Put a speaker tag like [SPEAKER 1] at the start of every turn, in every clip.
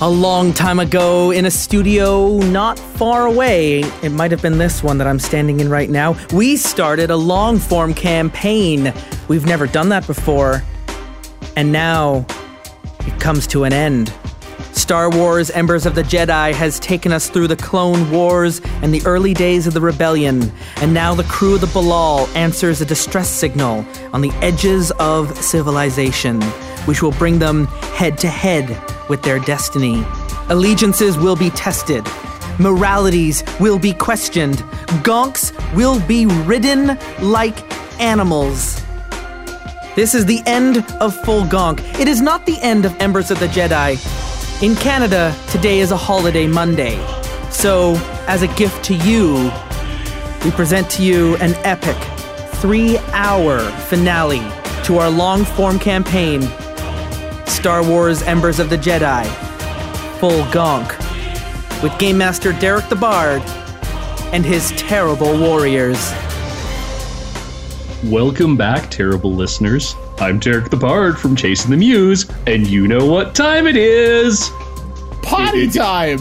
[SPEAKER 1] a long time ago in a studio not far away. It might have been this one that I'm standing in right now. We started a long form campaign. We've never done that before. And now it comes to an end. Star Wars Embers of the Jedi has taken us through the Clone Wars and the early days of the Rebellion, and now the crew of the Balal answers a distress signal on the edges of civilization, which will bring them head to head with their destiny. Allegiances will be tested, moralities will be questioned, gonks will be ridden like animals. This is the end of Full Gonk. It is not the end of Embers of the Jedi. In Canada, today is a holiday Monday. So, as a gift to you, we present to you an epic three hour finale to our long form campaign Star Wars Embers of the Jedi Full Gonk with Game Master Derek the Bard and his terrible warriors.
[SPEAKER 2] Welcome back, terrible listeners. I'm Derek the Bard from Chasing the Muse, and you know what time it is.
[SPEAKER 3] Potty time.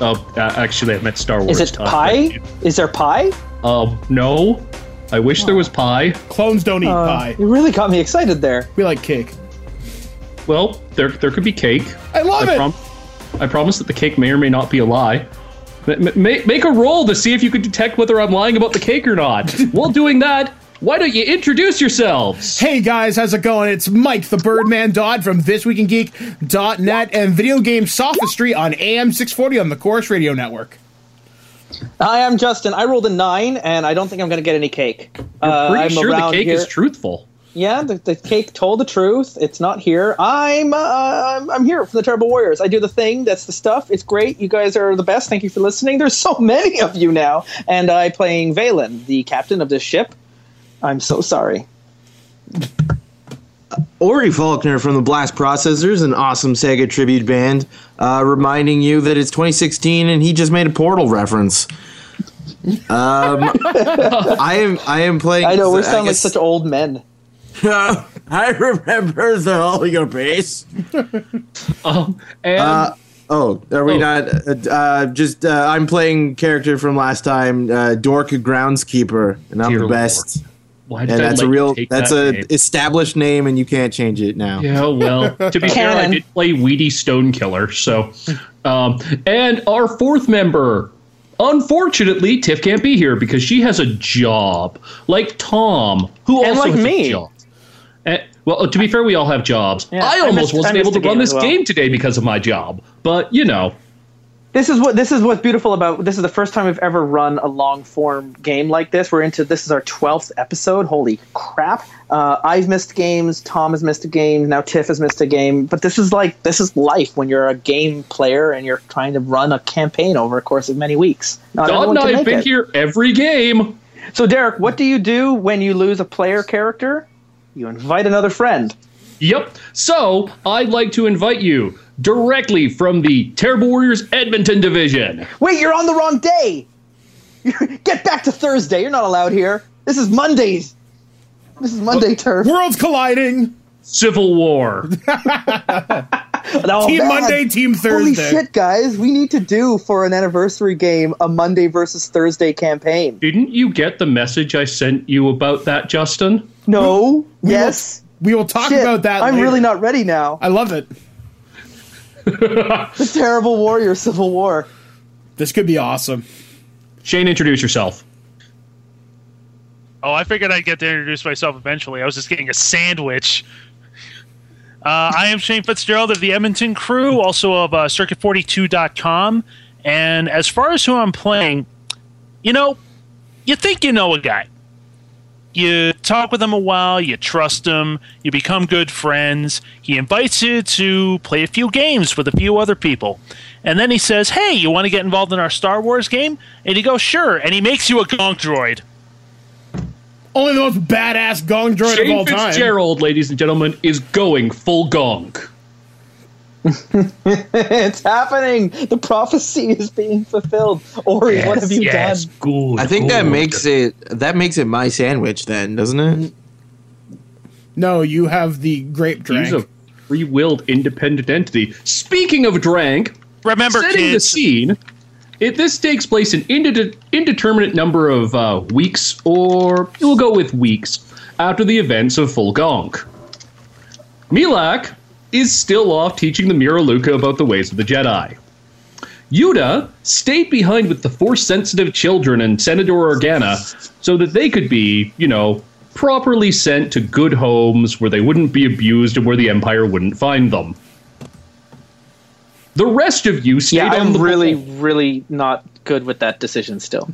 [SPEAKER 2] Oh, uh, actually, I meant Star Wars.
[SPEAKER 4] Is it
[SPEAKER 2] time.
[SPEAKER 4] pie? Is there pie?
[SPEAKER 2] Um, no. I wish
[SPEAKER 4] Oh.
[SPEAKER 2] there was pie.
[SPEAKER 3] Clones don't
[SPEAKER 2] Uh,
[SPEAKER 3] eat pie.
[SPEAKER 4] You really got me excited there.
[SPEAKER 3] We like cake.
[SPEAKER 2] Well, there there could be cake.
[SPEAKER 3] I love
[SPEAKER 2] I,
[SPEAKER 3] it.
[SPEAKER 2] prom- I promise that the cake may or may not be a lie. M- m- make, make a roll to see if you can detect whether I'm lying about the cake or not. While doing that, why don't you introduce yourselves?
[SPEAKER 3] hey guys, how's it going? It's Mike the Birdman Dodd from thisweekingeek.net and video game sophistry on AM 640 on the Chorus Radio Network.
[SPEAKER 4] Hi, I'm Justin. I rolled a nine, and I don't think I'm going to get any cake. uh,
[SPEAKER 2] Pretty
[SPEAKER 4] I'm
[SPEAKER 2] sure the
[SPEAKER 4] around
[SPEAKER 2] cake
[SPEAKER 4] here.
[SPEAKER 2] is truthful.
[SPEAKER 4] Yeah, the, the cake told the truth. It's not here. I'm uh, I'm, I'm here for the Terrible Warriors. I do the thing. That's the stuff. It's great. You guys are the best. Thank you for listening. There's so many of you now, and I playing Valen, the captain of this ship. I'm so sorry.
[SPEAKER 5] Ori Faulkner from the Blast Processors, an awesome Sega tribute band, uh, reminding you that it's 2016 and he just made a Portal reference. Um, I am I am playing.
[SPEAKER 4] I know we sound
[SPEAKER 5] guess-
[SPEAKER 4] like such old men.
[SPEAKER 5] I remember the holographies.
[SPEAKER 2] Um, and
[SPEAKER 5] Oh, are we
[SPEAKER 2] Oh.
[SPEAKER 5] not? Uh, uh, just uh, I'm playing character from last time, uh, Dork Groundskeeper, and I'm
[SPEAKER 2] Dear
[SPEAKER 5] the
[SPEAKER 2] Lord.
[SPEAKER 5] best.
[SPEAKER 2] why did
[SPEAKER 5] And
[SPEAKER 2] I
[SPEAKER 5] that's
[SPEAKER 2] let
[SPEAKER 5] a
[SPEAKER 2] you
[SPEAKER 5] real
[SPEAKER 2] take
[SPEAKER 5] that's
[SPEAKER 2] that
[SPEAKER 5] a
[SPEAKER 2] name?
[SPEAKER 5] established name, and you can't change it now.
[SPEAKER 2] Yeah, well, to be fair, I
[SPEAKER 4] Canon.
[SPEAKER 2] did play Weedy Stonekiller, so. Um, and our fourth member, unfortunately, Tiff can't be here because she has a job, like Tom, who
[SPEAKER 4] And
[SPEAKER 2] also
[SPEAKER 4] like
[SPEAKER 2] has
[SPEAKER 4] me.
[SPEAKER 2] a job. And, well, to be fair, we all have jobs. I
[SPEAKER 4] I
[SPEAKER 2] almost
[SPEAKER 4] missed-
[SPEAKER 2] wasn't
[SPEAKER 4] I
[SPEAKER 2] able
[SPEAKER 4] missed
[SPEAKER 2] to
[SPEAKER 4] the
[SPEAKER 2] run
[SPEAKER 4] game
[SPEAKER 2] this
[SPEAKER 4] as well.
[SPEAKER 2] game today because of my job, but you know,
[SPEAKER 4] this is what this is what's beautiful about this is the first time we've ever run a long form game like this we're into this is our 12th episode holy crap uh, i've missed games tom has missed a game now tiff has missed a game but this is like this is life when you're a game player and you're trying to run a campaign over a course of many weeks Not
[SPEAKER 2] Don
[SPEAKER 4] everyone
[SPEAKER 2] and
[SPEAKER 4] can
[SPEAKER 2] I have
[SPEAKER 4] make
[SPEAKER 2] been
[SPEAKER 4] it.
[SPEAKER 2] here every game.
[SPEAKER 4] so derek what do you do when you lose a player character you invite another friend
[SPEAKER 2] Yep. So I'd like to invite you directly from the Terrible Warriors Edmonton division.
[SPEAKER 4] wait you're on the wrong day get back to thursday you're not allowed here this is mondays this is monday turf
[SPEAKER 3] Worlds colliding.
[SPEAKER 2] Civil War.
[SPEAKER 4] No,
[SPEAKER 3] Team
[SPEAKER 4] Oh, man.
[SPEAKER 3] Monday, Team
[SPEAKER 4] Holy
[SPEAKER 3] Thursday.
[SPEAKER 4] shit, guys! We need to do for an anniversary game a Monday versus Thursday campaign.
[SPEAKER 2] Didn't you get the message I sent you about that, Justin?
[SPEAKER 4] No, yes,
[SPEAKER 3] We will talk
[SPEAKER 4] shit.
[SPEAKER 3] about that
[SPEAKER 4] I'm
[SPEAKER 3] later.
[SPEAKER 4] really not ready now.
[SPEAKER 3] I love it.
[SPEAKER 4] The terrible warrior civil war.
[SPEAKER 3] This could be awesome.
[SPEAKER 2] Shane, introduce yourself.
[SPEAKER 6] Oh, I figured I'd get to introduce myself eventually. I was just getting a sandwich. Uh, I am Shane Fitzgerald of the Edmonton crew, also of uh, Circuit42.com. And as far as who I'm playing, you know, you think you know a guy. You talk with him a while, you trust him, you become good friends. He invites you to play a few games with a few other people. And then he says, Hey, you want to get involved in our Star Wars game? And you go, Sure. And he makes you a gonk droid.
[SPEAKER 3] Only the most badass gong droid of all
[SPEAKER 2] Shane
[SPEAKER 3] time.
[SPEAKER 2] Fitzgerald, ladies and gentlemen, is going full gonk.
[SPEAKER 4] It's happening. The prophecy is being fulfilled. Ori, what have you done?
[SPEAKER 2] Good,
[SPEAKER 5] I think that
[SPEAKER 2] good.
[SPEAKER 5] makes it that makes it my sandwich then, doesn't it?
[SPEAKER 3] No, you have the grape
[SPEAKER 2] He's
[SPEAKER 3] drink.
[SPEAKER 2] a free willed independent entity. Speaking of drank,
[SPEAKER 6] Remember,
[SPEAKER 2] setting the
[SPEAKER 6] kids,
[SPEAKER 2] scene. It, this takes place an indeter- indeterminate number of uh, weeks, or we'll go with weeks, after the events of Full Gonk. Milak is still off teaching the Miraluka about the ways of the Jedi. Yuda stayed behind with the Force sensitive children and Senator Organa so that they could be, you know, properly sent to good homes where they wouldn't be abused and where the Empire wouldn't find them. The rest of you stayed
[SPEAKER 1] Yeah,
[SPEAKER 2] on
[SPEAKER 1] I'm
[SPEAKER 2] the
[SPEAKER 1] really, really not good with that decision still.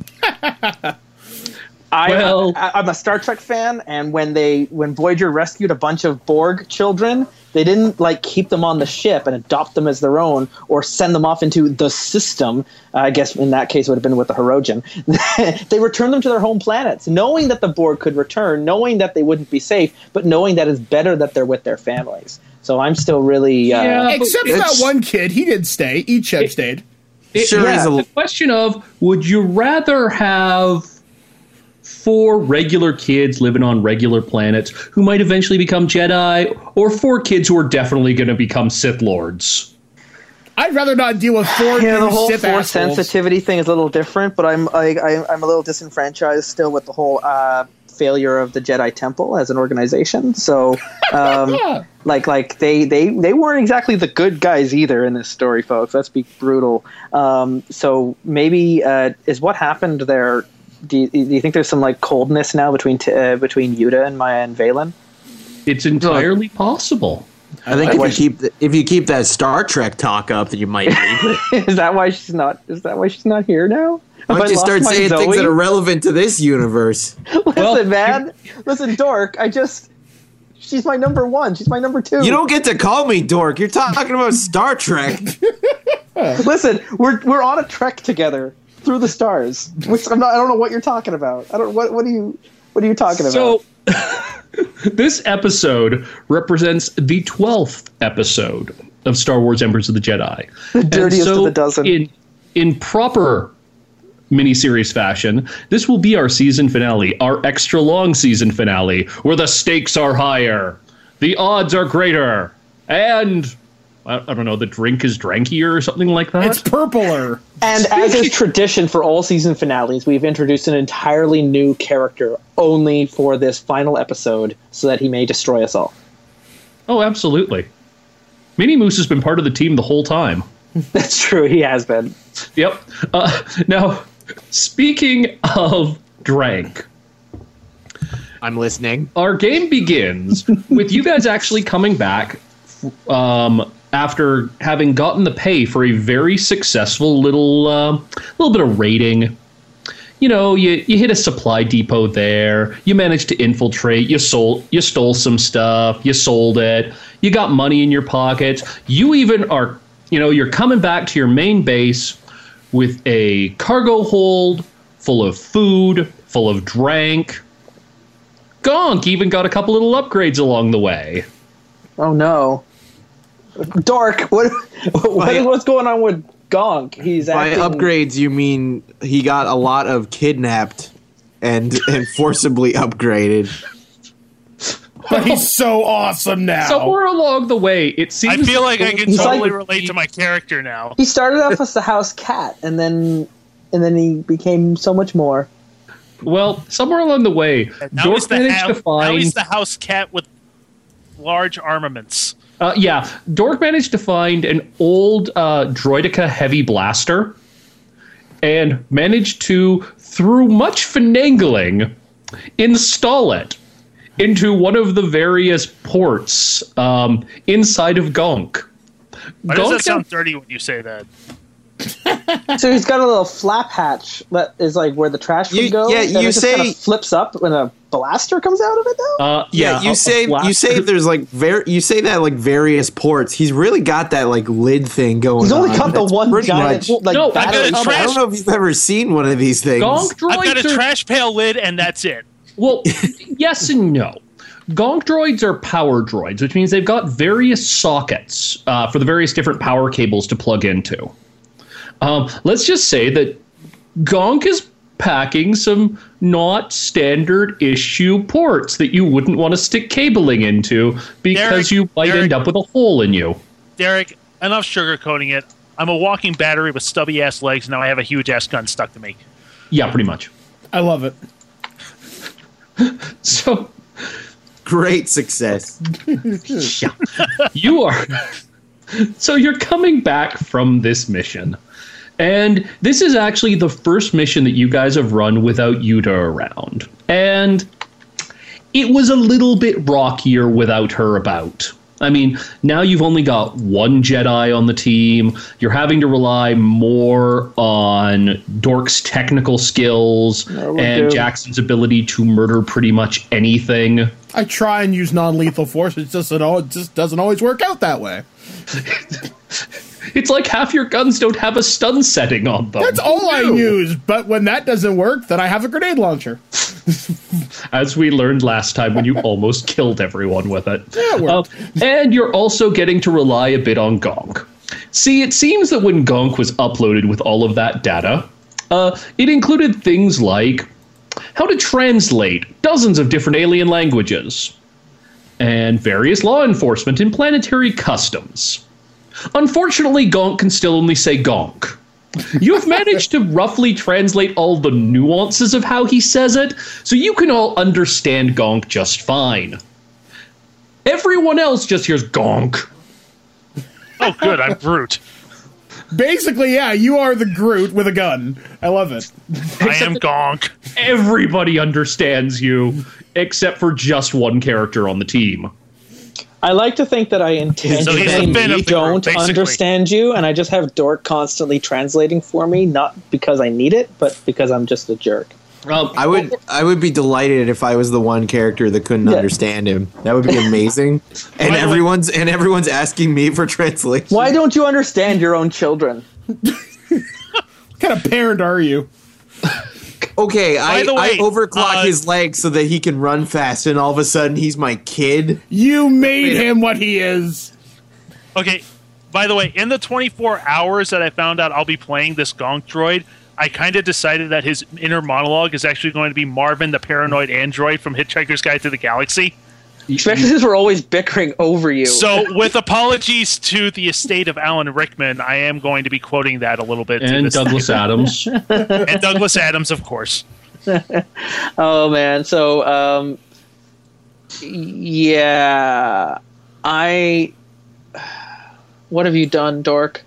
[SPEAKER 1] I,
[SPEAKER 2] Well-
[SPEAKER 1] I, I'm a Star Trek fan, and when they when Voyager rescued a bunch of Borg children, they didn't like keep them on the ship and adopt them as their own, or send them off into the system. Uh, I guess in that case it would have been with the Hirogen. they returned them to their home planets, knowing that the Borg could return, knowing that they wouldn't be safe, but knowing that it's better that they're with their families. So I'm still really uh,
[SPEAKER 2] Yeah.
[SPEAKER 3] Except for that
[SPEAKER 5] It's-
[SPEAKER 3] one kid, he did stay. Echeb stayed.
[SPEAKER 2] It-
[SPEAKER 5] sure
[SPEAKER 1] yeah.
[SPEAKER 5] is a
[SPEAKER 2] the question of would you rather have four regular kids living on regular planets who might eventually become Jedi, or four kids who are definitely going to become Sith Lords?
[SPEAKER 3] I'd rather not deal with four
[SPEAKER 1] Yeah, the
[SPEAKER 3] new
[SPEAKER 1] whole
[SPEAKER 3] Sith
[SPEAKER 1] force
[SPEAKER 3] assholes.
[SPEAKER 1] sensitivity thing is a little different, but I'm I, I, I'm a little disenfranchised still with the whole uh, failure of the Jedi Temple as an organization. So, um,
[SPEAKER 3] Yeah.
[SPEAKER 1] like like they, they they weren't exactly the good guys either in this story, folks. Let's be brutal. Um, so maybe uh, is what happened there. Do you, do you think there's some like coldness now between t- uh, between Yuta and Maya and Valen?
[SPEAKER 2] It's entirely possible.
[SPEAKER 5] I think if you
[SPEAKER 1] wish-
[SPEAKER 5] keep th- if you keep that Star Trek talk up, that you might need.
[SPEAKER 1] is that why she's not? Is that why she's not here now?
[SPEAKER 5] Why
[SPEAKER 1] Have I
[SPEAKER 5] don't you
[SPEAKER 1] lost
[SPEAKER 5] start
[SPEAKER 1] my
[SPEAKER 5] saying things
[SPEAKER 1] Zoe?
[SPEAKER 5] that are relevant to this universe?
[SPEAKER 2] Well,
[SPEAKER 1] Listen, man. Listen, dork. I just. She's my number one. She's my number two.
[SPEAKER 5] You don't get to call me dork. You're talking about Star Trek.
[SPEAKER 1] listen. We're we're on a trek together through the stars. Which I'm not. I don't know what you're talking about. I don't. What what are you what are you talking
[SPEAKER 2] So
[SPEAKER 1] about?
[SPEAKER 2] this episode represents the twelfth episode of Star Wars: Embers of the Jedi. The
[SPEAKER 1] dirtiest of the dozen.
[SPEAKER 2] In in proper miniseries fashion, this will be our season finale, our extra long season finale, where the stakes are higher, the odds are greater, and I, I don't know, the drink is drankier or something like that.
[SPEAKER 3] It's purpler.
[SPEAKER 1] And as is tradition for all season finales, we've introduced an entirely new character only for this final episode, so that he may destroy us all.
[SPEAKER 2] oh, absolutely. Mini Moose has been part of the team the whole time.
[SPEAKER 1] That's true. He has been.
[SPEAKER 2] Yep. Uh, now, speaking of drank,
[SPEAKER 5] I'm listening.
[SPEAKER 2] our game begins with you guys actually coming back um, after having gotten the pay for a very successful little uh, little bit of raiding. You know, you, you hit a supply depot there. You managed to infiltrate. You sold you stole some stuff. You sold it. You got money in your pockets. You even are you know you're coming back to your main base with a cargo hold full of food, full of drank. Gonk even got a couple little upgrades along the way.
[SPEAKER 1] Oh no. Dark, what, what
[SPEAKER 5] By-
[SPEAKER 1] what's going on with Gonk? He's
[SPEAKER 5] By
[SPEAKER 1] acting,
[SPEAKER 5] upgrades, you mean he got a lot of kidnapped and and forcibly upgraded.
[SPEAKER 3] But he's so awesome now.
[SPEAKER 2] Somewhere along the way, it
[SPEAKER 6] I
[SPEAKER 2] seems.
[SPEAKER 6] feel like I can
[SPEAKER 1] He's like-
[SPEAKER 6] totally relate to my character now.
[SPEAKER 1] He started off as the house cat and then and then he became so much more.
[SPEAKER 2] Well, somewhere along the way,
[SPEAKER 6] Now
[SPEAKER 2] Dork
[SPEAKER 6] he's, the
[SPEAKER 2] managed to
[SPEAKER 6] house, now
[SPEAKER 2] find.
[SPEAKER 6] he's the house cat with large armaments.
[SPEAKER 2] uh, yeah, Dork managed to find an old uh, droidica heavy blaster, and managed to, through much finagling, install it into one of the various ports um, inside of Gonk.
[SPEAKER 6] Why does
[SPEAKER 2] Gonk
[SPEAKER 6] that
[SPEAKER 2] now-
[SPEAKER 6] sound dirty when you say that?
[SPEAKER 1] So he's got a little flap hatch that is like where the trash
[SPEAKER 5] You-
[SPEAKER 1] would go.
[SPEAKER 5] yeah,
[SPEAKER 1] and
[SPEAKER 5] you
[SPEAKER 1] it just
[SPEAKER 5] say-
[SPEAKER 1] kinda flips up when a blaster comes out of it now?
[SPEAKER 2] Uh,
[SPEAKER 5] Yeah,
[SPEAKER 2] a-
[SPEAKER 5] you
[SPEAKER 2] a
[SPEAKER 5] say you
[SPEAKER 2] blast-
[SPEAKER 5] say there's like ver- you say that like various ports. He's really got that like lid thing going.
[SPEAKER 1] he's only
[SPEAKER 5] on.
[SPEAKER 1] got the
[SPEAKER 5] It's
[SPEAKER 1] one
[SPEAKER 5] pretty
[SPEAKER 1] giant
[SPEAKER 5] much-
[SPEAKER 1] like
[SPEAKER 2] No, I've got
[SPEAKER 1] battery.
[SPEAKER 6] a
[SPEAKER 1] cover.
[SPEAKER 5] I
[SPEAKER 6] trash-
[SPEAKER 5] don't know if you've ever seen one of these things.
[SPEAKER 2] Gonk droids
[SPEAKER 6] I've got a
[SPEAKER 2] are-
[SPEAKER 6] trash pail lid, and that's it.
[SPEAKER 2] Well, yes and no. Gonk droids are power droids, which means they've got various sockets uh, for the various different power cables to plug into. Um, let's just say that Gonk is packing some not standard issue ports that you wouldn't want to stick cabling into because
[SPEAKER 6] Derek,
[SPEAKER 2] you might
[SPEAKER 6] Derek.
[SPEAKER 2] end up with a hole in you.
[SPEAKER 6] Derek, enough sugarcoating it. I'm a walking battery with stubby ass legs. Now I have a huge ass gun stuck to me.
[SPEAKER 2] Yeah, pretty much.
[SPEAKER 3] I love it.
[SPEAKER 2] So
[SPEAKER 5] Great success.
[SPEAKER 2] you are so you're coming back from this mission and this is actually the first mission that you guys have run without yuta around and it was a little bit rockier without her about i mean now you've only got one jedi on the team you're having to rely more on dork's technical skills
[SPEAKER 4] we'll
[SPEAKER 2] and
[SPEAKER 4] do.
[SPEAKER 2] jackson's ability to murder pretty much anything
[SPEAKER 3] I try and use non-lethal force. It just it, all, it just doesn't always work out that way.
[SPEAKER 2] it's like half your guns don't have a stun setting on them
[SPEAKER 3] That's all I use. But when that doesn't work, then I have a grenade launcher.
[SPEAKER 2] as we learned last time when you almost killed everyone with it.
[SPEAKER 3] it worked.
[SPEAKER 2] Um, and you're also getting to rely a bit on Gonk. See, it seems that when Gonk was uploaded with all of that data, uh, it included things like how to translate dozens of different alien languages and various law enforcement and planetary customs. Unfortunately, Gonk can still only say Gonk. You've managed to roughly translate all the nuances of how he says it, so you can all understand Gonk just fine. Everyone else just hears Gonk.
[SPEAKER 6] Oh, good. I'm brute.
[SPEAKER 3] Basically, yeah, you are the Groot with a gun. I love it.
[SPEAKER 6] I am gonk.
[SPEAKER 2] Everybody understands you, except for just one character on the team.
[SPEAKER 4] I like to think that I
[SPEAKER 6] So he's the Finn of
[SPEAKER 4] intentionally
[SPEAKER 6] the
[SPEAKER 4] don't
[SPEAKER 6] group, basically.
[SPEAKER 4] understand you, and I just have Dork constantly translating for me, not because I need it, but because I'm just a jerk.
[SPEAKER 2] Um,
[SPEAKER 5] I would I would be delighted if I was the one character that couldn't
[SPEAKER 4] Yeah.
[SPEAKER 5] understand him. That would be amazing. and
[SPEAKER 6] way-
[SPEAKER 5] everyone's and everyone's asking me for translation.
[SPEAKER 4] Why don't you understand your own children?
[SPEAKER 3] What kind of parent are you?
[SPEAKER 5] Okay, I,
[SPEAKER 6] the way,
[SPEAKER 5] I overclock
[SPEAKER 6] uh,
[SPEAKER 5] his legs so that he can run fast, and all of a sudden he's my kid.
[SPEAKER 3] You made him what he is.
[SPEAKER 6] Okay. By the way, in the 24 hours that I found out I'll be playing this gonk droid, I kind of decided that his inner monologue is actually going to be Marvin the paranoid android from Hitchhiker's Guide to the Galaxy.
[SPEAKER 4] Especially since we're always bickering over you.
[SPEAKER 6] So, with apologies to the estate of Alan Rickman, I am going to be quoting that a little bit. to
[SPEAKER 2] and
[SPEAKER 6] this-
[SPEAKER 2] Douglas Adams.
[SPEAKER 6] and Douglas Adams, of course.
[SPEAKER 4] oh man, so um, yeah, I. What have you done, Dork?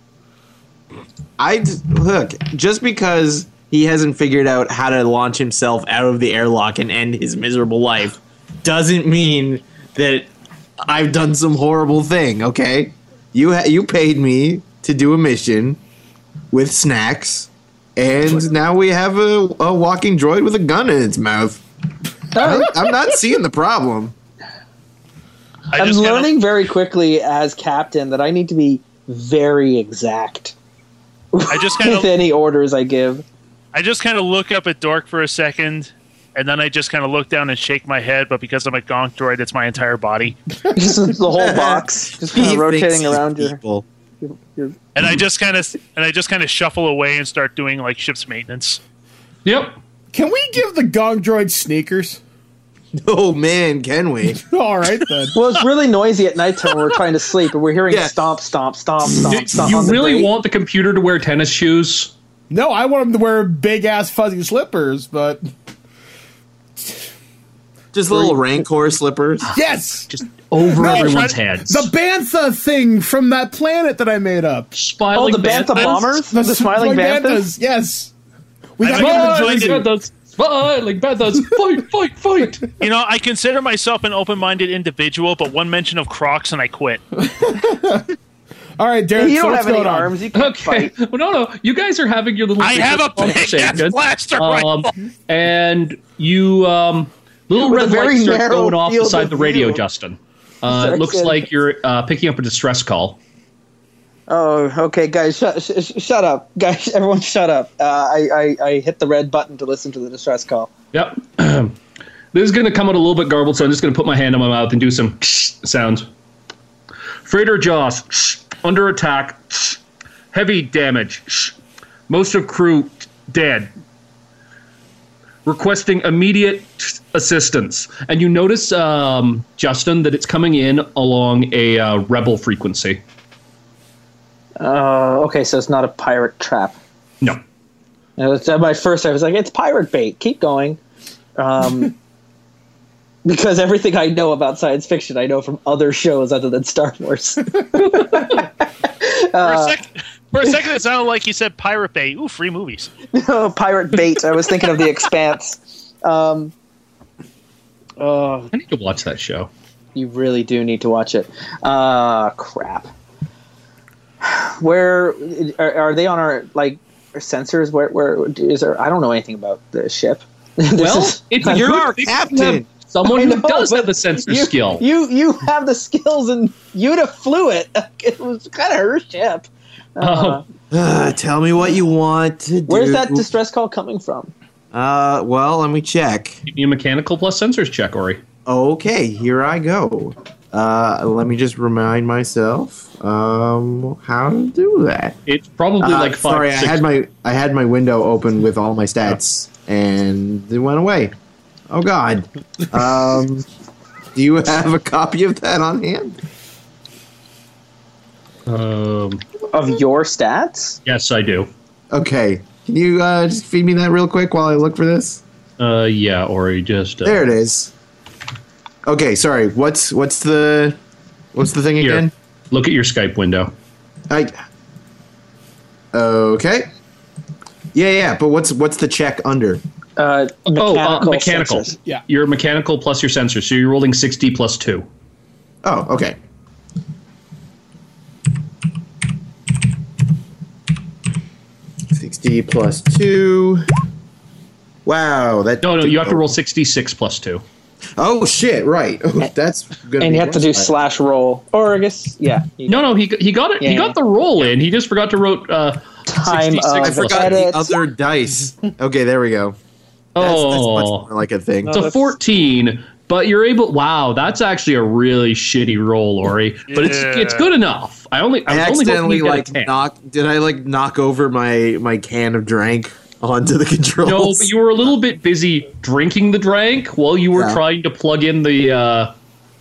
[SPEAKER 5] I d- look just because he hasn't figured out how to launch himself out of the airlock and end his miserable life doesn't mean that I've done some horrible thing. Okay, you ha- you paid me to do a mission with snacks, and now we have a, a walking droid with a gun in its mouth. I- I'm not seeing the problem.
[SPEAKER 6] I
[SPEAKER 4] I'm
[SPEAKER 6] just kinda-
[SPEAKER 4] learning very quickly as captain that I need to be very exact
[SPEAKER 6] I just kind
[SPEAKER 4] with
[SPEAKER 6] of
[SPEAKER 4] any orders I give.
[SPEAKER 6] I just kind of look up at Dork for a second, and then I just kind of look down and shake my head. But because I'm a gonk droid, it's my entire body,
[SPEAKER 4] Just the whole box, just kind
[SPEAKER 5] He
[SPEAKER 4] of
[SPEAKER 5] thinks
[SPEAKER 4] rotating
[SPEAKER 5] he's
[SPEAKER 4] around your.
[SPEAKER 5] people.
[SPEAKER 6] and
[SPEAKER 2] Mm-hmm.
[SPEAKER 6] I just kind of and I just kind of shuffle away and start doing like ship's maintenance.
[SPEAKER 2] yep.
[SPEAKER 3] Can we give the Gong Droid sneakers?
[SPEAKER 5] Oh man, can we?
[SPEAKER 3] All right then.
[SPEAKER 4] Well, it's really noisy at nighttime when we're trying to sleep, and we're hearing
[SPEAKER 5] Yeah.
[SPEAKER 4] stomp, stomp, stomp, stomp, stomp.
[SPEAKER 2] You
[SPEAKER 4] on the
[SPEAKER 2] really
[SPEAKER 4] grate.
[SPEAKER 2] want the computer to wear tennis shoes?
[SPEAKER 3] No, I want him to wear big ass fuzzy slippers, but
[SPEAKER 5] Just little rancor slippers.
[SPEAKER 3] yes,
[SPEAKER 2] Just over
[SPEAKER 3] No,
[SPEAKER 2] everyone's
[SPEAKER 3] try-
[SPEAKER 2] heads.
[SPEAKER 3] the bantha thing from that planet that I made up.
[SPEAKER 4] Oh,
[SPEAKER 2] smiling
[SPEAKER 4] the Bantha
[SPEAKER 2] Banthas.
[SPEAKER 4] bombers, the, smiling
[SPEAKER 3] Smiling
[SPEAKER 4] banthas.
[SPEAKER 3] Yes, we got
[SPEAKER 6] I
[SPEAKER 3] to
[SPEAKER 6] think I'm
[SPEAKER 3] get
[SPEAKER 6] joining
[SPEAKER 3] the
[SPEAKER 6] you.
[SPEAKER 2] Banthas.
[SPEAKER 3] jersey.
[SPEAKER 2] Smiling Banthas. Fight, fight, fight.
[SPEAKER 6] You know, I consider myself an open-minded individual, but one mention of Crocs and I quit.
[SPEAKER 3] All right, Derek.
[SPEAKER 4] You
[SPEAKER 3] so
[SPEAKER 4] don't
[SPEAKER 3] what's
[SPEAKER 4] have any
[SPEAKER 3] going on?
[SPEAKER 4] arms. You can't
[SPEAKER 2] Okay.
[SPEAKER 4] fight.
[SPEAKER 2] Well, no, no. You guys are having your little.
[SPEAKER 6] I have a big ass
[SPEAKER 2] conversation,
[SPEAKER 6] blaster
[SPEAKER 2] um,
[SPEAKER 6] rifle.
[SPEAKER 2] and you, um, little
[SPEAKER 4] With a
[SPEAKER 2] red
[SPEAKER 4] very
[SPEAKER 2] light starts
[SPEAKER 4] narrow
[SPEAKER 2] going off
[SPEAKER 4] field
[SPEAKER 2] beside
[SPEAKER 4] of
[SPEAKER 2] the radio,
[SPEAKER 4] view.
[SPEAKER 2] Justin. Uh,
[SPEAKER 4] Sorry,
[SPEAKER 2] it looks
[SPEAKER 4] Sam.
[SPEAKER 2] like you're uh, picking up a distress call.
[SPEAKER 4] Oh, okay, guys, shut, sh- sh- shut up, guys. Everyone, shut up. Uh, I, I, I hit the red button to listen to the distress call.
[SPEAKER 2] Yep. this is going to come out a little bit garbled, so I'm just going to put my hand on my mouth and do some sounds. Freighter Jaws under attack. Heavy damage. Most of crew dead. requesting immediate assistance. And you notice, um, Justin, that it's coming in along a uh, rebel frequency.
[SPEAKER 4] Uh, okay, so it's not a pirate trap.
[SPEAKER 2] No.
[SPEAKER 4] It was, at my first, I was like, it's pirate bait. Keep going. Um, because everything I know about science fiction, I know from other shows other than Star Wars.
[SPEAKER 6] For, a
[SPEAKER 2] Uh.
[SPEAKER 6] sec- for a second, it sounded like you said Pirate Bay. Ooh, free movies.
[SPEAKER 4] oh, pirate bait. I was thinking of The Expanse. Um, oh,
[SPEAKER 2] I need to watch that show.
[SPEAKER 4] you really do need to watch it. Uh, crap. Where are, are they on our like our sensors? Where where is there? I don't know anything about the ship. This
[SPEAKER 2] Well,
[SPEAKER 4] is-
[SPEAKER 2] it's
[SPEAKER 5] You're
[SPEAKER 2] you
[SPEAKER 5] our
[SPEAKER 2] think
[SPEAKER 5] captain.
[SPEAKER 2] Someone
[SPEAKER 4] I
[SPEAKER 2] who
[SPEAKER 4] know,
[SPEAKER 2] does
[SPEAKER 4] but
[SPEAKER 2] have the sensor
[SPEAKER 4] you,
[SPEAKER 2] skill.
[SPEAKER 4] You you have the skills and Yuta flew it. It was kind of her ship.
[SPEAKER 2] Oh,
[SPEAKER 4] Uh,
[SPEAKER 5] Ugh, tell me what you want to do.
[SPEAKER 4] where's that distress call coming from?
[SPEAKER 5] uh, well, let me check.
[SPEAKER 2] Give me a mechanical plus sensors check, Ori.
[SPEAKER 5] Okay, here I go. Uh, let me just remind myself um, how to do that.
[SPEAKER 2] It's probably
[SPEAKER 5] Uh,
[SPEAKER 2] like five.
[SPEAKER 5] sorry,
[SPEAKER 2] six-
[SPEAKER 5] I had my I had my window open with all my stats, and it went away. Oh God. Um, do you have a copy of that on hand?
[SPEAKER 2] um,
[SPEAKER 4] Of your stats?
[SPEAKER 2] yes, I do.
[SPEAKER 5] Okay. Can you uh, just feed me that real quick while I look for this?
[SPEAKER 2] Uh, yeah, Ori, just uh,
[SPEAKER 5] There it is. Okay, sorry. What's what's the what's the thing
[SPEAKER 2] Here.
[SPEAKER 5] again?
[SPEAKER 2] Look at your Skype window.
[SPEAKER 5] I Okay. Yeah, yeah, but what's what's the check under?
[SPEAKER 4] Uh, mechanical.
[SPEAKER 2] oh, uh, mechanical.
[SPEAKER 4] sensors.
[SPEAKER 3] Yeah.
[SPEAKER 2] Your mechanical plus your sensor. So you're rolling 60 plus 2.
[SPEAKER 5] Oh, okay. Sixty plus two. Wow, that
[SPEAKER 2] No, no, you have to roll 66 plus 2.
[SPEAKER 5] Oh shit! Right, oh, that's good.
[SPEAKER 4] And you have to do slash roll, or I guess yeah. you-
[SPEAKER 2] No, no, he, he got it. he
[SPEAKER 4] Yeah,
[SPEAKER 2] got
[SPEAKER 4] yeah.
[SPEAKER 2] the roll in. He just forgot to wrote. Uh,
[SPEAKER 4] Time
[SPEAKER 2] 66.
[SPEAKER 4] of
[SPEAKER 2] I
[SPEAKER 5] I forgot
[SPEAKER 4] edit.
[SPEAKER 5] the other dice. Okay, there we go. That's, that's
[SPEAKER 2] oh,
[SPEAKER 5] much more like a thing.
[SPEAKER 2] it's a 14, but you're able. Wow, that's actually a really shitty roll, Ori. But it's
[SPEAKER 6] Yeah.
[SPEAKER 2] it's good enough. I only I,
[SPEAKER 5] I
[SPEAKER 2] was
[SPEAKER 5] accidentally
[SPEAKER 2] only hoping
[SPEAKER 5] like
[SPEAKER 2] you'd get a 10.
[SPEAKER 5] knock. Did I like knock over my my can of drink onto the controls?
[SPEAKER 2] No, but you were a little bit busy drinking the drank while you were
[SPEAKER 5] Yeah.
[SPEAKER 2] trying to plug in the uh,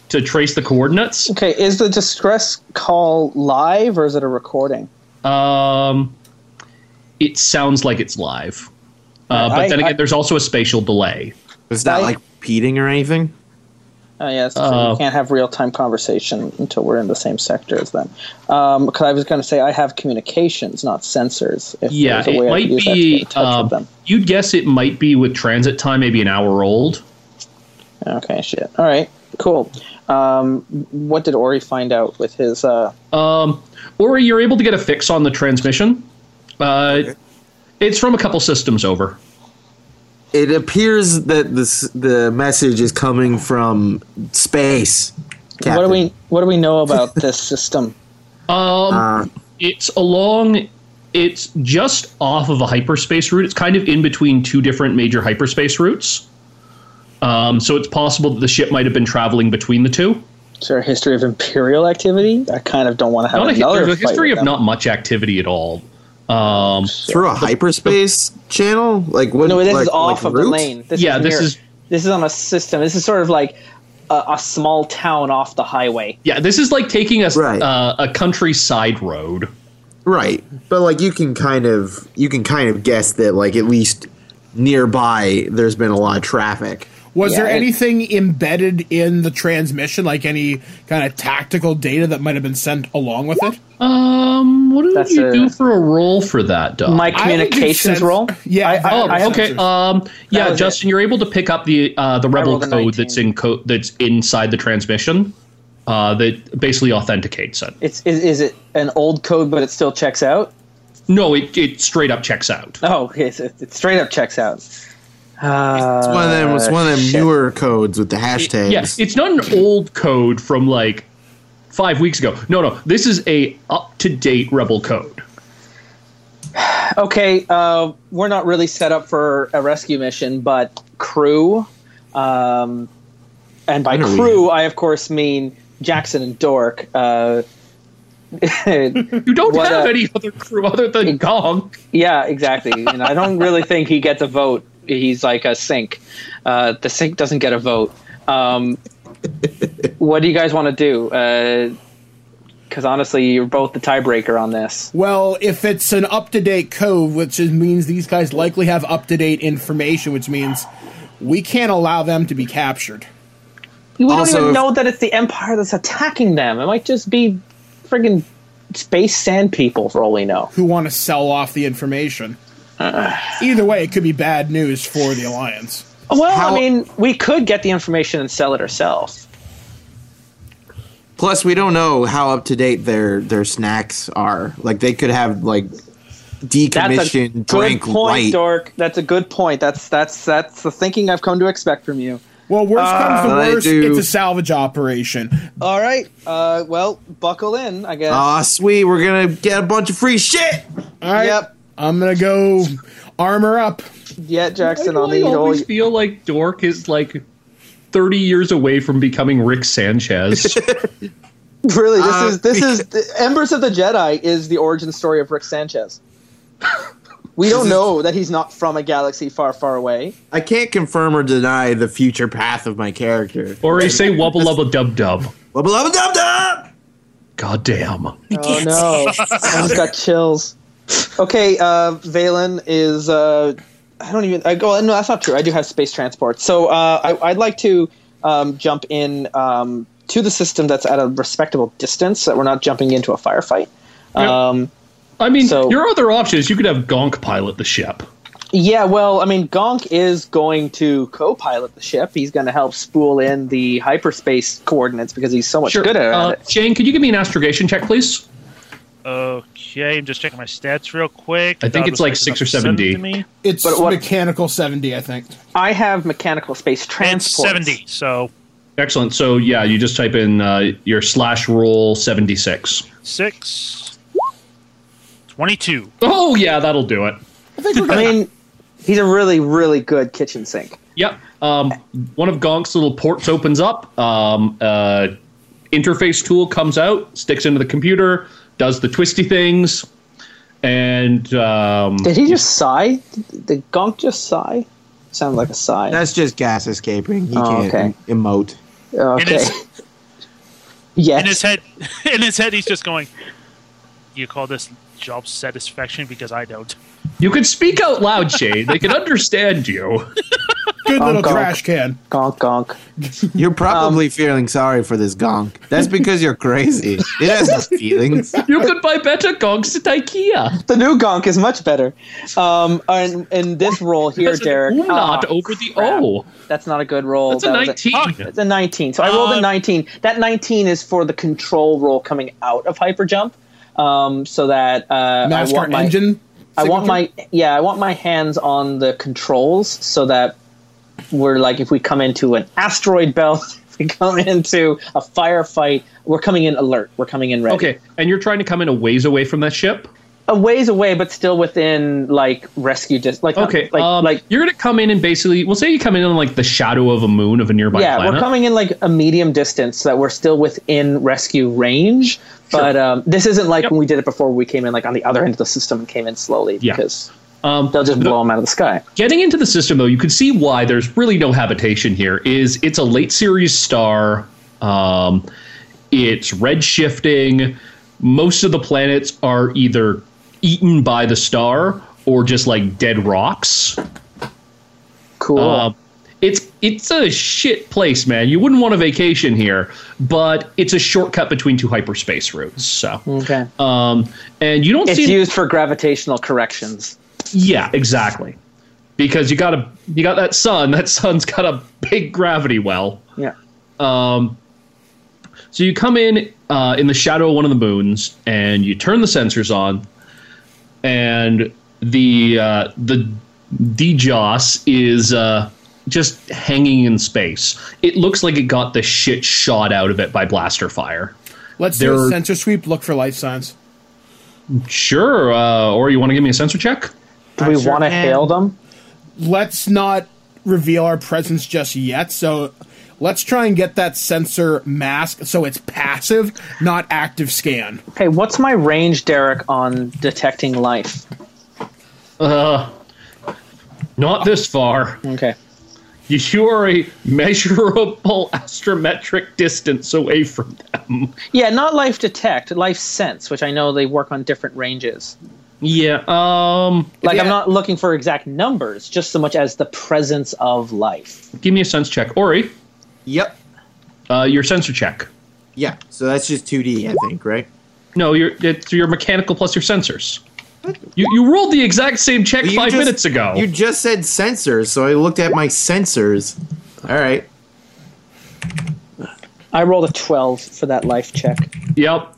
[SPEAKER 2] to trace the coordinates.
[SPEAKER 4] Okay, is the distress call live or is it a recording?
[SPEAKER 2] Um, it sounds like it's live, uh, but
[SPEAKER 4] I-
[SPEAKER 2] then again,
[SPEAKER 4] I-
[SPEAKER 2] there's also a spatial delay.
[SPEAKER 5] It's not
[SPEAKER 4] I-
[SPEAKER 5] like repeating or anything.
[SPEAKER 4] Oh yes, so
[SPEAKER 2] Oh.
[SPEAKER 4] we can't have real time conversation until we're in the same sector as them. Um, because I was going to say I have communications, not sensors. If
[SPEAKER 2] Yeah,
[SPEAKER 4] there's a
[SPEAKER 2] it
[SPEAKER 4] way I
[SPEAKER 2] might
[SPEAKER 4] could use that to get in
[SPEAKER 2] be.
[SPEAKER 4] touch with
[SPEAKER 2] Um,
[SPEAKER 4] them.
[SPEAKER 2] you'd guess it might be with transit time, maybe an hour old.
[SPEAKER 4] Okay, shit. All right, cool. Um, what did Ori find out with his? Uh,
[SPEAKER 2] Um, or you're able to get a fix on the transmission. Uh, It's from a couple systems over.
[SPEAKER 5] It appears that this the message is coming from space.
[SPEAKER 4] what do
[SPEAKER 5] Captain.
[SPEAKER 4] we What do we know about this system?
[SPEAKER 2] Um,
[SPEAKER 5] Uh,
[SPEAKER 2] It's along. It's just off of a hyperspace route. It's kind of in between two different major hyperspace routes. Um, so it's possible that the ship might have been traveling between the two.
[SPEAKER 4] Is there a history of imperial activity? I kind of don't want to have
[SPEAKER 2] Not a, hi-
[SPEAKER 4] another
[SPEAKER 2] there's a
[SPEAKER 4] fight
[SPEAKER 2] history
[SPEAKER 4] with
[SPEAKER 2] of
[SPEAKER 4] them.
[SPEAKER 2] not much activity at all. Um,
[SPEAKER 5] through a hyperspace channel? Like what?
[SPEAKER 4] No, this
[SPEAKER 5] like,
[SPEAKER 4] is off
[SPEAKER 5] like
[SPEAKER 4] of the
[SPEAKER 5] route?
[SPEAKER 4] lane. This
[SPEAKER 2] Yeah,
[SPEAKER 4] is
[SPEAKER 2] this
[SPEAKER 4] near-
[SPEAKER 2] is-
[SPEAKER 4] this is on a system. This is sort of like a, a small town off the highway.
[SPEAKER 2] yeah, this is like taking a s-
[SPEAKER 5] Right.
[SPEAKER 2] uh, a countryside road.
[SPEAKER 5] Right, but like you can kind of you can kind of guess that like at least nearby there's been a lot of traffic.
[SPEAKER 3] Was
[SPEAKER 4] Yeah,
[SPEAKER 3] there
[SPEAKER 4] it-
[SPEAKER 3] anything embedded in the transmission, like any kind of tactical data that might have been sent along with it?
[SPEAKER 2] Um, what did
[SPEAKER 4] That's
[SPEAKER 2] you
[SPEAKER 4] a-
[SPEAKER 2] do for a roll for that, Doc?
[SPEAKER 4] My
[SPEAKER 3] I would do
[SPEAKER 4] communications
[SPEAKER 3] sense-
[SPEAKER 4] role.
[SPEAKER 3] Yeah. that
[SPEAKER 2] Oh,
[SPEAKER 3] would be
[SPEAKER 2] okay.
[SPEAKER 4] Uh.
[SPEAKER 3] sensors.
[SPEAKER 2] Um, yeah,
[SPEAKER 4] was it.
[SPEAKER 2] Justin, you're able to pick up the uh, the rebel
[SPEAKER 4] rolled a
[SPEAKER 2] code that's
[SPEAKER 4] 19.
[SPEAKER 2] in co- that's inside the transmission uh, that basically authenticates it.
[SPEAKER 4] It's is, is it an old code, but it still checks out?
[SPEAKER 2] No, it, it straight up checks out.
[SPEAKER 4] Oh, it's, it, it straight up checks out. Uh,
[SPEAKER 5] It's one of them. It's one of them
[SPEAKER 4] shit.
[SPEAKER 5] newer codes with the hashtags.
[SPEAKER 2] Yes, it's not an old code from like five weeks ago. No, no, this is a up to date rebel code.
[SPEAKER 4] Okay, uh, we're not really set up for a rescue mission, but crew, um, and by
[SPEAKER 5] I know we
[SPEAKER 4] crew, I of course mean Jackson and Dork. Uh,
[SPEAKER 2] You don't
[SPEAKER 4] What uh,
[SPEAKER 2] have
[SPEAKER 4] a-
[SPEAKER 2] any other crew other than Gong.
[SPEAKER 4] yeah, exactly. And I don't really think he gets a vote he's like a sink. Uh, the sink doesn't get a vote. Um, what do you guys want to do? Because honestly, you're both the tiebreaker on this.
[SPEAKER 3] Well, if it's an up to date code, which is, means these guys likely have up to date information, which means we can't allow them to be captured.
[SPEAKER 4] We
[SPEAKER 5] Also,
[SPEAKER 4] don't even
[SPEAKER 5] if-
[SPEAKER 4] know that it's the Empire that's attacking them. It might just be friggin' space sand people, for all we know.
[SPEAKER 3] Who want to sell off the information?
[SPEAKER 4] Uh.
[SPEAKER 3] Either way, it could be bad news for the alliance.
[SPEAKER 4] Well,
[SPEAKER 5] How-
[SPEAKER 4] I mean, we could get the information and sell it ourselves.
[SPEAKER 5] Plus, we don't know how up to date their their snacks are. Like they could have like
[SPEAKER 4] That's a
[SPEAKER 5] decommissioned
[SPEAKER 4] good
[SPEAKER 5] drink
[SPEAKER 4] point,
[SPEAKER 5] light.
[SPEAKER 4] Dork. That's a good point. That's that's that's the thinking I've come to expect from you.
[SPEAKER 3] Well, worst
[SPEAKER 4] Ah.
[SPEAKER 3] comes to
[SPEAKER 5] they
[SPEAKER 3] worst,
[SPEAKER 5] do-
[SPEAKER 3] it's a salvage operation.
[SPEAKER 4] All right. Uh, well, buckle in, I guess.
[SPEAKER 5] Aw, sweet, we're gonna get a bunch of free shit.
[SPEAKER 3] All right,
[SPEAKER 4] Yep.
[SPEAKER 3] I'm gonna go armor up.
[SPEAKER 4] Yeah, Jackson
[SPEAKER 2] Why
[SPEAKER 4] on
[SPEAKER 2] do I
[SPEAKER 4] the whole.
[SPEAKER 2] always feel like Dork is like 30 years away from becoming Rick Sanchez.
[SPEAKER 4] Really, this
[SPEAKER 5] Uh,
[SPEAKER 4] is this is the, Embers of the Jedi is the origin story of Rick Sanchez. We don't know that he's not from a galaxy far, far away.
[SPEAKER 5] I can't confirm or deny the future path of my character.
[SPEAKER 2] or I say wubble lubble dub dub.
[SPEAKER 5] Wubba lubba dub dub.
[SPEAKER 2] God damn.
[SPEAKER 4] Oh no! I just got chills. Okay, uh, Valen is. Uh, I don't even. I go. No, that's not true. I do have space transport. So uh, I, I'd like to um, jump in um, to the system that's at a respectable distance, that we're not jumping into a firefight. Um,
[SPEAKER 2] I mean,
[SPEAKER 4] So-
[SPEAKER 2] your other option is you could have Gonk pilot the ship.
[SPEAKER 4] yeah, well, I mean, Gonk is going to co-pilot the ship. He's going to help spool in the hyperspace coordinates because he's so much good at
[SPEAKER 2] Uh,
[SPEAKER 4] it.
[SPEAKER 2] Jane, could you give me an astrogation check, please?
[SPEAKER 6] Okay, I'm just checking my stats real quick.
[SPEAKER 2] I think
[SPEAKER 6] Dot
[SPEAKER 2] it's like
[SPEAKER 6] was
[SPEAKER 2] six or
[SPEAKER 6] sent
[SPEAKER 2] seven D.
[SPEAKER 6] to me.
[SPEAKER 3] It's
[SPEAKER 4] But what-
[SPEAKER 3] mechanical 70, I think.
[SPEAKER 4] I have mechanical space
[SPEAKER 6] And
[SPEAKER 4] transport.
[SPEAKER 6] seventy. So
[SPEAKER 2] Excellent. So, yeah, you just type in uh, your slash roll 76.
[SPEAKER 6] six. 22.
[SPEAKER 2] Oh, yeah, that'll do it.
[SPEAKER 4] I mean, he's a really, really good kitchen sink.
[SPEAKER 2] Yep. Um, one of Gonk's little ports opens up. Um, uh, interface tool comes out, sticks into the computer, does the twisty things, and um,
[SPEAKER 4] Did he just sigh? Did Gonk just sigh? Sounded like a sigh.
[SPEAKER 5] That's just gas escaping. He
[SPEAKER 4] Oh,
[SPEAKER 5] can't
[SPEAKER 4] okay.
[SPEAKER 5] emote.
[SPEAKER 6] In,
[SPEAKER 4] Oh, okay.
[SPEAKER 6] his, in his
[SPEAKER 4] Yes.
[SPEAKER 6] head, in his head, he's just going. You call this job satisfaction because I don't.
[SPEAKER 2] you could speak out loud, Shane. they can understand you.
[SPEAKER 3] Good little
[SPEAKER 4] Gonk.
[SPEAKER 3] trash can.
[SPEAKER 4] Gonk gonk.
[SPEAKER 5] You're probably feeling sorry for this gonk. That's because you're crazy. It has no feelings.
[SPEAKER 2] You could buy better Gonks at IKEA.
[SPEAKER 4] The new gonk is much better. Um, and in this role here,
[SPEAKER 2] There's an
[SPEAKER 4] Derek.
[SPEAKER 2] umlaut
[SPEAKER 4] Ah,
[SPEAKER 2] over the
[SPEAKER 4] crap.
[SPEAKER 2] O.
[SPEAKER 4] That's not a good roll.
[SPEAKER 2] That's a
[SPEAKER 4] That was
[SPEAKER 2] 19.
[SPEAKER 4] It's a 19. So I rolled
[SPEAKER 6] Uh,
[SPEAKER 4] a 19. That 19 is for the control roll coming out of hyperjump. Um, so that uh, I
[SPEAKER 3] NASCAR
[SPEAKER 4] want my
[SPEAKER 3] engine.
[SPEAKER 4] I want my
[SPEAKER 3] signature?
[SPEAKER 4] yeah, I want my hands on the controls so that we're like if we come into an asteroid belt, if we come into a firefight, we're coming in alert. We're coming in ready.
[SPEAKER 2] Okay, and you're trying to come in a ways away from that ship.
[SPEAKER 4] A ways away but still within like rescue dis- like not-
[SPEAKER 2] Okay,
[SPEAKER 4] Uh, like
[SPEAKER 2] um,
[SPEAKER 4] like
[SPEAKER 2] you're gonna come in and basically, we'll say you come in on like the shadow of a moon of a nearby
[SPEAKER 4] yeah,
[SPEAKER 2] planet.
[SPEAKER 4] we're coming in like a medium distance so that we're still within rescue range. But um, this isn't like
[SPEAKER 2] Yep.
[SPEAKER 4] when we did it before. We came in like on the other end of the system and came in slowly
[SPEAKER 2] Yeah.
[SPEAKER 4] because
[SPEAKER 2] um,
[SPEAKER 4] they'll just
[SPEAKER 2] the-
[SPEAKER 4] blow them out of the sky.
[SPEAKER 2] Getting into the system, though, you can see why there's really no habitation here. Is it's a late series star. Um, it's red shifting. Most of the planets are either eaten by the star or just like dead rocks.
[SPEAKER 4] Cool.
[SPEAKER 2] Um, it's it's a shit place, man. You wouldn't want a vacation here, but it's a shortcut between two hyperspace routes. So,
[SPEAKER 4] okay.
[SPEAKER 2] um, and you don't
[SPEAKER 4] it's
[SPEAKER 2] see
[SPEAKER 4] used for gravitational corrections.
[SPEAKER 2] Yeah, exactly. Because you got a you got that sun. That sun's got a big gravity well.
[SPEAKER 4] Yeah.
[SPEAKER 2] So you come in uh, in the shadow of one of the moons, and you turn the sensors on, and the uh, the DJOS is uh, just hanging in space. It looks like it got the shit shot out of it by blaster fire.
[SPEAKER 3] Let's do
[SPEAKER 2] They're-
[SPEAKER 3] a sensor sweep. Look for life signs.
[SPEAKER 2] Sure, uh, or you want to give me a sensor check?
[SPEAKER 4] Do we
[SPEAKER 5] sure
[SPEAKER 4] want to
[SPEAKER 5] can.
[SPEAKER 4] hail them?
[SPEAKER 3] Let's not reveal our presence just yet. So let's try and get that sensor mask so it's passive, not active scan.
[SPEAKER 4] Okay, what's my range, Derek, on detecting life?
[SPEAKER 2] Not this far.
[SPEAKER 4] Okay.
[SPEAKER 2] You are a measurable astrometric distance away from them.
[SPEAKER 4] Yeah, not life detect, life sense, which I know they work on different ranges.
[SPEAKER 2] Yeah. Um.
[SPEAKER 4] Like I'm
[SPEAKER 3] Yeah.
[SPEAKER 4] not looking for exact numbers, just so much as the presence of life.
[SPEAKER 2] Give me a sense check, Ori.
[SPEAKER 5] Yep.
[SPEAKER 2] Uh, your sensor check.
[SPEAKER 5] Yeah. So that's just 2D, I think, right?
[SPEAKER 2] No, your it's your mechanical plus your sensors. You you rolled the exact same check
[SPEAKER 5] You
[SPEAKER 2] five
[SPEAKER 5] just-
[SPEAKER 2] minutes ago.
[SPEAKER 5] You just said sensors, so I looked at my sensors. All right.
[SPEAKER 4] I rolled a 12 for that life check.
[SPEAKER 2] Yep.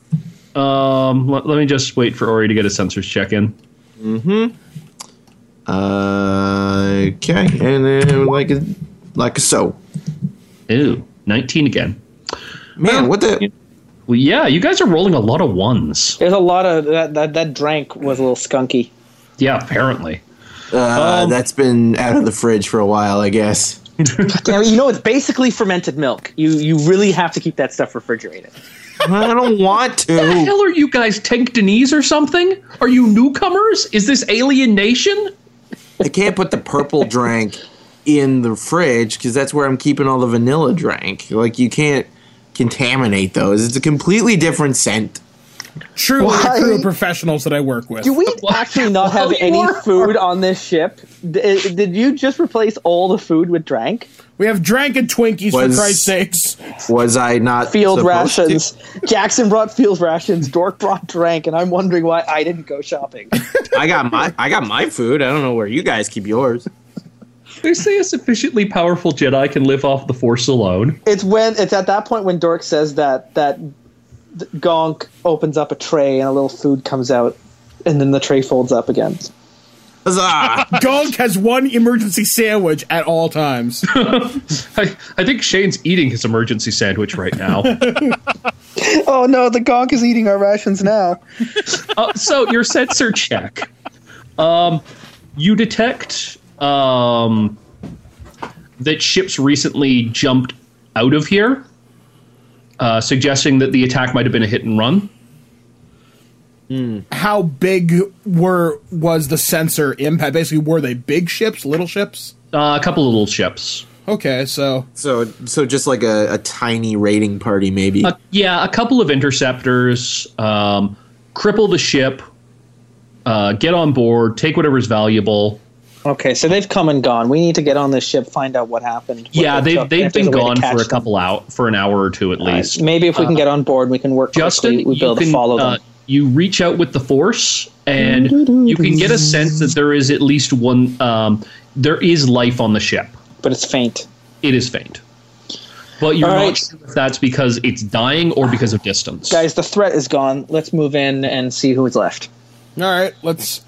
[SPEAKER 2] Um. Let, let me just wait for Ori to get a sensors check in.
[SPEAKER 5] Uh, okay, and then like a, like so.
[SPEAKER 2] Ew. Nineteen again.
[SPEAKER 5] Man, what the?
[SPEAKER 2] Well, yeah. You guys are rolling a lot of ones.
[SPEAKER 4] There's a lot of that. That, that drank was a little skunky.
[SPEAKER 2] Yeah. Apparently.
[SPEAKER 5] Uh,
[SPEAKER 2] Um,
[SPEAKER 5] that's been out of the fridge for a while, I guess.
[SPEAKER 4] Now, you know, it's basically fermented milk. You you really have to keep that stuff refrigerated.
[SPEAKER 5] I don't want
[SPEAKER 2] the
[SPEAKER 5] to.
[SPEAKER 2] hell are you guys Tankdanese or something? Are you newcomers? Is this alien nation?
[SPEAKER 5] I can't put the purple drink in the fridge because that's where I'm keeping all the vanilla drink. Like you can't contaminate those. It's a completely different scent.
[SPEAKER 3] True,
[SPEAKER 4] Why?
[SPEAKER 3] crew of professionals that I work with.
[SPEAKER 4] Do we
[SPEAKER 2] What?
[SPEAKER 4] actually not have
[SPEAKER 2] Well, you
[SPEAKER 4] any
[SPEAKER 2] are-
[SPEAKER 4] food on this ship? D- eh, did you just replace all the food with drank?
[SPEAKER 3] We have drank and Twinkies
[SPEAKER 5] Was-
[SPEAKER 3] for Christ's sakes.
[SPEAKER 5] Was I not
[SPEAKER 4] Field
[SPEAKER 5] supposed to?
[SPEAKER 4] rations. Jackson brought field rations. Dork brought drank, and I'm wondering why I didn't go shopping.
[SPEAKER 5] I got my I got my food. I don't know where you guys keep yours.
[SPEAKER 2] They say a sufficiently powerful Jedi can live off the Force alone.
[SPEAKER 4] it's when it's at that point when Dork says that that th- Gonk opens up a tray and a little food comes out, and then the tray folds up again.
[SPEAKER 5] Huzzah!
[SPEAKER 3] Gog has one emergency sandwich at all times.
[SPEAKER 2] I, I think Shane's eating his emergency sandwich right now.
[SPEAKER 4] Oh no, the Gonk is eating our rations now.
[SPEAKER 2] uh, so your sensor check. Um, you detect um, that ships recently jumped out of here, uh, suggesting that the attack might have been a hit and run.
[SPEAKER 3] How big were was the sensor impact? Basically, were they big ships, little ships?
[SPEAKER 2] Uh, a couple of little ships.
[SPEAKER 3] Okay, so
[SPEAKER 5] So, so just like a, a tiny raiding party, maybe.
[SPEAKER 2] Uh, yeah, a couple of interceptors um, cripple the ship, uh, get on board, take whatever's valuable.
[SPEAKER 4] Okay, so they've come and gone. We need to get on this ship, find out what happened. what
[SPEAKER 2] yeah, they've,
[SPEAKER 4] they took, and
[SPEAKER 2] they've
[SPEAKER 4] if there's
[SPEAKER 2] been
[SPEAKER 4] way to
[SPEAKER 2] gone
[SPEAKER 4] catch
[SPEAKER 2] for a
[SPEAKER 4] them.
[SPEAKER 2] couple out for an hour or two at least.
[SPEAKER 4] Maybe if we can get on board, we can work
[SPEAKER 2] Justin,
[SPEAKER 4] quickly. We
[SPEAKER 2] you
[SPEAKER 4] build
[SPEAKER 2] can
[SPEAKER 4] and follow
[SPEAKER 2] uh,
[SPEAKER 4] them.
[SPEAKER 2] you reach out with the force, and you can get a sense that there is at least one. Um, there is life on the ship.
[SPEAKER 4] But it's faint.
[SPEAKER 2] It is faint, but you're
[SPEAKER 4] All
[SPEAKER 2] not
[SPEAKER 4] right.
[SPEAKER 2] sure if that's because it's dying or because of distance.
[SPEAKER 4] Guys, the threat is gone. Let's move in and see who's left.
[SPEAKER 3] all right, let's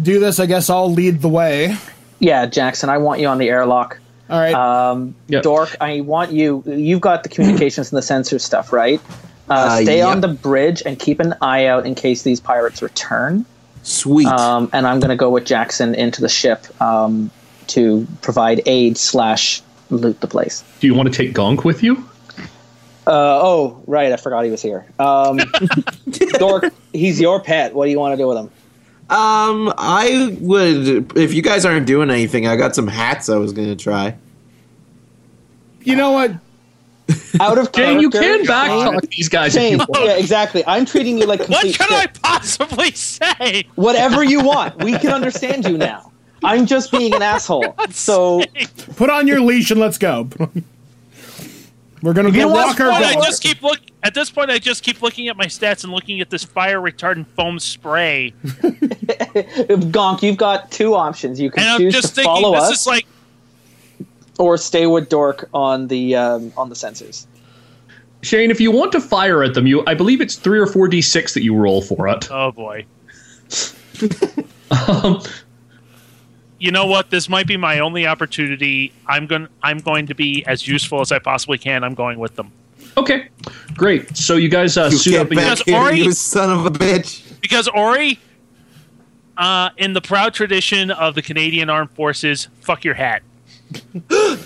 [SPEAKER 3] do this. I guess I'll lead the way.
[SPEAKER 4] Yeah, Jackson, I want you on the airlock.
[SPEAKER 3] All right,
[SPEAKER 4] Um,
[SPEAKER 2] Yep.
[SPEAKER 4] Dork, I want you. You've got the communications and the sensor stuff, right? Uh,
[SPEAKER 5] Uh,
[SPEAKER 4] stay
[SPEAKER 5] yep.
[SPEAKER 4] on the bridge and keep an eye out in case these pirates return.
[SPEAKER 5] Sweet.
[SPEAKER 4] Um, and I'm going to go with Jackson into the ship um, to provide aid slash loot the place.
[SPEAKER 2] Do you want to take Gonk with you?
[SPEAKER 4] Uh, oh, right. I forgot he was here. Um, Dork, he's your pet. What do you want to do with him?
[SPEAKER 5] Um, I would if you guys aren't doing anything. I got some hats I was gonna try.
[SPEAKER 3] you know what?
[SPEAKER 4] Out of character.
[SPEAKER 2] Dang, you can back
[SPEAKER 4] Shane-
[SPEAKER 2] talk these guys if you
[SPEAKER 4] Shane,
[SPEAKER 2] want.
[SPEAKER 4] yeah, exactly. I'm treating you like
[SPEAKER 6] What
[SPEAKER 4] complete
[SPEAKER 6] can
[SPEAKER 4] shit.
[SPEAKER 6] I possibly say?
[SPEAKER 4] whatever you want. We can understand you now. I'm just being an asshole. So
[SPEAKER 3] Put on your leash and let's go. We're gonna go
[SPEAKER 4] know what?
[SPEAKER 3] walk our
[SPEAKER 6] Point,
[SPEAKER 3] dog.
[SPEAKER 6] I just keep look. At this point, I just keep looking at my stats and looking at this fire retardant foam spray,
[SPEAKER 4] Gonk, you've got two options. You can
[SPEAKER 6] and I'm
[SPEAKER 4] choose
[SPEAKER 6] just
[SPEAKER 4] to
[SPEAKER 6] thinking
[SPEAKER 4] follow
[SPEAKER 6] this
[SPEAKER 4] us
[SPEAKER 6] is like
[SPEAKER 4] or stay with Dork on the um, on the sensors.
[SPEAKER 2] Shane, if you want to fire at them, you I believe it's three or four d six that you roll for it.
[SPEAKER 6] Oh boy. you know what? This might be my only opportunity. I'm going. I'm going to be as useful as I possibly can. I'm going with them
[SPEAKER 2] Okay, great. So you guys uh,
[SPEAKER 5] You
[SPEAKER 2] suit up
[SPEAKER 5] get
[SPEAKER 2] and you
[SPEAKER 5] back
[SPEAKER 6] Because
[SPEAKER 5] here,
[SPEAKER 6] Ori-
[SPEAKER 5] you son of a bitch.
[SPEAKER 6] because Ori, uh, in the proud tradition of the Canadian Armed Forces, fuck your hat.
[SPEAKER 3] I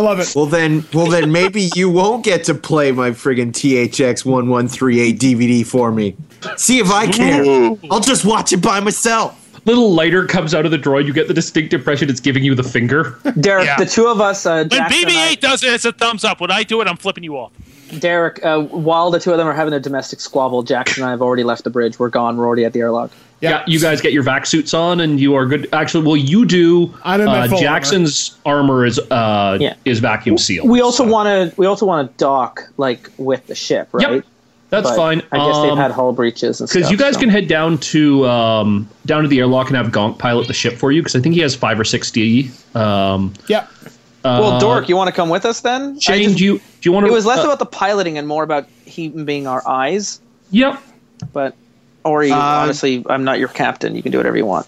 [SPEAKER 3] love it.
[SPEAKER 5] Well then, well then, maybe you won't get to play my friggin' THX one one three eight DVD for me. See if I care. I'll just watch it by myself.
[SPEAKER 2] little lighter comes out of the droid. You get the distinct impression it's giving you the finger.
[SPEAKER 4] Derek,
[SPEAKER 6] Yeah.
[SPEAKER 4] the two of us, uh,
[SPEAKER 6] When
[SPEAKER 4] Jackson and I-
[SPEAKER 6] BB-8 does it, it's a thumbs up. When I do it, I'm flipping you off.
[SPEAKER 4] Derek, uh, while the two of them are having a domestic squabble, Jackson and I have already left the bridge. We're gone. We're already at the airlock.
[SPEAKER 2] yeah. you guys get your vac suits on and you are good. Actually, well, you do.
[SPEAKER 3] I'm in my
[SPEAKER 2] uh,
[SPEAKER 3] full
[SPEAKER 2] Jackson's armor, is uh,
[SPEAKER 4] Yeah.
[SPEAKER 2] is vacuum sealed.
[SPEAKER 4] We also
[SPEAKER 2] so-
[SPEAKER 4] want to we also want to dock like with the ship, right?
[SPEAKER 2] Yep, that's
[SPEAKER 4] But
[SPEAKER 2] fine.
[SPEAKER 4] I guess they've
[SPEAKER 2] Um,
[SPEAKER 4] had hull breaches and stuff.
[SPEAKER 2] Because you guys
[SPEAKER 4] so-
[SPEAKER 2] can head down to um, down to the airlock and have Gonk pilot the ship for you. Because I think he has five or six D. Um,
[SPEAKER 3] Yep.
[SPEAKER 4] Well, Dork, you want to come with us then? I
[SPEAKER 2] Uh, Shane,
[SPEAKER 4] just-
[SPEAKER 2] do you do you uh, want to?
[SPEAKER 4] It was less about the piloting and more about him being our eyes.
[SPEAKER 2] Yep.
[SPEAKER 4] But Ori,
[SPEAKER 2] Um,
[SPEAKER 5] Uh,
[SPEAKER 4] honestly, I'm not your captain. You can do whatever you want.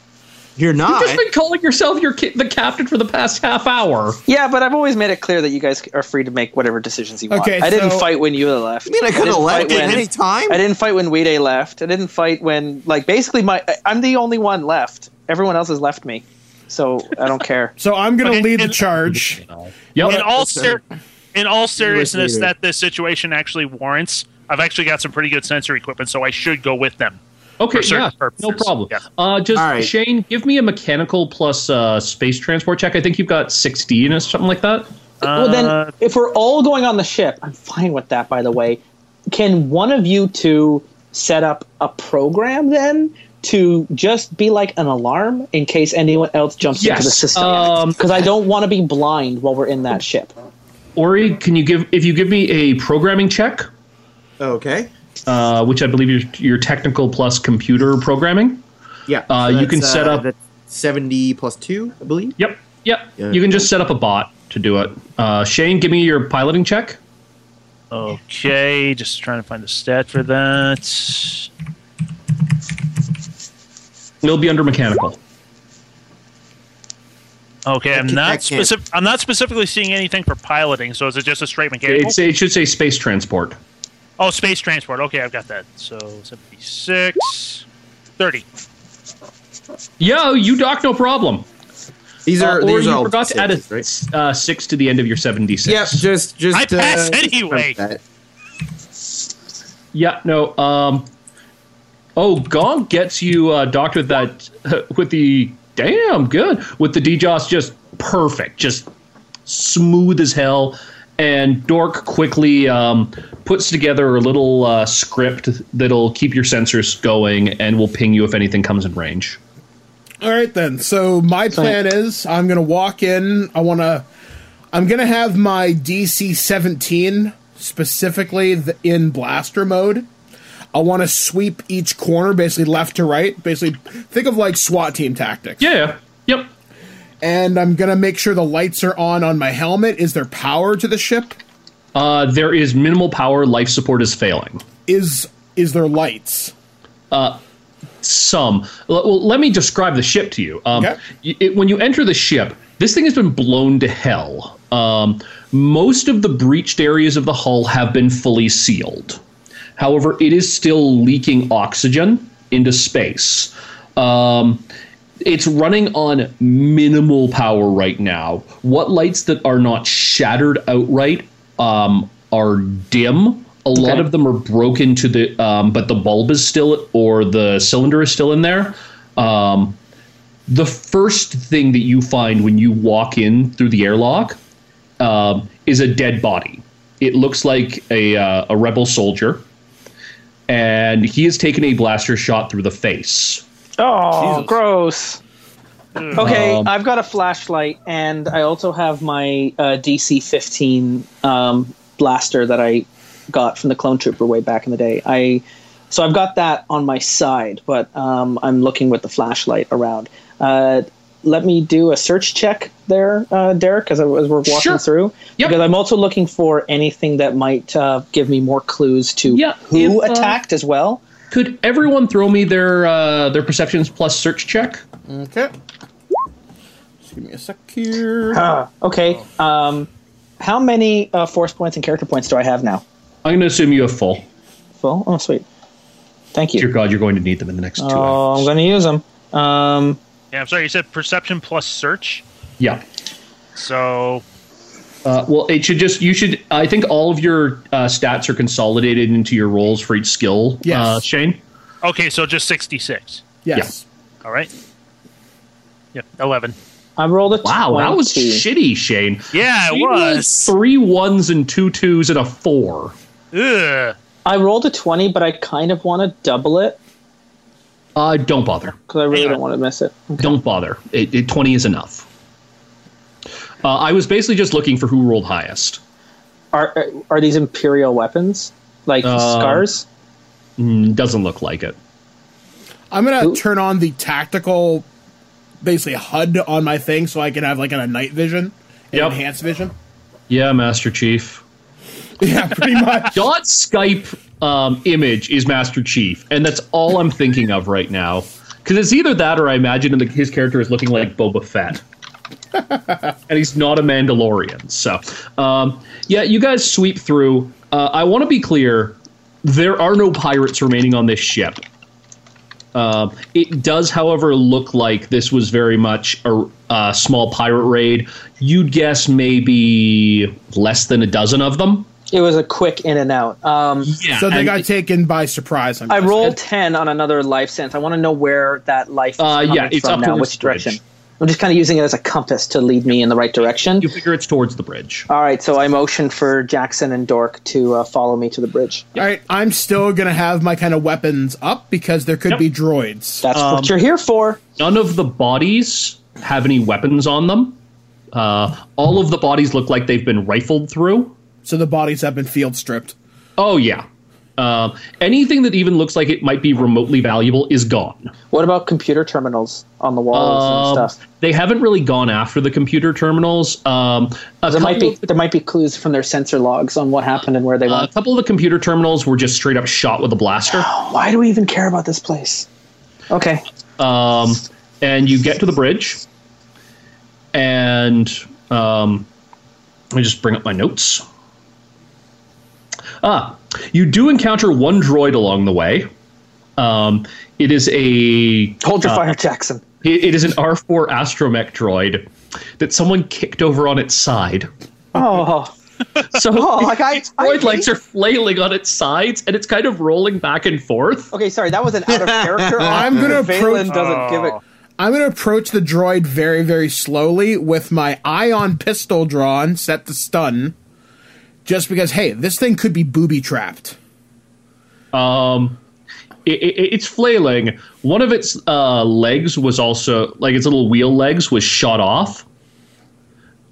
[SPEAKER 5] You're not.
[SPEAKER 2] You've just been calling yourself your ca- the captain for the past half hour.
[SPEAKER 4] Yeah, but I've always made it clear that you guys are free to make whatever decisions you want.
[SPEAKER 3] Okay,
[SPEAKER 4] I didn't
[SPEAKER 3] so-
[SPEAKER 4] fight when you left.
[SPEAKER 5] I mean, I could have
[SPEAKER 4] didn't
[SPEAKER 5] left
[SPEAKER 4] fight
[SPEAKER 5] at
[SPEAKER 4] when-
[SPEAKER 5] any time.
[SPEAKER 4] I didn't fight when Wide left. I didn't fight when like basically my I- I'm the only one left. Everyone else has left me. So I don't care.
[SPEAKER 3] So I'm going to
[SPEAKER 6] Okay,
[SPEAKER 3] lead the
[SPEAKER 6] and-
[SPEAKER 3] charge.
[SPEAKER 2] Yep.
[SPEAKER 6] in all ser- in all seriousness,
[SPEAKER 5] leader.
[SPEAKER 6] that this situation actually warrants. I've actually got some pretty good sensor equipment, so I should go with them.
[SPEAKER 2] okay.
[SPEAKER 6] for certain
[SPEAKER 2] yeah.
[SPEAKER 6] purposes.
[SPEAKER 2] No problem.
[SPEAKER 6] Yeah.
[SPEAKER 2] Uh, just
[SPEAKER 5] All right.
[SPEAKER 2] Shane, give me a mechanical plus uh, space transport check. I think you've got six D in it, something like that.
[SPEAKER 6] Uh,
[SPEAKER 4] well then if we're all going on the ship, I'm fine with that by the way. Can one of you two set up a program then to just be like an alarm in case anyone else jumps into the
[SPEAKER 2] Yes,
[SPEAKER 4] system?
[SPEAKER 2] um,
[SPEAKER 4] Because I don't want to be blind while we're in that ship.
[SPEAKER 2] Ori, can you give if you give me a programming check,
[SPEAKER 5] okay.
[SPEAKER 2] uh, which I believe your your technical plus computer programming.
[SPEAKER 5] Yeah.
[SPEAKER 2] Uh, you can
[SPEAKER 5] that's,
[SPEAKER 2] set up-
[SPEAKER 5] that's seventy plus two, I believe.
[SPEAKER 2] Yep. Yep.
[SPEAKER 5] Yeah.
[SPEAKER 2] You can just set up a bot to do it. Uh, Shane, give me your piloting check.
[SPEAKER 6] okay, just trying to find the stat for that.
[SPEAKER 2] It'll be under mechanical.
[SPEAKER 6] Okay, I'm
[SPEAKER 5] ca- I
[SPEAKER 6] not
[SPEAKER 5] can't.
[SPEAKER 6] specific. I'm not specifically seeing anything for piloting. So is it just a straight mechanical?
[SPEAKER 2] It's, it should say space transport.
[SPEAKER 6] oh, space transport. Okay, I've got that. So 76, 30.
[SPEAKER 2] Yeah, you dock no problem.
[SPEAKER 5] These are
[SPEAKER 2] Uh, or
[SPEAKER 5] these
[SPEAKER 2] you
[SPEAKER 5] are all
[SPEAKER 2] forgot to add a
[SPEAKER 5] sixes, right?
[SPEAKER 2] uh, six to the end of your seventy-six.
[SPEAKER 5] Yep. Just just.
[SPEAKER 6] I pass
[SPEAKER 5] uh,
[SPEAKER 6] anyway.
[SPEAKER 5] that.
[SPEAKER 2] Yeah. No. Um. Oh, Gong gets you uh, docked with that with the damn good with the DJOS just perfect, just smooth as hell. And Dork quickly um, puts together a little uh, script that'll keep your sensors going and will ping you if anything comes in range.
[SPEAKER 3] All right then. So my plan is I'm gonna walk in. I wanna. I'm gonna have my DC 17 specifically the, in blaster mode. I want to sweep each corner, basically left to right. Basically, think of like SWAT team tactics.
[SPEAKER 2] Yeah. Yep.
[SPEAKER 3] And I'm gonna make sure the lights are on on my helmet. Is there power to the ship?
[SPEAKER 2] Uh, there is minimal power. Life support is failing.
[SPEAKER 3] Is is there lights?
[SPEAKER 2] some. L- well, let me describe the ship to you. Um,
[SPEAKER 3] Okay.
[SPEAKER 2] y- it- when you enter the ship, this thing has been blown to hell. Um, most of the breached areas of the hull have been fully sealed. However, it is still leaking oxygen into space. Um, it's running on minimal power right now. What lights that are not shattered outright um, are dim. A lot of them are broken to the, um, but the bulb is still, or the cylinder is still in there. Um, the first thing that you find when you walk in through the airlock um, is a dead body. It looks like a, uh, a rebel soldier, and he has taken a blaster shot through the face.
[SPEAKER 4] Oh, gross.
[SPEAKER 6] Ugh.
[SPEAKER 4] Okay,
[SPEAKER 2] Um,
[SPEAKER 4] I've got a flashlight, and I also have my uh, DC 15 um, blaster that I got from the clone trooper way back in the day. I so I've got that on my side, but um, I'm looking with the flashlight around. Uh, let me do a search check there, uh, Derek, as, I, as we're walking
[SPEAKER 2] Sure.
[SPEAKER 4] through,
[SPEAKER 2] Yep.
[SPEAKER 4] because I'm also looking for anything that might uh, give me more clues to
[SPEAKER 2] Yeah,
[SPEAKER 4] who
[SPEAKER 2] if, uh,
[SPEAKER 4] attacked as well.
[SPEAKER 2] Could everyone throw me their uh, their perceptions plus search check?
[SPEAKER 3] Okay. Just give me a sec here.
[SPEAKER 4] Ah, Okay. Um, how many uh, force points and character points do I have now?
[SPEAKER 2] I'm going to assume you have full.
[SPEAKER 4] Full. Oh, sweet. Thank
[SPEAKER 2] Dear
[SPEAKER 4] you.
[SPEAKER 2] God, you're going to need them in the next two
[SPEAKER 4] Oh, I'm
[SPEAKER 2] hours.
[SPEAKER 4] going to use them. Um,
[SPEAKER 6] Yeah, I'm sorry. You said perception plus search.
[SPEAKER 2] Yeah.
[SPEAKER 6] So
[SPEAKER 2] Uh, well, it should just you should. I think all of your uh, stats are consolidated into your roles for each skill.
[SPEAKER 3] Yes.
[SPEAKER 2] Uh, Shane.
[SPEAKER 6] okay, so just 66.
[SPEAKER 3] yes.
[SPEAKER 6] All right. Yeah, eleven.
[SPEAKER 4] I rolled a
[SPEAKER 2] Wow, that was
[SPEAKER 4] 20.
[SPEAKER 2] shitty, Shane.
[SPEAKER 6] Yeah, it
[SPEAKER 2] You rolled
[SPEAKER 6] was.
[SPEAKER 2] three ones and two twos and a four.
[SPEAKER 6] Ugh.
[SPEAKER 4] I rolled a twenty, but I kind of want to double it
[SPEAKER 2] Uh, don't bother.
[SPEAKER 4] because I really
[SPEAKER 6] Hang on.
[SPEAKER 4] don't want to miss it.
[SPEAKER 2] Don't bother. It, it, 20 is enough. Uh, I was basically just looking for who rolled highest.
[SPEAKER 4] Are are- are these imperial weapons like
[SPEAKER 2] Um,
[SPEAKER 4] scars?
[SPEAKER 2] Mm, Doesn't look like it.
[SPEAKER 3] I'm gonna
[SPEAKER 4] Ooh.
[SPEAKER 3] turn on the tactical, basically HUD on my thing, so I can have like a night vision, and
[SPEAKER 2] Yep.
[SPEAKER 3] enhanced vision.
[SPEAKER 2] Yeah, Master Chief.
[SPEAKER 3] Yeah, pretty much.
[SPEAKER 2] Dot Skype um, image is Master Chief, and that's all I'm thinking of right now. Because it's either that or I imagine the, his character is looking like Boba Fett. and he's not a Mandalorian. So, um, yeah, you guys sweep through. Uh, I want to be clear there are no pirates remaining on this ship. Um, it does, however, look like this was very much a, a small pirate raid. You'd guess maybe less than a dozen of them.
[SPEAKER 4] It was a quick in and out. Um,
[SPEAKER 2] Yeah.
[SPEAKER 3] so they
[SPEAKER 2] and-
[SPEAKER 3] got taken by surprise. I'm
[SPEAKER 4] I
[SPEAKER 3] guessing.
[SPEAKER 4] rolled ten on another life sense. I want to know where that life is
[SPEAKER 2] Uh,
[SPEAKER 4] coming
[SPEAKER 2] yeah, it's
[SPEAKER 4] from
[SPEAKER 2] up
[SPEAKER 4] now,
[SPEAKER 2] to
[SPEAKER 4] which
[SPEAKER 2] this bridge.
[SPEAKER 4] direction. I'm just kind of using it as a compass to lead me in the right direction.
[SPEAKER 2] You figure it's towards the bridge.
[SPEAKER 4] All right, so I motion for Jackson and Dork to uh, follow me to the bridge.
[SPEAKER 3] All right, I'm still gonna have my kind of weapons up because there could
[SPEAKER 6] Yep.
[SPEAKER 3] be droids.
[SPEAKER 4] That's
[SPEAKER 2] Um,
[SPEAKER 4] what you're here for.
[SPEAKER 2] None of the bodies have any weapons on them. Uh, all of the bodies look like they've been rifled through.
[SPEAKER 3] so the bodies have been field stripped.
[SPEAKER 2] Oh yeah. Um anything that even looks like it might be remotely valuable is gone.
[SPEAKER 4] What about computer terminals on the walls
[SPEAKER 2] Um,
[SPEAKER 4] and stuff?
[SPEAKER 2] They haven't really gone after the computer terminals. Um, a,
[SPEAKER 4] There
[SPEAKER 2] couple,
[SPEAKER 4] might be there might be clues from their sensor logs on what happened and where they
[SPEAKER 2] a
[SPEAKER 4] went.
[SPEAKER 2] couple of the computer terminals were just straight up shot with a blaster.
[SPEAKER 4] Why do we even care about this place? Okay,
[SPEAKER 2] um, and you get to the bridge, and um, let me just bring up my notes. Ah, you do encounter one droid along the way. Um, it is a
[SPEAKER 4] hold your fire, Jackson.
[SPEAKER 2] it- it is an R four astromech droid that someone kicked over on its side.
[SPEAKER 4] Oh,
[SPEAKER 2] So
[SPEAKER 4] oh, like I, I
[SPEAKER 2] droid legs are flailing on its sides, and it's kind of rolling back and forth.
[SPEAKER 4] Okay, sorry, that was an out of character.
[SPEAKER 3] I'm gonna
[SPEAKER 4] Valen
[SPEAKER 3] approach-
[SPEAKER 6] Oh.
[SPEAKER 4] doesn't give it.
[SPEAKER 3] I'm going to approach the droid very, very slowly with my ion pistol drawn, set to stun, just because, hey, this thing could be booby trapped.
[SPEAKER 2] it, it, it's flailing. One of its uh, legs was also like its little wheel legs was shot off.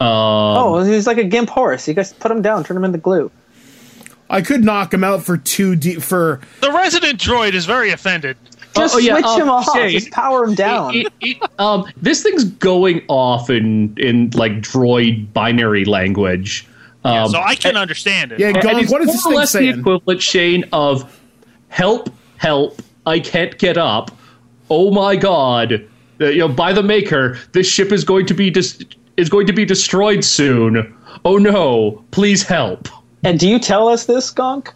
[SPEAKER 4] Oh, he's like a gimp horse. You guys put him down, turn him into glue.
[SPEAKER 2] Oh,
[SPEAKER 3] I could knock him out for two D for.
[SPEAKER 6] The resident droid is very offended.
[SPEAKER 4] Just
[SPEAKER 2] oh, yeah,
[SPEAKER 4] switch
[SPEAKER 2] uh,
[SPEAKER 4] him off.
[SPEAKER 2] Shane.
[SPEAKER 4] Just power him down.
[SPEAKER 2] It- it- it- um, this thing's going off in in like droid binary language. Um,
[SPEAKER 6] so I can understand it.
[SPEAKER 3] Yeah,
[SPEAKER 2] and
[SPEAKER 3] Gonk,
[SPEAKER 2] it's
[SPEAKER 3] what
[SPEAKER 2] more
[SPEAKER 3] is this
[SPEAKER 2] or
[SPEAKER 3] thing
[SPEAKER 2] less the
[SPEAKER 3] saying?
[SPEAKER 2] equivalent, Shane, of "Help, help! I can't get up. Oh my god! Uh, you know, by the maker, this ship is going to be dis- is going to be destroyed soon. Oh no! Please help!"
[SPEAKER 4] and do you tell us this, Gonk?
[SPEAKER 6] uh,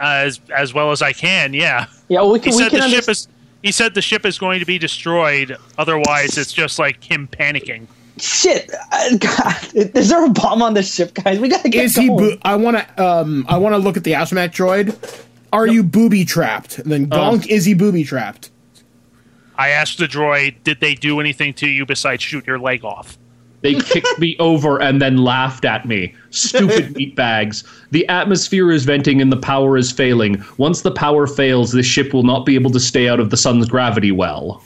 [SPEAKER 6] As as well as I can. Yeah.
[SPEAKER 4] Yeah, well, we
[SPEAKER 6] He
[SPEAKER 4] can. We
[SPEAKER 6] said
[SPEAKER 4] can
[SPEAKER 6] the ship
[SPEAKER 4] under-
[SPEAKER 6] is. He said the ship is going to be destroyed. Otherwise, it's just like him panicking.
[SPEAKER 4] Shit, uh, God, is there a bomb on this ship, guys? We gotta get
[SPEAKER 3] Is he?
[SPEAKER 4] going.
[SPEAKER 3] Bo- I want to. Um, I want to look at the Astromat droid. Are you booby trapped? And then
[SPEAKER 2] Uh,
[SPEAKER 3] Gonk, is he booby trapped?
[SPEAKER 6] I asked the droid, "Did they do anything to you besides shoot your leg off?"
[SPEAKER 2] They kicked me over and then laughed at me. Stupid meatbags. The atmosphere is venting and the power is failing. Once the power fails, this ship will not be able to stay out of the sun's gravity well.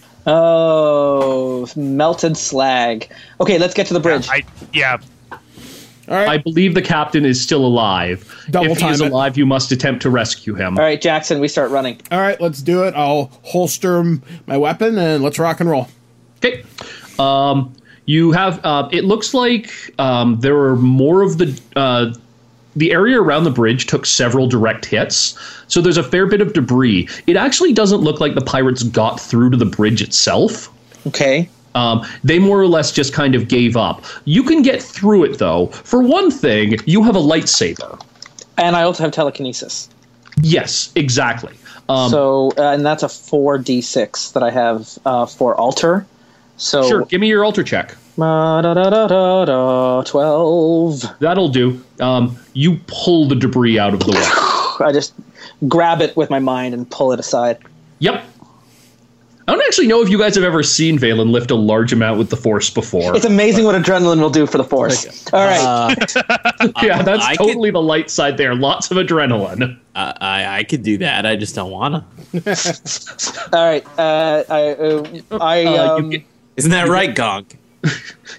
[SPEAKER 4] oh, melted slag. Okay, let's get to the bridge.
[SPEAKER 6] I yeah.
[SPEAKER 3] All right.
[SPEAKER 2] I believe the captain is still alive.
[SPEAKER 3] Double
[SPEAKER 2] if he
[SPEAKER 3] time
[SPEAKER 2] is
[SPEAKER 3] it.
[SPEAKER 2] alive, you must attempt to rescue him.
[SPEAKER 4] All right, Jackson, we start running.
[SPEAKER 3] All right. Let's do it. I'll holster m- my weapon and let's rock and roll.
[SPEAKER 2] Okay. Um, you have. Uh, it looks like um, there are more of the. Uh, the area around the bridge took several direct hits, so there's a fair bit of debris. It actually doesn't look like the pirates got through to the bridge itself.
[SPEAKER 4] Okay.
[SPEAKER 2] Um, they more or less just kind of gave up. You can get through it though. For one thing, you have a lightsaber.
[SPEAKER 4] And I also have telekinesis.
[SPEAKER 2] Yes, exactly. Um,
[SPEAKER 4] so, uh, and that's a 4d6 that I have uh, for alter. So,
[SPEAKER 2] sure, give me your alter check.
[SPEAKER 4] Ma da da da da da. Twelve.
[SPEAKER 2] That'll do. Um, you pull the debris out of the way.
[SPEAKER 4] I just grab it with my mind and pull it aside.
[SPEAKER 2] Yep. I don't actually know if you guys have ever seen Valen lift a large amount with the force before.
[SPEAKER 4] It's amazing what adrenaline will do for the force. All right.
[SPEAKER 2] yeah, that's
[SPEAKER 5] I could-
[SPEAKER 2] totally the light side there. Lots of adrenaline.
[SPEAKER 5] I, I I could do that. I just don't wanna.
[SPEAKER 4] All right. Uh, I uh, I
[SPEAKER 2] Uh,
[SPEAKER 4] um,
[SPEAKER 2] you, get,
[SPEAKER 5] Isn't that right, Gonk?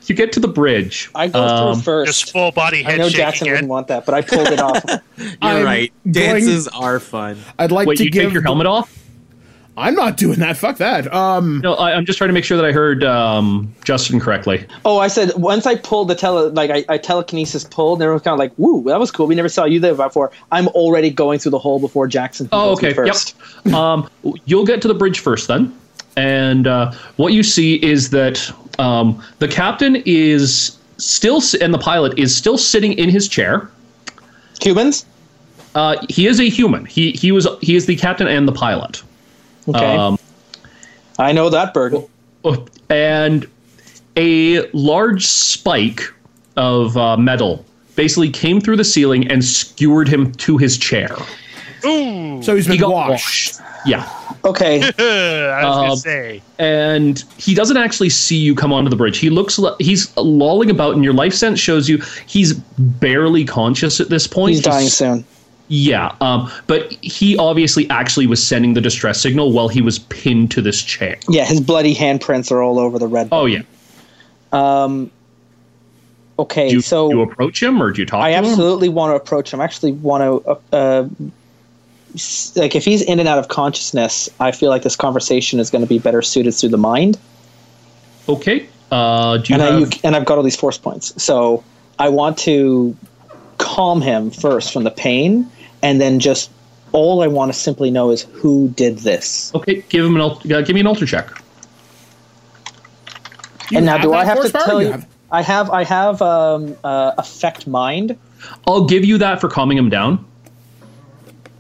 [SPEAKER 2] you get to the bridge.
[SPEAKER 4] I go
[SPEAKER 2] Um,
[SPEAKER 4] through first.
[SPEAKER 6] Just full body
[SPEAKER 4] I
[SPEAKER 6] head
[SPEAKER 4] know
[SPEAKER 6] shake
[SPEAKER 4] Jackson
[SPEAKER 6] again.
[SPEAKER 4] wouldn't want that, but I pulled it off.
[SPEAKER 5] You're
[SPEAKER 3] I'm
[SPEAKER 5] right.
[SPEAKER 3] going-
[SPEAKER 5] Dances are fun.
[SPEAKER 3] I'd like
[SPEAKER 2] Wait,
[SPEAKER 3] to
[SPEAKER 2] you
[SPEAKER 3] give
[SPEAKER 2] take your helmet off?
[SPEAKER 3] I'm not doing that. Fuck that. Um,
[SPEAKER 2] No, I, I'm just trying to make sure that I heard um, Justin correctly.
[SPEAKER 4] Oh, I said once I pulled the tele, like I, I telekinesis pulled, and everyone was kind of like, "Woo, that was cool. We never saw you there before." I'm already going through the hole before Jackson. who
[SPEAKER 2] Oh,
[SPEAKER 4] goes in
[SPEAKER 2] okay.
[SPEAKER 4] First.
[SPEAKER 2] Yep. Um, you'll get to the bridge first, then. And uh, what you see is that um, the captain is still, s- and the pilot is still sitting in his chair.
[SPEAKER 4] Cubans.
[SPEAKER 2] Uh, he is a human. He he was he is the captain and the pilot.
[SPEAKER 4] Okay.
[SPEAKER 2] Um,
[SPEAKER 4] I know that bird.
[SPEAKER 2] and a large spike of uh, metal basically came through the ceiling and skewered him to his chair.
[SPEAKER 6] Ooh,
[SPEAKER 3] so he's been
[SPEAKER 2] He got
[SPEAKER 3] washed.
[SPEAKER 2] washed. Yeah.
[SPEAKER 4] Okay.
[SPEAKER 6] I was
[SPEAKER 2] Um,
[SPEAKER 6] gonna say.
[SPEAKER 2] and he doesn't actually see you come onto the bridge. He looks li- he's lolling about, and your life sense shows you he's barely conscious at this point.
[SPEAKER 4] He's dying soon.
[SPEAKER 2] Yeah, um, but he obviously actually was sending the distress signal while he was pinned to this chair.
[SPEAKER 4] Yeah, his bloody handprints are all over the red.
[SPEAKER 2] Oh yeah,
[SPEAKER 4] Um. Okay,
[SPEAKER 2] do you,
[SPEAKER 4] so
[SPEAKER 2] do you approach him or do you talk?
[SPEAKER 4] I
[SPEAKER 2] to him?
[SPEAKER 4] absolutely want to approach him. I actually want to, uh, uh, s- like, if he's in and out of consciousness, I feel like this conversation is going to be better suited through the mind.
[SPEAKER 2] Okay. Uh, do you
[SPEAKER 4] and
[SPEAKER 2] have?
[SPEAKER 4] I you, and I've got all these force points, so I want to calm him first from the pain, and then just all I want to simply know is who did this.
[SPEAKER 2] okay, give him an alt- uh, give me an alter check.
[SPEAKER 4] and now,
[SPEAKER 3] have
[SPEAKER 4] do I
[SPEAKER 3] that
[SPEAKER 4] have to
[SPEAKER 3] horsepower?
[SPEAKER 4] tell
[SPEAKER 3] You
[SPEAKER 4] you?
[SPEAKER 3] have-
[SPEAKER 4] I have I have um, uh, affect mind,
[SPEAKER 2] I'll give you that for calming him down.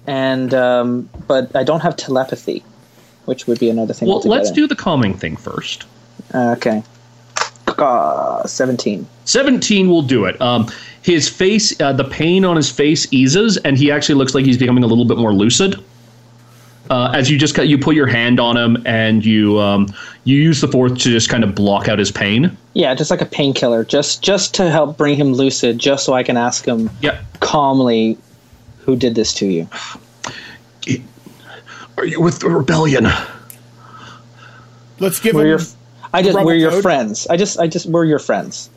[SPEAKER 4] and um, but I don't have telepathy, which would be another thing.
[SPEAKER 2] Well,
[SPEAKER 4] altogether.
[SPEAKER 2] let's do the calming thing first.
[SPEAKER 4] Okay. Uh, 17.
[SPEAKER 2] 17 will do it. Um, his face, uh, the pain on his face eases, and he actually looks like he's becoming a little bit more lucid. Uh, as you just cut- you put your hand on him and you um, you use the force to just kind of block out his pain.
[SPEAKER 4] Yeah, just like a painkiller, just just to help bring him lucid, just so I can ask him
[SPEAKER 2] Yeah.
[SPEAKER 4] calmly, "Who did this to you?"
[SPEAKER 2] Are you with the rebellion?
[SPEAKER 3] Let's give
[SPEAKER 4] We're
[SPEAKER 3] him.
[SPEAKER 4] your, I just
[SPEAKER 3] Rebel
[SPEAKER 4] we're your
[SPEAKER 3] code?
[SPEAKER 4] friends. I just I just we're your friends.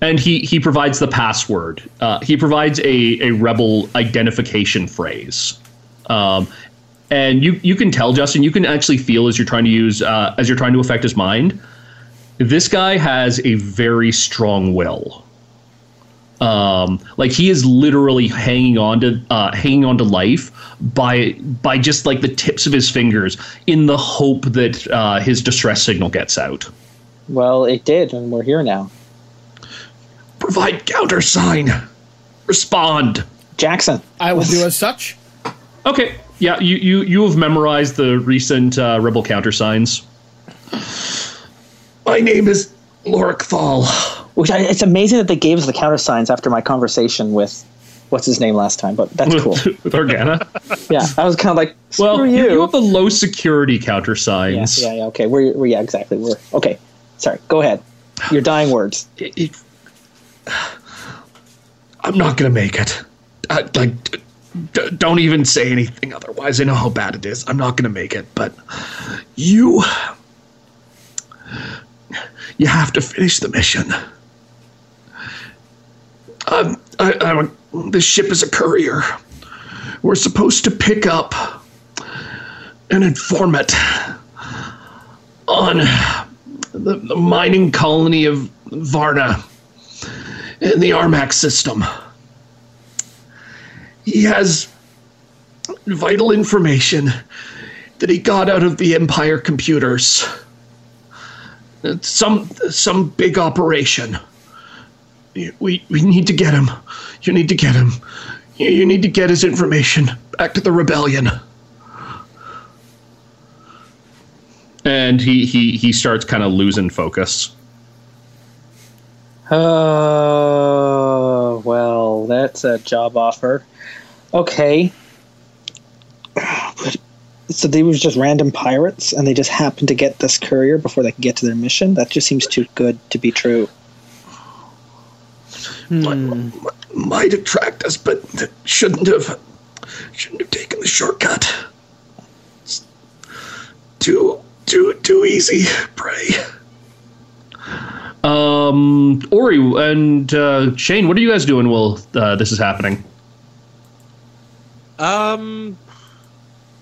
[SPEAKER 2] And he he provides the password. Uh, he provides a a rebel identification phrase. Um, and you you can tell Justin, you can actually feel as you're trying to use uh, as you're trying to affect his mind. This guy has a very strong will. Um, like he is literally hanging on to uh, hanging on to life by by just like the tips of his fingers in the hope that uh, his distress signal gets out.
[SPEAKER 4] Well, it did, and we're here now.
[SPEAKER 2] Provide countersign. Respond.
[SPEAKER 4] Jackson,
[SPEAKER 3] I will do as such.
[SPEAKER 2] Okay. Yeah, you you you have memorized the recent uh, rebel countersigns. My name is Lorik Fall.
[SPEAKER 4] which I, it's amazing that they gave us the countersigns after my conversation with what's his name last time, but that's cool.
[SPEAKER 2] With Organa.
[SPEAKER 4] yeah, I was kind of like, Screw
[SPEAKER 2] well, you.
[SPEAKER 4] you.
[SPEAKER 2] you have the low security
[SPEAKER 4] yeah,
[SPEAKER 2] countersigns.
[SPEAKER 4] yeah, yeah, okay, we're, we're yeah, exactly. We're okay. Sorry, go ahead. Your dying words.
[SPEAKER 2] It- it- I'm not gonna make it. Uh, like, d- d- don't even say anything. Otherwise, I know how bad it is. I'm not gonna make it. But you, you have to finish the mission. Um, I, I'm a, this ship is a courier. We're supposed to pick up an informant on the, the mining colony of Varna in the Armac system. He has vital information that he got out of the Empire computers. It's some some big operation. We we need to get him. You need to get him. You, you need to get his information back to the rebellion. And he he he starts kind of losing focus.
[SPEAKER 4] Oh, well, that's a job offer. Okay. But so they was just random pirates, and they just happened to get this courier before they could get to their mission. That just seems too good to be true.
[SPEAKER 7] might attract us, but shouldn't have. Shouldn't have taken the shortcut. It's too, too, too easy. Pray.
[SPEAKER 2] Um, Ori and uh, Shane, what are you guys doing while uh, this is happening?
[SPEAKER 5] Um,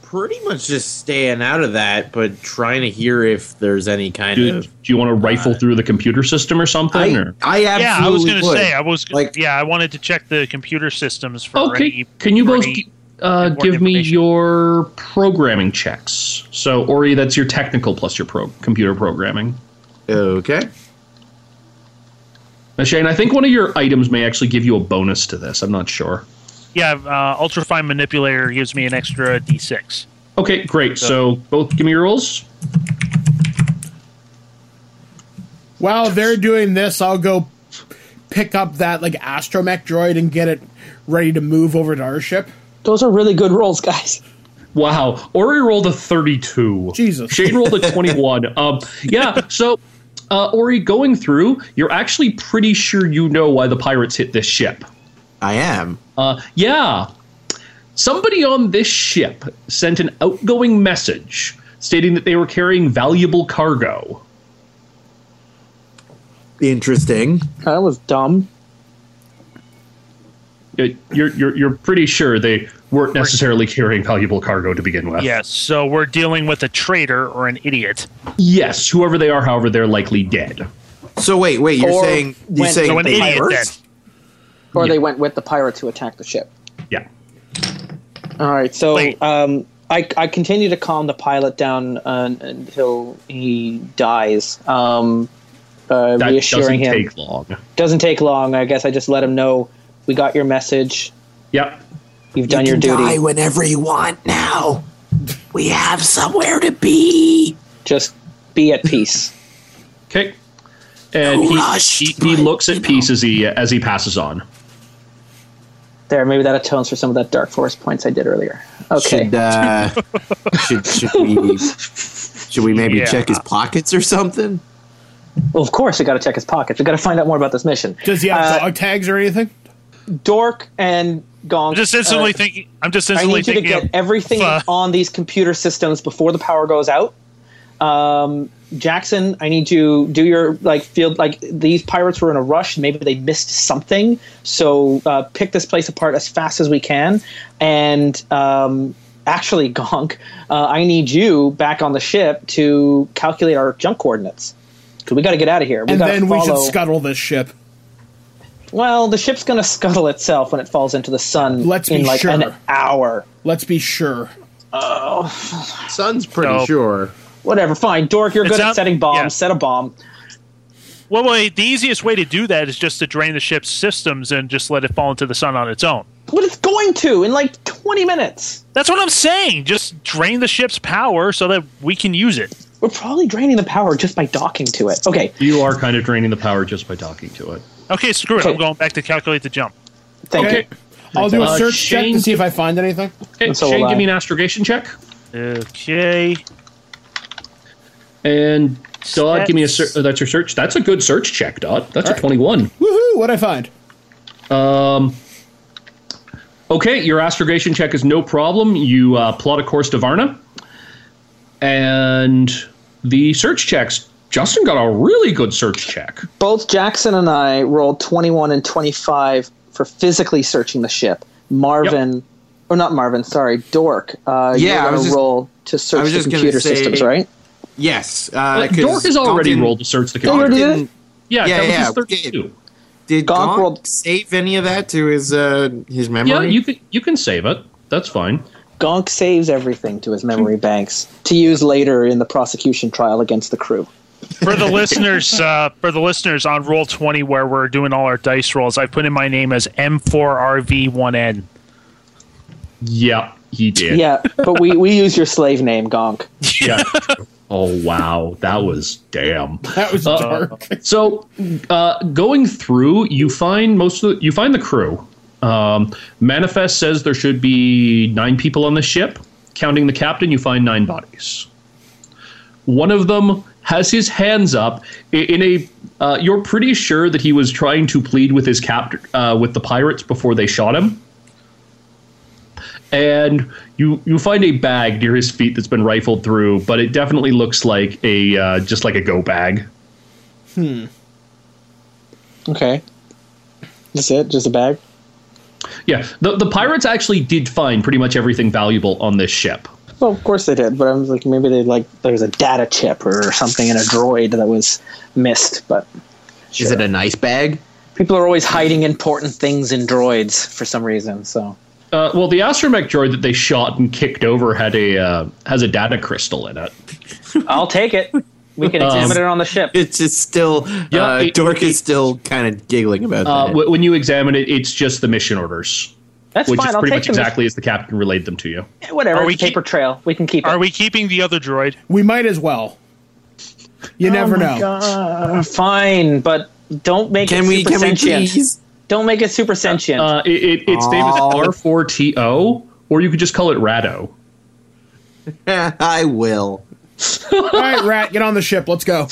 [SPEAKER 5] pretty much just staying out of that, but trying to hear if there's any kind
[SPEAKER 2] Do,
[SPEAKER 5] of.
[SPEAKER 2] do you want to rifle through the computer system or something?
[SPEAKER 5] Uh, I,
[SPEAKER 2] or?
[SPEAKER 5] I absolutely
[SPEAKER 6] yeah, I was
[SPEAKER 5] going
[SPEAKER 6] gonna
[SPEAKER 5] to
[SPEAKER 6] say I was
[SPEAKER 5] Like-
[SPEAKER 6] yeah I wanted to check the computer systems for
[SPEAKER 2] Okay.
[SPEAKER 6] any-
[SPEAKER 2] Oh, Can you
[SPEAKER 6] for
[SPEAKER 2] both
[SPEAKER 6] any-
[SPEAKER 2] uh,
[SPEAKER 6] important
[SPEAKER 2] give me
[SPEAKER 6] information.
[SPEAKER 2] your programming checks? So, Ori, that's your technical plus your pro- computer programming.
[SPEAKER 5] Okay.
[SPEAKER 2] Now, Uh, Shane, I think one of your items may actually give you a bonus to this. I'm not sure.
[SPEAKER 6] yeah uh, ultrafine manipulator gives me an extra d6.
[SPEAKER 2] Okay, great. So, both give me your rolls.
[SPEAKER 3] While they're doing this, I'll go pick up that like astromech droid and get it ready to move over to our ship.
[SPEAKER 4] Those are really good rolls, guys.
[SPEAKER 2] Wow. Ori rolled a 32.
[SPEAKER 3] Jesus.
[SPEAKER 2] Shane rolled a 21. um, yeah, so uh, Ori, going through, you're actually pretty sure you know why the pirates hit this ship.
[SPEAKER 5] I am.
[SPEAKER 2] Uh, yeah. Somebody on this ship sent an outgoing message stating that they were carrying valuable cargo.
[SPEAKER 5] Interesting.
[SPEAKER 4] That was dumb.
[SPEAKER 2] It- You're, you're, you're pretty sure they weren't necessarily carrying valuable cargo to begin with.
[SPEAKER 6] Yes, so we're dealing with a traitor or an idiot.
[SPEAKER 2] Yes, whoever they are, however, they're likely dead.
[SPEAKER 5] So wait, wait. You're
[SPEAKER 4] Or
[SPEAKER 5] saying you're
[SPEAKER 4] when-
[SPEAKER 5] saying
[SPEAKER 6] So an
[SPEAKER 5] they
[SPEAKER 6] idiot
[SPEAKER 5] were?
[SPEAKER 6] then.
[SPEAKER 4] Or
[SPEAKER 2] Yeah.
[SPEAKER 4] they went with the pirates who attacked the ship.
[SPEAKER 2] Yeah.
[SPEAKER 4] All right, so
[SPEAKER 6] Wait.
[SPEAKER 4] um, I, I continue to calm the pilot down uh, until he dies, um,
[SPEAKER 2] That
[SPEAKER 4] uh,
[SPEAKER 2] doesn't
[SPEAKER 4] reassuring him.
[SPEAKER 2] take long.
[SPEAKER 4] Doesn't take long. I guess I just let him know we got your message.
[SPEAKER 2] Yep.
[SPEAKER 4] You've done your
[SPEAKER 5] can
[SPEAKER 4] duty.
[SPEAKER 5] die whenever you want now. We have somewhere to be.
[SPEAKER 4] Just be at peace.
[SPEAKER 2] Okay. And he,
[SPEAKER 5] rush,
[SPEAKER 2] he, he looks at Peace as he, as he passes on.
[SPEAKER 4] there, maybe that atones for some of that dark forest points I did earlier. Okay.
[SPEAKER 5] Should, uh, should, should we should we maybe
[SPEAKER 6] Yeah.
[SPEAKER 5] check his pockets or something?
[SPEAKER 4] Well, of course, we got to check his pockets. We got to find out more about this mission.
[SPEAKER 3] Does he have
[SPEAKER 4] Uh,
[SPEAKER 3] dog tags or anything?
[SPEAKER 4] Dork and Gong.
[SPEAKER 6] I'm just instantly
[SPEAKER 4] uh,
[SPEAKER 6] thinking. I'm just
[SPEAKER 4] I
[SPEAKER 6] instantly
[SPEAKER 4] need you to
[SPEAKER 6] thinking.
[SPEAKER 4] get
[SPEAKER 6] of-
[SPEAKER 4] everything
[SPEAKER 6] Fuh.
[SPEAKER 4] on these computer systems before the power goes out. Um, Jackson, I need you do your like field like these pirates were in a rush. Maybe they missed something, so uh, pick this place apart as fast as we can. And um, actually, Gonk, uh, I need you back on the ship to calculate our jump coordinates because we got to get out of here. We
[SPEAKER 3] And
[SPEAKER 4] gotta
[SPEAKER 3] then we should
[SPEAKER 4] follow-
[SPEAKER 3] scuttle this ship.
[SPEAKER 4] Well, the ship's going to scuttle itself when it falls into the sun
[SPEAKER 3] Let's
[SPEAKER 4] in
[SPEAKER 3] be
[SPEAKER 4] like
[SPEAKER 3] sure.
[SPEAKER 4] an hour.
[SPEAKER 3] Let's be sure.
[SPEAKER 5] Son's pretty
[SPEAKER 6] No.
[SPEAKER 5] sure.
[SPEAKER 4] Whatever, fine. Dork, you're
[SPEAKER 6] It's
[SPEAKER 4] good
[SPEAKER 6] out-
[SPEAKER 4] at setting bombs.
[SPEAKER 6] yeah.
[SPEAKER 4] Set a bomb.
[SPEAKER 6] well, wait. The easiest way to do that is just to drain the ship's systems and just let it fall into the sun on its own.
[SPEAKER 4] But it's going to in like 20 minutes.
[SPEAKER 6] That's what I'm saying. Just drain the ship's power so that we can use it.
[SPEAKER 4] We're probably draining the power just by docking to it. Okay,
[SPEAKER 2] You are kind of draining the power just by talking to it.
[SPEAKER 6] Okay, screw it.
[SPEAKER 4] Okay.
[SPEAKER 6] I'm going back to calculate the jump.
[SPEAKER 4] thank
[SPEAKER 3] Okay. I'll do a
[SPEAKER 2] Uh,
[SPEAKER 3] search check
[SPEAKER 2] Shane-
[SPEAKER 3] to see if I find anything.
[SPEAKER 2] Okay,
[SPEAKER 4] so
[SPEAKER 2] Shane,
[SPEAKER 4] will
[SPEAKER 2] give
[SPEAKER 4] I.
[SPEAKER 2] me an astrogation check.
[SPEAKER 6] Okay.
[SPEAKER 2] And Dodd, give me a ser- uh, that's your search. That's a good search check, Dodd. That's a twenty-one.
[SPEAKER 3] Woohoo! What I find?
[SPEAKER 2] Okay, your astrogation check is no problem. You uh, plot a course to Varna, and the search checks. Justin got a really good search
[SPEAKER 5] Uh,
[SPEAKER 2] check.
[SPEAKER 4] you. Both Jackson and I rolled 21 and 25 for physically searching the ship. Marvin, or not Marvin, sorry, Dork.
[SPEAKER 5] Yeah,
[SPEAKER 4] Uh,
[SPEAKER 5] I
[SPEAKER 4] you're
[SPEAKER 5] was
[SPEAKER 4] going to
[SPEAKER 5] just-
[SPEAKER 4] roll
[SPEAKER 5] I
[SPEAKER 4] to search
[SPEAKER 5] was
[SPEAKER 4] the
[SPEAKER 5] just gonna
[SPEAKER 4] computer
[SPEAKER 5] say-
[SPEAKER 4] systems, right?
[SPEAKER 5] Yes. Uh,
[SPEAKER 2] Like,
[SPEAKER 5] 'cause
[SPEAKER 2] Dork has already
[SPEAKER 5] Gonkin-
[SPEAKER 2] rolled to search the
[SPEAKER 4] They already
[SPEAKER 2] computer.
[SPEAKER 4] did it?
[SPEAKER 5] Didn't-
[SPEAKER 2] Yeah,
[SPEAKER 5] Yeah,
[SPEAKER 2] that was
[SPEAKER 5] yeah,
[SPEAKER 2] his
[SPEAKER 5] we did.
[SPEAKER 2] thirty-two.
[SPEAKER 5] Did
[SPEAKER 4] Gonk
[SPEAKER 5] Gonk
[SPEAKER 4] rolled-
[SPEAKER 5] save any of that to his uh, his memory?
[SPEAKER 2] Yeah, you can you can save it. That's fine.
[SPEAKER 4] Gonk saves everything to his memory banks to use later in the prosecution trial against the crew.
[SPEAKER 6] For the listeners, uh, for the listeners on roll twenty, where we're doing all our dice rolls, I put in my name as M4RV1N.
[SPEAKER 2] Yeah, he did.
[SPEAKER 4] Yeah, but we, we use your slave name, Gonk.
[SPEAKER 2] yeah. Oh wow, that was damn.
[SPEAKER 3] That was dark.
[SPEAKER 2] So, uh, going through, you find most of the, you find the crew. Um, Manifest says there should be nine people on the ship. Counting the captain, you find nine bodies. One of them has his hands up i- in a. Uh, you're pretty sure that he was trying to plead with his captor uh, with the pirates before they shot him. And you you find a bag near his feet that's been rifled through, but it definitely looks like a uh, just like a go bag.
[SPEAKER 4] Okay. That's it? Just a bag?
[SPEAKER 2] Yeah, the the pirates actually did find pretty much everything valuable on this ship.
[SPEAKER 4] Well, of course they did, but I was like, maybe they like there was a data chip or something in a droid that was missed. But
[SPEAKER 5] Is it a nice bag?
[SPEAKER 4] people are always hiding important things in droids for some reason. So
[SPEAKER 2] Uh, well, the astromech droid that they shot and kicked over had a uh, has a data crystal in it.
[SPEAKER 4] I'll take it. We can examine it on the ship.
[SPEAKER 5] It's just still.
[SPEAKER 2] Yeah,
[SPEAKER 5] uh,
[SPEAKER 2] it-
[SPEAKER 5] Dork
[SPEAKER 2] it-
[SPEAKER 5] is still kind of giggling about
[SPEAKER 2] Uh,
[SPEAKER 5] that.
[SPEAKER 2] w- when you examine it, it's just the mission orders,
[SPEAKER 4] That's
[SPEAKER 2] which
[SPEAKER 4] fine.
[SPEAKER 2] is
[SPEAKER 4] I'll
[SPEAKER 2] pretty
[SPEAKER 4] take
[SPEAKER 2] much
[SPEAKER 4] them.
[SPEAKER 2] exactly as the captain relayed them to you.
[SPEAKER 4] Whatever.
[SPEAKER 6] Are we
[SPEAKER 4] it's a paper trail. We can keep it.
[SPEAKER 6] Are we keeping the other droid?
[SPEAKER 3] We might as well.
[SPEAKER 4] Oh
[SPEAKER 3] You never know.
[SPEAKER 4] Fine, but don't make
[SPEAKER 5] can
[SPEAKER 4] it
[SPEAKER 5] we?
[SPEAKER 4] super
[SPEAKER 5] Can we
[SPEAKER 4] sentient.
[SPEAKER 5] please?
[SPEAKER 4] Don't make it super sentient.
[SPEAKER 2] Uh, it, it, it's named as
[SPEAKER 5] Oh.
[SPEAKER 2] R4TO, or you could just call it Rado.
[SPEAKER 5] I will.
[SPEAKER 3] All right, Rat, get on the ship. Let's go.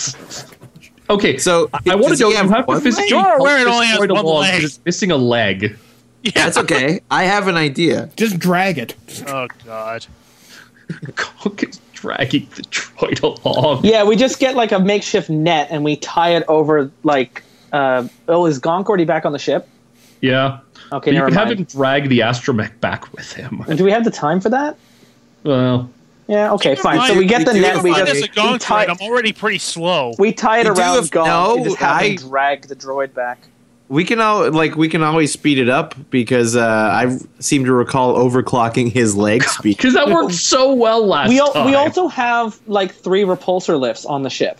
[SPEAKER 2] Okay,
[SPEAKER 5] So,
[SPEAKER 2] I want
[SPEAKER 5] does
[SPEAKER 2] to know
[SPEAKER 5] he
[SPEAKER 2] you
[SPEAKER 5] have
[SPEAKER 2] have to
[SPEAKER 5] one
[SPEAKER 2] physically
[SPEAKER 5] leg?
[SPEAKER 6] You're
[SPEAKER 2] help
[SPEAKER 6] aware it
[SPEAKER 2] this
[SPEAKER 6] only has
[SPEAKER 2] droid
[SPEAKER 6] one
[SPEAKER 2] along
[SPEAKER 6] leg.
[SPEAKER 2] 'cause it's missing a leg.
[SPEAKER 5] That's okay. I have an idea.
[SPEAKER 3] Just drag it.
[SPEAKER 6] Oh God.
[SPEAKER 2] Gok is dragging the droid along.
[SPEAKER 4] yeah, we just get like a makeshift net and we tie it over like. Uh, oh, is Gonk already back on the ship?
[SPEAKER 2] Yeah.
[SPEAKER 4] Okay,
[SPEAKER 2] you
[SPEAKER 4] never
[SPEAKER 2] can have him
[SPEAKER 4] mind.
[SPEAKER 2] drag the astromech back with him.
[SPEAKER 4] Do we have the time for that?
[SPEAKER 2] Well,
[SPEAKER 4] Yeah. Okay. Fine.
[SPEAKER 6] mind,
[SPEAKER 4] So we
[SPEAKER 6] we
[SPEAKER 4] get the
[SPEAKER 5] do
[SPEAKER 4] net.
[SPEAKER 5] have
[SPEAKER 4] We
[SPEAKER 5] a
[SPEAKER 6] Mine
[SPEAKER 4] just
[SPEAKER 6] is a
[SPEAKER 5] we
[SPEAKER 6] gong
[SPEAKER 4] tie-
[SPEAKER 6] droid. I'm already pretty slow.
[SPEAKER 4] we tie it
[SPEAKER 5] We do
[SPEAKER 4] around
[SPEAKER 5] have-
[SPEAKER 4] Gonk
[SPEAKER 5] no,
[SPEAKER 4] and just have
[SPEAKER 5] I-
[SPEAKER 4] him drag the droid back.
[SPEAKER 5] We can all like we can always speed it up because uh, I seem to recall overclocking his leg speed.
[SPEAKER 2] because that worked so well last
[SPEAKER 4] We al-
[SPEAKER 2] time.
[SPEAKER 4] we also have like three repulsor lifts on the ship.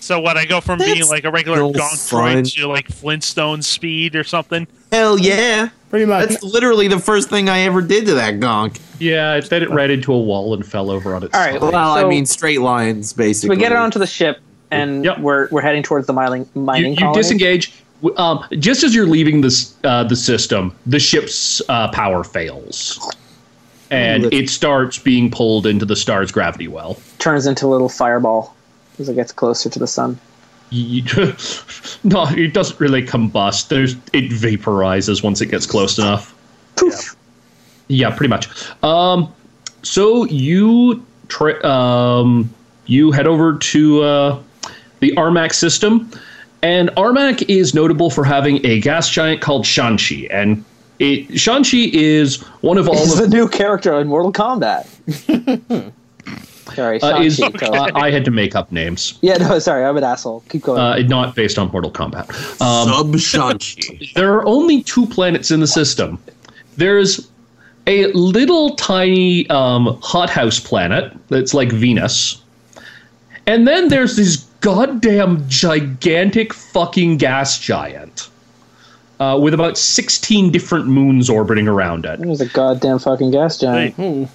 [SPEAKER 6] So what? I go from being
[SPEAKER 5] That's
[SPEAKER 6] like a regular
[SPEAKER 5] no
[SPEAKER 6] gong
[SPEAKER 5] fun.
[SPEAKER 6] droid to like Flintstone speed or something.
[SPEAKER 5] Hell yeah!
[SPEAKER 3] Pretty much.
[SPEAKER 5] That's literally the first thing I ever did to that gonk.
[SPEAKER 2] Yeah, it- then it ran into a wall and fell over on its
[SPEAKER 4] All right.
[SPEAKER 2] side.
[SPEAKER 5] Well, I
[SPEAKER 4] So-
[SPEAKER 5] mean straight lines
[SPEAKER 4] We
[SPEAKER 5] basically.
[SPEAKER 4] get it onto the ship, and
[SPEAKER 2] Yep.
[SPEAKER 4] we're we're heading towards the mining
[SPEAKER 2] You,
[SPEAKER 4] mining
[SPEAKER 2] you
[SPEAKER 4] colony.
[SPEAKER 2] disengage. W- Um, just as you're leaving this uh, the system, the ship's uh, power fails, and
[SPEAKER 5] Ooh, that's-
[SPEAKER 2] it starts being pulled into the star's gravity well.
[SPEAKER 4] Turns into a little fireball as it gets closer to the sun.
[SPEAKER 2] You- no, it doesn't really combust. There's it vaporizes once it gets close enough.
[SPEAKER 4] Poof.
[SPEAKER 2] Yeah, pretty much. Um, so you tra- um, you head over to uh, the Armac system, and Armac is notable for having a gas giant called Shanxi, and it Shanxi is one of all
[SPEAKER 4] This is
[SPEAKER 2] of
[SPEAKER 4] a new character in Mortal Kombat. sorry,
[SPEAKER 2] uh,
[SPEAKER 4] Shang-Chi,
[SPEAKER 2] is,
[SPEAKER 4] go.
[SPEAKER 2] uh, I had to make up names,
[SPEAKER 4] yeah, no, sorry, I'm an asshole. Keep going.
[SPEAKER 2] uh, not based on Mortal Kombat. Um,
[SPEAKER 5] Sub Shanchi.
[SPEAKER 2] there are only two planets in the system. There's a little tiny um, hothouse planet that's like Venus. And then there's this goddamn gigantic fucking gas giant uh, with about 16 different moons orbiting around it
[SPEAKER 4] There's a goddamn fucking gas giant.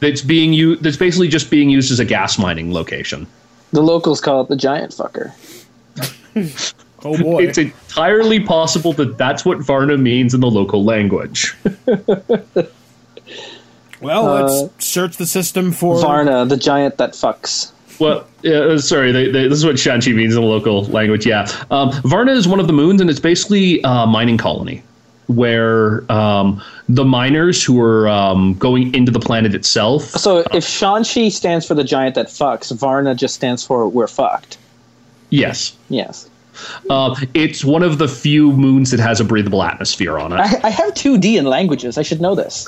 [SPEAKER 2] that's being u- that's basically just being used as a gas mining location.
[SPEAKER 4] The locals call it the giant fucker.
[SPEAKER 3] Oh boy.
[SPEAKER 2] It's entirely possible that that's what Varna means in the local language.
[SPEAKER 3] well,
[SPEAKER 4] uh,
[SPEAKER 3] let's search the system for
[SPEAKER 4] Varna, the giant that fucks.
[SPEAKER 2] Well, yeah, uh, sorry, they, they, this is what Shanxi means in the local language. Yeah, um, Varna is one of the moons, and it's basically a mining colony where um, the miners who are um, going into the planet itself.
[SPEAKER 4] So if Shanshi stands for the giant that fucks, Varna just stands for we're fucked.
[SPEAKER 2] yes,
[SPEAKER 4] Yes.
[SPEAKER 2] uh, it's one of the few moons that has a breathable atmosphere on it.
[SPEAKER 4] I, I have 2D in languages. I should know this.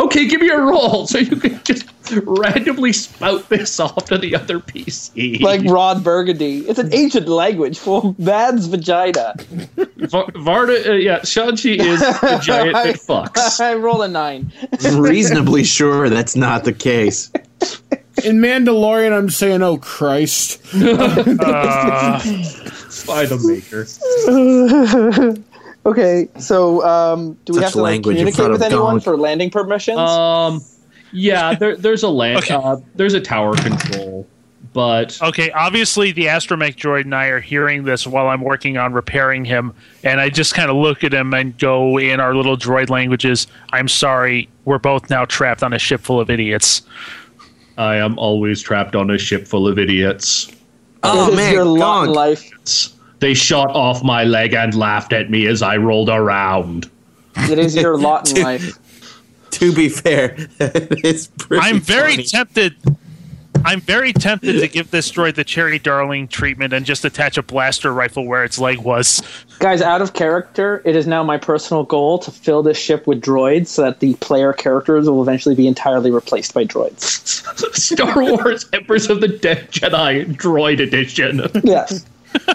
[SPEAKER 2] Okay, give me a roll so you can just randomly spout this off to the other PC.
[SPEAKER 4] Like Rod Burgundy. It's an ancient language for man's vagina.
[SPEAKER 2] Va- Varna, uh, yeah, Shanxi is the giant that fucks.
[SPEAKER 4] I roll a nine.
[SPEAKER 5] Reasonably sure that's not the case.
[SPEAKER 3] in Mandalorian. I'm saying, oh Christ.
[SPEAKER 2] By the maker.
[SPEAKER 4] Okay, so um, do we
[SPEAKER 5] Such
[SPEAKER 4] have to like,
[SPEAKER 5] language in
[SPEAKER 4] communicate
[SPEAKER 5] front
[SPEAKER 4] with
[SPEAKER 5] of
[SPEAKER 4] anyone
[SPEAKER 5] Gonk.
[SPEAKER 4] for
[SPEAKER 3] Oh,
[SPEAKER 4] landing permissions?
[SPEAKER 2] Um, yeah, there, there's a land. Uh, there's a tower control. but
[SPEAKER 6] Okay, obviously the astromech droid and I are hearing this while I'm working on repairing him, and I just kind of look at him and go in our little droid languages. I'm sorry, we're both now trapped on a ship full of idiots.
[SPEAKER 2] I am always trapped on a ship full of idiots.
[SPEAKER 5] Oh
[SPEAKER 4] this is
[SPEAKER 5] man,
[SPEAKER 4] your lot in
[SPEAKER 5] Gonk.
[SPEAKER 4] life.
[SPEAKER 2] They shot off my leg and laughed at me as I rolled around.
[SPEAKER 4] It is your lot in life.
[SPEAKER 5] To be fair, it's pretty
[SPEAKER 6] I'm very
[SPEAKER 5] funny.
[SPEAKER 6] tempted. I'm very tempted to give this droid the Cherry Darling treatment and just attach a blaster rifle where its leg was.
[SPEAKER 4] Guys, out of character, it is now my personal goal to fill this ship with droids so that the player characters will eventually be entirely replaced by droids.
[SPEAKER 2] Star Wars Empress of the Dead Jedi Droid Edition.
[SPEAKER 4] Yes.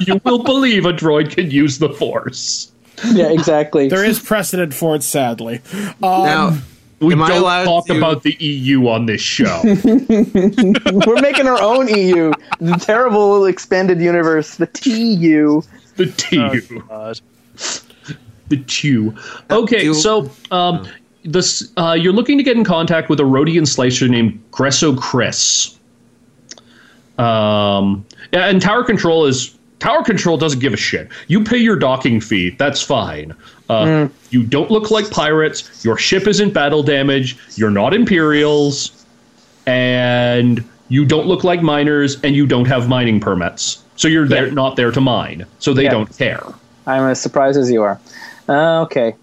[SPEAKER 2] You will believe a droid can use the Force.
[SPEAKER 4] Yeah, exactly.
[SPEAKER 3] There is precedent for it, sadly. Uh,
[SPEAKER 5] now.
[SPEAKER 2] We
[SPEAKER 5] Am I
[SPEAKER 2] don't
[SPEAKER 5] allowed
[SPEAKER 2] talk
[SPEAKER 5] to-
[SPEAKER 2] about the EU on this show.
[SPEAKER 4] We're making our own EU. The terrible expanded universe, the TU.
[SPEAKER 2] the TU.
[SPEAKER 6] God.
[SPEAKER 2] the chew. Okay,
[SPEAKER 5] do-
[SPEAKER 2] so um, this uh, you're looking to get in contact with a Rhodian slicer named Gresso Chris. Um, yeah, and Tower Control is Tower Control doesn't give a shit. You pay your docking fee. That's fine. Uh, You don't look like pirates. Your ship isn't battle damage. You're not Imperials, and you don't look like miners, and you don't have mining permits. So you're there, not there to mine. So they
[SPEAKER 4] Yeah.
[SPEAKER 2] don't care.
[SPEAKER 4] I'm as surprised as you are. Uh, okay,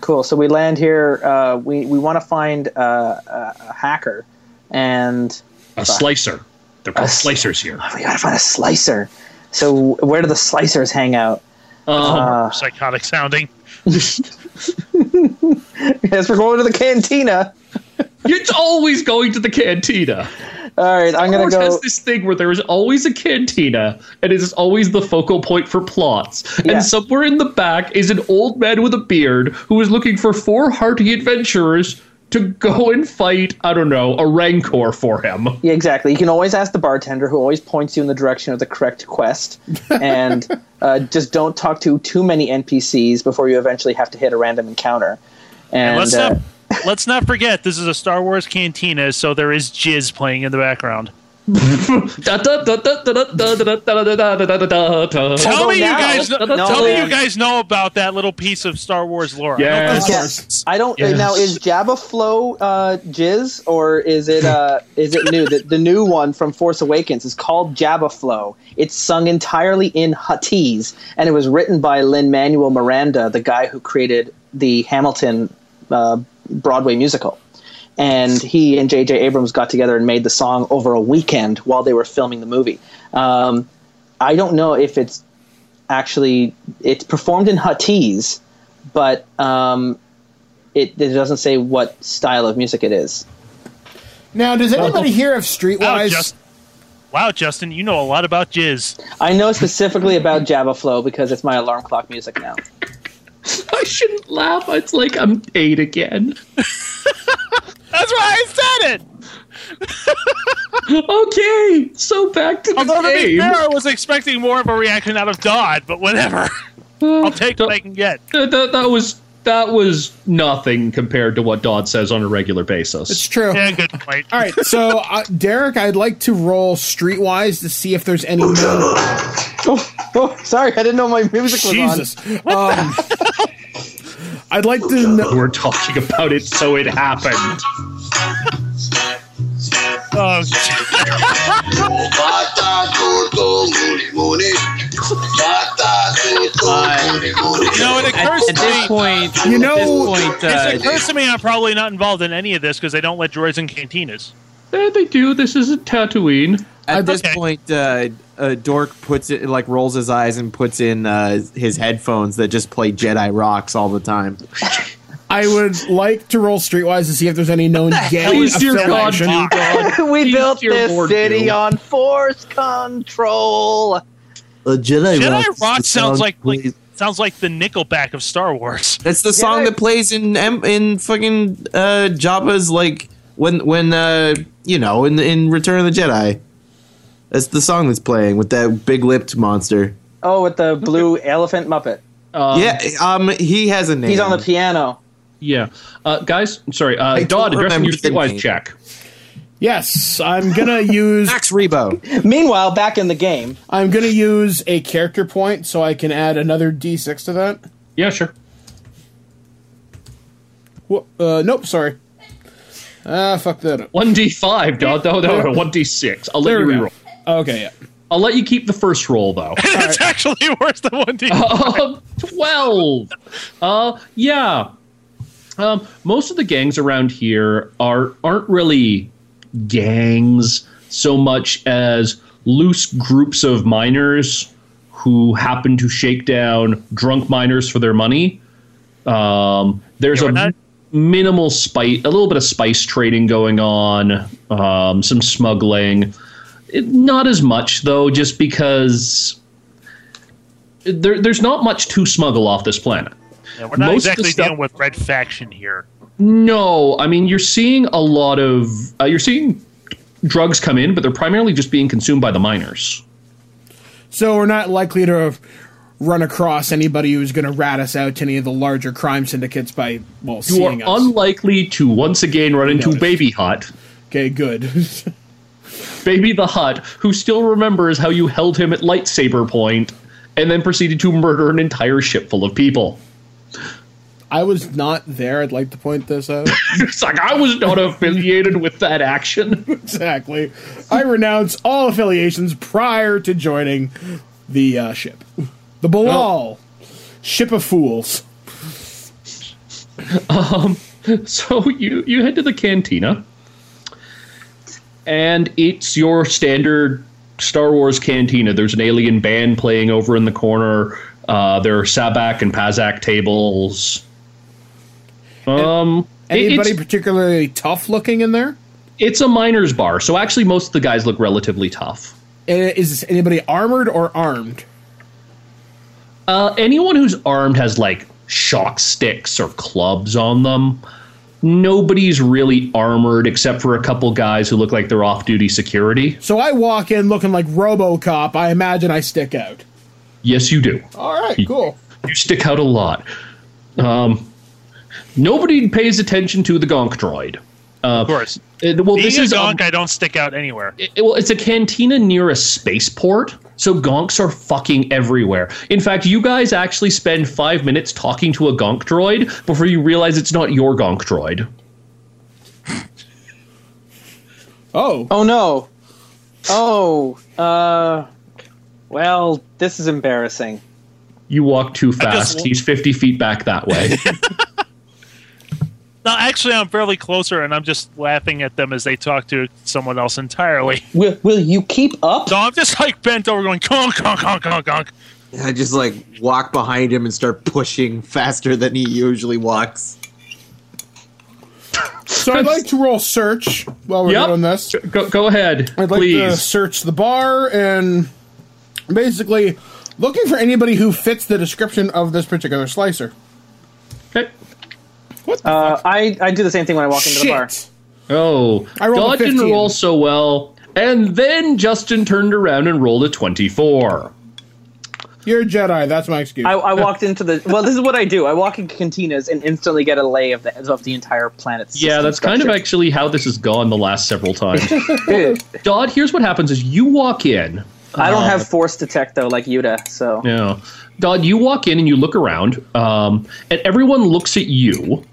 [SPEAKER 4] cool. So we land here. Uh, we we want to find uh, a, a hacker, and
[SPEAKER 2] A slicer. They're called
[SPEAKER 4] s-
[SPEAKER 2] slicers here.
[SPEAKER 4] we gotta find a slicer. So where do the slicers hang out?
[SPEAKER 6] Somewhat psychotic sounding.
[SPEAKER 4] Yes, we're going to the cantina.
[SPEAKER 2] It's always going to the cantina.
[SPEAKER 4] All right, I'm
[SPEAKER 2] Star
[SPEAKER 4] gonna
[SPEAKER 2] Wars
[SPEAKER 4] go.
[SPEAKER 2] has this thing where there is always a cantina, and it is always the focal point for plots.
[SPEAKER 4] Yeah.
[SPEAKER 2] And somewhere in the back is an old man with a beard who is looking for four hearty adventurers to go and fight, I don't know, a rancor for him.
[SPEAKER 4] Yeah, exactly. You can always ask the bartender, who always points you in the direction of the correct quest, and uh, just don't talk to too many NPCs before you eventually have to hit a random encounter. And,
[SPEAKER 6] Let's
[SPEAKER 4] uh,
[SPEAKER 6] not. Let's not forget this is a Star Wars cantina, so there is jizz playing in the background.
[SPEAKER 2] Da- da- da- da- da- da- da- da- da- da- da- da- da- da- da- da.
[SPEAKER 6] Tell me you
[SPEAKER 4] now-
[SPEAKER 6] guys.
[SPEAKER 4] No,
[SPEAKER 6] tell me
[SPEAKER 4] man.
[SPEAKER 6] you guys know about that little piece of Star Wars lore. I
[SPEAKER 2] Yes.
[SPEAKER 6] don't
[SPEAKER 4] Yes. I don't
[SPEAKER 2] Yes.
[SPEAKER 4] now. Is Jabba Flow uh, jizz or is it uh, is it new? The, the new one from Force Awakens is called Jabba Flow. It's sung entirely in Huttese, and it was written by Lin Manuel Miranda, the guy who created the Hamilton uh, Broadway musical. And he and J.J. Abrams got together and made the song over a weekend while they were filming the movie. Um, I don't know if it's actually it's performed in Huttese, but um, it, it doesn't say what style of music it is.
[SPEAKER 3] Now, does anybody here have
[SPEAKER 6] Wow,
[SPEAKER 3] Streetwise?
[SPEAKER 6] Justin. Wow, Justin, you know a lot about jizz.
[SPEAKER 4] I know specifically about Java Flow because it's my alarm clock music now.
[SPEAKER 2] I shouldn't laugh. It's like I'm eight again.
[SPEAKER 6] That's why I said it.
[SPEAKER 2] Okay, so back to the
[SPEAKER 6] Although to be
[SPEAKER 2] game.
[SPEAKER 6] fair, I was expecting more of a reaction out of Dodd, but whatever. I'll take what I can get.
[SPEAKER 2] that, that, that was that was nothing compared to what Dodd says on a regular basis.
[SPEAKER 3] It's true.
[SPEAKER 6] Yeah, good point.
[SPEAKER 3] All right, so uh, Derek, I'd like to roll Streetwise to see if there's any. known-
[SPEAKER 4] Oh, oh, sorry, I didn't know my music was
[SPEAKER 3] Jesus. Um, I'd like to know.
[SPEAKER 2] We're talking about it, so it happened.
[SPEAKER 6] Oh, you know, it occurs
[SPEAKER 5] At, at
[SPEAKER 6] to me.
[SPEAKER 5] this point,
[SPEAKER 3] You
[SPEAKER 5] at this
[SPEAKER 3] know-
[SPEAKER 5] point, uh,
[SPEAKER 6] It occurs to me I'm probably not involved in any of this because they don't let droids in cantinas.
[SPEAKER 2] There they do. This isn't Tatooine.
[SPEAKER 5] at this
[SPEAKER 6] okay.
[SPEAKER 5] point, uh, uh, Dork puts it like rolls his eyes and puts in uh, his headphones that just play Jedi rocks all the time.
[SPEAKER 3] I would like to roll Streetwise to see if there's any known gay
[SPEAKER 2] Please, dear God,
[SPEAKER 3] affiliation.
[SPEAKER 2] do, Dodd.
[SPEAKER 4] on. we
[SPEAKER 2] Please,
[SPEAKER 4] built
[SPEAKER 2] dear
[SPEAKER 4] this
[SPEAKER 2] Lord,
[SPEAKER 4] city
[SPEAKER 2] do.
[SPEAKER 4] on force control.
[SPEAKER 5] Uh, Jedi,
[SPEAKER 6] Jedi Rock sounds like, like sounds like the Nickelback of Star Wars.
[SPEAKER 5] That's the song
[SPEAKER 4] Jedi-
[SPEAKER 5] that plays in em- in fucking uh, Jabba's like when when uh, you know in in Return of the Jedi. That's the song that's playing with that big lipped monster.
[SPEAKER 4] Oh, with the blue elephant Muppet.
[SPEAKER 2] Um,
[SPEAKER 5] yeah, um, he has a name.
[SPEAKER 4] He's on the piano.
[SPEAKER 2] yeah. Uh, guys, I'm sorry. Uh,
[SPEAKER 5] don't
[SPEAKER 2] Dodd, addressing
[SPEAKER 5] remember
[SPEAKER 2] your
[SPEAKER 5] the
[SPEAKER 2] streetwise
[SPEAKER 5] name.
[SPEAKER 2] check.
[SPEAKER 3] Yes, I'm gonna use
[SPEAKER 5] Max Rebo.
[SPEAKER 8] Meanwhile, back in the game,
[SPEAKER 3] I'm gonna use a character point so I can add another d6 to that.
[SPEAKER 2] Yeah, sure.
[SPEAKER 3] Wha- Uh, nope, sorry. Ah, fuck that up.
[SPEAKER 2] One d five, dog. No, no, no. One d six. I'll let
[SPEAKER 3] There
[SPEAKER 2] you
[SPEAKER 3] we go.
[SPEAKER 2] reroll.
[SPEAKER 3] Okay, yeah.
[SPEAKER 2] I'll let you keep the first roll though.
[SPEAKER 6] it's actually worse than one D.
[SPEAKER 2] Um, 12 uh yeah um most of the gangs around here are aren't really gangs so much as loose groups of miners who happen to shake down drunk miners for their money um there's
[SPEAKER 6] Yeah, we're
[SPEAKER 2] a
[SPEAKER 6] not-
[SPEAKER 2] minimal spice a little bit of spice trading going on um some smuggling it, not as much though just because there, there's not much to smuggle off this planet.
[SPEAKER 6] Yeah, we're not
[SPEAKER 2] Most of the
[SPEAKER 6] exactly
[SPEAKER 2] stuff-
[SPEAKER 6] dealing with red faction here.
[SPEAKER 2] No, I mean you're seeing a lot of uh, you're seeing drugs come in, but they're primarily just being consumed by the miners.
[SPEAKER 3] So we're not likely to run across anybody who's gonna rat us out to any of the larger crime syndicates by well
[SPEAKER 2] You are
[SPEAKER 3] seeing us.
[SPEAKER 2] unlikely to once again run into
[SPEAKER 3] Notice.
[SPEAKER 2] Baby Hut,
[SPEAKER 3] okay, good.
[SPEAKER 2] Baby the Hut, who still remembers how you held him at lightsaber point and then proceeded to murder an entire ship full of people.
[SPEAKER 3] I was not there. I'd like to point this out.
[SPEAKER 2] It's like I was not affiliated with that action.
[SPEAKER 3] exactly. I renounce all affiliations prior to joining the uh, ship. The
[SPEAKER 2] Oh.
[SPEAKER 3] Balal. Ship of Fools.
[SPEAKER 2] Um, So you you head to the cantina, and it's your standard Star Wars cantina. There's an alien band playing over in the corner. Uh, there are Sabak and Pazak tables. Um, it-
[SPEAKER 3] Anybody
[SPEAKER 2] it's,
[SPEAKER 3] particularly tough looking in there?
[SPEAKER 2] it's a miner's bar, so actually most of the guys look relatively tough.
[SPEAKER 3] Uh, Is anybody armored or armed?
[SPEAKER 2] Uh, anyone who's armed has like shock sticks or clubs on them. Nobody's really armored except for a couple guys who look like they're off-duty security.
[SPEAKER 3] So I walk in looking like RoboCop. I imagine I stick out.
[SPEAKER 2] Yes, you do.
[SPEAKER 3] All right, cool.
[SPEAKER 2] you stick out a lot. Um, nobody pays attention to the gonk droid.
[SPEAKER 6] Of course,
[SPEAKER 2] It- Uh, well,
[SPEAKER 6] being
[SPEAKER 2] this
[SPEAKER 6] a
[SPEAKER 2] is um,
[SPEAKER 6] gonk, I don't stick out anywhere.
[SPEAKER 2] it- well, it's a cantina near a spaceport, so gonks are fucking everywhere. In fact, you guys actually spend five minutes talking to a gonk droid before you realize it's not your gonk droid.
[SPEAKER 3] Oh,
[SPEAKER 8] oh no, oh, uh, well, this is embarrassing.
[SPEAKER 2] You walk too
[SPEAKER 6] just
[SPEAKER 2] fast.
[SPEAKER 6] wa-
[SPEAKER 2] He's fifty feet back that way.
[SPEAKER 6] No, actually, I'm fairly closer, and I'm just laughing at them as they talk to someone else entirely.
[SPEAKER 8] Will, will you keep up?
[SPEAKER 6] So I'm just like bent over, going gonk, gonk, gonk, gonk, gonk.
[SPEAKER 5] I just like walk behind him and start pushing faster than he usually walks.
[SPEAKER 3] so I'd like to roll search while we're
[SPEAKER 2] Yep.
[SPEAKER 3] doing this.
[SPEAKER 2] go, go ahead,
[SPEAKER 3] I'd like to
[SPEAKER 2] please.
[SPEAKER 3] search the bar and basically looking for anybody who fits the description of this particular slicer.
[SPEAKER 2] Okay.
[SPEAKER 3] What the
[SPEAKER 8] Uh, I I do the same thing when I walk into the bar.
[SPEAKER 3] Shit.
[SPEAKER 2] Oh,
[SPEAKER 3] I rolled a
[SPEAKER 2] Dodd didn't
[SPEAKER 3] 15.
[SPEAKER 2] roll so well. And then Justin turned around and rolled a 24.
[SPEAKER 3] You're a Jedi. That's my excuse.
[SPEAKER 8] I, I walked into the well. This is what I do. I walk into cantinas and instantly get a lay of the of the entire planet's.
[SPEAKER 2] Yeah,
[SPEAKER 8] system
[SPEAKER 2] that's kind of
[SPEAKER 8] structure.
[SPEAKER 2] actually how this has gone the last several times.
[SPEAKER 8] Good.
[SPEAKER 2] Dodd, here's what happens is you walk in.
[SPEAKER 8] I don't have force detect though, like Yuta. So
[SPEAKER 2] Yeah. Dodd, you walk in and you look around, um, and everyone looks at you.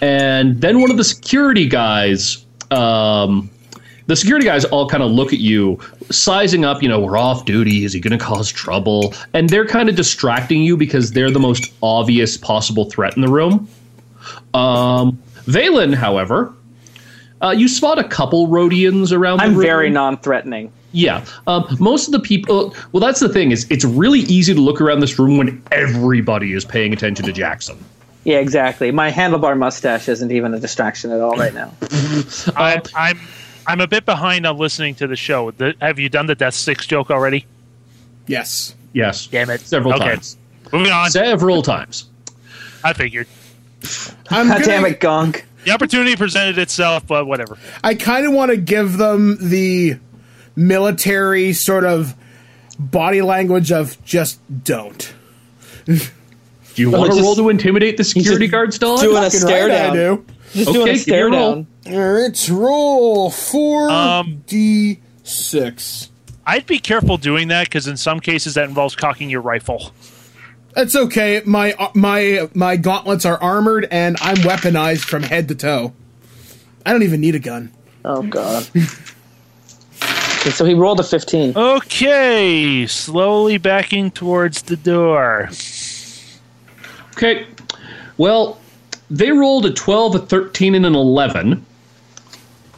[SPEAKER 2] And then one of the security guys, um, the security guys all kind of look at you, sizing up, you know, we're off duty. Is he going to cause trouble? And they're kind of distracting you because they're the most obvious possible threat in the room. Um, Valen, however, uh, you spot a couple Rhodians around the
[SPEAKER 8] I'm
[SPEAKER 2] room.
[SPEAKER 8] very non-threatening.
[SPEAKER 2] Yeah, um, most of the people. Well, that's the thing is, it's really easy to look around this room when everybody is paying attention to Jackson.
[SPEAKER 8] Yeah, exactly. My handlebar mustache isn't even a distraction at all right now.
[SPEAKER 6] I, Um, I'm I'm a bit behind on listening to the show. The, have you done the Death Six joke already?
[SPEAKER 3] yes.
[SPEAKER 2] Yes,
[SPEAKER 6] Damn it!
[SPEAKER 2] several
[SPEAKER 6] Okay.
[SPEAKER 2] times,
[SPEAKER 6] Moving on.
[SPEAKER 2] several times.
[SPEAKER 6] I figured
[SPEAKER 3] I'm
[SPEAKER 8] God
[SPEAKER 3] gonna-
[SPEAKER 8] damn it, Gonk.
[SPEAKER 6] the opportunity presented itself, but whatever.
[SPEAKER 3] I kind of want to give them the military sort of body language of just don't.
[SPEAKER 2] Do you want to
[SPEAKER 8] just-
[SPEAKER 2] roll to intimidate the security guards, Don?
[SPEAKER 8] doing a stare
[SPEAKER 3] Right, I
[SPEAKER 8] down.
[SPEAKER 3] do.
[SPEAKER 4] Just
[SPEAKER 2] Okay,
[SPEAKER 4] doing a
[SPEAKER 2] give me a
[SPEAKER 4] stare
[SPEAKER 2] roll.
[SPEAKER 4] down.
[SPEAKER 3] Let's roll four
[SPEAKER 6] Um,
[SPEAKER 3] d six.
[SPEAKER 6] I'd be careful doing that because in some cases that involves cocking your rifle.
[SPEAKER 3] That's okay. My uh, my my gauntlets are armored, and I'm weaponized from head to toe. I don't even need a gun.
[SPEAKER 9] Oh god.
[SPEAKER 4] Okay, so he rolled a 15.
[SPEAKER 6] Okay, slowly backing towards the door.
[SPEAKER 2] Okay. Well, they rolled a 12, a 13, and an 11.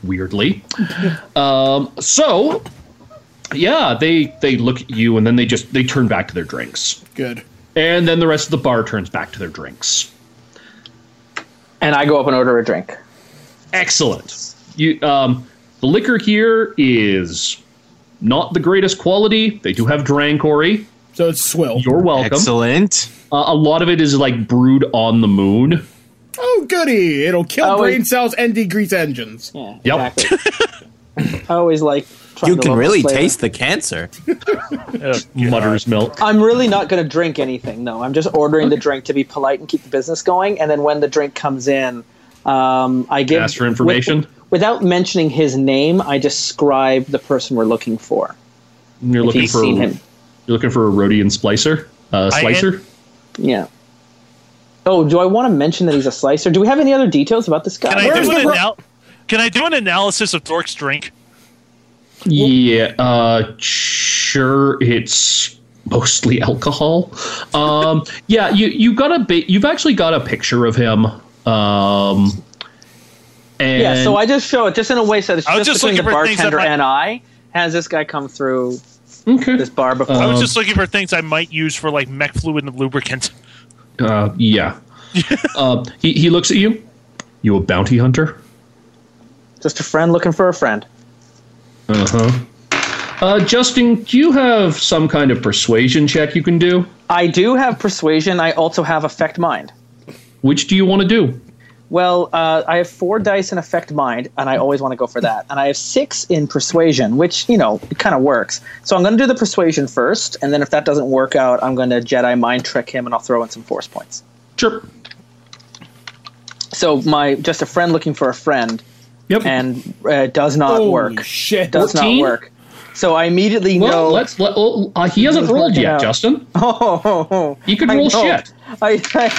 [SPEAKER 2] Weirdly. um, so, yeah, they they look at you and then they just they turn back to their drinks.
[SPEAKER 3] Good.
[SPEAKER 2] And then the rest of the bar turns back to their drinks.
[SPEAKER 9] And I go up and order a drink.
[SPEAKER 2] Excellent. You um, the liquor here is not the greatest quality. They do have Drankori.
[SPEAKER 3] So it's swill.
[SPEAKER 2] You're welcome.
[SPEAKER 5] Excellent.
[SPEAKER 2] Uh, a lot of it is like brewed on the moon.
[SPEAKER 3] oh goody! It'll kill
[SPEAKER 4] Oh,
[SPEAKER 3] brain
[SPEAKER 4] it-
[SPEAKER 3] cells and degrease engines.
[SPEAKER 4] Yeah,
[SPEAKER 2] Yep.
[SPEAKER 4] exactly. I always like. trying
[SPEAKER 5] You
[SPEAKER 4] to
[SPEAKER 5] can
[SPEAKER 4] love the
[SPEAKER 5] really
[SPEAKER 4] flavor.
[SPEAKER 5] taste the cancer.
[SPEAKER 2] Mutter's milk.
[SPEAKER 4] I'm really not going to drink anything. No, I'm just ordering the drink to be polite and keep the business going. And then when the drink comes in, um, I give
[SPEAKER 2] Ask for information.
[SPEAKER 4] with- without mentioning his name. I describe the person we're looking for.
[SPEAKER 2] You're
[SPEAKER 4] If
[SPEAKER 2] looking
[SPEAKER 4] he's
[SPEAKER 2] for
[SPEAKER 4] seen him,
[SPEAKER 2] You're looking for a Rhodian splicer? Uh,
[SPEAKER 6] I-
[SPEAKER 2] slicer?
[SPEAKER 4] yeah. Oh, do I want to mention that he's a slicer? Do we have any other details about this guy?
[SPEAKER 6] Can I
[SPEAKER 3] Where's
[SPEAKER 6] do
[SPEAKER 3] the
[SPEAKER 6] an
[SPEAKER 3] ro-
[SPEAKER 6] anal- Can I do an analysis of Dork's drink?
[SPEAKER 2] yeah. Uh, sure. It's mostly alcohol. Um, yeah. You you got a bit. You've actually got a picture of him. Um, and
[SPEAKER 4] yeah, so I just show it just in a way so that it's
[SPEAKER 6] I was
[SPEAKER 4] just,
[SPEAKER 6] just
[SPEAKER 4] between the
[SPEAKER 6] looking for things that
[SPEAKER 4] bartender
[SPEAKER 6] might-
[SPEAKER 4] and I has this guy come through
[SPEAKER 2] okay.
[SPEAKER 4] this bar before.
[SPEAKER 6] I was
[SPEAKER 2] Um,
[SPEAKER 6] just looking for things I might use for like mech fluid and lubricant.
[SPEAKER 2] Uh, yeah. uh, he he looks at you. You a bounty hunter?
[SPEAKER 4] just a friend looking for a friend.
[SPEAKER 2] Uh-huh. Uh Justin, do you have some kind of persuasion check you can do?
[SPEAKER 4] I do have persuasion. I also have affect mind.
[SPEAKER 2] Which do you want to do?
[SPEAKER 4] Well, uh, I have four dice in affect mind, and I always want to go for that. And I have six in persuasion, which you know it kind of works. So I'm going to do the persuasion first, and then if that doesn't work out, I'm going to Jedi mind trick him, and I'll throw in some force points.
[SPEAKER 2] Sure.
[SPEAKER 4] So my just a friend looking for a friend,
[SPEAKER 2] Yep.
[SPEAKER 4] and uh, does not
[SPEAKER 3] Holy
[SPEAKER 4] work.
[SPEAKER 3] shit.
[SPEAKER 4] Does
[SPEAKER 2] 14?
[SPEAKER 4] not work. So I immediately
[SPEAKER 2] Well,
[SPEAKER 4] know.
[SPEAKER 2] let's let. Oh, uh, he hasn't
[SPEAKER 4] Let's
[SPEAKER 2] rolled
[SPEAKER 4] work it
[SPEAKER 2] yet,
[SPEAKER 4] out.
[SPEAKER 2] Justin.
[SPEAKER 4] Oh, oh, oh.
[SPEAKER 2] You could
[SPEAKER 4] I
[SPEAKER 2] roll
[SPEAKER 4] know.
[SPEAKER 2] shit.
[SPEAKER 4] I, I,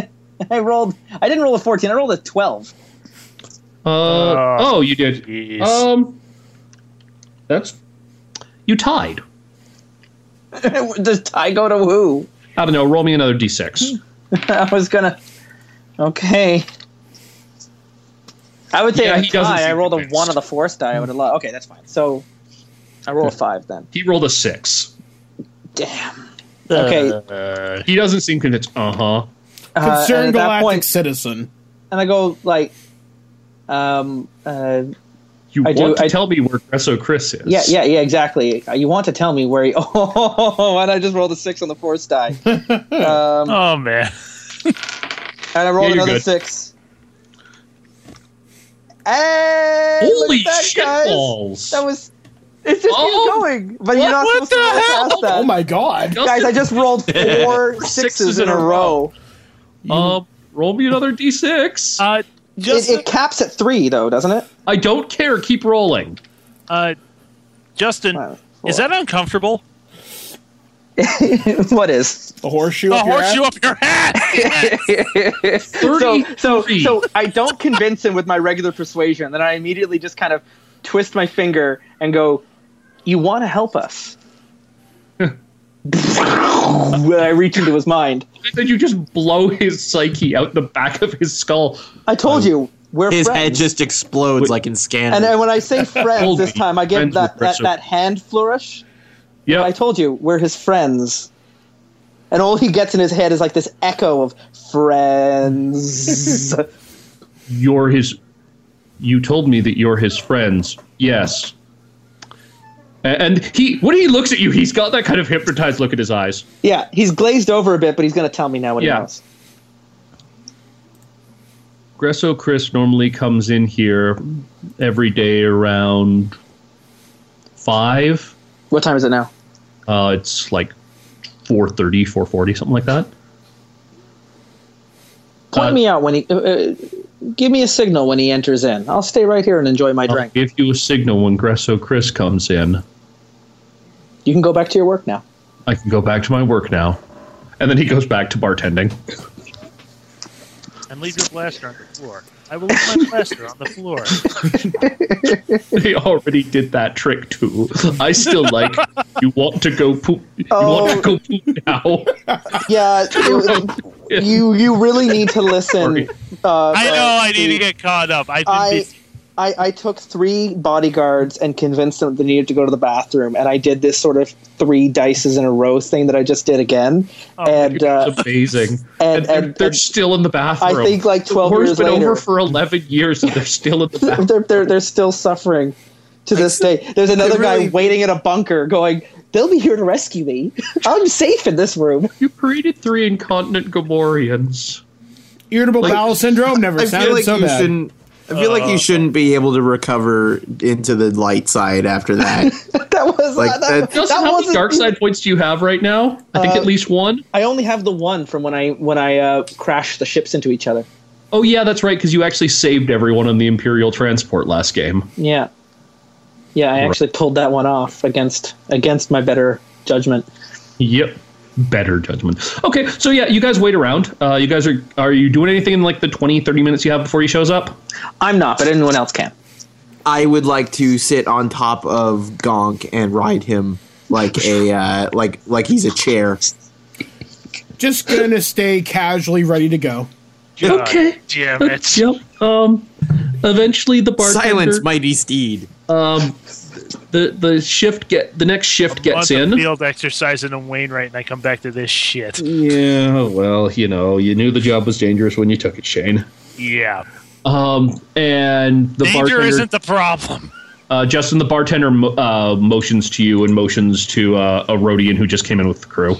[SPEAKER 4] I, I rolled. I didn't roll a fourteen. I rolled a twelve.
[SPEAKER 2] Uh, oh, you did.
[SPEAKER 6] jeez.
[SPEAKER 2] Um, that's you tied.
[SPEAKER 4] Does tie go to who?
[SPEAKER 2] I don't know. Roll me another
[SPEAKER 4] Hmm.
[SPEAKER 2] d6.
[SPEAKER 4] I was gonna. Okay. I would say
[SPEAKER 2] Yeah,
[SPEAKER 4] a
[SPEAKER 2] he doesn't
[SPEAKER 4] tie. I
[SPEAKER 2] seem
[SPEAKER 4] rolled a
[SPEAKER 2] convinced.
[SPEAKER 4] one on the force die. I would have loved. Okay, that's fine. So I roll a five then.
[SPEAKER 2] He rolled a six.
[SPEAKER 4] Damn. Okay.
[SPEAKER 2] Uh, he doesn't seem convinced. Uh huh.
[SPEAKER 4] uh, and
[SPEAKER 3] Concerned
[SPEAKER 4] at that
[SPEAKER 3] galactic
[SPEAKER 4] point,
[SPEAKER 3] citizen.
[SPEAKER 4] and I go like, um, uh,
[SPEAKER 2] You
[SPEAKER 4] I do-
[SPEAKER 2] want to
[SPEAKER 4] I-
[SPEAKER 2] tell me where Gresso Chris is?
[SPEAKER 4] yeah, yeah, yeah, exactly. You want to tell me where? He, oh, and I just rolled a six on the force die, and
[SPEAKER 6] Oh man.
[SPEAKER 4] I rolled
[SPEAKER 2] Oh, Yeah, you're
[SPEAKER 4] another
[SPEAKER 2] good.
[SPEAKER 4] six. Hey,
[SPEAKER 2] Holy
[SPEAKER 4] look at that,
[SPEAKER 2] shit
[SPEAKER 4] guys.
[SPEAKER 2] balls!
[SPEAKER 4] That was. It just
[SPEAKER 2] Oh.
[SPEAKER 4] keeps going, but you're not
[SPEAKER 2] What
[SPEAKER 4] supposed to
[SPEAKER 2] the
[SPEAKER 4] roll
[SPEAKER 2] hell?
[SPEAKER 4] past that.
[SPEAKER 3] Oh my god.
[SPEAKER 4] Guys, I just rolled four sixes
[SPEAKER 2] Sixes
[SPEAKER 4] in a row.
[SPEAKER 2] Um, roll me another d6.
[SPEAKER 6] Uh,
[SPEAKER 4] It,
[SPEAKER 6] just
[SPEAKER 4] it caps at three, though, doesn't it?
[SPEAKER 2] I don't care. Keep rolling.
[SPEAKER 6] Uh, Justin,
[SPEAKER 4] Wow,
[SPEAKER 6] is that uncomfortable?
[SPEAKER 4] what is?
[SPEAKER 3] The horseshoe.
[SPEAKER 6] A
[SPEAKER 3] up your
[SPEAKER 6] horseshoe
[SPEAKER 3] ass?
[SPEAKER 6] up your hat.
[SPEAKER 4] So, so,
[SPEAKER 2] 33.
[SPEAKER 4] so I don't convince him with my regular persuasion. Then I immediately just kind of twist my finger and go, "You want to help us?" When I reach into his mind.
[SPEAKER 2] Then you just blow his psyche out the back of his skull.
[SPEAKER 4] I told you we're
[SPEAKER 5] His
[SPEAKER 4] friends.
[SPEAKER 5] head just explodes like in
[SPEAKER 4] and,
[SPEAKER 5] Scanner.
[SPEAKER 4] and when I say friends
[SPEAKER 2] Told
[SPEAKER 4] this
[SPEAKER 2] me.
[SPEAKER 4] time, I give
[SPEAKER 2] Friends
[SPEAKER 4] that,
[SPEAKER 2] with
[SPEAKER 4] that,
[SPEAKER 2] Richard.
[SPEAKER 4] that hand flourish.
[SPEAKER 2] Yeah.
[SPEAKER 4] I told you, we're his friends. And all he gets in his head is like this echo of friends.
[SPEAKER 2] you're his you told me that you're his friends yes A- and he when he looks at you he's got that kind of hypnotized look in his eyes
[SPEAKER 4] yeah, he's glazed over a bit, but he's going to tell me now what
[SPEAKER 2] Yeah.
[SPEAKER 4] he knows.
[SPEAKER 2] gresso chris normally comes in here every day around five
[SPEAKER 4] What time is it now?
[SPEAKER 2] uh, it's like 4.30 4.40 something like that
[SPEAKER 4] Point
[SPEAKER 2] Uh,
[SPEAKER 4] me out when he. Uh, uh, give me a signal when he enters in. I'll stay right here and enjoy my
[SPEAKER 2] I'll
[SPEAKER 4] drink.
[SPEAKER 2] give Um, you a signal when Gresso Chris comes in.
[SPEAKER 4] You can go back to your work now.
[SPEAKER 2] I can go back to my work now. And then he goes back to bartending.
[SPEAKER 6] and leave your blaster on the floor. I will leave my blaster on the floor.
[SPEAKER 2] They already did that trick too. I still like you want to go poop you want
[SPEAKER 4] Oh.
[SPEAKER 2] to go poop now.
[SPEAKER 4] Yeah, you you really need to listen. Uh,
[SPEAKER 6] I
[SPEAKER 4] uh,
[SPEAKER 6] know I need to get caught up. I've been
[SPEAKER 4] I,
[SPEAKER 6] busy.
[SPEAKER 4] I, I took three bodyguards and convinced them they needed to go to the bathroom, and I did this sort of three dices in a row thing that I just did again.
[SPEAKER 2] Oh,
[SPEAKER 4] and uh,
[SPEAKER 2] it's amazing.
[SPEAKER 4] and-
[SPEAKER 2] And, they're,
[SPEAKER 4] and-
[SPEAKER 2] they're
[SPEAKER 4] and-
[SPEAKER 2] still in the bathroom.
[SPEAKER 4] I think, like, 12
[SPEAKER 2] the war's
[SPEAKER 4] years
[SPEAKER 2] been
[SPEAKER 4] later-
[SPEAKER 2] over for eleven years and they're still in the bathroom.
[SPEAKER 4] they're, they're they're still suffering to this day. There's another
[SPEAKER 5] really-
[SPEAKER 4] guy waiting in a bunker, going, "They'll be here to rescue me. I'm safe in this room."
[SPEAKER 2] You created three incontinent Gomorians.
[SPEAKER 3] Irritable
[SPEAKER 5] Like-
[SPEAKER 3] bowel syndrome never
[SPEAKER 5] I
[SPEAKER 3] sounded
[SPEAKER 5] feel like
[SPEAKER 3] so
[SPEAKER 5] you
[SPEAKER 3] bad.
[SPEAKER 5] shouldn't. I feel like you shouldn't be able to recover into the light side after that.
[SPEAKER 4] That was
[SPEAKER 5] Like, that-
[SPEAKER 4] that, that,
[SPEAKER 5] Uh,
[SPEAKER 2] Justin, how many
[SPEAKER 4] wasn't-
[SPEAKER 2] dark side points do you have right now? I think at least one.
[SPEAKER 4] I only have the one from when I when I uh, crashed the ships into each other.
[SPEAKER 2] Oh yeah, that's right, because you actually saved everyone on the Imperial transport last game.
[SPEAKER 4] Yeah, yeah, I actually pulled that one off against against my better judgment.
[SPEAKER 2] Yep. Better judgment. Okay, so yeah, you guys wait around. Uh, you guys are are you doing anything in like the 20, 30 minutes you have before he shows up?
[SPEAKER 4] I'm not, but anyone else can.
[SPEAKER 5] I would like to sit on top of Gonk and ride him like a uh, like like he's a chair.
[SPEAKER 3] Just gonna stay casually ready to go.
[SPEAKER 6] God
[SPEAKER 2] okay.
[SPEAKER 6] Damn it.
[SPEAKER 2] Yep. Um eventually the bartender
[SPEAKER 5] Silence, mighty steed.
[SPEAKER 2] um the the shift get the next shift gets
[SPEAKER 6] I'm on the
[SPEAKER 2] in.
[SPEAKER 6] Field exercise in Wainwright, and I come back to this shit.
[SPEAKER 2] Mm. Yeah, well, you know, you knew the job was dangerous when you took it, Shane.
[SPEAKER 6] Yeah,
[SPEAKER 2] Um and the
[SPEAKER 6] danger
[SPEAKER 2] bartender
[SPEAKER 6] isn't the problem.
[SPEAKER 2] uh, Justin the bartender mo- uh, motions to you and motions to uh, a Rhodian who just came in with the crew.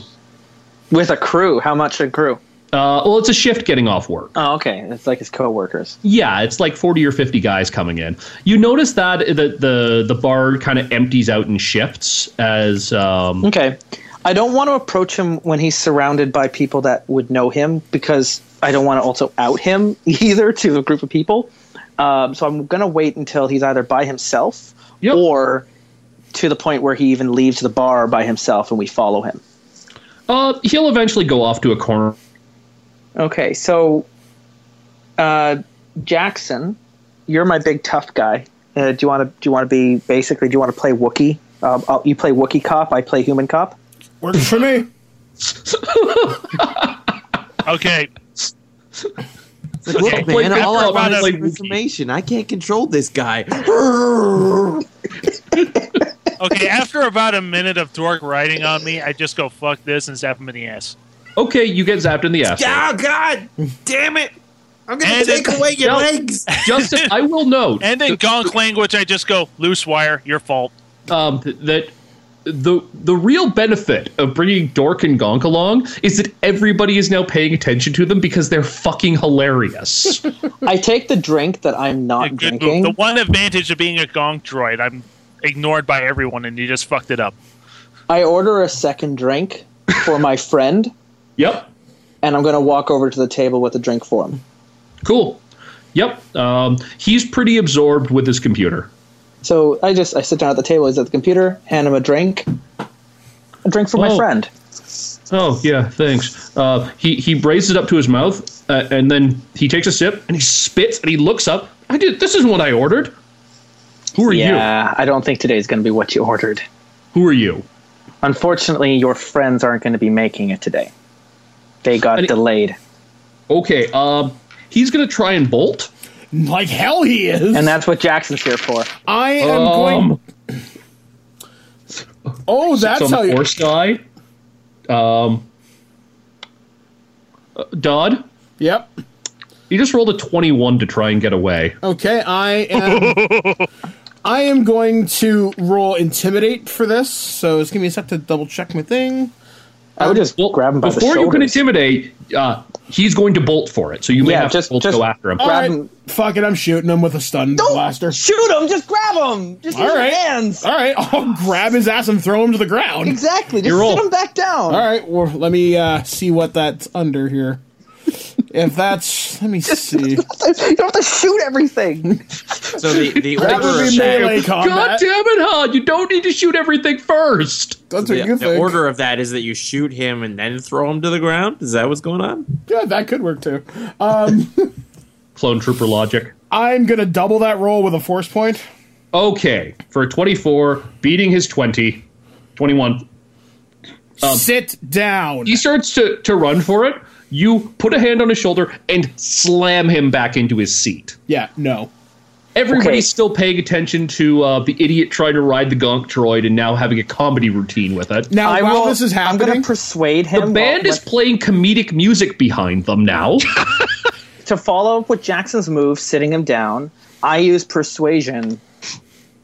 [SPEAKER 4] With a crew, how much a crew?
[SPEAKER 2] Uh, well, it's a shift getting off work.
[SPEAKER 4] Oh, okay, it's like his coworkers.
[SPEAKER 2] Yeah, it's like forty or fifty guys coming in. You notice that the the, the bar kind of empties out in shifts as um,
[SPEAKER 4] Okay, I don't want to approach him when he's surrounded by people that would know him because I don't want to also out him either to a group of people. Um, so I'm gonna wait until he's either by himself
[SPEAKER 2] Yep.
[SPEAKER 4] or to the point where he even leaves the bar by himself and we follow him.
[SPEAKER 2] uh, he'll eventually go off to a corner.
[SPEAKER 4] Okay, so uh, Jackson, you're my big tough guy. Uh, do you want to? Do you want to be basically? Do you want to play Wookie? Um, I'll- you play Wookie cop. I play human cop.
[SPEAKER 3] Works for me.
[SPEAKER 6] Okay,
[SPEAKER 5] Look,
[SPEAKER 2] Play
[SPEAKER 5] man, all I
[SPEAKER 6] Pepper
[SPEAKER 5] want
[SPEAKER 6] on
[SPEAKER 5] is
[SPEAKER 6] a
[SPEAKER 5] like
[SPEAKER 6] Wookiee.
[SPEAKER 5] information. I can't control this guy.
[SPEAKER 6] okay. After about a minute of Dork riding on me, I just go fuck this and zap him in the ass.
[SPEAKER 2] Okay, you get zapped in the ass.
[SPEAKER 5] Oh God, damn it! I'm gonna
[SPEAKER 6] And
[SPEAKER 5] take
[SPEAKER 6] it-
[SPEAKER 5] away your
[SPEAKER 2] no.
[SPEAKER 5] legs.
[SPEAKER 2] Justin, I will note
[SPEAKER 6] And in gonk language, I just go loose wire. Your fault.
[SPEAKER 2] um, that the the real benefit of bringing Dork and Gonk along is that everybody is now paying attention to them because they're fucking hilarious.
[SPEAKER 4] I take the drink that I'm
[SPEAKER 6] A
[SPEAKER 4] not
[SPEAKER 6] good move.
[SPEAKER 4] drinking.
[SPEAKER 6] The one advantage of being a gonk droid, I'm ignored by everyone, and you just fucked it up.
[SPEAKER 4] I order a second drink for my friend,
[SPEAKER 2] yep.
[SPEAKER 4] and I'm going to walk over to the table with a drink for him.
[SPEAKER 2] Cool. Yep. Um, he's pretty absorbed with his computer.
[SPEAKER 4] So I just I sit down at the table. He's at the computer. Hand him a drink. A drink for my
[SPEAKER 2] Oh.
[SPEAKER 4] friend.
[SPEAKER 2] Oh yeah, thanks. Uh, he he braids it up to his mouth, uh, and then he takes a sip, and he spits, and he looks up. I did. This isn't what I ordered. Who are you?
[SPEAKER 4] Yeah, I don't think today's going to be what you ordered.
[SPEAKER 2] Who are you?
[SPEAKER 4] Unfortunately, your friends aren't going to be making it today. They got
[SPEAKER 2] And it-
[SPEAKER 4] delayed,
[SPEAKER 2] Okay. Um, he's gonna try and bolt.
[SPEAKER 3] Like hell he is.
[SPEAKER 4] and that's what Jackson's here for.
[SPEAKER 3] I am going.
[SPEAKER 2] Um,
[SPEAKER 3] Oh,
[SPEAKER 2] so
[SPEAKER 3] that's
[SPEAKER 2] on
[SPEAKER 3] how
[SPEAKER 2] the
[SPEAKER 3] you.
[SPEAKER 2] force die. Um, uh, Dodd,
[SPEAKER 3] Yep.
[SPEAKER 2] you just rolled a twenty-one to try and get away.
[SPEAKER 3] Okay, I am. I am going to roll intimidate for this. So it's gonna be a sec to double check my thing.
[SPEAKER 4] I would just
[SPEAKER 2] Well,
[SPEAKER 4] grab him by the
[SPEAKER 2] before
[SPEAKER 4] shoulders.
[SPEAKER 2] you can intimidate, uh, he's going to bolt for it. So you may
[SPEAKER 4] Yeah,
[SPEAKER 2] have
[SPEAKER 4] just-
[SPEAKER 2] to bolt
[SPEAKER 4] just-
[SPEAKER 2] go after him.
[SPEAKER 3] All right,
[SPEAKER 4] him.
[SPEAKER 3] fuck it. I'm shooting him with a stun Oh, blaster.
[SPEAKER 4] Shoot him! Just grab him! Just
[SPEAKER 3] All
[SPEAKER 4] use
[SPEAKER 3] right.
[SPEAKER 4] your hands!
[SPEAKER 3] All right, I'll grab his ass and throw him to the ground.
[SPEAKER 4] Exactly. Just
[SPEAKER 2] You're
[SPEAKER 4] sit
[SPEAKER 2] old.
[SPEAKER 4] him back down.
[SPEAKER 3] All right, well, let me uh, see what that's under here. If that's let me see.
[SPEAKER 4] You don't have to shoot everything.
[SPEAKER 5] So the, the
[SPEAKER 3] That
[SPEAKER 5] order
[SPEAKER 3] would
[SPEAKER 5] of
[SPEAKER 3] be
[SPEAKER 5] that,
[SPEAKER 3] melee
[SPEAKER 2] God
[SPEAKER 3] combat.
[SPEAKER 2] damn it, Han! You don't need to shoot everything first.
[SPEAKER 3] That's what
[SPEAKER 5] the,
[SPEAKER 3] you
[SPEAKER 5] the
[SPEAKER 3] think.
[SPEAKER 5] order of that is that you shoot him and then throw him to the ground. Is that what's going on?
[SPEAKER 3] Yeah, that could work too.
[SPEAKER 2] Clone trooper logic.
[SPEAKER 3] I'm gonna double that roll with a force point.
[SPEAKER 2] Okay, for a 24, beating his 20, 21.
[SPEAKER 3] Sit down.
[SPEAKER 2] He starts to, to run for it. You put a hand on his shoulder and slam him back into his seat.
[SPEAKER 3] Yeah, no.
[SPEAKER 2] Everybody's
[SPEAKER 4] Okay.
[SPEAKER 2] still paying attention to uh, the idiot trying to ride the gonk droid and now having a comedy routine with it.
[SPEAKER 3] Now
[SPEAKER 4] I
[SPEAKER 3] while
[SPEAKER 4] will,
[SPEAKER 3] this is
[SPEAKER 4] I'm
[SPEAKER 3] happening,
[SPEAKER 4] going to persuade him.
[SPEAKER 2] the
[SPEAKER 4] while-
[SPEAKER 2] band is playing comedic music behind them now.
[SPEAKER 4] to follow up with Jackson's move, sitting him down, I use persuasion,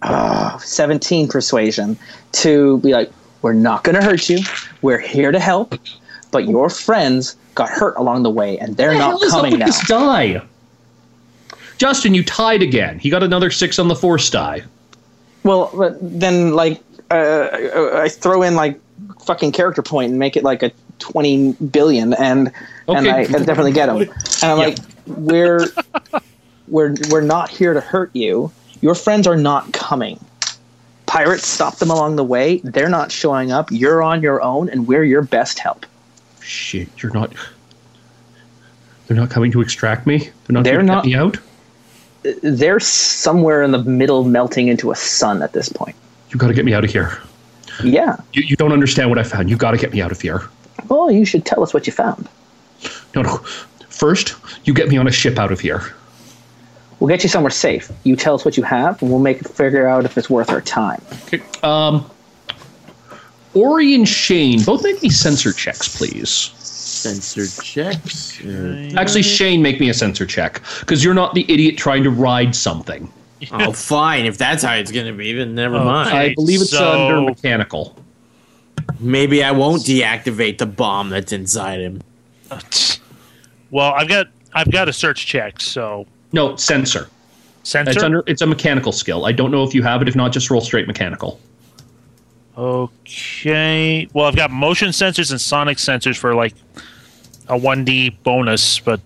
[SPEAKER 4] ah, 17 persuasion, to be like, we're not going to hurt you. We're here to help. But your friends got hurt along the way, and they're
[SPEAKER 2] hell
[SPEAKER 4] not
[SPEAKER 2] is up
[SPEAKER 4] coming
[SPEAKER 2] with
[SPEAKER 4] now.
[SPEAKER 2] This die. Justin, you tied again. He got another six on the force die.
[SPEAKER 4] Well, but then, like, uh, I throw in, like, fucking character point and make it, like, a 20 billion, and, and
[SPEAKER 2] Okay.
[SPEAKER 4] I, I definitely get him. And I'm like, we're, we're, we're not here to hurt you. Your friends are not coming. Pirates stopped them along the way. They're not showing up. You're on your own, and we're your best help.
[SPEAKER 2] Shit, you're not. They're not coming to extract me. They're not.
[SPEAKER 4] They're
[SPEAKER 2] going to
[SPEAKER 4] not-
[SPEAKER 2] Get me out.
[SPEAKER 4] They're somewhere in the middle, melting into a sun at this point.
[SPEAKER 2] You got to get me out of here.
[SPEAKER 4] Yeah.
[SPEAKER 2] You, you don't understand what I found. You got to get me out of here.
[SPEAKER 4] Well, you should tell us what you found.
[SPEAKER 2] No, no. First, you get me on a ship out of here.
[SPEAKER 4] We'll get you somewhere safe. You tell us what you have, and we'll make figure out if it's worth our time.
[SPEAKER 2] Okay. Um, Ori and Shane, both make me sensor checks, please.
[SPEAKER 5] Censored checks.
[SPEAKER 2] Actually,
[SPEAKER 6] Mm.
[SPEAKER 2] Shane, make me a sensor check because you're not the idiot trying to ride something.
[SPEAKER 5] Oh, fine. If that's how it's going to be, then never
[SPEAKER 6] Okay.
[SPEAKER 4] Oh,
[SPEAKER 5] mind.
[SPEAKER 2] I believe it's
[SPEAKER 6] so-
[SPEAKER 2] under mechanical.
[SPEAKER 5] Maybe I won't deactivate the bomb that's inside him.
[SPEAKER 6] Well, I've got I've got a search check, so
[SPEAKER 2] No, sensor.
[SPEAKER 6] sensor.
[SPEAKER 2] It's under. It's a mechanical skill. I don't know if you have it. If not, just roll straight mechanical.
[SPEAKER 6] okay. Well, I've got motion sensors and sonic sensors for like a one D bonus, but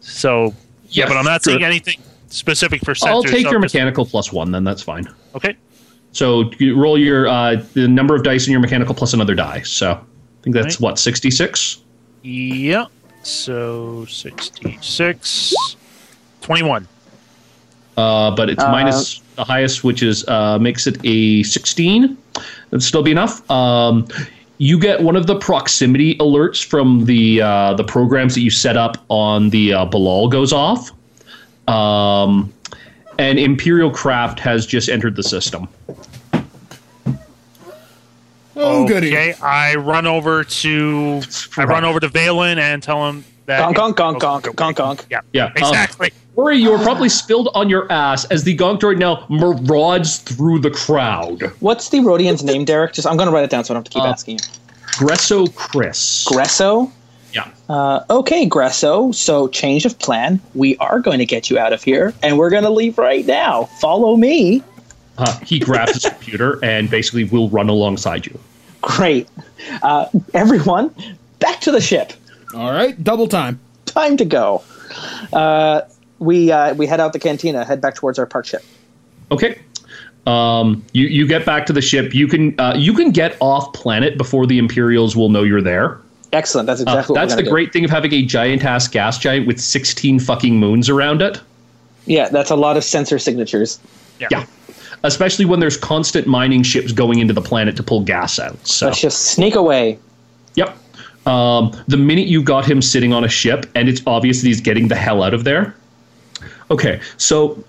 [SPEAKER 6] so yeah,
[SPEAKER 2] Yes,
[SPEAKER 6] but I'm not
[SPEAKER 2] sure.
[SPEAKER 6] seeing anything specific for sensors.
[SPEAKER 2] I'll take
[SPEAKER 6] so
[SPEAKER 2] your
[SPEAKER 6] I'm just-
[SPEAKER 2] mechanical plus one. Then that's fine.
[SPEAKER 6] Okay.
[SPEAKER 2] So you roll your uh, the number of dice in your mechanical plus another die. So I think that's
[SPEAKER 6] Right.
[SPEAKER 2] what sixty six.
[SPEAKER 6] Yeah. So 66. 21.
[SPEAKER 2] Uh, but it's minus the highest, which is uh, makes it a sixteen. That'd still be enough. Um, you get one of the proximity alerts from the uh, the programs that you set up on the uh, Balal goes off. Um, and Imperial Craft has just entered the system.
[SPEAKER 3] oh goody.
[SPEAKER 6] Okay, I run over to I run over to Valen and tell him that
[SPEAKER 2] Uh,
[SPEAKER 4] Gonk, gonk, gonk, gonk, gonk, gonk.
[SPEAKER 6] Yeah.
[SPEAKER 2] Yeah, um,
[SPEAKER 6] Exactly.
[SPEAKER 2] Worry, you were probably spilled on your ass as the gonk droid now marauds through the crowd.
[SPEAKER 4] What's the Rodian's name, Derek? Just I'm going to write it down so I don't have to
[SPEAKER 2] Uh,
[SPEAKER 4] keep asking you.
[SPEAKER 2] Gresso Chris.
[SPEAKER 4] Gresso?
[SPEAKER 2] yeah.
[SPEAKER 4] Uh, okay, Gresso. So, change of plan. We are going to get you out of here, and we're going to leave right now. Follow me.
[SPEAKER 2] Uh, he grabs his computer and basically will run alongside you.
[SPEAKER 4] Great. Uh, everyone, back to the ship.
[SPEAKER 3] All right, double time.
[SPEAKER 4] Time to go. Uh, we uh, we head out the cantina, head back towards our park ship.
[SPEAKER 2] Okay. Um, you, you get back to the ship. You can uh, you can get off planet before the Imperials will know you're there.
[SPEAKER 4] Excellent. That's
[SPEAKER 2] Uh,
[SPEAKER 4] exactly what
[SPEAKER 2] that's
[SPEAKER 4] we're
[SPEAKER 2] the
[SPEAKER 4] gonna do.
[SPEAKER 2] great thing of having a giant ass gas giant with 16 fucking moons around it.
[SPEAKER 4] Yeah, that's a lot of sensor signatures.
[SPEAKER 2] Yeah. Especially when there's constant mining ships going into the planet to pull gas out. So
[SPEAKER 4] Let's just sneak away.
[SPEAKER 2] Yep. Um, the minute you got him sitting on a ship, and it's obvious that he's getting the hell out of there. Okay, so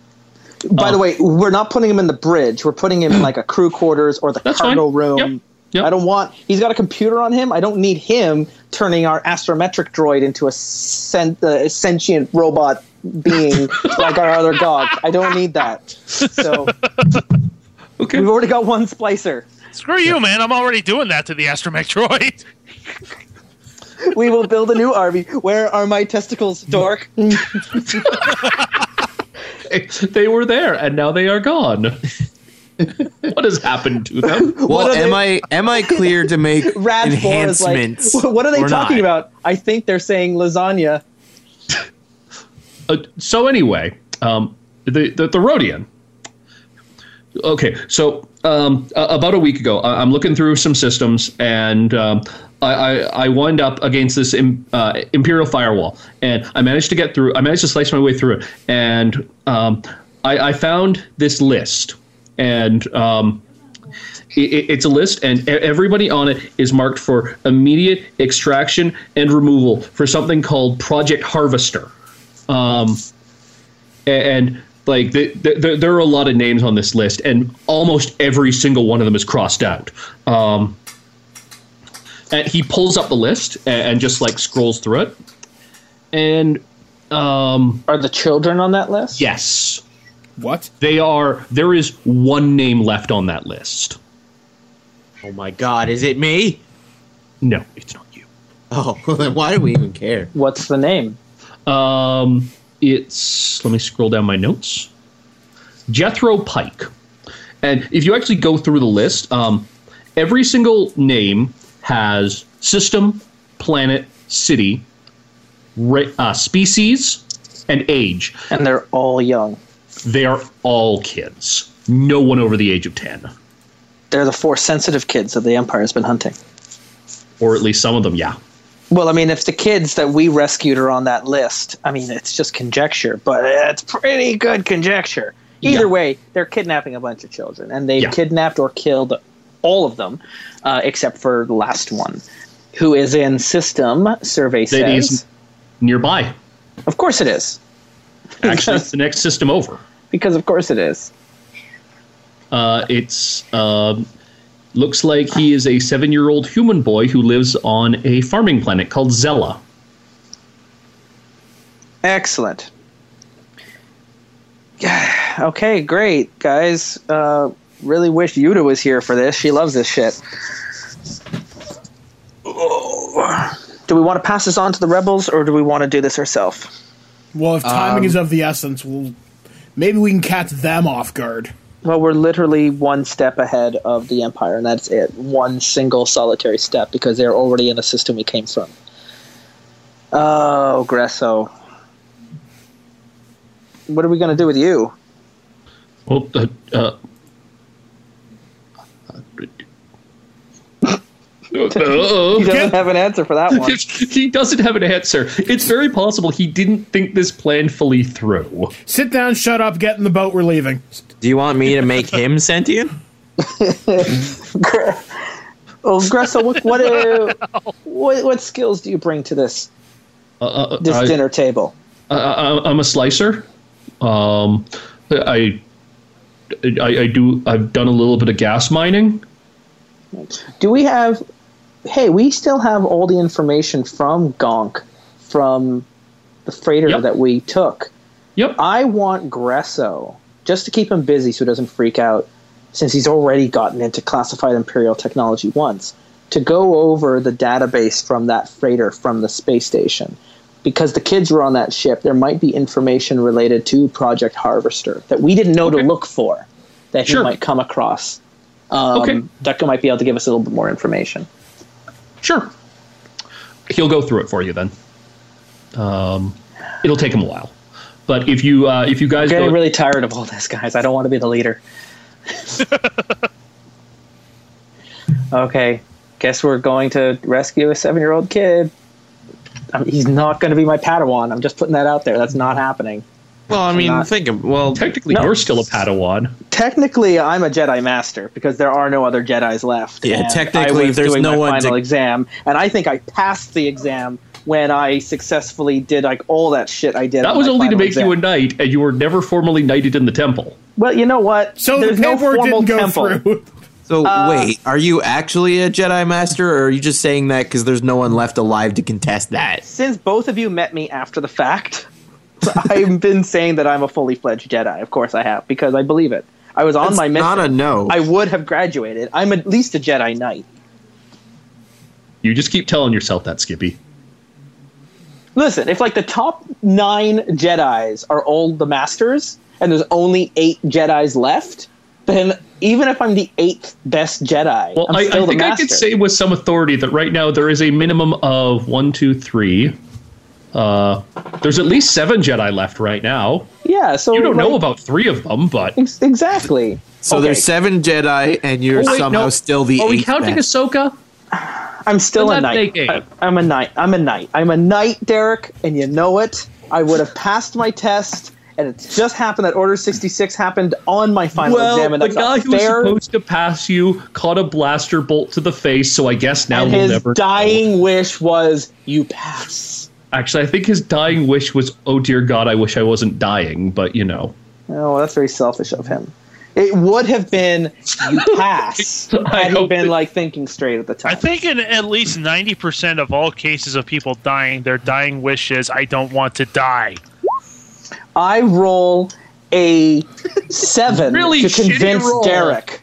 [SPEAKER 4] By
[SPEAKER 2] Oh.
[SPEAKER 4] the way, we're not putting him in the bridge. We're putting him in like a crew quarters or the
[SPEAKER 2] That's
[SPEAKER 4] cargo
[SPEAKER 2] fine.
[SPEAKER 4] room.
[SPEAKER 2] Yep. Yep.
[SPEAKER 4] I don't want. He's got a computer on him. I don't need him turning our astrometric droid into a sen- uh, sentient robot being like our other dog. I don't need that. So
[SPEAKER 2] okay,
[SPEAKER 4] we've already got one splicer.
[SPEAKER 6] Screw you, man. I'm already doing that to the astromech droid.
[SPEAKER 4] We will build a new army. Where are my testicles, dork?
[SPEAKER 2] they were there, and now they are gone. what has happened to them?
[SPEAKER 5] Well,
[SPEAKER 4] are
[SPEAKER 5] am
[SPEAKER 4] they-
[SPEAKER 5] I am I clear to make
[SPEAKER 4] Rad Four is like,
[SPEAKER 5] enhancements?
[SPEAKER 4] what are they
[SPEAKER 5] or
[SPEAKER 4] talking
[SPEAKER 5] not?
[SPEAKER 4] about? I think they're saying lasagna.
[SPEAKER 2] uh, so anyway, um, the, the the Rodian. Okay, so um, a- about a week ago, I- I'm looking through some systems, and um, I-, I I wind up against this im- uh, Imperial firewall, and I managed to get through. I managed to slice my way through it, and um, I-, I found this list, and. Um, i- i- it's a list, and e- everybody on it is marked for immediate extraction and removal for something called Project Harvester. Um, a- and like the, the, the, there are a lot of names on this list, and almost every single one of them is crossed out. Um, and he pulls up the list a- and, just like scrolls through it, and um,
[SPEAKER 4] Are the children on that list?
[SPEAKER 2] yes,
[SPEAKER 3] What?
[SPEAKER 2] they are. There is one name left on that list.
[SPEAKER 5] Oh my god, is it me?
[SPEAKER 2] No, it's not you.
[SPEAKER 5] Oh, then why do we even care?
[SPEAKER 4] What's the name?
[SPEAKER 2] Um, it's let me scroll down my notes. Jethro Pike, and if you actually go through the list, um, every single name has system, planet, city, ra- uh, species, and age.
[SPEAKER 4] And they're all young.
[SPEAKER 2] They are all kids. No one over the age of ten,
[SPEAKER 4] They're the four sensitive kids that the Empire's been hunting.
[SPEAKER 2] or at least some of them. Yeah.
[SPEAKER 4] Well, I mean, if the kids that we rescued are on that list, I mean, it's just conjecture, but it's pretty good conjecture. Either
[SPEAKER 2] Yeah.
[SPEAKER 4] way, they're kidnapping a bunch of children, and they've
[SPEAKER 2] Yeah.
[SPEAKER 4] kidnapped or killed all of them, uh, except for the last one, who is in system survey
[SPEAKER 2] That
[SPEAKER 4] says.
[SPEAKER 2] is nearby.
[SPEAKER 4] Of course it is,
[SPEAKER 2] Actually, it's the next system over.
[SPEAKER 4] because of course it is.
[SPEAKER 2] Uh, it's um, looks like he is a seven-year-old human boy who lives on a farming planet called Zella.
[SPEAKER 4] Excellent. Yeah. Okay, great, guys. Uh, really wish Yuta was here for this. She loves this shit. Oh. Do we want to pass this on to the rebels, or do we want to do this ourselves?
[SPEAKER 3] Well, if timing is of the essence, we'll maybe we can catch them off guard.
[SPEAKER 4] Well, we're literally one step ahead of the Empire, and that's it. One single solitary step because they're already in the system we came from. Oh, Gresso. What are we going to do with you?
[SPEAKER 2] Well, uh, uh,
[SPEAKER 4] He doesn't
[SPEAKER 2] Uh-oh.
[SPEAKER 4] have an answer for that one.
[SPEAKER 2] he doesn't have an answer. It's very possible he didn't think this plan fully through.
[SPEAKER 3] Sit down, shut up, get in the boat. We're leaving.
[SPEAKER 5] Do you want me to make him sentient?
[SPEAKER 4] Well, Gresso, Oh, what what, uh, what what skills do you bring to this
[SPEAKER 2] Uh, uh,
[SPEAKER 4] this
[SPEAKER 2] I-
[SPEAKER 4] dinner table?
[SPEAKER 2] I, I, Uh, I'm a slicer. Um, I, I, I do. I've done a little bit of gas mining.
[SPEAKER 4] Do we have? Hey, we still have all the information from Gonk, from the freighter
[SPEAKER 2] Yep.
[SPEAKER 4] that we took.
[SPEAKER 2] Yep.
[SPEAKER 4] I want Gresso just to keep him busy so he doesn't freak out, since he's already gotten into classified Imperial technology once, to go over the database from that freighter from the space station. Because the kids were on that ship, there might be information related to Project Harvester that we didn't know to look for that
[SPEAKER 2] Sure.
[SPEAKER 4] he might come across. Um,
[SPEAKER 2] Okay.
[SPEAKER 4] That might be able to give us a little bit more information.
[SPEAKER 2] Sure. He'll go through it for you then. Um, it'll take him a while, but if you uh, if you guys
[SPEAKER 4] I'm
[SPEAKER 2] go,
[SPEAKER 4] getting really tired of all this, guys. I don't want to be the leader. okay, guess we're going to rescue a seven-year-old kid. Um, he's not going to be my Padawan. I'm just putting that out there. That's not happening.
[SPEAKER 5] Well, I mean,
[SPEAKER 4] not-
[SPEAKER 5] think of well,
[SPEAKER 2] technically
[SPEAKER 4] No.
[SPEAKER 2] you're still a Padawan.
[SPEAKER 4] Technically, I'm a Jedi Master because there are no other Jedi's left.
[SPEAKER 5] Yeah,
[SPEAKER 4] and
[SPEAKER 5] technically,
[SPEAKER 4] I was
[SPEAKER 5] there's
[SPEAKER 4] doing
[SPEAKER 5] no
[SPEAKER 4] my
[SPEAKER 5] one
[SPEAKER 4] final
[SPEAKER 5] to-
[SPEAKER 4] exam, and I think I passed the exam when I successfully did like all that shit I did.
[SPEAKER 2] That
[SPEAKER 4] on
[SPEAKER 2] was
[SPEAKER 4] my
[SPEAKER 2] only to
[SPEAKER 4] final
[SPEAKER 2] make
[SPEAKER 4] exam.
[SPEAKER 2] you a knight, and you were never formally knighted in the temple.
[SPEAKER 4] well, you know what?
[SPEAKER 3] So
[SPEAKER 4] there's
[SPEAKER 3] the
[SPEAKER 4] no
[SPEAKER 3] paperwork
[SPEAKER 4] formal
[SPEAKER 3] didn't go
[SPEAKER 4] temple.
[SPEAKER 3] through.
[SPEAKER 5] so wait, are you actually a Jedi Master, or are you just saying that because there's no one left alive to contest that?
[SPEAKER 4] since both of you met me after the fact, I've been saying that I'm a fully fledged Jedi. Of course, I have because I believe it. I was on
[SPEAKER 5] That's
[SPEAKER 4] my mission.
[SPEAKER 5] not a no.
[SPEAKER 4] I would have graduated. I'm at least a Jedi Knight.
[SPEAKER 2] You just keep telling yourself that, Skippy.
[SPEAKER 4] Listen, if like the top nine Jedi's are all the masters, and there's only eight Jedi's left, then even if I'm the eighth best Jedi,
[SPEAKER 2] Well,
[SPEAKER 4] I'm
[SPEAKER 2] I,
[SPEAKER 4] still
[SPEAKER 2] I
[SPEAKER 4] the
[SPEAKER 2] think I
[SPEAKER 4] master.
[SPEAKER 2] could say with some authority that right now there is a minimum of one, two, three, Uh, there's at least seven Jedi left right now.
[SPEAKER 4] Yeah, so
[SPEAKER 2] You don't know
[SPEAKER 4] like,
[SPEAKER 2] about three of them, but
[SPEAKER 4] ex- exactly.
[SPEAKER 5] So
[SPEAKER 4] Okay.
[SPEAKER 5] there's seven Jedi, and you're
[SPEAKER 2] Oh, wait,
[SPEAKER 5] somehow
[SPEAKER 2] no.
[SPEAKER 5] still the.
[SPEAKER 2] are we
[SPEAKER 5] eighth
[SPEAKER 2] counting
[SPEAKER 5] man.
[SPEAKER 2] Ahsoka?
[SPEAKER 4] I'm still
[SPEAKER 2] Well, that
[SPEAKER 4] a knight.
[SPEAKER 2] make eight.
[SPEAKER 4] I, I'm a knight. I'm a knight. I'm a knight, Derek, and you know it. I would have passed my test, and it's just happened that Order 66 happened on my final
[SPEAKER 2] Well,
[SPEAKER 4] exam, and
[SPEAKER 2] the
[SPEAKER 4] that's
[SPEAKER 2] guy
[SPEAKER 4] not
[SPEAKER 2] who was
[SPEAKER 4] fair.
[SPEAKER 2] supposed to pass you caught a blaster bolt to the face, so I guess now
[SPEAKER 4] and
[SPEAKER 2] we'll
[SPEAKER 4] his
[SPEAKER 2] never.
[SPEAKER 4] dying wish was, "You pass."
[SPEAKER 2] Actually, I think his dying wish was, "Oh dear God, I wish I wasn't dying," but you know.
[SPEAKER 4] Oh, that's very selfish of him. It would have been you pass
[SPEAKER 2] I
[SPEAKER 4] had he
[SPEAKER 2] hope
[SPEAKER 4] been
[SPEAKER 2] that-
[SPEAKER 4] like thinking straight at the time.
[SPEAKER 6] I think in at least 90% of all cases of people dying, their dying wish is, I don't want to die.
[SPEAKER 4] I roll a seven
[SPEAKER 2] Really
[SPEAKER 4] to
[SPEAKER 2] shitty
[SPEAKER 4] convince
[SPEAKER 2] roll.
[SPEAKER 4] Derek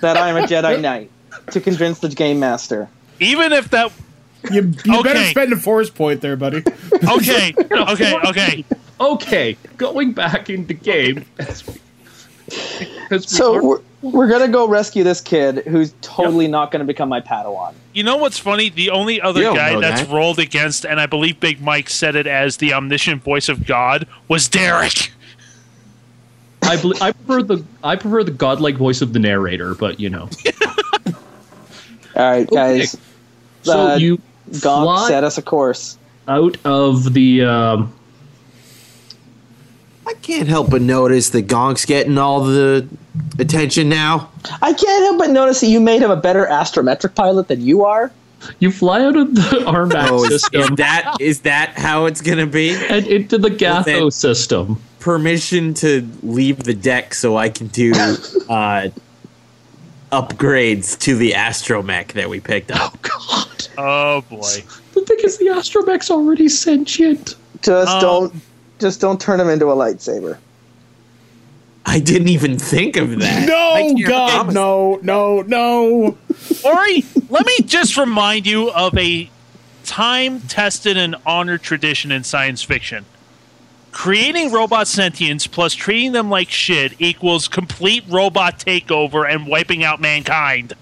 [SPEAKER 4] that I'm a Jedi Knight. To convince the game master.
[SPEAKER 6] Even if that.
[SPEAKER 3] You, you better
[SPEAKER 6] Okay.
[SPEAKER 3] spend a force point there, buddy.
[SPEAKER 6] Okay, okay, okay.
[SPEAKER 2] Okay, going back into game.
[SPEAKER 4] So we're, we're gonna go rescue this kid who's totally not gonna become my Padawan.
[SPEAKER 6] You know what's funny? The only other
[SPEAKER 5] You don't
[SPEAKER 6] guy
[SPEAKER 5] know
[SPEAKER 6] that's
[SPEAKER 5] that.
[SPEAKER 6] rolled against, and I believe Big Mike said it as the omniscient voice of God, was Derek.
[SPEAKER 2] I, bel I prefer the I prefer the godlike voice of the narrator, but you know.
[SPEAKER 4] All right, guys.
[SPEAKER 2] So
[SPEAKER 4] Uh,
[SPEAKER 2] you
[SPEAKER 4] Gonk
[SPEAKER 2] fly
[SPEAKER 4] set us a course.
[SPEAKER 2] out of the. Um,
[SPEAKER 5] I can't help but notice that Gonk's getting all the attention now.
[SPEAKER 4] I can't help but notice that you made him a better astrometric pilot than you are.
[SPEAKER 2] you fly out of the Armac
[SPEAKER 5] Oh, is, is
[SPEAKER 2] system
[SPEAKER 5] that is that how it's gonna be?
[SPEAKER 2] and into the Gatho
[SPEAKER 5] then-
[SPEAKER 2] system.
[SPEAKER 5] Permission to leave the deck so I can do uh, upgrades to the astromech that we picked up.
[SPEAKER 2] God,
[SPEAKER 6] Oh, boy.
[SPEAKER 2] the thing is, the Astromech's already sentient.
[SPEAKER 4] Just
[SPEAKER 6] Um,
[SPEAKER 4] don't just don't turn him into a lightsaber.
[SPEAKER 5] I didn't even think of that. I
[SPEAKER 3] No,
[SPEAKER 5] can't
[SPEAKER 3] God,
[SPEAKER 5] promise-
[SPEAKER 3] no, no, no.
[SPEAKER 6] Ori, let me just remind you of a time tested and honored tradition in science fiction. Creating robot sentience plus treating them like shit equals complete robot takeover and wiping out mankind.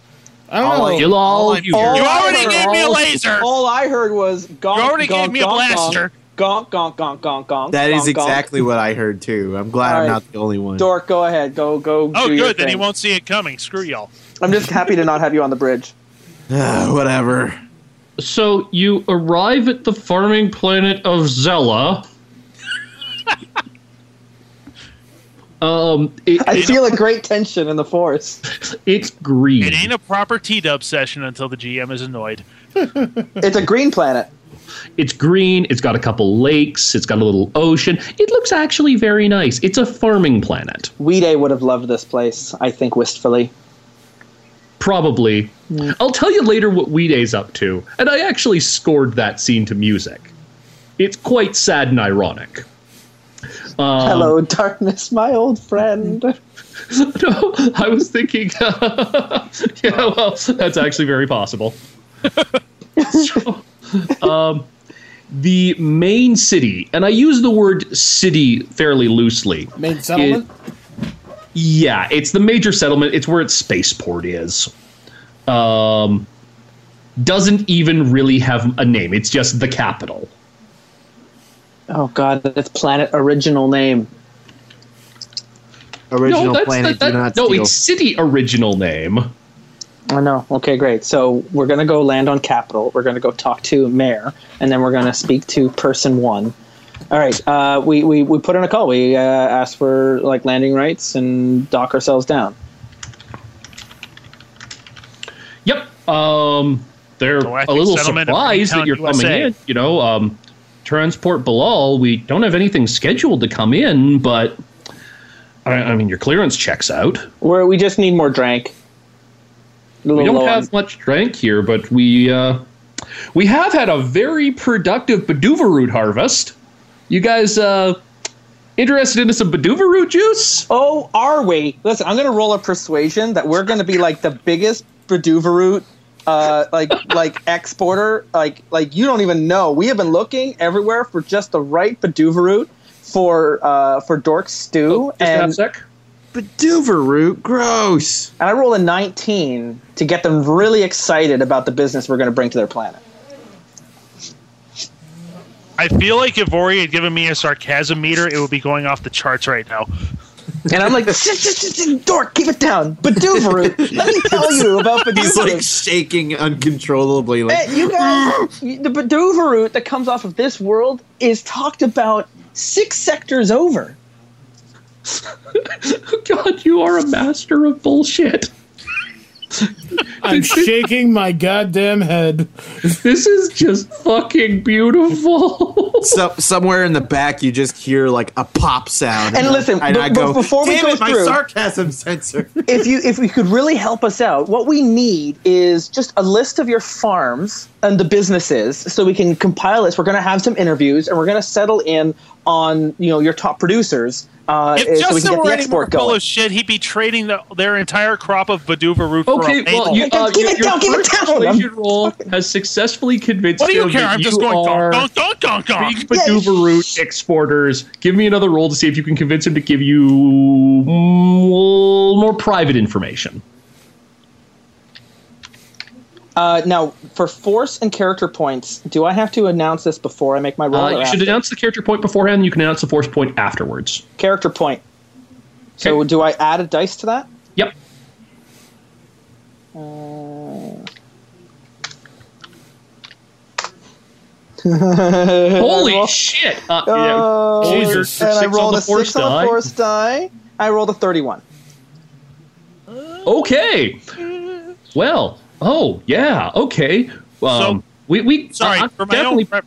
[SPEAKER 3] I don't
[SPEAKER 5] All I-
[SPEAKER 3] know.
[SPEAKER 2] Kill all
[SPEAKER 5] all I'm-
[SPEAKER 2] you.
[SPEAKER 4] all
[SPEAKER 6] You
[SPEAKER 4] I
[SPEAKER 6] already
[SPEAKER 4] heard-
[SPEAKER 6] gave me a
[SPEAKER 4] all-
[SPEAKER 6] laser.
[SPEAKER 4] All I heard was gonk.
[SPEAKER 6] You already
[SPEAKER 4] gonk,
[SPEAKER 6] gave me a
[SPEAKER 4] gonk,
[SPEAKER 6] blaster.
[SPEAKER 4] Gonk, gonk, gonk, gonk, gonk.
[SPEAKER 5] That is
[SPEAKER 4] gonk, gonk.
[SPEAKER 5] exactly what I heard too. I'm glad
[SPEAKER 4] All
[SPEAKER 5] I'm
[SPEAKER 4] right.
[SPEAKER 5] not the only one.
[SPEAKER 4] Dork, go ahead. Go, go.
[SPEAKER 6] Oh,
[SPEAKER 4] do your
[SPEAKER 6] good. Then he
[SPEAKER 4] thing.
[SPEAKER 6] won't see it coming. Screw y'all.
[SPEAKER 4] I'm just happy to not have you on the bridge.
[SPEAKER 5] Ah, whatever.
[SPEAKER 2] So you arrive at the farming planet of Zella. um, it,
[SPEAKER 4] I
[SPEAKER 2] it-
[SPEAKER 4] feel a great tension in the force.
[SPEAKER 2] it's green.
[SPEAKER 6] It ain't a proper T dub session until the GM is annoyed.
[SPEAKER 4] It's a green planet.
[SPEAKER 2] It's green. It's got a couple lakes. It's got a little ocean. It looks actually very nice. It's a farming planet,
[SPEAKER 4] Weeday would have loved this place, I think, wistfully.
[SPEAKER 2] probably. I'll tell you later what Weeday's up to, and I actually scored that scene to music. It's quite sad and ironic.
[SPEAKER 4] Hello, darkness, my old friend.
[SPEAKER 2] no, I was thinking. yeah, well, that's actually very possible. So, um, the main city, and I use the word city fairly loosely.
[SPEAKER 3] Main settlement?
[SPEAKER 2] Yeah, it's the major settlement. It's where its spaceport is. Um, doesn't even really have a name. It's just the capital.
[SPEAKER 4] Oh God, that's planet original name.
[SPEAKER 5] Original
[SPEAKER 2] no, that's
[SPEAKER 5] planet,
[SPEAKER 2] that,
[SPEAKER 5] do not
[SPEAKER 2] that, no,
[SPEAKER 5] steal.
[SPEAKER 2] it's city original name.
[SPEAKER 4] I know. Okay, great. So we're gonna go land on Capitol. We're gonna go talk to Mayor, and then we're gonna speak to Person One. All right. Uh, we, we we put in a call. We uh, asked for like landing rights and dock ourselves down.
[SPEAKER 2] Yep. Um, they're
[SPEAKER 6] Galactic
[SPEAKER 2] a little
[SPEAKER 6] settlement of
[SPEAKER 2] surprised that
[SPEAKER 6] Freetown,
[SPEAKER 2] you're coming
[SPEAKER 6] USA.
[SPEAKER 2] in. You know, um, transport Balal. We don't have anything scheduled to come in, but I, I mean, your clearance checks out.
[SPEAKER 4] We're, we just need more drank. A little
[SPEAKER 2] We
[SPEAKER 4] low
[SPEAKER 2] don't
[SPEAKER 4] on-
[SPEAKER 2] have much drink here, but we uh, we have had a very productive Baduva root harvest. You guys uh, interested in some Baduva root juice?
[SPEAKER 4] Oh, are we? Listen, I'm gonna roll a persuasion that we're gonna be like the biggest Braduverut, uh, like like exporter. Like like you don't even know. We have been looking everywhere for just the right Braduverut for uh for Dork
[SPEAKER 2] Oh,
[SPEAKER 4] Stew,
[SPEAKER 2] Just have a
[SPEAKER 4] Oh, and and
[SPEAKER 2] sec.
[SPEAKER 5] But Duvaroot, gross.
[SPEAKER 4] I roll a 19 to get them really excited about the business we're gonna bring to their planet.
[SPEAKER 6] I feel like if Ori had given me a sarcasm meter, it would be going off the charts right now.
[SPEAKER 4] And I'm like, "Shh, shh, shh, shh, dork, keep it down. Baduvru, let me tell you about Baduvru.
[SPEAKER 5] He's like shaking uncontrollably. Like
[SPEAKER 4] Hey, you guys, you- the Badova route that comes off of this world is talked about six sectors over.
[SPEAKER 2] God, you are a master of bullshit.
[SPEAKER 3] I'm shaking my goddamn head.
[SPEAKER 2] This is just fucking beautiful.
[SPEAKER 5] so, somewhere in the back, you just hear like a pop sound.
[SPEAKER 4] And listen,
[SPEAKER 5] and I
[SPEAKER 4] b-
[SPEAKER 5] go,
[SPEAKER 4] b- before we
[SPEAKER 5] Damn
[SPEAKER 4] go
[SPEAKER 5] it, my
[SPEAKER 4] through-
[SPEAKER 5] sarcasm sensor.
[SPEAKER 4] If you if we could really help us out, what we need is just a list of your farms and the businesses so we can compile this. We're going to have some interviews and we're going to settle in on, you know, your top producers uh,
[SPEAKER 6] If
[SPEAKER 4] so we
[SPEAKER 6] Justin
[SPEAKER 4] can get
[SPEAKER 6] were
[SPEAKER 4] the
[SPEAKER 6] any more
[SPEAKER 4] export
[SPEAKER 6] full
[SPEAKER 4] going.
[SPEAKER 6] of shit, he'd be trading the, their entire crop of Baduva root
[SPEAKER 2] Okay,
[SPEAKER 6] for a
[SPEAKER 2] well, you,
[SPEAKER 6] maple.
[SPEAKER 2] uh,
[SPEAKER 4] Give it
[SPEAKER 2] your-
[SPEAKER 4] down, give
[SPEAKER 2] your
[SPEAKER 4] it
[SPEAKER 2] first
[SPEAKER 4] down. I'm-
[SPEAKER 2] persuasion roll has successfully convinced
[SPEAKER 6] What do you
[SPEAKER 2] him
[SPEAKER 6] care?
[SPEAKER 2] that
[SPEAKER 6] I'm just
[SPEAKER 2] you
[SPEAKER 6] going
[SPEAKER 2] are
[SPEAKER 6] donk, donk, donk, donk,
[SPEAKER 2] big
[SPEAKER 6] donk.
[SPEAKER 2] Baduva root exporters. Give me another roll to see if you can convince him to give you mm, more private information.
[SPEAKER 4] Uh, now, for force and character points, do I have to announce this before I make my roll?
[SPEAKER 2] Uh,
[SPEAKER 4] or
[SPEAKER 2] you should
[SPEAKER 4] after?
[SPEAKER 2] announce the character point beforehand. You can announce the force point afterwards.
[SPEAKER 4] character point. So
[SPEAKER 2] Okay.
[SPEAKER 4] do I add a dice to that?
[SPEAKER 2] Yep.
[SPEAKER 4] Uh.
[SPEAKER 2] Holy shit! Uh,
[SPEAKER 4] Oh,
[SPEAKER 2] yeah.
[SPEAKER 3] Jesus.
[SPEAKER 2] Your- your
[SPEAKER 3] six
[SPEAKER 4] and I rolled
[SPEAKER 2] the
[SPEAKER 4] a six
[SPEAKER 2] force
[SPEAKER 4] on
[SPEAKER 2] die.
[SPEAKER 4] a force die. I rolled a thirty-one.
[SPEAKER 2] Okay. Well. Oh yeah. Okay. Um, we we
[SPEAKER 6] Sorry,
[SPEAKER 2] I- I'm
[SPEAKER 6] for my
[SPEAKER 2] definitely
[SPEAKER 6] own ref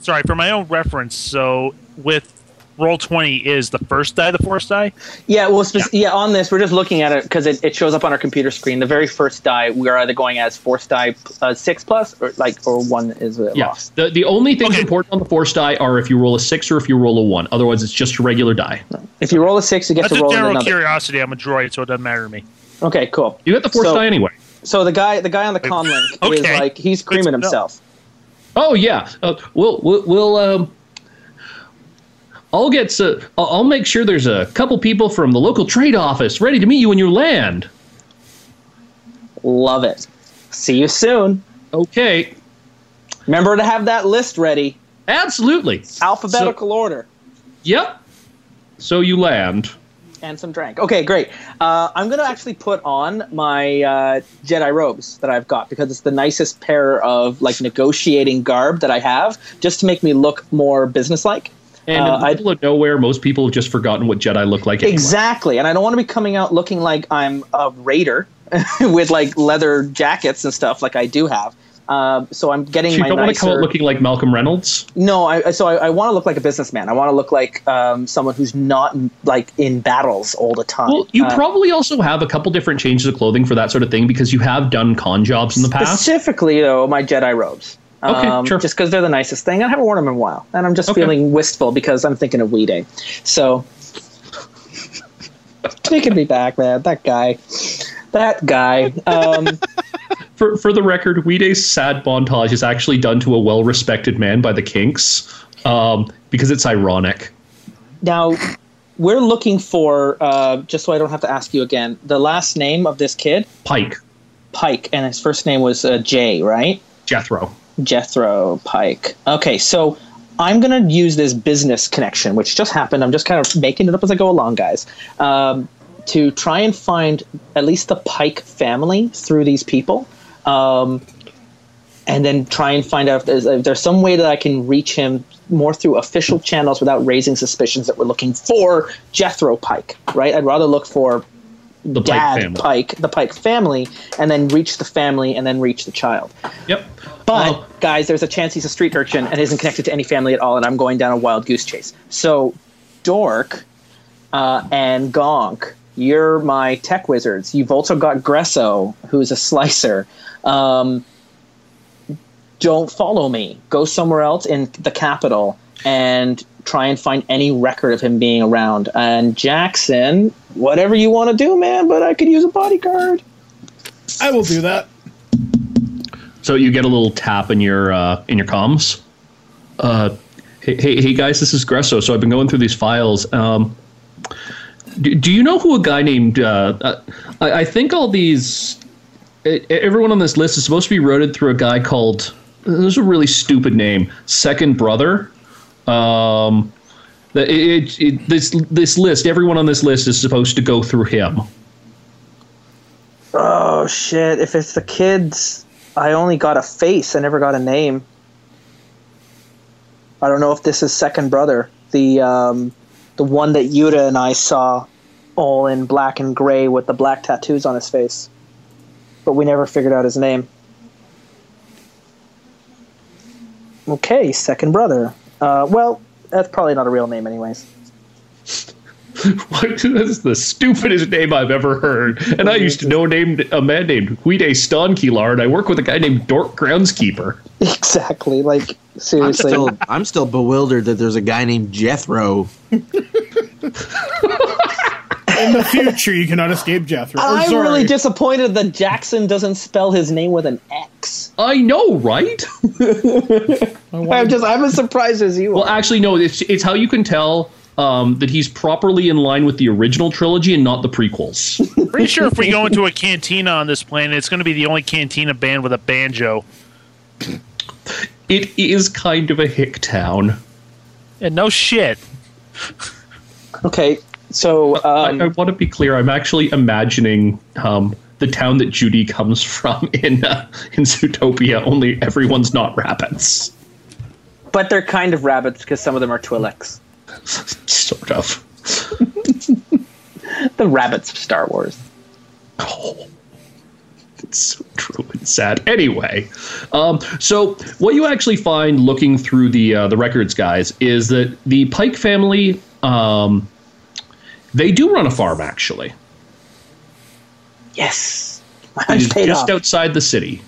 [SPEAKER 6] sorry for my own reference. So with roll twenty is the first die, the force die.
[SPEAKER 4] Yeah, well, spec- yeah. On this, we're just looking at it because it, it shows up on our computer screen. The very first die, we are either going as force die uh, six plus, or like, or one is uh, a
[SPEAKER 2] yeah.
[SPEAKER 4] loss.
[SPEAKER 2] The the only things
[SPEAKER 6] Okay.
[SPEAKER 2] important on the force die are if you roll a six or if you roll a one. Otherwise, it's just a regular die.
[SPEAKER 4] If you roll a six, you get
[SPEAKER 6] That's
[SPEAKER 4] to
[SPEAKER 6] a
[SPEAKER 4] roll
[SPEAKER 6] general
[SPEAKER 4] another.
[SPEAKER 6] curiosity. I'm a droid, so it doesn't matter to me.
[SPEAKER 4] Okay, cool.
[SPEAKER 2] You get the force
[SPEAKER 4] So-
[SPEAKER 2] die anyway.
[SPEAKER 4] So the guy, the guy on the comm link is
[SPEAKER 6] Okay.
[SPEAKER 4] like he's screaming
[SPEAKER 6] Good to know.
[SPEAKER 4] himself.
[SPEAKER 2] Oh yeah, uh, we'll we'll, we'll um, I'll get so I'll- I'll make sure there's a couple people from the local trade office ready to meet you when you land.
[SPEAKER 4] Love it. See you soon.
[SPEAKER 2] Okay,
[SPEAKER 4] Remember to have that list ready,
[SPEAKER 2] absolutely.
[SPEAKER 4] alphabetical order.
[SPEAKER 2] Yep. So you land.
[SPEAKER 4] and some drank. Okay, great. Uh, I'm gonna actually put on my uh, Jedi robes that I've got because it's the nicest pair of like negotiating garb that I have, just to make me look more businesslike.
[SPEAKER 2] And
[SPEAKER 4] Uh,
[SPEAKER 2] in the
[SPEAKER 4] I-
[SPEAKER 2] middle of nowhere, most people have just forgotten what Jedi look like. Anyway.
[SPEAKER 4] Exactly, and I don't want to be coming out looking like I'm a raider with like leather jackets and stuff like I do have. Um, so I'm getting
[SPEAKER 2] You
[SPEAKER 4] my
[SPEAKER 2] don't want to
[SPEAKER 4] nicer.
[SPEAKER 2] come out looking like Malcolm Reynolds.
[SPEAKER 4] no, I, I- so I, I want to look like a businessman. I want to look like um, someone who's not like in battles all the time.
[SPEAKER 2] Well, you
[SPEAKER 4] Uh,
[SPEAKER 2] probably also have a couple different changes of clothing for that sort of thing because you have done con jobs in the past.
[SPEAKER 4] Specifically, though, my Jedi robes.
[SPEAKER 2] Okay,
[SPEAKER 4] um,
[SPEAKER 2] sure.
[SPEAKER 4] Just because they're the nicest thing. I haven't worn them in a while. And I'm just
[SPEAKER 2] Okay.
[SPEAKER 4] feeling wistful because I'm thinking of Wee Day. So, taking me back, man. That guy. That guy. Um,
[SPEAKER 2] For, for the record, Weeday's sad montage is actually done to a well respected man by the Kinks um, because it's ironic.
[SPEAKER 4] now, we're looking for, uh, just so I don't have to ask you again, the last name of this kid,
[SPEAKER 2] Pike,
[SPEAKER 4] Pike, and his first name was uh, Jay, right?
[SPEAKER 2] Jethro.
[SPEAKER 4] Jethro Pike. Okay, so I'm going to use this business connection, which just happened. I'm just kind of making it up as I go along, guys, um, to try and find at least the Pike family through these people. Um, and then try and find out if there's, if there's some way that I can reach him more through official channels without raising suspicions that we're looking for Jethro Pike, right? I'd rather look for
[SPEAKER 2] The Pike
[SPEAKER 4] Dad
[SPEAKER 2] family.
[SPEAKER 4] Pike, the Pike family, and then reach the family and then reach the child.
[SPEAKER 2] Yep.
[SPEAKER 4] But
[SPEAKER 2] Well-
[SPEAKER 4] guys, there's a chance he's a street urchin and isn't connected to any family at all, and I'm going down a wild goose chase. So, Dork uh, and Gonk, you're my tech wizards. You've also got Gresso, who's a slicer. Um, don't follow me. Go somewhere else in the capital and try and find any record of him being around. And Jackson, whatever you want to do, man, but I could use a bodyguard.
[SPEAKER 3] I will do that.
[SPEAKER 2] So you get a little tap in your uh, in your comms. Uh, hey, hey, hey, guys, this is Gresso. So I've been going through these files. Um, do, do you know who a guy named? Uh, uh, I, I think all these. e- Everyone on this list is supposed to be routed through a guy called. There's a really stupid name. Second brother. Um, the- it, it, it, this this list, everyone on this list is supposed to go through him.
[SPEAKER 4] Oh shit! If it's the kids, I only got a face. I never got a name. I don't know if this is second brother, the um, the one that Yuta and I saw, all in black and gray with the black tattoos on his face, but we never figured out his name. Okay, second brother. Uh, well, that's probably not a real name, anyways.
[SPEAKER 2] What, this is the stupidest name I've ever heard. And I used to know a, named, a man named Huide Stonkilar, and I work with a guy named Dork Groundskeeper.
[SPEAKER 4] Exactly. Like
[SPEAKER 5] I'm
[SPEAKER 4] seriously.
[SPEAKER 5] still, I'm still bewildered that there's a guy named Jethro.
[SPEAKER 3] In the future, you cannot escape Jethro. Or
[SPEAKER 8] I'm
[SPEAKER 3] Zori.
[SPEAKER 8] really disappointed that Jackson doesn't spell his name with an X.
[SPEAKER 2] I know, right?
[SPEAKER 4] I'm just. I'm as surprised as you.
[SPEAKER 2] Well, actually, no, it's, it's how you can tell um, that he's properly in line with the original trilogy and not the prequels.
[SPEAKER 6] Pretty sure if we go into a cantina on this planet, it's going to be the only cantina band with a banjo
[SPEAKER 2] it is kind of a hick town.
[SPEAKER 6] and no shit.
[SPEAKER 4] Okay. So um,
[SPEAKER 2] I, I want to be clear. I'm actually imagining um, the town that Judy comes from in uh, in Zootopia. Only everyone's not rabbits,
[SPEAKER 4] But they're kind of rabbits because some of them are Twi'leks.
[SPEAKER 2] sort of.
[SPEAKER 4] The rabbits of Star Wars.
[SPEAKER 2] Oh, it's so true and sad. Anyway, um, so what you actually find looking through the uh, the records, guys, is that the Pike family um, they do run a farm actually.
[SPEAKER 4] Yes.
[SPEAKER 2] It
[SPEAKER 4] I'm
[SPEAKER 2] is
[SPEAKER 4] paid
[SPEAKER 2] just
[SPEAKER 4] off.
[SPEAKER 2] outside the city.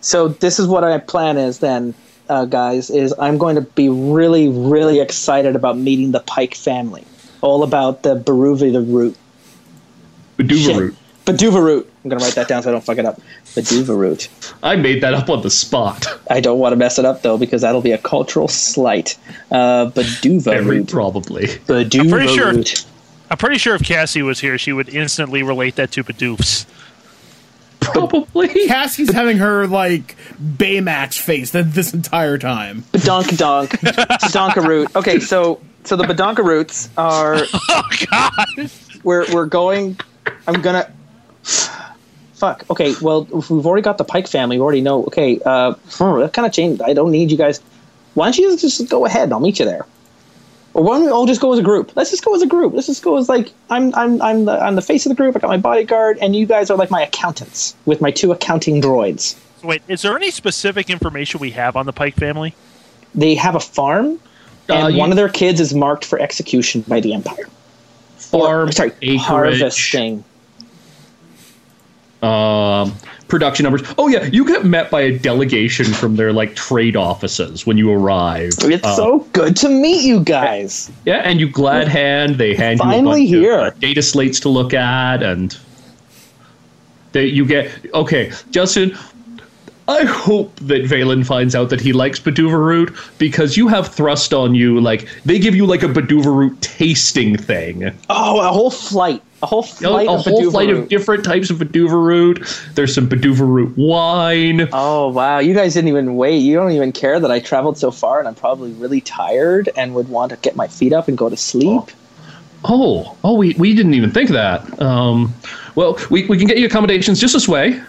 [SPEAKER 4] so this is what my plan is then, uh, guys. Is I'm going to be really, really excited about meeting the Pike family. All about the Baruva root.
[SPEAKER 2] Baduvaroo.
[SPEAKER 4] Baduva root. I'm gonna write that down so I don't fuck it up. Baduva root.
[SPEAKER 2] I made that up on the spot.
[SPEAKER 4] I don't want to mess it up though because that'll be a cultural slight. Uh, Baduva
[SPEAKER 2] Very
[SPEAKER 4] root.
[SPEAKER 2] probably.
[SPEAKER 4] Baduva
[SPEAKER 6] pretty sure-
[SPEAKER 4] root.
[SPEAKER 6] I'm pretty sure if Cassie was here, she would instantly relate that to Badoofs.
[SPEAKER 2] Probably.
[SPEAKER 3] Cassie's having her like Baymax face th- this entire time.
[SPEAKER 4] Badonk donk. Badonka root. Okay, so so the Badonka roots are
[SPEAKER 6] Oh God!
[SPEAKER 4] we're we're going. I'm gonna. Fuck. Okay. Well, if we've already got the Pike family. We already know. Okay. Uh, hmm, that kind of changed. I don't need you guys. Why don't you just go ahead? and I'll meet you there. Or why don't we all just go as a group? Let's just go as a group. Let's just go as like I'm I'm I'm the I'm the face of the group. I got my bodyguard, and you guys are like my accountants with my two accounting droids.
[SPEAKER 6] Wait, is there any specific information we have on the Pike family?
[SPEAKER 4] They have a farm, and
[SPEAKER 2] Uh, you-
[SPEAKER 4] one of their kids is marked for execution by the Empire.
[SPEAKER 2] farm,
[SPEAKER 4] Or, sorry,
[SPEAKER 2] acreage,
[SPEAKER 4] harvesting.
[SPEAKER 2] um, production numbers. Oh yeah, you get met by a delegation from their like trade offices when you arrive.
[SPEAKER 4] It's
[SPEAKER 2] Uh,
[SPEAKER 4] so good to meet you guys.
[SPEAKER 2] yeah, and you glad hand. They hand
[SPEAKER 4] Finally
[SPEAKER 2] you a bunch
[SPEAKER 4] here.
[SPEAKER 2] Of, uh, data slates to look at, and they, you get okay, Justin. I hope that Valen finds out that he likes Baduvaroot because you have thrust on you. Like they give you like a Baduvaroot tasting thing.
[SPEAKER 4] Oh, a whole flight. A whole flight
[SPEAKER 2] a
[SPEAKER 4] of
[SPEAKER 2] whole
[SPEAKER 4] Baduva
[SPEAKER 2] flight
[SPEAKER 4] root.
[SPEAKER 2] of different types of Baduvaroot. There's some Baduvaroot wine.
[SPEAKER 4] Oh, wow. You guys didn't even wait. You don't even care that I traveled so far and I'm probably really tired and would want to get my feet up and go to sleep.
[SPEAKER 2] Oh, oh, we, we didn't even think of that. Um, well, we, we can get you accommodations just this way.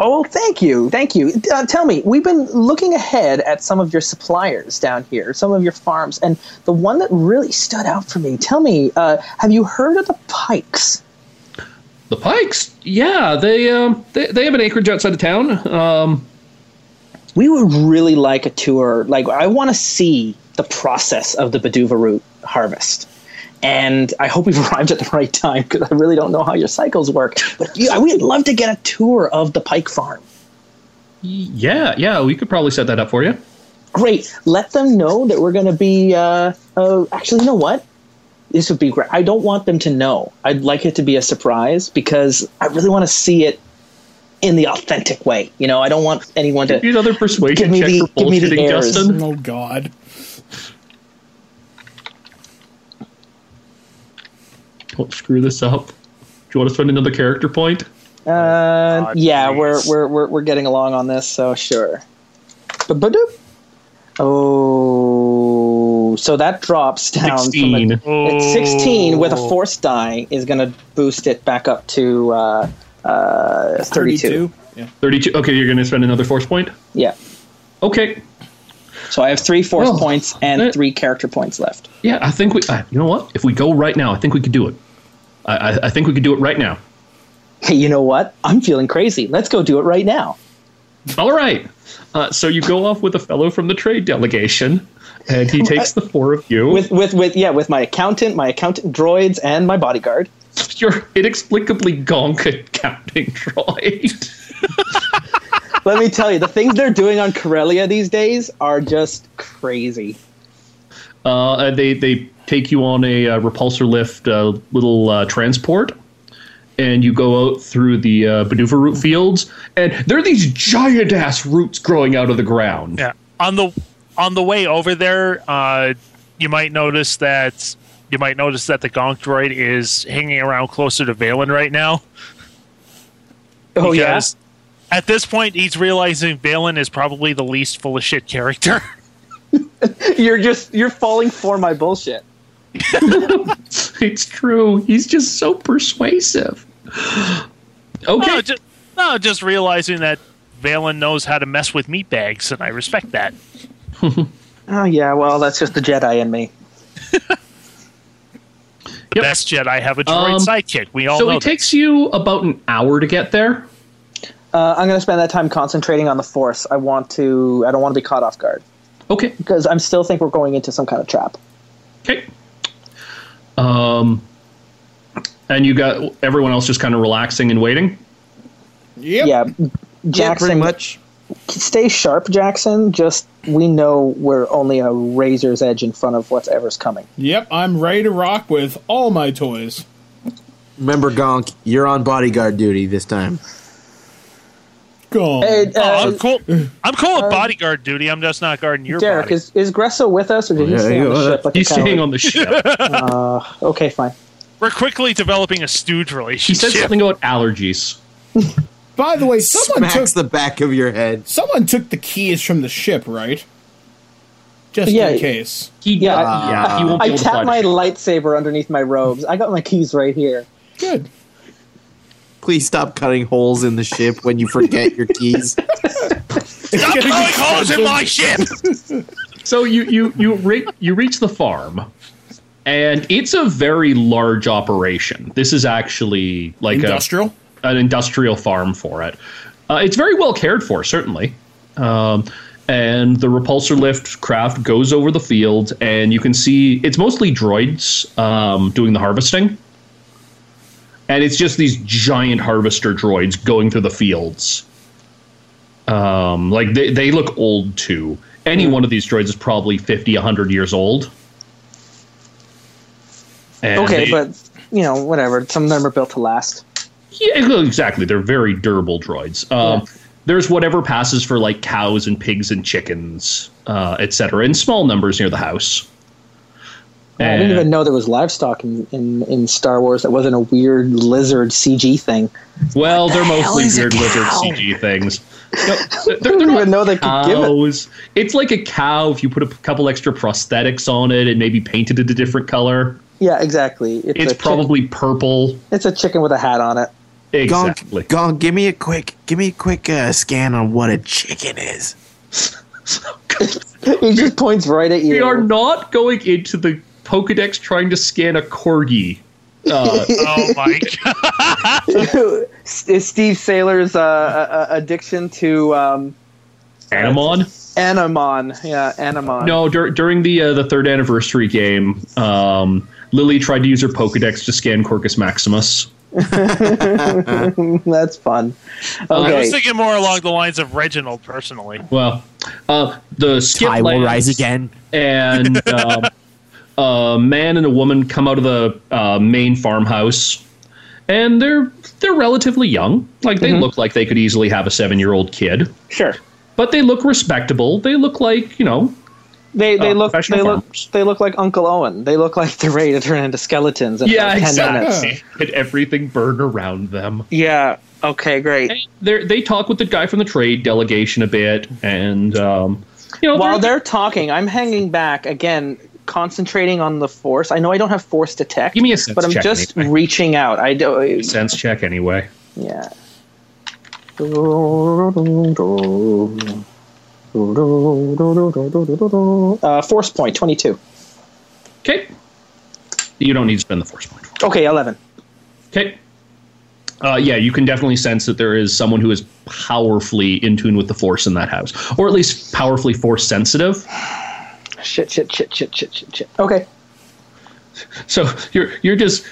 [SPEAKER 4] Oh, thank you. Thank you. Uh, tell me, we've been looking ahead at some of your suppliers down here, some of your farms, and the one that really stood out for me. Tell me, uh, have you heard of the Pikes?
[SPEAKER 2] The Pikes, yeah, they um, they, they have an acreage outside of town. Um,
[SPEAKER 4] We would really like a tour. Like, I want to see the process of the Baduva root harvest. And I hope we've arrived at the right time because I really don't know how your cycles work. But yeah, we'd love to get a tour of the Pike Farm.
[SPEAKER 2] yeah, yeah, we could probably set that up for you.
[SPEAKER 4] Great. Let them know that we're going to be. Uh, uh, actually, you know what? This would be great. I don't want them to know. I'd like it to be a surprise because I really want to see it in the authentic way. You know, I don't want anyone to.
[SPEAKER 2] You another persuasion
[SPEAKER 4] Give me
[SPEAKER 2] check
[SPEAKER 4] the-
[SPEAKER 2] for
[SPEAKER 4] give me the
[SPEAKER 2] bullshitting
[SPEAKER 4] airs.
[SPEAKER 2] Justin.
[SPEAKER 3] Oh God.
[SPEAKER 2] Don't Oh, screw this up. Do you want to spend another character point?
[SPEAKER 4] Uh,
[SPEAKER 6] God,
[SPEAKER 4] yeah,
[SPEAKER 6] please.
[SPEAKER 4] we're, we're we're we're getting along on this, so sure. Ba-ba-doop. Oh, so that drops down. From
[SPEAKER 2] 16.
[SPEAKER 4] a,
[SPEAKER 6] Oh,
[SPEAKER 4] it's 16 with a force die is going to boost it back up to uh, uh, 32.
[SPEAKER 3] 32. Yeah.
[SPEAKER 2] 32. Okay, you're going to spend another force point?
[SPEAKER 4] Yeah.
[SPEAKER 2] Okay.
[SPEAKER 4] So I have three force
[SPEAKER 2] Oh.
[SPEAKER 4] points and
[SPEAKER 2] That-
[SPEAKER 4] three character points left.
[SPEAKER 2] Yeah, I think we. Uh, you know what? If we go right now, I think we could do it. I, I, I think we could do it right now.
[SPEAKER 4] Hey, you know what? I'm feeling crazy. Let's go do it right now.
[SPEAKER 2] All right. Uh, so you go off with a fellow from the trade delegation, and he takes the four of you.
[SPEAKER 4] With with with yeah, with my accountant, my accountant droids, and my bodyguard.
[SPEAKER 2] your inexplicably gonk accounting droid.
[SPEAKER 4] Let me tell you, the things they're doing on Corellia these days are just crazy.
[SPEAKER 2] Uh, and they they take you on a uh, repulsor lift, uh, little uh, transport, and you go out through the uh, maneuver root fields, and there are these giant ass roots growing out of the ground.
[SPEAKER 6] Yeah. On the on the way over there, uh, you might notice that you might notice that the Gonk droid is hanging around closer to Valen right now.
[SPEAKER 4] Oh yeah.
[SPEAKER 6] because At this point, he's realizing Valen is probably the least full of shit character.
[SPEAKER 4] You're just you're falling for my bullshit.
[SPEAKER 2] It's true. He's just so persuasive. Okay.
[SPEAKER 6] No, just, no, just realizing that Valen knows how to mess with meatbags, and I respect that.
[SPEAKER 4] Oh yeah, well that's just the Jedi in me.
[SPEAKER 2] Yep.
[SPEAKER 6] Best Jedi have a droid
[SPEAKER 2] Um,
[SPEAKER 6] sidekick. We all
[SPEAKER 2] so
[SPEAKER 6] know
[SPEAKER 2] it
[SPEAKER 6] that.
[SPEAKER 2] takes you about an hour to get there.
[SPEAKER 4] Uh, I'm gonna spend that time concentrating on the Force. I want to. I don't want to be caught off guard
[SPEAKER 2] Okay.
[SPEAKER 4] because I'm still think we're going into some kind of trap.
[SPEAKER 2] Okay. Um, and you got everyone else just kind of relaxing and waiting.
[SPEAKER 3] Yep.
[SPEAKER 4] Yeah,
[SPEAKER 5] Yeah,
[SPEAKER 4] Jackson.
[SPEAKER 5] pretty much.
[SPEAKER 4] Stay sharp, Jackson. Just we know we're only a razor's edge in front of whatever's coming.
[SPEAKER 3] Yep, I'm ready to rock with all my toys.
[SPEAKER 5] Remember, Gonk, you're on bodyguard duty this time.
[SPEAKER 3] Gone.
[SPEAKER 4] Hey,
[SPEAKER 6] Oh,
[SPEAKER 4] uh, um,
[SPEAKER 6] I'm cool. I'm cool with bodyguard duty. I'm just not guarding your
[SPEAKER 4] Derek,
[SPEAKER 6] body.
[SPEAKER 4] is, is Gresso with us, or did he
[SPEAKER 5] Yeah,
[SPEAKER 4] stay on
[SPEAKER 5] he-
[SPEAKER 4] the ship? Like
[SPEAKER 2] He's
[SPEAKER 4] a coward?
[SPEAKER 2] staying on the ship.
[SPEAKER 4] Okay, fine.
[SPEAKER 6] We're quickly developing a stooge
[SPEAKER 2] He said
[SPEAKER 6] relationship.
[SPEAKER 2] something about allergies.
[SPEAKER 3] By the way, someone took
[SPEAKER 5] Smacks the back of your head.
[SPEAKER 3] someone took the keys from the ship, right? Just
[SPEAKER 4] Yeah.
[SPEAKER 3] in case.
[SPEAKER 2] He,
[SPEAKER 4] Yeah, I-
[SPEAKER 2] he won't be
[SPEAKER 4] I
[SPEAKER 2] able to fly
[SPEAKER 4] tap
[SPEAKER 2] the
[SPEAKER 4] my
[SPEAKER 2] ship.
[SPEAKER 4] lightsaber underneath my robes. I got my keys right here.
[SPEAKER 3] Good.
[SPEAKER 5] Please stop cutting holes in the ship when you forget your keys.
[SPEAKER 6] Stop throwing holes in my ship.
[SPEAKER 2] So you you you re- you reach the farm, and it's a very large operation. This is actually like a,
[SPEAKER 3] Industrial.
[SPEAKER 2] an industrial farm for it. Uh, it's very well cared for, certainly. Um, and the repulsor lift craft goes over the field, and you can see it's mostly droids um, doing the harvesting. And it's just these giant harvester droids going through the fields. Um, like they, they look old too. Any
[SPEAKER 4] Hmm.
[SPEAKER 2] one of these droids is probably 50, 100 years old. And
[SPEAKER 4] Okay,
[SPEAKER 2] they-
[SPEAKER 4] but you know, whatever. Some of them are built to last.
[SPEAKER 2] yeah, exactly. They're very durable droids. Um, There's whatever passes for like cows and pigs and chickens, uh, etc., in small numbers near the house.
[SPEAKER 4] I didn't
[SPEAKER 2] And-
[SPEAKER 4] even know there was livestock in, in, in Star Wars that wasn't a weird lizard CG thing.
[SPEAKER 2] Well, they're mostly weird lizard CG things. No, they're, they're
[SPEAKER 4] didn't
[SPEAKER 2] not
[SPEAKER 4] even know they could give it.
[SPEAKER 2] cows. It's like a cow if you put a p- couple extra prosthetics on it and maybe painted it a different color.
[SPEAKER 4] Yeah, exactly.
[SPEAKER 2] It's
[SPEAKER 4] a chick-
[SPEAKER 2] probably purple.
[SPEAKER 4] it's a chicken with a hat on it.
[SPEAKER 5] Gonk,
[SPEAKER 2] Exactly.
[SPEAKER 5] Gonk, give me a quick, give me a quick uh, scan on what a chicken is.
[SPEAKER 4] He just points right at you.
[SPEAKER 2] We are not going into the Pokedex trying to scan a corgi. Uh,
[SPEAKER 6] oh my god!
[SPEAKER 4] Is Steve Saylor's uh, uh, uh, addiction to um,
[SPEAKER 2] Animon.
[SPEAKER 4] Animon? Yeah, Animon.
[SPEAKER 2] No, dur- during the uh, the third anniversary game, um, Lily tried to use her Pokedex to scan Corcus Maximus.
[SPEAKER 4] that's fun.
[SPEAKER 2] Uh,
[SPEAKER 6] I was
[SPEAKER 4] Okay,
[SPEAKER 6] thinking more along the lines of Reginald personally.
[SPEAKER 2] Well, uh, the skip lands and um, a man and a woman come out of the uh, main farmhouse, and they're they're relatively young. Like they look like they could easily have a seven year old kid,
[SPEAKER 4] sure.
[SPEAKER 2] but they look respectable. They look like you know
[SPEAKER 4] They they
[SPEAKER 2] Uh,
[SPEAKER 4] look
[SPEAKER 2] professional
[SPEAKER 4] they look
[SPEAKER 2] farmers.
[SPEAKER 4] they look like Uncle Owen. They look like they're ready to turn into skeletons in about ten minutes.
[SPEAKER 2] And everything burn around them.
[SPEAKER 4] Yeah. Okay. Great.
[SPEAKER 2] they they talk with the guy from the trade delegation a bit, and um, you know,
[SPEAKER 4] While they're talking, I'm hanging back again, concentrating on the force. I know I don't have force detect,
[SPEAKER 2] Give me a sense
[SPEAKER 4] but I'm
[SPEAKER 2] check
[SPEAKER 4] just
[SPEAKER 2] anyway.
[SPEAKER 4] reaching out. I do.
[SPEAKER 2] Sense check anyway.
[SPEAKER 4] Yeah. Uh, force point twenty two.
[SPEAKER 2] Okay. You don't need to spend the force point.
[SPEAKER 4] Okay, eleven.
[SPEAKER 2] Okay. Uh, yeah, you can definitely sense that there is someone who is powerfully in tune with the force in that house, or at least powerfully force sensitive.
[SPEAKER 4] Shit, shit, shit, shit, shit, shit, shit. Okay.
[SPEAKER 2] So you're you're just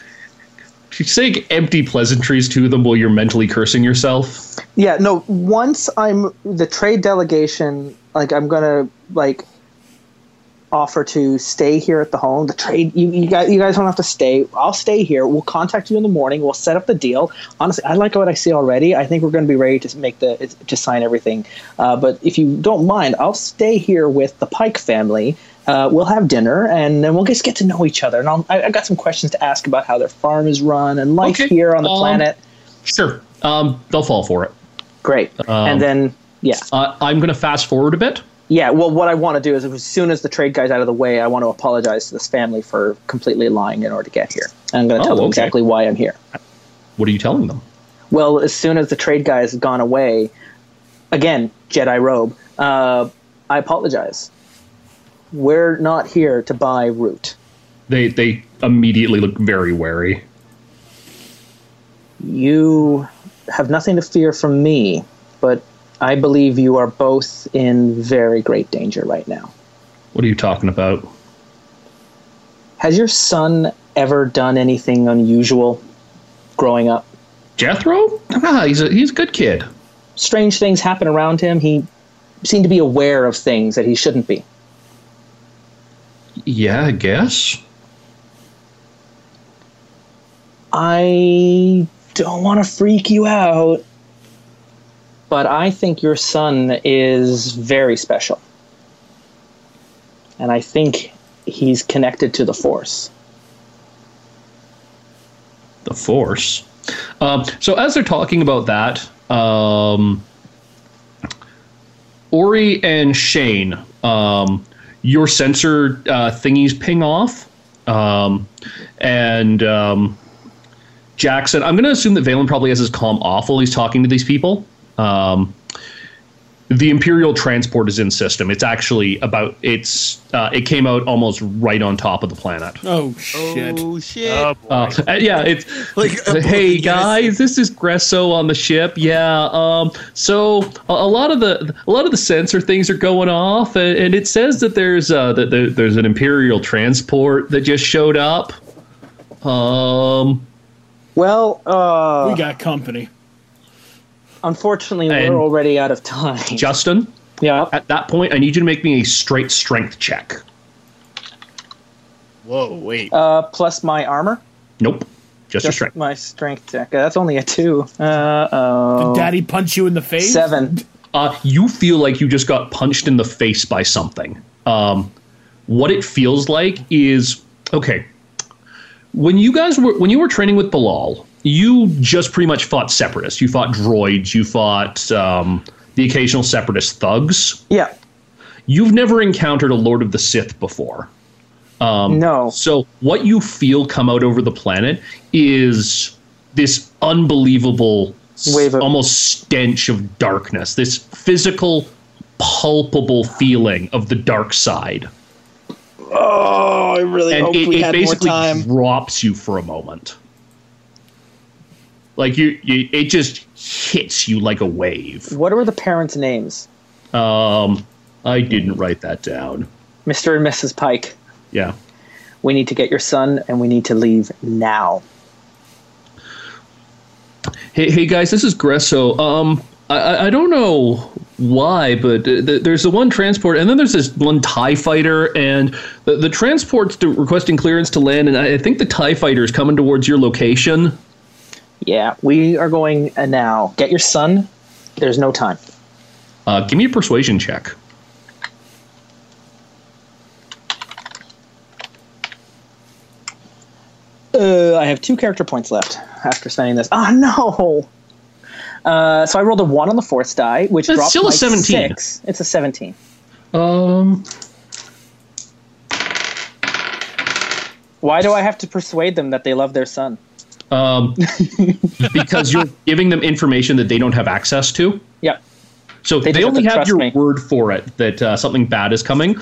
[SPEAKER 2] you're saying empty pleasantries to them while you're mentally cursing yourself.
[SPEAKER 4] Yeah, no, once I'm the trade delegation, like I'm gonna like offer to stay here at the home. The trade you, you guys you guys don't have to stay. I'll stay here. We'll contact you in the morning. We'll set up the deal. Honestly, I like what I see already. I think we're gonna be ready to make the to sign everything. Uh, but if you don't mind, I'll stay here with the Pike family. Uh, we'll have dinner and then we'll just get to know each other. And I'll, I, I got some questions to ask about how their farm is run and life
[SPEAKER 2] Okay,
[SPEAKER 4] here on the
[SPEAKER 2] um,
[SPEAKER 4] planet.
[SPEAKER 2] Sure, um, they'll fall for it.
[SPEAKER 4] Great.
[SPEAKER 2] um,
[SPEAKER 4] and then yeah.
[SPEAKER 2] Uh, I'm going to fast forward a bit.
[SPEAKER 4] Yeah, well, what I want to do is as soon as the trade guy's out of the way, I want to apologize to this family for completely lying in order to get here. And I'm going to tell
[SPEAKER 2] Oh,
[SPEAKER 4] them
[SPEAKER 2] okay.
[SPEAKER 4] exactly why I'm here.
[SPEAKER 2] What are you telling them?
[SPEAKER 4] Well, as soon as the trade guy has gone away, again, Jedi robe, uh, I apologize. We're not here to buy root.
[SPEAKER 2] They they immediately look very wary.
[SPEAKER 4] You have nothing to fear from me, but I believe you are both in very great danger right now.
[SPEAKER 2] What are you talking about?
[SPEAKER 4] Has your son ever done anything unusual growing up?
[SPEAKER 2] Jethro? Ah, he's a he's a good kid.
[SPEAKER 4] strange things happen around him. He seemed to be aware of things that he shouldn't be.
[SPEAKER 2] Yeah, I guess.
[SPEAKER 4] I don't want to freak you out, but I think your son is very special. And I think he's connected to the Force.
[SPEAKER 2] the force. Um, so as they're talking about that, um, Ori and Shane, um, your sensor uh, thingies ping off, um, and um, Jackson. I'm going to assume that Valen probably has his calm off while he's talking to these people. Um, the Imperial transport is in system. It's actually about it's uh, it came out almost right on top of the planet.
[SPEAKER 3] Oh shit!
[SPEAKER 5] Oh shit!
[SPEAKER 6] Oh, boy.
[SPEAKER 2] Uh, yeah, it's
[SPEAKER 5] Like,
[SPEAKER 2] uh, hey
[SPEAKER 5] yes.
[SPEAKER 2] guys, this is Gresso on the ship. Yeah, um, so a, a lot of the a lot of the sensor things are going off, and, and it says that there's uh, that there, there's an Imperial transport that just showed up. Um,
[SPEAKER 4] Well, uh,
[SPEAKER 3] We got company.
[SPEAKER 4] unfortunately,
[SPEAKER 2] And-
[SPEAKER 4] we're already out of time.
[SPEAKER 2] Justin,
[SPEAKER 4] yeah.
[SPEAKER 2] at that point, I need you to make me a straight strength check.
[SPEAKER 5] Whoa, wait.
[SPEAKER 4] Uh, plus my armor,
[SPEAKER 2] Nope, just, your strength.
[SPEAKER 4] my strength check. That's only a two. Uh oh.
[SPEAKER 3] Daddy punch you in the face.
[SPEAKER 4] Seven.
[SPEAKER 2] Uh, you feel like you just got punched in the face by something. Um, what it feels like is okay. When you guys were when you were training with Balal, you just pretty much fought separatists. You fought droids. You fought um, the occasional separatist thugs.
[SPEAKER 4] Yeah.
[SPEAKER 2] You've never encountered a Lord of the Sith before. Um,
[SPEAKER 4] no.
[SPEAKER 2] So what you feel come out over the planet is this unbelievable, s-
[SPEAKER 4] Wave of-
[SPEAKER 2] almost stench of darkness. This physical, palpable feeling of the dark side,
[SPEAKER 8] Oh, I really
[SPEAKER 2] and
[SPEAKER 8] hope
[SPEAKER 2] it,
[SPEAKER 8] we
[SPEAKER 2] it
[SPEAKER 8] had more
[SPEAKER 2] basically
[SPEAKER 8] time.
[SPEAKER 2] drops you for a moment. Like you, you, it just hits you like a wave.
[SPEAKER 4] What were the parents' names?
[SPEAKER 2] Um, I didn't
[SPEAKER 8] Mm.
[SPEAKER 2] write that down.
[SPEAKER 4] Mr. and Mrs. Pike,
[SPEAKER 2] Yeah.
[SPEAKER 4] we need to get your son and we need to leave now.
[SPEAKER 2] Hey, hey guys, this is Gresso. Um, I- I, I don't know why, but th- th- there's the one transport, and then there's this one Tie Fighter, and the, the transport's to, requesting clearance to land, and I, I think the Tie Fighter is coming towards your location.
[SPEAKER 4] Yeah, we are going uh, now. Get your son. There's no time.
[SPEAKER 2] Uh, give me a persuasion check.
[SPEAKER 4] Uh, I have two character points left after spending this. Oh, no. Uh, so I rolled a one on the fourth die, which
[SPEAKER 2] That's
[SPEAKER 4] dropped
[SPEAKER 2] still a
[SPEAKER 4] my
[SPEAKER 2] 17.
[SPEAKER 4] Um. six. It's a seventeen.
[SPEAKER 2] Um,
[SPEAKER 4] Why do I have to persuade them that they love their son?
[SPEAKER 2] um, because you're giving them information that they don't have access to.
[SPEAKER 4] Yeah.
[SPEAKER 2] So
[SPEAKER 4] They
[SPEAKER 2] they,
[SPEAKER 4] just have
[SPEAKER 2] only
[SPEAKER 4] to
[SPEAKER 2] have,
[SPEAKER 4] trust
[SPEAKER 2] your
[SPEAKER 4] me.
[SPEAKER 2] word for it that uh, something bad is coming.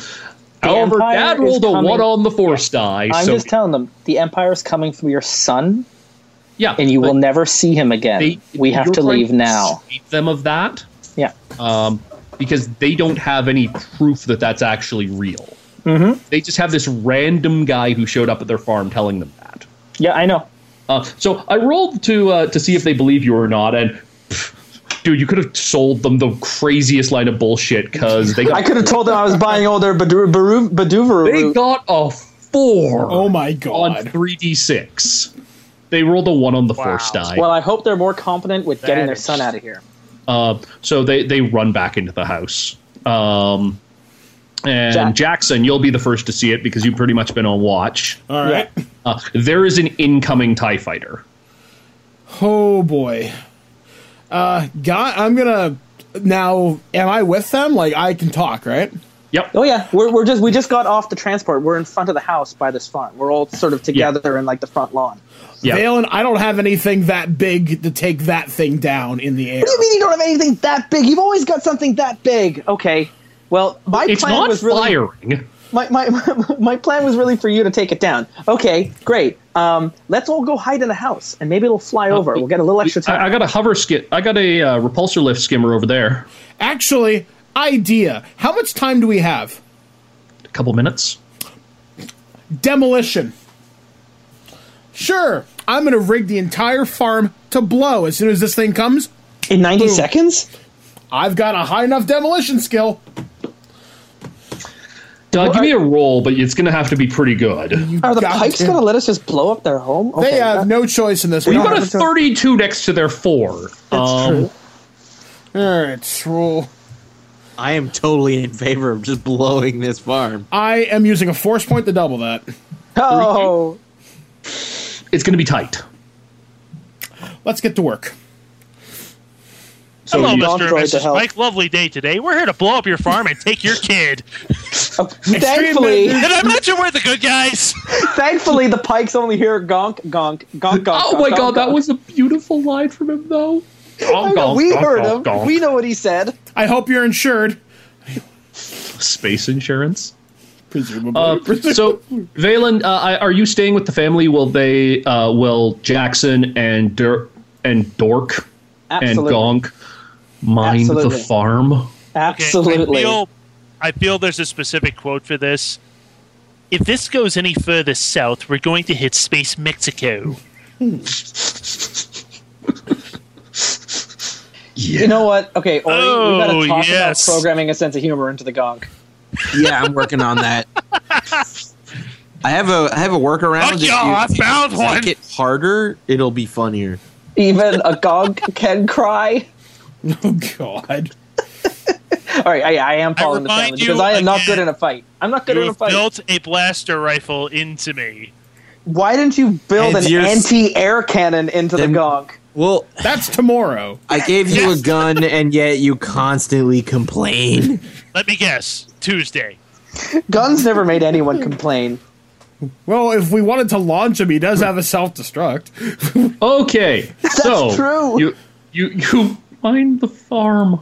[SPEAKER 2] However,
[SPEAKER 4] Empire
[SPEAKER 2] Dad
[SPEAKER 4] is
[SPEAKER 2] rolled a
[SPEAKER 4] coming.
[SPEAKER 2] one on the force die.
[SPEAKER 4] I'm
[SPEAKER 2] so
[SPEAKER 4] just telling them the empire is coming for your son,
[SPEAKER 2] yeah,
[SPEAKER 4] and you
[SPEAKER 2] but
[SPEAKER 4] will never see him again.
[SPEAKER 2] they-
[SPEAKER 4] we have
[SPEAKER 2] you're
[SPEAKER 4] to
[SPEAKER 2] trying
[SPEAKER 4] leave now.
[SPEAKER 2] Save them of that
[SPEAKER 4] Yeah.
[SPEAKER 2] um, because they don't have any proof that that's actually real. They just have this random guy who showed up at their farm telling them that.
[SPEAKER 4] Yeah, I know.
[SPEAKER 2] Uh, so I rolled to uh, to see if they believe you or not, and pff, dude, you could have sold them the craziest line of bullshit because they got
[SPEAKER 1] I could have told them I was buying all their Badu- Baru- Baduvaru.
[SPEAKER 2] they got a four
[SPEAKER 3] Oh my
[SPEAKER 2] on
[SPEAKER 3] god.
[SPEAKER 2] three d six. They rolled a one on the force die,
[SPEAKER 4] Well, I hope they're more competent with getting
[SPEAKER 6] That
[SPEAKER 4] their
[SPEAKER 6] is-
[SPEAKER 4] son out of here.
[SPEAKER 2] uh, so they they run back into the house. Um, and
[SPEAKER 4] Jack-
[SPEAKER 2] Jackson, you'll be the first to see it because you've pretty much been on watch.
[SPEAKER 3] All right.
[SPEAKER 2] Uh, there is an incoming Tie Fighter.
[SPEAKER 3] Oh boy. Uh, God, I'm gonna. Now, am I with them? Like, I can talk, right?
[SPEAKER 2] Yep.
[SPEAKER 4] Oh yeah, we're, we're just we just got off the transport. We're in front of the house by this farm. We're all sort of together in like the front lawn.
[SPEAKER 2] Yeah.
[SPEAKER 3] Valen, I don't have anything that big to take that thing down in the air.
[SPEAKER 4] What do you mean you don't have anything that big? You've always got something that big. Okay. Well, my
[SPEAKER 2] It's
[SPEAKER 4] plan
[SPEAKER 2] not
[SPEAKER 4] was really
[SPEAKER 2] firing.
[SPEAKER 4] my, my, my plan was really for you to take it down. Okay, great. Um, let's all go hide in the house, and maybe it'll fly over. We'll get a little extra time.
[SPEAKER 2] Uh, I, I got a hover skit. I got a uh, repulsor lift skimmer over there.
[SPEAKER 3] Actually, idea. How much time do we have?
[SPEAKER 2] A couple minutes.
[SPEAKER 3] Demolition. Sure, I'm gonna rig the entire farm to blow as soon as this thing comes.
[SPEAKER 4] in ninety seconds.
[SPEAKER 3] I've got a high enough demolition skill.
[SPEAKER 2] Doug, give me a roll, but it's going to have to be pretty good. You
[SPEAKER 4] Are the
[SPEAKER 3] Goddamn.
[SPEAKER 4] Pikes gonna let us just blow up their home? Okay,
[SPEAKER 3] They have no choice in this. one.
[SPEAKER 2] got a 32 next to their four. Um,
[SPEAKER 4] that's true.
[SPEAKER 3] All right, roll.
[SPEAKER 5] I am totally in favor of just blowing this farm.
[SPEAKER 3] I am using a force point to double that.
[SPEAKER 4] Oh,
[SPEAKER 2] It's going to be tight.
[SPEAKER 3] Let's get to work.
[SPEAKER 2] So
[SPEAKER 6] Hello,
[SPEAKER 2] you-
[SPEAKER 6] Mr.
[SPEAKER 4] Android
[SPEAKER 6] and
[SPEAKER 4] to
[SPEAKER 6] Mrs.
[SPEAKER 4] help.
[SPEAKER 6] Mike. Lovely day today. We're here to blow up your farm and take your kid.
[SPEAKER 4] thankfully,
[SPEAKER 3] Extreme
[SPEAKER 6] And I imagine we're the good guys.
[SPEAKER 4] thankfully the Pikes only hear gonk, gonk, gonk, gonk.
[SPEAKER 2] oh
[SPEAKER 4] gonk,
[SPEAKER 2] my
[SPEAKER 4] gonk,
[SPEAKER 2] god, that
[SPEAKER 4] gonk.
[SPEAKER 2] was a beautiful line from him, though.
[SPEAKER 4] I know, we heard him. We know what he said.
[SPEAKER 3] I hope you're insured.
[SPEAKER 2] Space insurance.
[SPEAKER 3] Presumably.
[SPEAKER 2] Uh,
[SPEAKER 3] Oh,
[SPEAKER 2] so, Valen, uh, I- are you staying with the family? Will they? Uh, will Jackson and Dur- and Dork
[SPEAKER 4] Absolutely,
[SPEAKER 2] and Gonk mind
[SPEAKER 4] Absolutely.
[SPEAKER 2] the farm?
[SPEAKER 6] Okay,
[SPEAKER 4] absolutely.
[SPEAKER 6] I feel, I feel there's a specific quote for this. If this goes any further south, we're going to hit Space Mexico.
[SPEAKER 4] You know what? Okay, Ori, we
[SPEAKER 6] Oh,
[SPEAKER 4] gotta talk
[SPEAKER 6] yes.
[SPEAKER 4] about programming a sense of humor into the gonk.
[SPEAKER 5] Yeah, I'm working on that. I have a I have a workaround.
[SPEAKER 6] Fuck
[SPEAKER 5] If you
[SPEAKER 6] y'all, I found
[SPEAKER 5] make
[SPEAKER 6] one.
[SPEAKER 5] it harder, it'll be funnier.
[SPEAKER 4] Even a gonk can cry.
[SPEAKER 3] oh God.
[SPEAKER 4] All right, I, I am following the
[SPEAKER 6] remind
[SPEAKER 4] challenge
[SPEAKER 6] you
[SPEAKER 4] because I am not
[SPEAKER 6] again-
[SPEAKER 4] good in a fight. I'm not good
[SPEAKER 6] You
[SPEAKER 4] in a
[SPEAKER 6] have
[SPEAKER 4] fight.
[SPEAKER 6] built a blaster rifle into me.
[SPEAKER 4] Why didn't you build
[SPEAKER 5] And
[SPEAKER 4] an
[SPEAKER 5] you're s-
[SPEAKER 4] anti-air cannon into the
[SPEAKER 5] Then-
[SPEAKER 4] gonk?
[SPEAKER 5] Well,
[SPEAKER 3] That's tomorrow.
[SPEAKER 5] I gave you a gun, and yet you constantly complain.
[SPEAKER 6] Let me guess. Tuesday.
[SPEAKER 4] Guns never made anyone complain.
[SPEAKER 3] Well, if we wanted to launch him, he does have a self destruct.
[SPEAKER 2] Okay, so
[SPEAKER 4] true.
[SPEAKER 2] You you you mind the farm,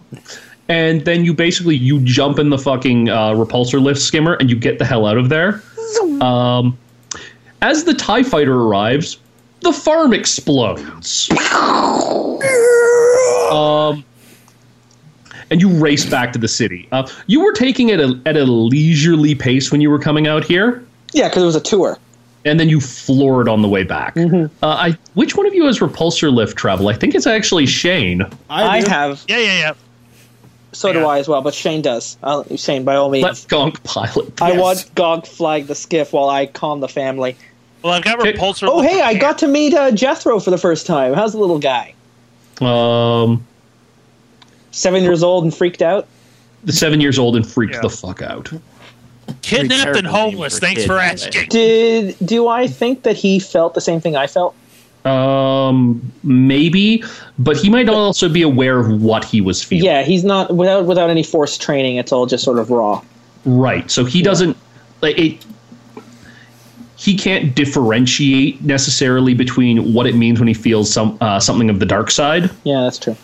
[SPEAKER 2] and then you basically you jump in the fucking uh, repulsor lift skimmer and you get the hell out of there. Um, as the Tie Fighter arrives, the farm explodes. um. And you race back to the city. Uh, you were taking it a, at a leisurely pace when you were coming out here
[SPEAKER 4] Yeah, because it was a tour.
[SPEAKER 2] and then you floor it on the way back.
[SPEAKER 4] Mm-hmm.
[SPEAKER 2] Uh, I which one of you has repulsor lift travel? I think it's actually Shane.
[SPEAKER 4] I
[SPEAKER 3] do.
[SPEAKER 4] have,
[SPEAKER 6] Yeah, yeah, yeah.
[SPEAKER 4] so do
[SPEAKER 6] Yeah.
[SPEAKER 4] I as well, but Shane does. Uh, Shane, by all means.
[SPEAKER 2] Let Gonk pilot.
[SPEAKER 4] I
[SPEAKER 3] Yes.
[SPEAKER 4] watch Gog flag the skiff while I calm the family.
[SPEAKER 6] Well, I've got
[SPEAKER 2] Okay.
[SPEAKER 6] repulsor.
[SPEAKER 4] Oh, hey, I got to meet uh, Jethro for the first time. How's the little guy?
[SPEAKER 2] Um,
[SPEAKER 4] Seven years old and freaked out.
[SPEAKER 2] the seven years old and freaked
[SPEAKER 6] Yeah.
[SPEAKER 2] the fuck out.
[SPEAKER 6] kidnapped
[SPEAKER 5] Pretty
[SPEAKER 6] and
[SPEAKER 5] terrible name
[SPEAKER 6] homeless.
[SPEAKER 5] for a
[SPEAKER 6] Thanks
[SPEAKER 5] kid,
[SPEAKER 6] for
[SPEAKER 5] by the
[SPEAKER 6] asking.
[SPEAKER 4] Did do I think that he felt the same thing I felt?
[SPEAKER 2] Um, maybe, but he might also be aware of what he was feeling.
[SPEAKER 4] Yeah, he's not without without any force training. It's all just sort of raw.
[SPEAKER 2] Right. So he doesn't. Like, it, he can't differentiate necessarily between what it means when he feels some uh, something of the dark side.
[SPEAKER 8] Yeah, that's true.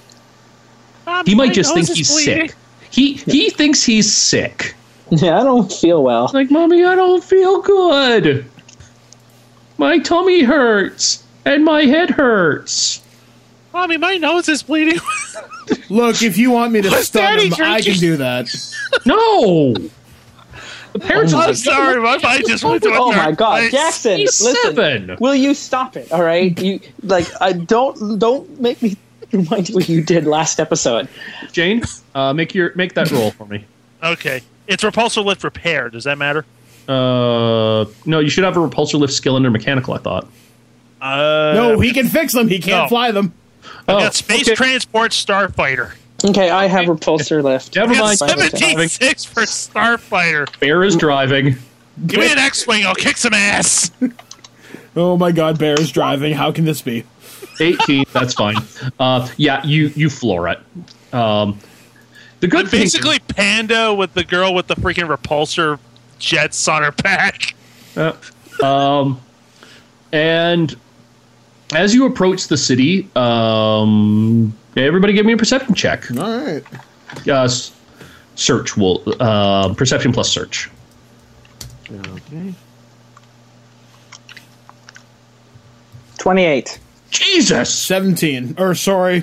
[SPEAKER 2] He might just think he's sick. He he thinks he's sick.
[SPEAKER 8] Yeah, I don't feel well.
[SPEAKER 2] Like, mommy, I don't feel good. My tummy hurts and my head hurts.
[SPEAKER 6] Mommy, my nose is bleeding.
[SPEAKER 3] Look, if you want me to stun
[SPEAKER 6] Daddy
[SPEAKER 3] him, I can
[SPEAKER 6] drinking?
[SPEAKER 3] do that.
[SPEAKER 2] No. The parents are
[SPEAKER 6] I'm sorry, Oh my mind just went to a
[SPEAKER 8] Oh my
[SPEAKER 6] dark
[SPEAKER 8] God,
[SPEAKER 6] place.
[SPEAKER 8] Jackson!
[SPEAKER 2] He's
[SPEAKER 8] listen,
[SPEAKER 2] seven.
[SPEAKER 8] will you stop it? All right, you like I don't don't make me remind you what you did last episode.
[SPEAKER 2] Jane, uh, make your make that roll for me.
[SPEAKER 6] Okay, it's repulsor lift repair. Does that matter?
[SPEAKER 2] Uh, no, you should have a repulsor lift skill under mechanical. I thought.
[SPEAKER 6] Uh,
[SPEAKER 3] No, he can fix them. He can't
[SPEAKER 6] No.
[SPEAKER 3] fly them.
[SPEAKER 2] Oh,
[SPEAKER 6] I got space
[SPEAKER 2] okay.
[SPEAKER 6] transport starfighter.
[SPEAKER 8] Okay, I have repulsor lift.
[SPEAKER 2] Never
[SPEAKER 6] I got
[SPEAKER 2] mind. Bear is
[SPEAKER 6] seventeen
[SPEAKER 2] driving.
[SPEAKER 6] six for starfighter.
[SPEAKER 2] Bear is driving.
[SPEAKER 6] Give me an X-wing. I'll kick some ass.
[SPEAKER 3] Oh my god, Bear is driving. How can this be?
[SPEAKER 2] 18 that's fine uh, yeah you you floor it um, the good
[SPEAKER 6] I'm
[SPEAKER 2] thing
[SPEAKER 6] basically Panda with the girl with the freaking repulsor jets on her back.
[SPEAKER 2] and as you approach the city um, everybody give me a perception check
[SPEAKER 3] All right.
[SPEAKER 2] uh, s- search will uh, perception plus search
[SPEAKER 4] Twenty-eight.
[SPEAKER 2] jesus
[SPEAKER 3] 17. Or, sorry.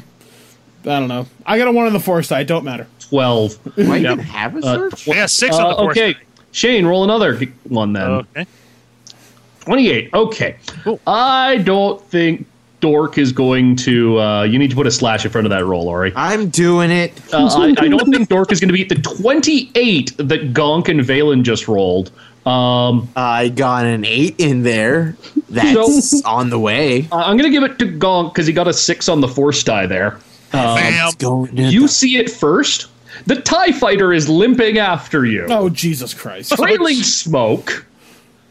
[SPEAKER 3] I don't know. I got a one on the foresight. Don't matter.
[SPEAKER 2] 12
[SPEAKER 5] Why
[SPEAKER 2] Yeah.
[SPEAKER 5] even have a
[SPEAKER 2] Uh,
[SPEAKER 5] search?
[SPEAKER 6] I got six on
[SPEAKER 2] uh,
[SPEAKER 6] the Uh, fourth.
[SPEAKER 2] okay shane roll another g- one then
[SPEAKER 6] Okay.
[SPEAKER 2] 28 okay i don't think dork is going to uh, you need to put a slash in front of that roll ori
[SPEAKER 5] I'm doing it.
[SPEAKER 2] Uh, I, I don't think Dork is going to beat the 28 that Gonk and Valen just rolled. Um,
[SPEAKER 5] I got an eight in there. That's on the way.
[SPEAKER 2] I- I'm going to give it to Gonk because he got a six on the force die there.
[SPEAKER 6] Bam.
[SPEAKER 5] It's going to
[SPEAKER 2] You see it first. The TIE fighter is limping after you,
[SPEAKER 3] Oh, Jesus Christ.
[SPEAKER 2] trailing smoke.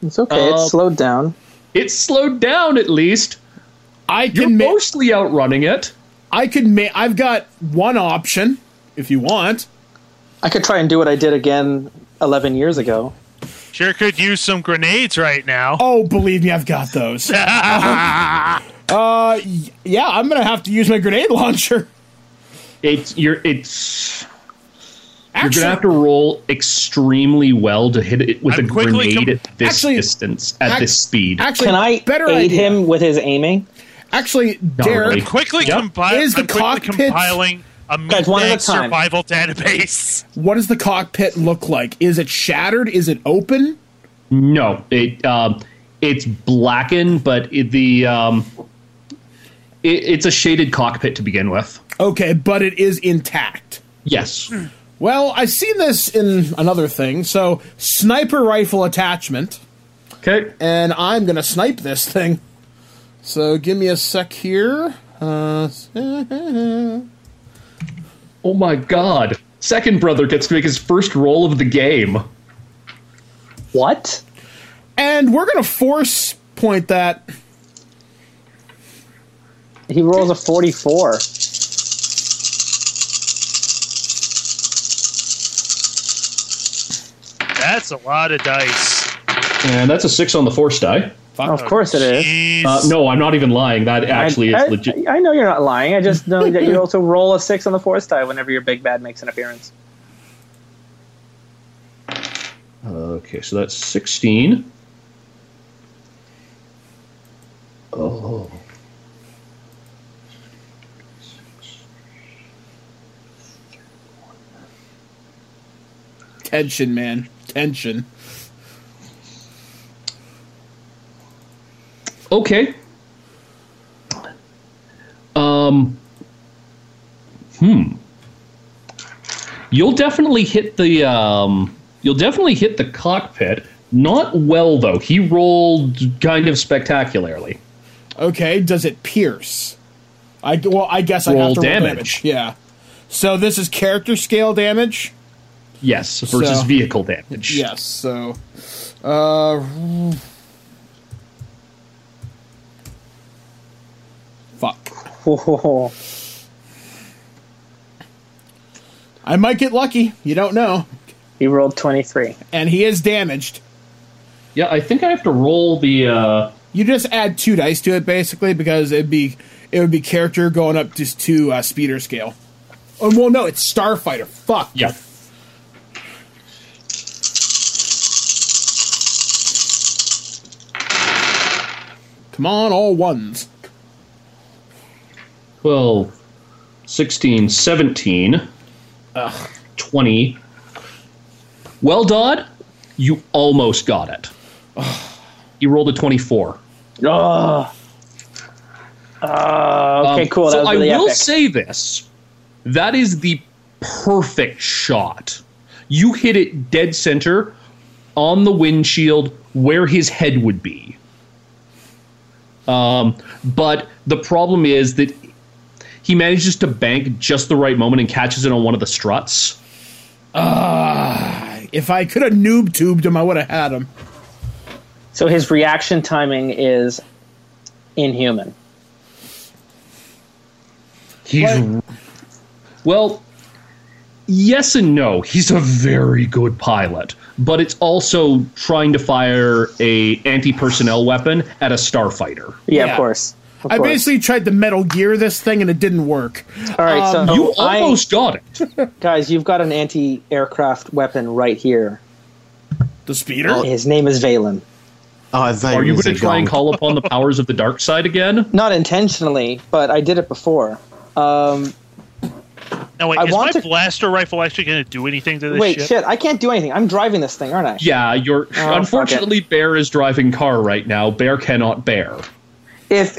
[SPEAKER 4] It's okay.
[SPEAKER 2] Uh,
[SPEAKER 4] it's slowed down.
[SPEAKER 2] It's slowed down at least.
[SPEAKER 3] I
[SPEAKER 2] You're
[SPEAKER 3] can make.
[SPEAKER 2] mostly outrunning it.
[SPEAKER 3] I can make. I've got one option if you want.
[SPEAKER 4] I could try and do what I did again eleven years ago.
[SPEAKER 6] Sure could use some grenades right now.
[SPEAKER 3] Oh, believe me, I've got those. uh, y- yeah, I'm gonna have to use my grenade launcher.
[SPEAKER 2] It's you're it's you're
[SPEAKER 3] Actually,
[SPEAKER 2] gonna have to roll extremely well to hit it with
[SPEAKER 6] I'm
[SPEAKER 2] a
[SPEAKER 6] quickly
[SPEAKER 2] grenade
[SPEAKER 6] com-
[SPEAKER 2] at this
[SPEAKER 3] Actually-
[SPEAKER 2] distance at
[SPEAKER 3] act-
[SPEAKER 2] this speed.
[SPEAKER 3] actually,
[SPEAKER 8] Can I
[SPEAKER 3] better
[SPEAKER 8] aid
[SPEAKER 3] idea.
[SPEAKER 8] him with his aiming?
[SPEAKER 3] Actually,
[SPEAKER 2] Not
[SPEAKER 3] Derek,
[SPEAKER 2] really.
[SPEAKER 6] Quickly
[SPEAKER 2] Yep.
[SPEAKER 6] compile.
[SPEAKER 3] Is the
[SPEAKER 6] I'm quickly
[SPEAKER 3] cockpit-
[SPEAKER 6] compiling a
[SPEAKER 8] Guys, one at a
[SPEAKER 6] midnight
[SPEAKER 8] time.
[SPEAKER 6] survival database.
[SPEAKER 3] what does the cockpit look like? Is it shattered? Is it open?
[SPEAKER 2] No, it um, it's blackened, but it, the um, it, it's a shaded cockpit to begin with.
[SPEAKER 3] Okay, but it is intact.
[SPEAKER 2] Yes,
[SPEAKER 3] Well, I've seen this in another thing. So, sniper rifle attachment,
[SPEAKER 2] okay.
[SPEAKER 3] and I'm gonna snipe this thing. So, give me a sec here. Uh,
[SPEAKER 2] Oh my god! Second brother gets to make his first roll of the game.
[SPEAKER 8] What?
[SPEAKER 3] and we're gonna force point that.
[SPEAKER 8] He rolls a forty-four.
[SPEAKER 6] That's a lot of dice.
[SPEAKER 2] And that's a six on the force die.
[SPEAKER 8] Of course it is.
[SPEAKER 6] Jeez.
[SPEAKER 2] Uh, no, I'm not even lying. That actually
[SPEAKER 8] I,
[SPEAKER 2] is legit.
[SPEAKER 8] I know you're not lying. I just know that you also roll a six on the force die whenever your big bad makes an appearance.
[SPEAKER 2] Okay, so that's sixteen. Oh.
[SPEAKER 3] Tension, man. Tension.
[SPEAKER 2] Okay. Um. Hmm. You'll definitely hit the um. You'll definitely hit the cockpit. Not well though. He rolled kind of spectacularly.
[SPEAKER 3] Okay, does it pierce? I well, I guess I
[SPEAKER 2] Roll
[SPEAKER 3] have to roll
[SPEAKER 2] damage.
[SPEAKER 3] damage. Yeah. So this is character scale damage.
[SPEAKER 2] Yes, versus
[SPEAKER 3] So-
[SPEAKER 2] vehicle damage.
[SPEAKER 3] Yes. So, uh, fuck.
[SPEAKER 8] Whoa.
[SPEAKER 3] I might get lucky. You don't know.
[SPEAKER 8] He rolled twenty-three.
[SPEAKER 3] And he is damaged.
[SPEAKER 2] Yeah, I think I have to roll the. Uh,
[SPEAKER 3] You just add two dice to it basically because it'd be it would be character going up just to uh, speeder scale. Oh well, no, it's starfighter. Fuck.
[SPEAKER 2] yeah.
[SPEAKER 3] Come on, all ones.
[SPEAKER 2] 12, 16, 17, 20. Well, Dodd, you almost got it. You rolled a 24.
[SPEAKER 4] Okay,
[SPEAKER 2] Um,
[SPEAKER 4] cool.
[SPEAKER 2] So
[SPEAKER 4] That was really
[SPEAKER 2] I will
[SPEAKER 4] epic.
[SPEAKER 2] say this: that is the perfect shot. You hit it dead center on the windshield where his head would be. Um, but the problem is that he manages to bank just the right moment and catches it on one of the struts.
[SPEAKER 3] If I could have noob tubed him, I would have had him.
[SPEAKER 4] so his reaction timing is inhuman.
[SPEAKER 2] He's well, yes and no. He's a very good pilot, but it's also trying to fire a anti-personnel weapon at a starfighter.
[SPEAKER 4] Yeah,
[SPEAKER 3] Yeah.
[SPEAKER 4] of course. Of
[SPEAKER 3] I
[SPEAKER 4] course.
[SPEAKER 3] basically tried to Metal Gear this thing and it didn't work.
[SPEAKER 4] All right, so
[SPEAKER 2] um, you
[SPEAKER 4] Oh, I-
[SPEAKER 2] almost got it.
[SPEAKER 4] guys, you've got an anti-aircraft weapon right here.
[SPEAKER 3] The speeder?
[SPEAKER 4] His name is Valen.
[SPEAKER 5] Oh, I thought
[SPEAKER 2] Are you
[SPEAKER 5] were
[SPEAKER 2] going to try and call upon the powers of the dark side again?
[SPEAKER 4] Not intentionally, but I did it before. Um,
[SPEAKER 6] Now wait,
[SPEAKER 4] I
[SPEAKER 6] is
[SPEAKER 4] want
[SPEAKER 6] my
[SPEAKER 4] to-
[SPEAKER 6] blaster rifle actually going to do anything to this
[SPEAKER 4] wait, shit. I can't do anything. I'm driving this thing, aren't I?
[SPEAKER 2] Yeah, you're.
[SPEAKER 4] Oh, fuck
[SPEAKER 2] unfortunately, Bear is driving car right now. Bear cannot bear.
[SPEAKER 4] If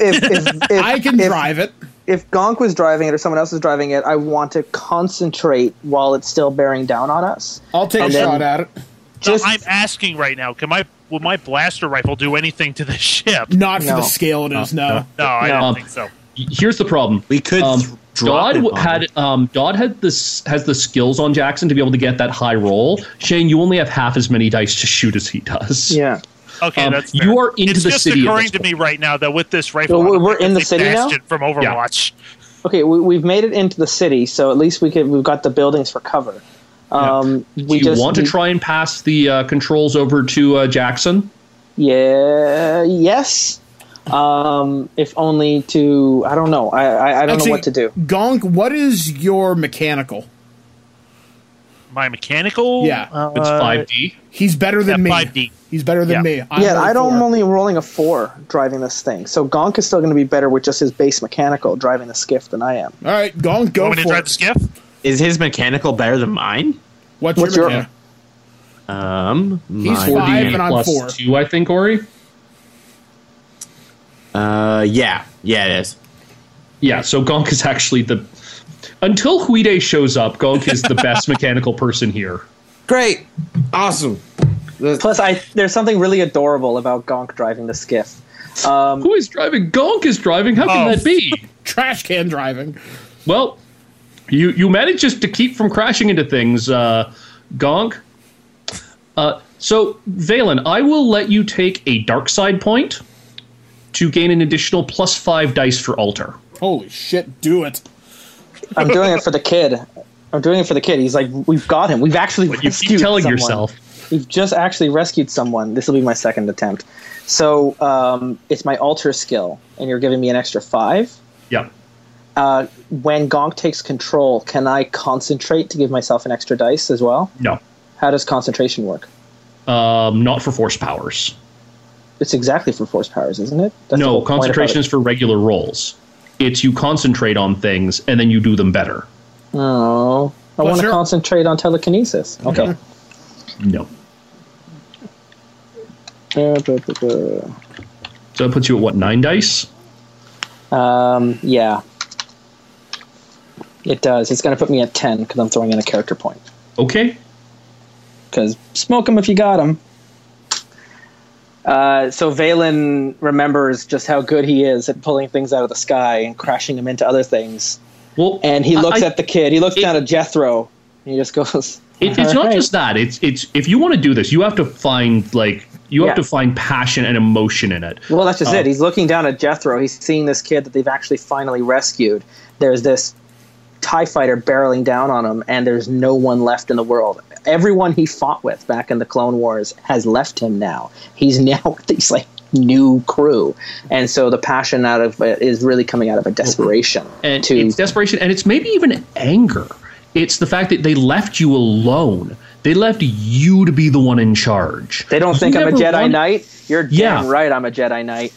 [SPEAKER 4] if if, if
[SPEAKER 3] I can
[SPEAKER 4] if,
[SPEAKER 3] drive it.
[SPEAKER 4] If Gonk was driving it or someone else is driving it, I want to concentrate while it's still bearing down on us.
[SPEAKER 3] I'll take a
[SPEAKER 4] and then-
[SPEAKER 3] shot at it.
[SPEAKER 6] No,
[SPEAKER 4] Just
[SPEAKER 6] I'm asking right now. Can my will my blaster rifle do anything to this ship? No,
[SPEAKER 3] Not for
[SPEAKER 4] No.
[SPEAKER 3] the scale it is, no.
[SPEAKER 6] I
[SPEAKER 2] Um,
[SPEAKER 6] don't think so.
[SPEAKER 2] Y- Here's the problem.
[SPEAKER 5] We could
[SPEAKER 2] Um,
[SPEAKER 5] th- drop
[SPEAKER 2] Dodd
[SPEAKER 5] it
[SPEAKER 2] w-
[SPEAKER 5] on
[SPEAKER 2] had
[SPEAKER 5] him.
[SPEAKER 2] um, Dodd had this has the skills on Jackson to be able to get that high roll. Shane, you only have half as many dice to shoot as he does.
[SPEAKER 4] yeah.
[SPEAKER 6] Okay,
[SPEAKER 2] um,
[SPEAKER 6] that's
[SPEAKER 2] you
[SPEAKER 6] fair.
[SPEAKER 2] are into
[SPEAKER 6] it's
[SPEAKER 2] the
[SPEAKER 6] just
[SPEAKER 2] city at
[SPEAKER 6] occurring
[SPEAKER 2] this
[SPEAKER 6] to me right now that with this rifle,
[SPEAKER 4] Well,
[SPEAKER 6] I don't
[SPEAKER 4] we're-
[SPEAKER 6] think
[SPEAKER 4] we're in
[SPEAKER 6] it's
[SPEAKER 4] the
[SPEAKER 6] a
[SPEAKER 4] city now?
[SPEAKER 6] bastion from Overwatch.
[SPEAKER 4] Okay, we, we've made it into the city, so at least we could, we've got the buildings for cover. Um,
[SPEAKER 2] Do
[SPEAKER 4] we
[SPEAKER 2] you
[SPEAKER 4] just
[SPEAKER 2] want to
[SPEAKER 4] we-
[SPEAKER 2] try and pass the uh, controls over to uh, Jackson?
[SPEAKER 4] Yeah. Yes. Um, if only to I don't know. I I, I don't know what to do.
[SPEAKER 3] Gonk, what is your mechanical?
[SPEAKER 6] My mechanical,
[SPEAKER 3] Yeah.
[SPEAKER 6] uh,
[SPEAKER 2] It's five D.
[SPEAKER 3] He's better than
[SPEAKER 6] yeah,
[SPEAKER 3] me.
[SPEAKER 6] 5D.
[SPEAKER 3] He's better than
[SPEAKER 6] Yeah.
[SPEAKER 3] me. I'm
[SPEAKER 4] yeah,
[SPEAKER 3] at a
[SPEAKER 4] I don't.
[SPEAKER 3] four.
[SPEAKER 4] I'm only rolling a four driving this thing, so Gonk is still going to be better with just his base mechanical driving the skiff than I am.
[SPEAKER 3] All right, Gonk, go
[SPEAKER 6] Want me to
[SPEAKER 3] for
[SPEAKER 6] drive the
[SPEAKER 3] it.
[SPEAKER 6] skiff?
[SPEAKER 5] Is his mechanical better than mine?
[SPEAKER 3] What's,
[SPEAKER 4] What's
[SPEAKER 3] your
[SPEAKER 4] your-
[SPEAKER 3] mechanic?
[SPEAKER 5] Um,
[SPEAKER 3] He's
[SPEAKER 5] mine-
[SPEAKER 3] four. Five and I'm
[SPEAKER 2] plus
[SPEAKER 3] four.
[SPEAKER 2] two, I think, Ori.
[SPEAKER 5] Uh, yeah, yeah, it is.
[SPEAKER 2] Yeah, so Gonk is actually the until Huide shows up, Gonk is the best mechanical person here.
[SPEAKER 5] Great, awesome.
[SPEAKER 4] Plus, I there's something really adorable about Gonk driving the skiff. Um,
[SPEAKER 2] Who is driving? Gonk is driving. How can
[SPEAKER 6] Oh.
[SPEAKER 2] that be?
[SPEAKER 3] Trash can driving.
[SPEAKER 2] Well, you you manage just to keep from crashing into things, uh, Gonk. Uh, so Valen, I will let you take a dark side point to gain an additional plus five dice for altar.
[SPEAKER 3] Holy shit, do it.
[SPEAKER 4] I'm doing it for the kid. I'm doing it for the kid. He's like, we've got him. We've actually
[SPEAKER 2] You
[SPEAKER 4] rescued
[SPEAKER 2] keep telling
[SPEAKER 4] someone.
[SPEAKER 2] yourself.
[SPEAKER 4] We've just actually rescued someone. This will be my second attempt. So um, it's my alter skill, and you're giving me an extra five.
[SPEAKER 2] Yeah.
[SPEAKER 4] Uh, when Gonk takes control, can I concentrate to give myself an extra dice as well?
[SPEAKER 2] No.
[SPEAKER 4] How does concentration work?
[SPEAKER 2] Um, not for force powers.
[SPEAKER 4] It's exactly for force powers, isn't it? That's the
[SPEAKER 2] no,
[SPEAKER 4] whole point about
[SPEAKER 2] concentration
[SPEAKER 4] it.
[SPEAKER 2] is for regular rolls. It's you concentrate on things and then you do them better.
[SPEAKER 4] Oh, I want to
[SPEAKER 3] your-
[SPEAKER 4] concentrate on telekinesis. Okay.
[SPEAKER 2] No.
[SPEAKER 4] Uh, buh, buh,
[SPEAKER 2] So that puts you at what nine dice?
[SPEAKER 4] buh. Um, yeah. It does. It's going to put me at 10 because I'm throwing in a character point.
[SPEAKER 2] Okay.
[SPEAKER 4] Because smoke 'em if you got 'em. Uh, so Valen remembers just how good he is at pulling things out of the sky and crashing them into other things.
[SPEAKER 2] Well,
[SPEAKER 4] And he
[SPEAKER 2] I-
[SPEAKER 4] looks
[SPEAKER 2] I-
[SPEAKER 4] at the kid. He looks
[SPEAKER 2] it-
[SPEAKER 4] down at Jethro. And he just goes.
[SPEAKER 2] It, it's not
[SPEAKER 4] "Alright."
[SPEAKER 2] just that. It's it's if you want to do this, you have to find like you
[SPEAKER 4] Yeah.
[SPEAKER 2] have to find passion and emotion in it.
[SPEAKER 4] Well, that's just
[SPEAKER 2] Oh.
[SPEAKER 4] it. He's looking down at Jethro. He's seeing this kid that they've actually finally rescued. There's this TIE fighter barreling down on him, and there's no one left in the world. Everyone he fought with back in the Clone Wars has left him now. He's now with these like new crew. And so the passion out of it is really coming out of a desperation.
[SPEAKER 2] and
[SPEAKER 4] to
[SPEAKER 2] it's desperation and it's maybe even anger it's the fact that they left you alone they left you to be the one in charge
[SPEAKER 4] They don't
[SPEAKER 2] You
[SPEAKER 4] think I'm a
[SPEAKER 2] never
[SPEAKER 4] Jedi
[SPEAKER 2] want-
[SPEAKER 4] Knight. You're
[SPEAKER 2] Yeah.
[SPEAKER 4] damn right I'm a Jedi Knight.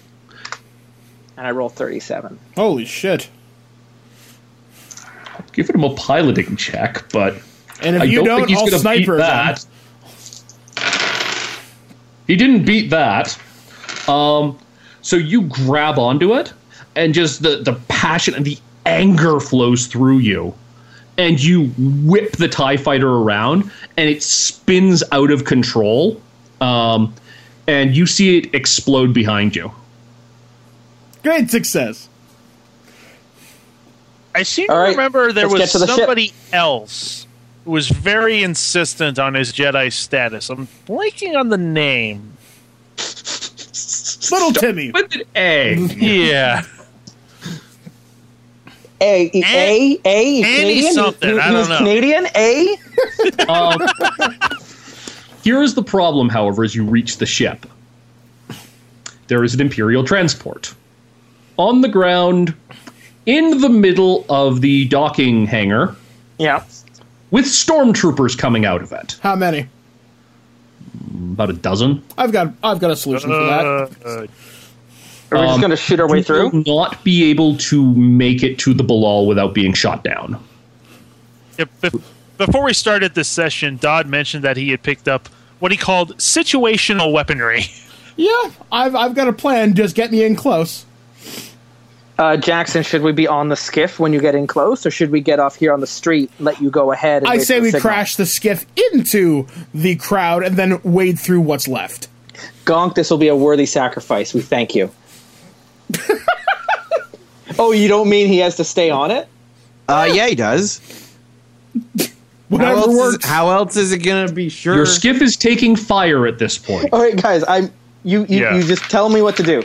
[SPEAKER 4] And I roll 37.
[SPEAKER 3] Holy shit.
[SPEAKER 2] giving him a piloting check but
[SPEAKER 3] And if
[SPEAKER 2] i don't,
[SPEAKER 3] you don't,
[SPEAKER 2] think he's going
[SPEAKER 3] I'll
[SPEAKER 2] to beat
[SPEAKER 3] sniper them.
[SPEAKER 2] that he didn't beat that um so you grab onto it and just the the passion and the anger flows through you and you whip the tie fighter around and it spins out of control um and you see it explode behind you
[SPEAKER 3] Great success.
[SPEAKER 6] I seem
[SPEAKER 4] All
[SPEAKER 6] to
[SPEAKER 4] right,
[SPEAKER 6] remember there
[SPEAKER 4] let's
[SPEAKER 6] was
[SPEAKER 4] get to the ship.
[SPEAKER 6] somebody else who was very insistent on his Jedi status. I'm blanking on the name.
[SPEAKER 3] Little Timmy.
[SPEAKER 2] with an egg.
[SPEAKER 6] Yeah.
[SPEAKER 4] A, A,
[SPEAKER 6] Andy-
[SPEAKER 4] A, A
[SPEAKER 6] Andy
[SPEAKER 4] Canadian?
[SPEAKER 6] something,
[SPEAKER 4] He- he
[SPEAKER 6] I don't
[SPEAKER 4] was
[SPEAKER 6] know.
[SPEAKER 4] Canadian? A?
[SPEAKER 2] Here is the problem, however, as you reach the ship. There is an Imperial transport. On the ground, in the middle of the docking hangar,
[SPEAKER 4] Yeah.
[SPEAKER 2] with stormtroopers coming out of it.
[SPEAKER 3] How many?
[SPEAKER 2] About a dozen.
[SPEAKER 3] I've got I've got a solution for that.
[SPEAKER 6] Uh,
[SPEAKER 4] Are we just
[SPEAKER 2] Um,
[SPEAKER 4] going to shoot our way
[SPEAKER 2] You
[SPEAKER 4] through?
[SPEAKER 2] will not be able to make it to the Balal without being shot down.
[SPEAKER 6] yeah, bef- before we started this session, Dodd mentioned that he had picked up what he called situational weaponry.
[SPEAKER 3] Yeah, I've I've got a plan. Just get me in close.
[SPEAKER 4] Uh, Jackson, should we be on the skiff when you get in close, or should we get off here on the street, let you go ahead? And
[SPEAKER 3] I
[SPEAKER 4] wait
[SPEAKER 3] say
[SPEAKER 4] for the
[SPEAKER 3] we
[SPEAKER 4] signal?
[SPEAKER 3] crash the skiff into the crowd and then wade through what's left.
[SPEAKER 4] Gonk, this will be a worthy sacrifice. We thank you. oh, you don't mean he has to stay on it?
[SPEAKER 5] Uh, yeah, he does. How
[SPEAKER 3] Whatever
[SPEAKER 5] else, is,
[SPEAKER 3] works.
[SPEAKER 5] how else is it gonna be sure?
[SPEAKER 4] Hmm.
[SPEAKER 2] Your skiff is taking fire at this point.
[SPEAKER 4] All right, guys, I'm. You, you,
[SPEAKER 6] Yeah.
[SPEAKER 4] you just tell me what to do.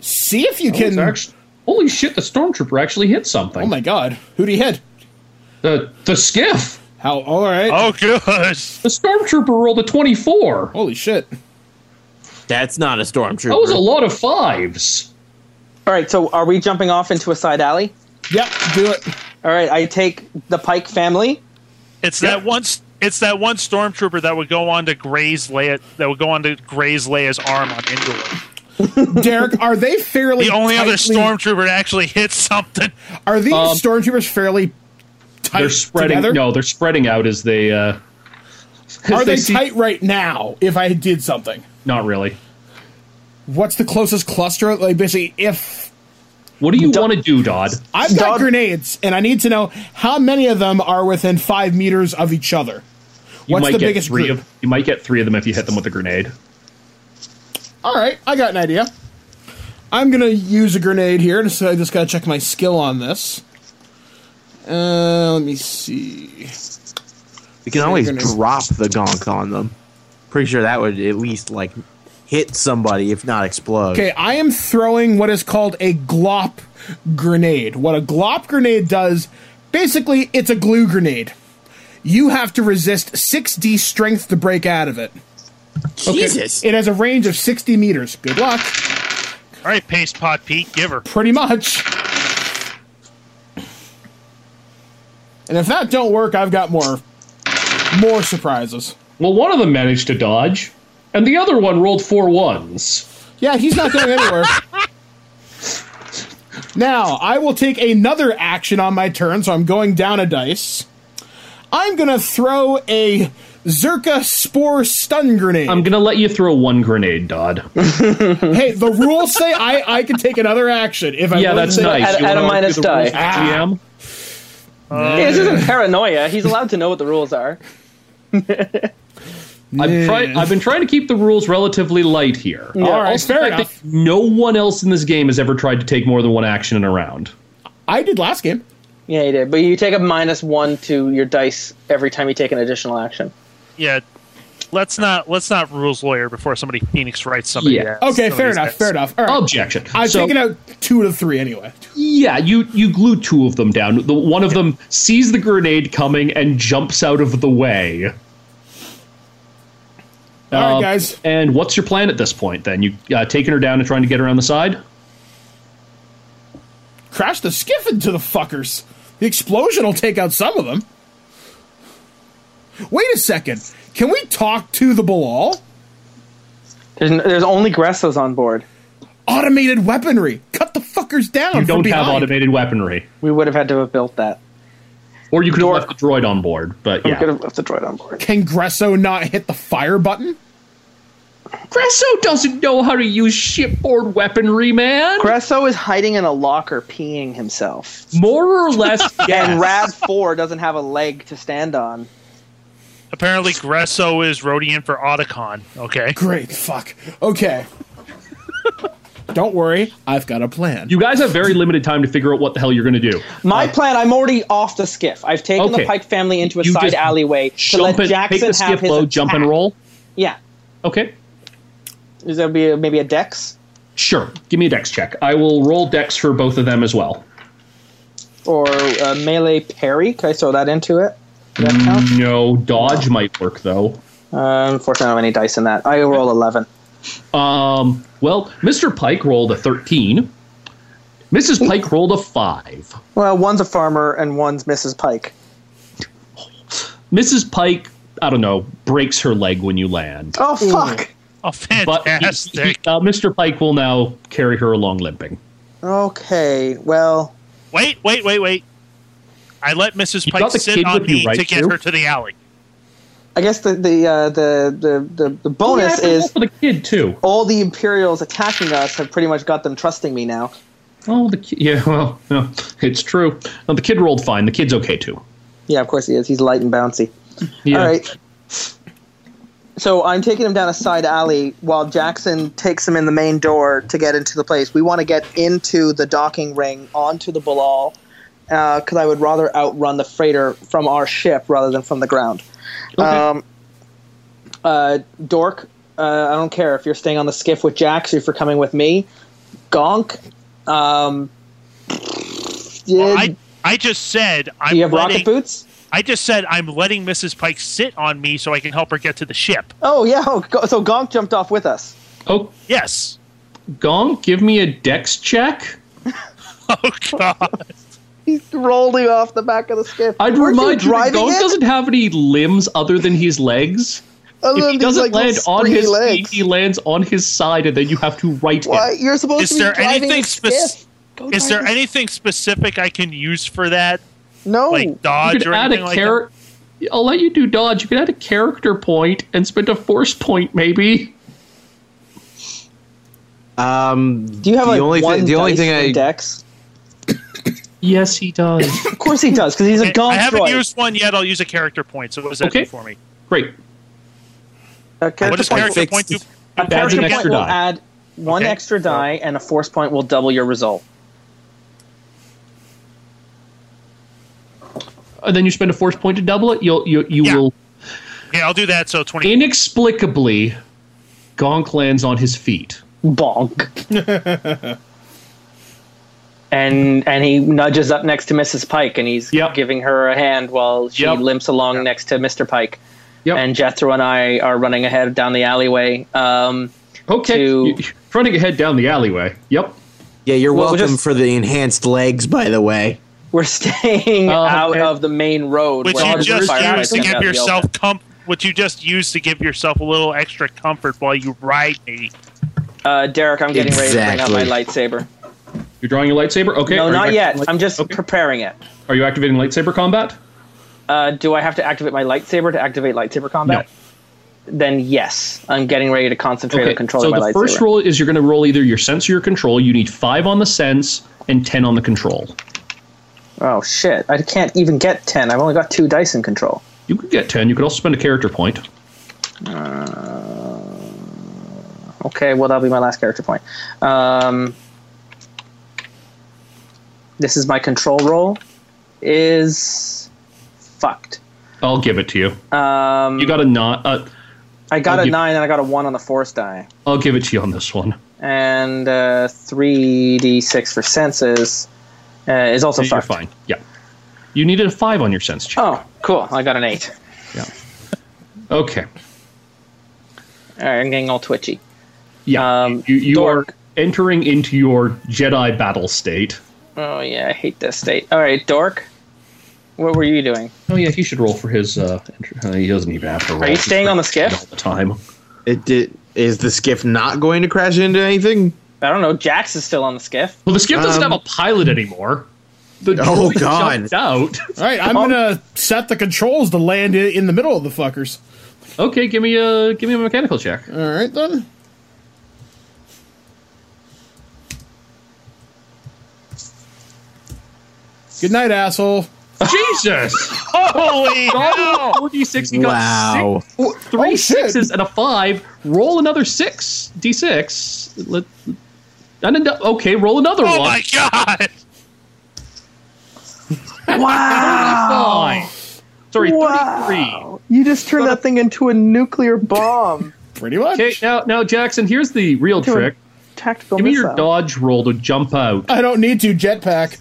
[SPEAKER 3] See if you
[SPEAKER 2] It's
[SPEAKER 3] can.
[SPEAKER 2] actu- holy shit, the stormtrooper actually hit something.
[SPEAKER 3] oh my god, who'd he hit?
[SPEAKER 2] the, the skiff!
[SPEAKER 3] How? All right.
[SPEAKER 6] Oh, good.
[SPEAKER 2] The stormtrooper rolled a 24.
[SPEAKER 3] Holy shit.
[SPEAKER 5] That's not a stormtrooper.
[SPEAKER 2] That was a lot of fives.
[SPEAKER 4] All right, so are we jumping off into a side alley?
[SPEAKER 3] Yep, do it.
[SPEAKER 4] All right, I take the Pike family.
[SPEAKER 6] It's that one. s- It's that one stormtrooper that would go on to Gray's Leia. That would go on to Gray's Leia's arm on Endor.
[SPEAKER 3] Derek, are they fairly
[SPEAKER 6] The only other
[SPEAKER 3] tightly-
[SPEAKER 6] stormtrooper to actually hit something.
[SPEAKER 3] Are these
[SPEAKER 2] Um,
[SPEAKER 3] stormtroopers fairly tight
[SPEAKER 2] They're spreading.
[SPEAKER 3] together?
[SPEAKER 2] No, they're spreading out as they. Uh, as
[SPEAKER 3] Are they,
[SPEAKER 2] see-
[SPEAKER 3] tight right now? If I did something,
[SPEAKER 2] Not really.
[SPEAKER 3] what's the closest cluster? Like basically, if
[SPEAKER 2] What do you want to do, Dodd?
[SPEAKER 3] I've got
[SPEAKER 4] Dog-
[SPEAKER 3] grenades, and I need to know how many of them are within five meters of each other.
[SPEAKER 2] You
[SPEAKER 3] What's
[SPEAKER 2] might
[SPEAKER 3] the
[SPEAKER 2] get
[SPEAKER 3] biggest
[SPEAKER 2] three
[SPEAKER 3] group?
[SPEAKER 2] Of, you might get three of them if you hit them with a grenade.
[SPEAKER 3] All right, I got an idea. I'm gonna use a grenade here, so I just gotta check my skill on this. Uh, let me see.
[SPEAKER 5] You can always
[SPEAKER 3] gonna-
[SPEAKER 5] drop the gonk on them. Pretty sure that would at least like hit somebody, if not explode.
[SPEAKER 3] Okay, I am throwing what is called a glop grenade. What a glop grenade does, basically, it's a glue grenade. You have to resist 6d strength to break out of it.
[SPEAKER 5] Jesus.
[SPEAKER 3] It has a range of 60 meters. Good luck.
[SPEAKER 6] All right, paste pot Pete, give her.
[SPEAKER 3] Pretty much. And if that don't work, I've got more more surprises.
[SPEAKER 2] Well, one of them managed to dodge, and the other one rolled four ones.
[SPEAKER 3] Yeah, he's not going anywhere. now, I will take another action on my turn, so I'm going down a dice. I'm going to throw a Zerka Spore Stun Grenade.
[SPEAKER 2] I'm gonna let you throw one grenade, Dodd.
[SPEAKER 3] hey, the rules say I, I can take another action if I
[SPEAKER 2] Yeah,
[SPEAKER 3] want
[SPEAKER 2] that's
[SPEAKER 3] to.
[SPEAKER 2] nice.
[SPEAKER 4] At-
[SPEAKER 2] You
[SPEAKER 4] at a
[SPEAKER 2] wanna
[SPEAKER 4] minus
[SPEAKER 2] do the rules,
[SPEAKER 4] die.
[SPEAKER 3] Ah,
[SPEAKER 2] GM? Mm.
[SPEAKER 4] this isn't paranoia. He's allowed to know what the rules are.
[SPEAKER 2] I've, tried, I've been trying to keep the rules relatively light here.
[SPEAKER 3] All right,
[SPEAKER 2] Also, the
[SPEAKER 3] fair
[SPEAKER 2] fact
[SPEAKER 3] enough.
[SPEAKER 2] that No one else in this game has ever tried to take more than one action in a round.
[SPEAKER 3] I did last game.
[SPEAKER 4] Yeah, you did. But you take a minus one to your dice every time you take an additional action.
[SPEAKER 6] Yeah, Let's not let's not rules lawyer before somebody Phoenix writes somebody.
[SPEAKER 2] Yeah.
[SPEAKER 6] as
[SPEAKER 3] Okay, fair
[SPEAKER 6] somebody's
[SPEAKER 3] enough.
[SPEAKER 6] next.
[SPEAKER 3] Fair enough. All right.
[SPEAKER 2] Objection.
[SPEAKER 3] I'm
[SPEAKER 2] Oh, So-
[SPEAKER 3] taking out two to three anyway.
[SPEAKER 2] Yeah, you you glue two of them down. The one of them sees the grenade coming and jumps out of the way.
[SPEAKER 3] All right,
[SPEAKER 2] Um,
[SPEAKER 3] guys.
[SPEAKER 2] And what's your plan at this point? Then you uh, taking her down and trying to get her on the side.
[SPEAKER 3] Crash the skiff into the fuckers. The explosion will take out some of them. Wait a second. Can we talk to the Balal?
[SPEAKER 10] There's, n- there's only Gressos on board.
[SPEAKER 3] Automated weaponry. Cut the fuckers down.
[SPEAKER 2] You
[SPEAKER 3] from
[SPEAKER 2] don't have
[SPEAKER 3] behind.
[SPEAKER 2] automated weaponry,
[SPEAKER 10] We would have had to have built that.
[SPEAKER 2] or you could have left the droid on board. But
[SPEAKER 10] We could
[SPEAKER 2] yeah,
[SPEAKER 10] have left the droid on board.
[SPEAKER 3] Can Gresso not hit the fire button?
[SPEAKER 2] Gresso doesn't know how to use shipboard weaponry, man.
[SPEAKER 10] Gresso is hiding in a locker peeing himself.
[SPEAKER 2] More or less,
[SPEAKER 10] And
[SPEAKER 2] yes.
[SPEAKER 10] Rad 4 doesn't have a leg to stand on.
[SPEAKER 6] Apparently, Gresso is Rodian for Otacon. Okay.
[SPEAKER 3] Great. Fuck. Okay. don't worry. I've got a plan.
[SPEAKER 2] You guys have very limited time to figure out what the hell you're going to do.
[SPEAKER 4] My plan, I'm already off the skiff. I've taken
[SPEAKER 2] Okay.
[SPEAKER 4] the Pike family into a
[SPEAKER 2] You
[SPEAKER 4] side
[SPEAKER 2] just
[SPEAKER 4] alleyway to
[SPEAKER 2] Jump
[SPEAKER 4] let
[SPEAKER 2] and
[SPEAKER 4] Jackson
[SPEAKER 2] take the
[SPEAKER 4] have
[SPEAKER 2] skip
[SPEAKER 4] his
[SPEAKER 2] low, jump and
[SPEAKER 4] attack.
[SPEAKER 2] roll.
[SPEAKER 4] Yeah.
[SPEAKER 2] Okay.
[SPEAKER 4] Is there be a, maybe a dex?
[SPEAKER 2] Sure. Give me a dex check. I will roll dex for both of them as well.
[SPEAKER 4] Or a melee parry? Could I throw that into it? Does that
[SPEAKER 2] Mm.
[SPEAKER 4] count?
[SPEAKER 2] No, dodge might work though.
[SPEAKER 4] Uh, unfortunately, I don't have any dice in that. I roll 11.
[SPEAKER 2] Um, well, Mr. Pike rolled a 13. Mrs. Pike rolled a 5.
[SPEAKER 4] Well, one's a farmer and one's Mrs. Pike.
[SPEAKER 2] Mrs. Pike, I don't know, breaks her leg when you land.
[SPEAKER 4] Oh, fuck.
[SPEAKER 6] Oh,
[SPEAKER 2] But he- he-
[SPEAKER 6] fantastic!
[SPEAKER 2] uh, Mr. Pike will now carry her along limping.
[SPEAKER 4] Okay, well,
[SPEAKER 6] Wait, wait, wait, wait. I let Mrs.
[SPEAKER 2] You
[SPEAKER 6] Pike
[SPEAKER 2] got the
[SPEAKER 6] sit
[SPEAKER 2] kid
[SPEAKER 6] on
[SPEAKER 2] with you,
[SPEAKER 6] me
[SPEAKER 2] right,
[SPEAKER 6] to get
[SPEAKER 2] Sue?
[SPEAKER 6] her to the alley.
[SPEAKER 4] I guess the the uh, the, the, the the bonus
[SPEAKER 2] Oh, Yeah,
[SPEAKER 4] is
[SPEAKER 2] for the kid too.
[SPEAKER 4] all the Imperials attacking us have pretty much got them trusting me now.
[SPEAKER 2] Oh, the ki- yeah. Well, no, it's true. No, the kid rolled fine. The kid's okay too.
[SPEAKER 4] Yeah, of course he is. He's light and bouncy.
[SPEAKER 2] Yeah.
[SPEAKER 4] All right. So I'm taking him down a side alley while Jackson takes him in the main door to get into the place. We want to get into the docking ring onto the Balal because I would rather outrun the freighter from our ship rather than from the ground. Um, uh, Dork, uh, I don't care if you're staying on the skiff with Jax or if you're coming with me. Gonk. Um, yeah,
[SPEAKER 6] I I just said I'm
[SPEAKER 4] do you have
[SPEAKER 6] letting,
[SPEAKER 4] rocket boots?
[SPEAKER 6] I just said I'm letting Mrs. Pike sit on me so I can help her get to the ship.
[SPEAKER 4] Oh, yeah. Oh, go- so Gonk jumped off with us.
[SPEAKER 2] Oh,
[SPEAKER 6] Yes.
[SPEAKER 2] Gong, give me a dex check.
[SPEAKER 6] Oh God.
[SPEAKER 4] rolled you off the back of the skiff.
[SPEAKER 2] I'd
[SPEAKER 4] Weren't
[SPEAKER 2] remind you, that
[SPEAKER 4] driving
[SPEAKER 2] Gong
[SPEAKER 4] it?
[SPEAKER 2] doesn't have any limbs other than his legs.
[SPEAKER 4] Other
[SPEAKER 2] If
[SPEAKER 4] than
[SPEAKER 2] he
[SPEAKER 4] these,
[SPEAKER 2] doesn't
[SPEAKER 4] like,
[SPEAKER 2] land
[SPEAKER 4] little
[SPEAKER 2] on
[SPEAKER 4] springy
[SPEAKER 2] his
[SPEAKER 4] legs.
[SPEAKER 2] feet, he lands on his side, and then you have to right
[SPEAKER 4] Why?
[SPEAKER 2] him.
[SPEAKER 4] You're supposed
[SPEAKER 6] Is
[SPEAKER 4] to be
[SPEAKER 6] there
[SPEAKER 4] driving
[SPEAKER 6] anything
[SPEAKER 4] a skiff.
[SPEAKER 6] spec-
[SPEAKER 4] Go
[SPEAKER 6] Is there
[SPEAKER 4] drive a-
[SPEAKER 6] anything specific I can use for that,
[SPEAKER 4] no?
[SPEAKER 6] like
[SPEAKER 2] Oh, You
[SPEAKER 6] dodge
[SPEAKER 2] can
[SPEAKER 6] or
[SPEAKER 2] add
[SPEAKER 6] anything
[SPEAKER 2] a
[SPEAKER 6] like
[SPEAKER 2] character. I'll let you do dodge. You can add a character point and spend a force point, maybe.
[SPEAKER 5] Um,
[SPEAKER 4] Do you have
[SPEAKER 5] The
[SPEAKER 4] like
[SPEAKER 5] only thi-
[SPEAKER 4] one
[SPEAKER 5] the only
[SPEAKER 4] dice
[SPEAKER 5] thing
[SPEAKER 4] in
[SPEAKER 5] I-
[SPEAKER 4] Dex?
[SPEAKER 2] Yes, he does.
[SPEAKER 4] Of course he does, because he's a
[SPEAKER 6] that? I
[SPEAKER 4] gonk
[SPEAKER 6] haven't
[SPEAKER 4] droid.
[SPEAKER 6] used one yet. I'll use a character point. So what does that
[SPEAKER 2] Okay.
[SPEAKER 6] do for me?
[SPEAKER 2] Great.
[SPEAKER 4] a
[SPEAKER 6] What
[SPEAKER 4] character
[SPEAKER 6] does
[SPEAKER 5] point
[SPEAKER 4] point,
[SPEAKER 6] character
[SPEAKER 5] fixed.
[SPEAKER 6] point do?
[SPEAKER 4] a
[SPEAKER 2] Adds
[SPEAKER 4] character
[SPEAKER 2] an
[SPEAKER 4] point
[SPEAKER 2] extra
[SPEAKER 4] will
[SPEAKER 2] die.
[SPEAKER 4] add one
[SPEAKER 6] Okay.
[SPEAKER 4] extra die, and a force point will double your result.
[SPEAKER 2] And then you spend a force point to double it. You'll you you
[SPEAKER 6] Yeah.
[SPEAKER 2] will
[SPEAKER 6] Yeah, I'll do that. So twenty.
[SPEAKER 2] inexplicably. Gong lands on his feet.
[SPEAKER 4] Bonk. and and he nudges up next to Mrs. Pike, and he's
[SPEAKER 2] Yep.
[SPEAKER 4] giving her a hand while she
[SPEAKER 2] Yep.
[SPEAKER 4] limps along next to Mr. Pike.
[SPEAKER 2] Yep.
[SPEAKER 4] and Jethro and I are running ahead down the alleyway. Um,
[SPEAKER 2] okay.
[SPEAKER 4] to-
[SPEAKER 2] You- you're trying to get head down the alleyway. Yep.
[SPEAKER 5] yeah, you're
[SPEAKER 4] Well, we're
[SPEAKER 5] welcome
[SPEAKER 4] just-
[SPEAKER 5] for the enhanced legs, by the way.
[SPEAKER 4] we're staying
[SPEAKER 2] Oh,
[SPEAKER 4] out
[SPEAKER 2] okay.
[SPEAKER 4] of the main road.
[SPEAKER 6] Which
[SPEAKER 4] where all
[SPEAKER 6] you
[SPEAKER 4] the
[SPEAKER 6] just
[SPEAKER 4] firefighters
[SPEAKER 6] use to
[SPEAKER 4] hang out in
[SPEAKER 6] give
[SPEAKER 4] the
[SPEAKER 6] yourself
[SPEAKER 4] open.
[SPEAKER 6] com- Which you just use to give yourself a little extra comfort while you ride me.
[SPEAKER 4] Uh, Derek, I'm getting ready to bring out my lightsaber.
[SPEAKER 2] You're drawing your lightsaber. Okay. Are
[SPEAKER 4] No,
[SPEAKER 2] you
[SPEAKER 4] not
[SPEAKER 2] acti-
[SPEAKER 4] yet. I'm just
[SPEAKER 2] Okay.
[SPEAKER 4] preparing it.
[SPEAKER 2] Are you activating lightsaber combat?
[SPEAKER 4] Uh, do I have to activate my lightsaber to activate lightsaber combat? Then yes, I'm getting ready to concentrate on
[SPEAKER 2] so
[SPEAKER 4] controlling
[SPEAKER 2] the
[SPEAKER 4] my lightsaber.
[SPEAKER 2] first roll is you're going to roll either your sense or your control. You need five on the sense and ten on the control.
[SPEAKER 4] oh shit! I can't even get ten. I've only got two dice in control.
[SPEAKER 2] You could get ten. You could also spend a character point.
[SPEAKER 4] Okay, well that'll be my last character point. Um, this is my control roll. Is fucked.
[SPEAKER 2] I'll give it to you.
[SPEAKER 4] Um,
[SPEAKER 2] You got a not. Uh,
[SPEAKER 4] I got
[SPEAKER 2] I'll
[SPEAKER 4] a
[SPEAKER 2] give-
[SPEAKER 4] nine and I got a one on the force die,
[SPEAKER 2] I'll give it to you on this one.
[SPEAKER 4] and uh, three d six for senses uh, is also
[SPEAKER 2] You're
[SPEAKER 4] fucked.
[SPEAKER 2] fine. Yeah. You needed a five on your sense check.
[SPEAKER 4] Oh, cool! I got an eight. Oh.
[SPEAKER 2] Okay.
[SPEAKER 4] All right, I'm getting all twitchy.
[SPEAKER 2] Yeah.
[SPEAKER 4] Um,
[SPEAKER 2] you you are
[SPEAKER 4] dork.
[SPEAKER 2] entering into your Jedi battle state.
[SPEAKER 4] Oh yeah, I hate this state. All right, dork. What were you doing?
[SPEAKER 2] Oh yeah, he should roll for his. Uh, entr- uh, he doesn't even have to roll.
[SPEAKER 4] Are you staying on the skiff?
[SPEAKER 2] all the time?
[SPEAKER 5] It did. Is the skiff not going to crash into anything?
[SPEAKER 4] I don't know. Jax is still on the skiff.
[SPEAKER 2] Well, the skiff doesn't
[SPEAKER 5] Um,
[SPEAKER 2] have a pilot anymore. The
[SPEAKER 5] Oh,
[SPEAKER 2] droid
[SPEAKER 5] God.
[SPEAKER 2] jumped out.
[SPEAKER 3] All right,
[SPEAKER 2] Oh.
[SPEAKER 3] I'm gonna set the controls to land i- in the middle of the fuckers.
[SPEAKER 2] Okay, give me a give me a mechanical check.
[SPEAKER 3] All right then. Good night, asshole.
[SPEAKER 2] Jesus!
[SPEAKER 6] Holy
[SPEAKER 2] Oh,
[SPEAKER 6] hell!
[SPEAKER 2] 46, he got six, four- three
[SPEAKER 3] Oh, shit.
[SPEAKER 2] sixes and a five. Roll another six. D6. Let, and an- okay, roll another one.
[SPEAKER 6] Oh my god!
[SPEAKER 2] Fine. Sorry,
[SPEAKER 8] Wow.
[SPEAKER 2] 33.
[SPEAKER 8] You just turned that thing into a nuclear bomb.
[SPEAKER 3] Pretty much.
[SPEAKER 2] Okay, now, now, Jackson, here's the real
[SPEAKER 8] a
[SPEAKER 2] trick.
[SPEAKER 8] Tactical
[SPEAKER 2] Give me
[SPEAKER 8] missile.
[SPEAKER 2] your dodge roll to jump out.
[SPEAKER 3] I don't need to jetpack.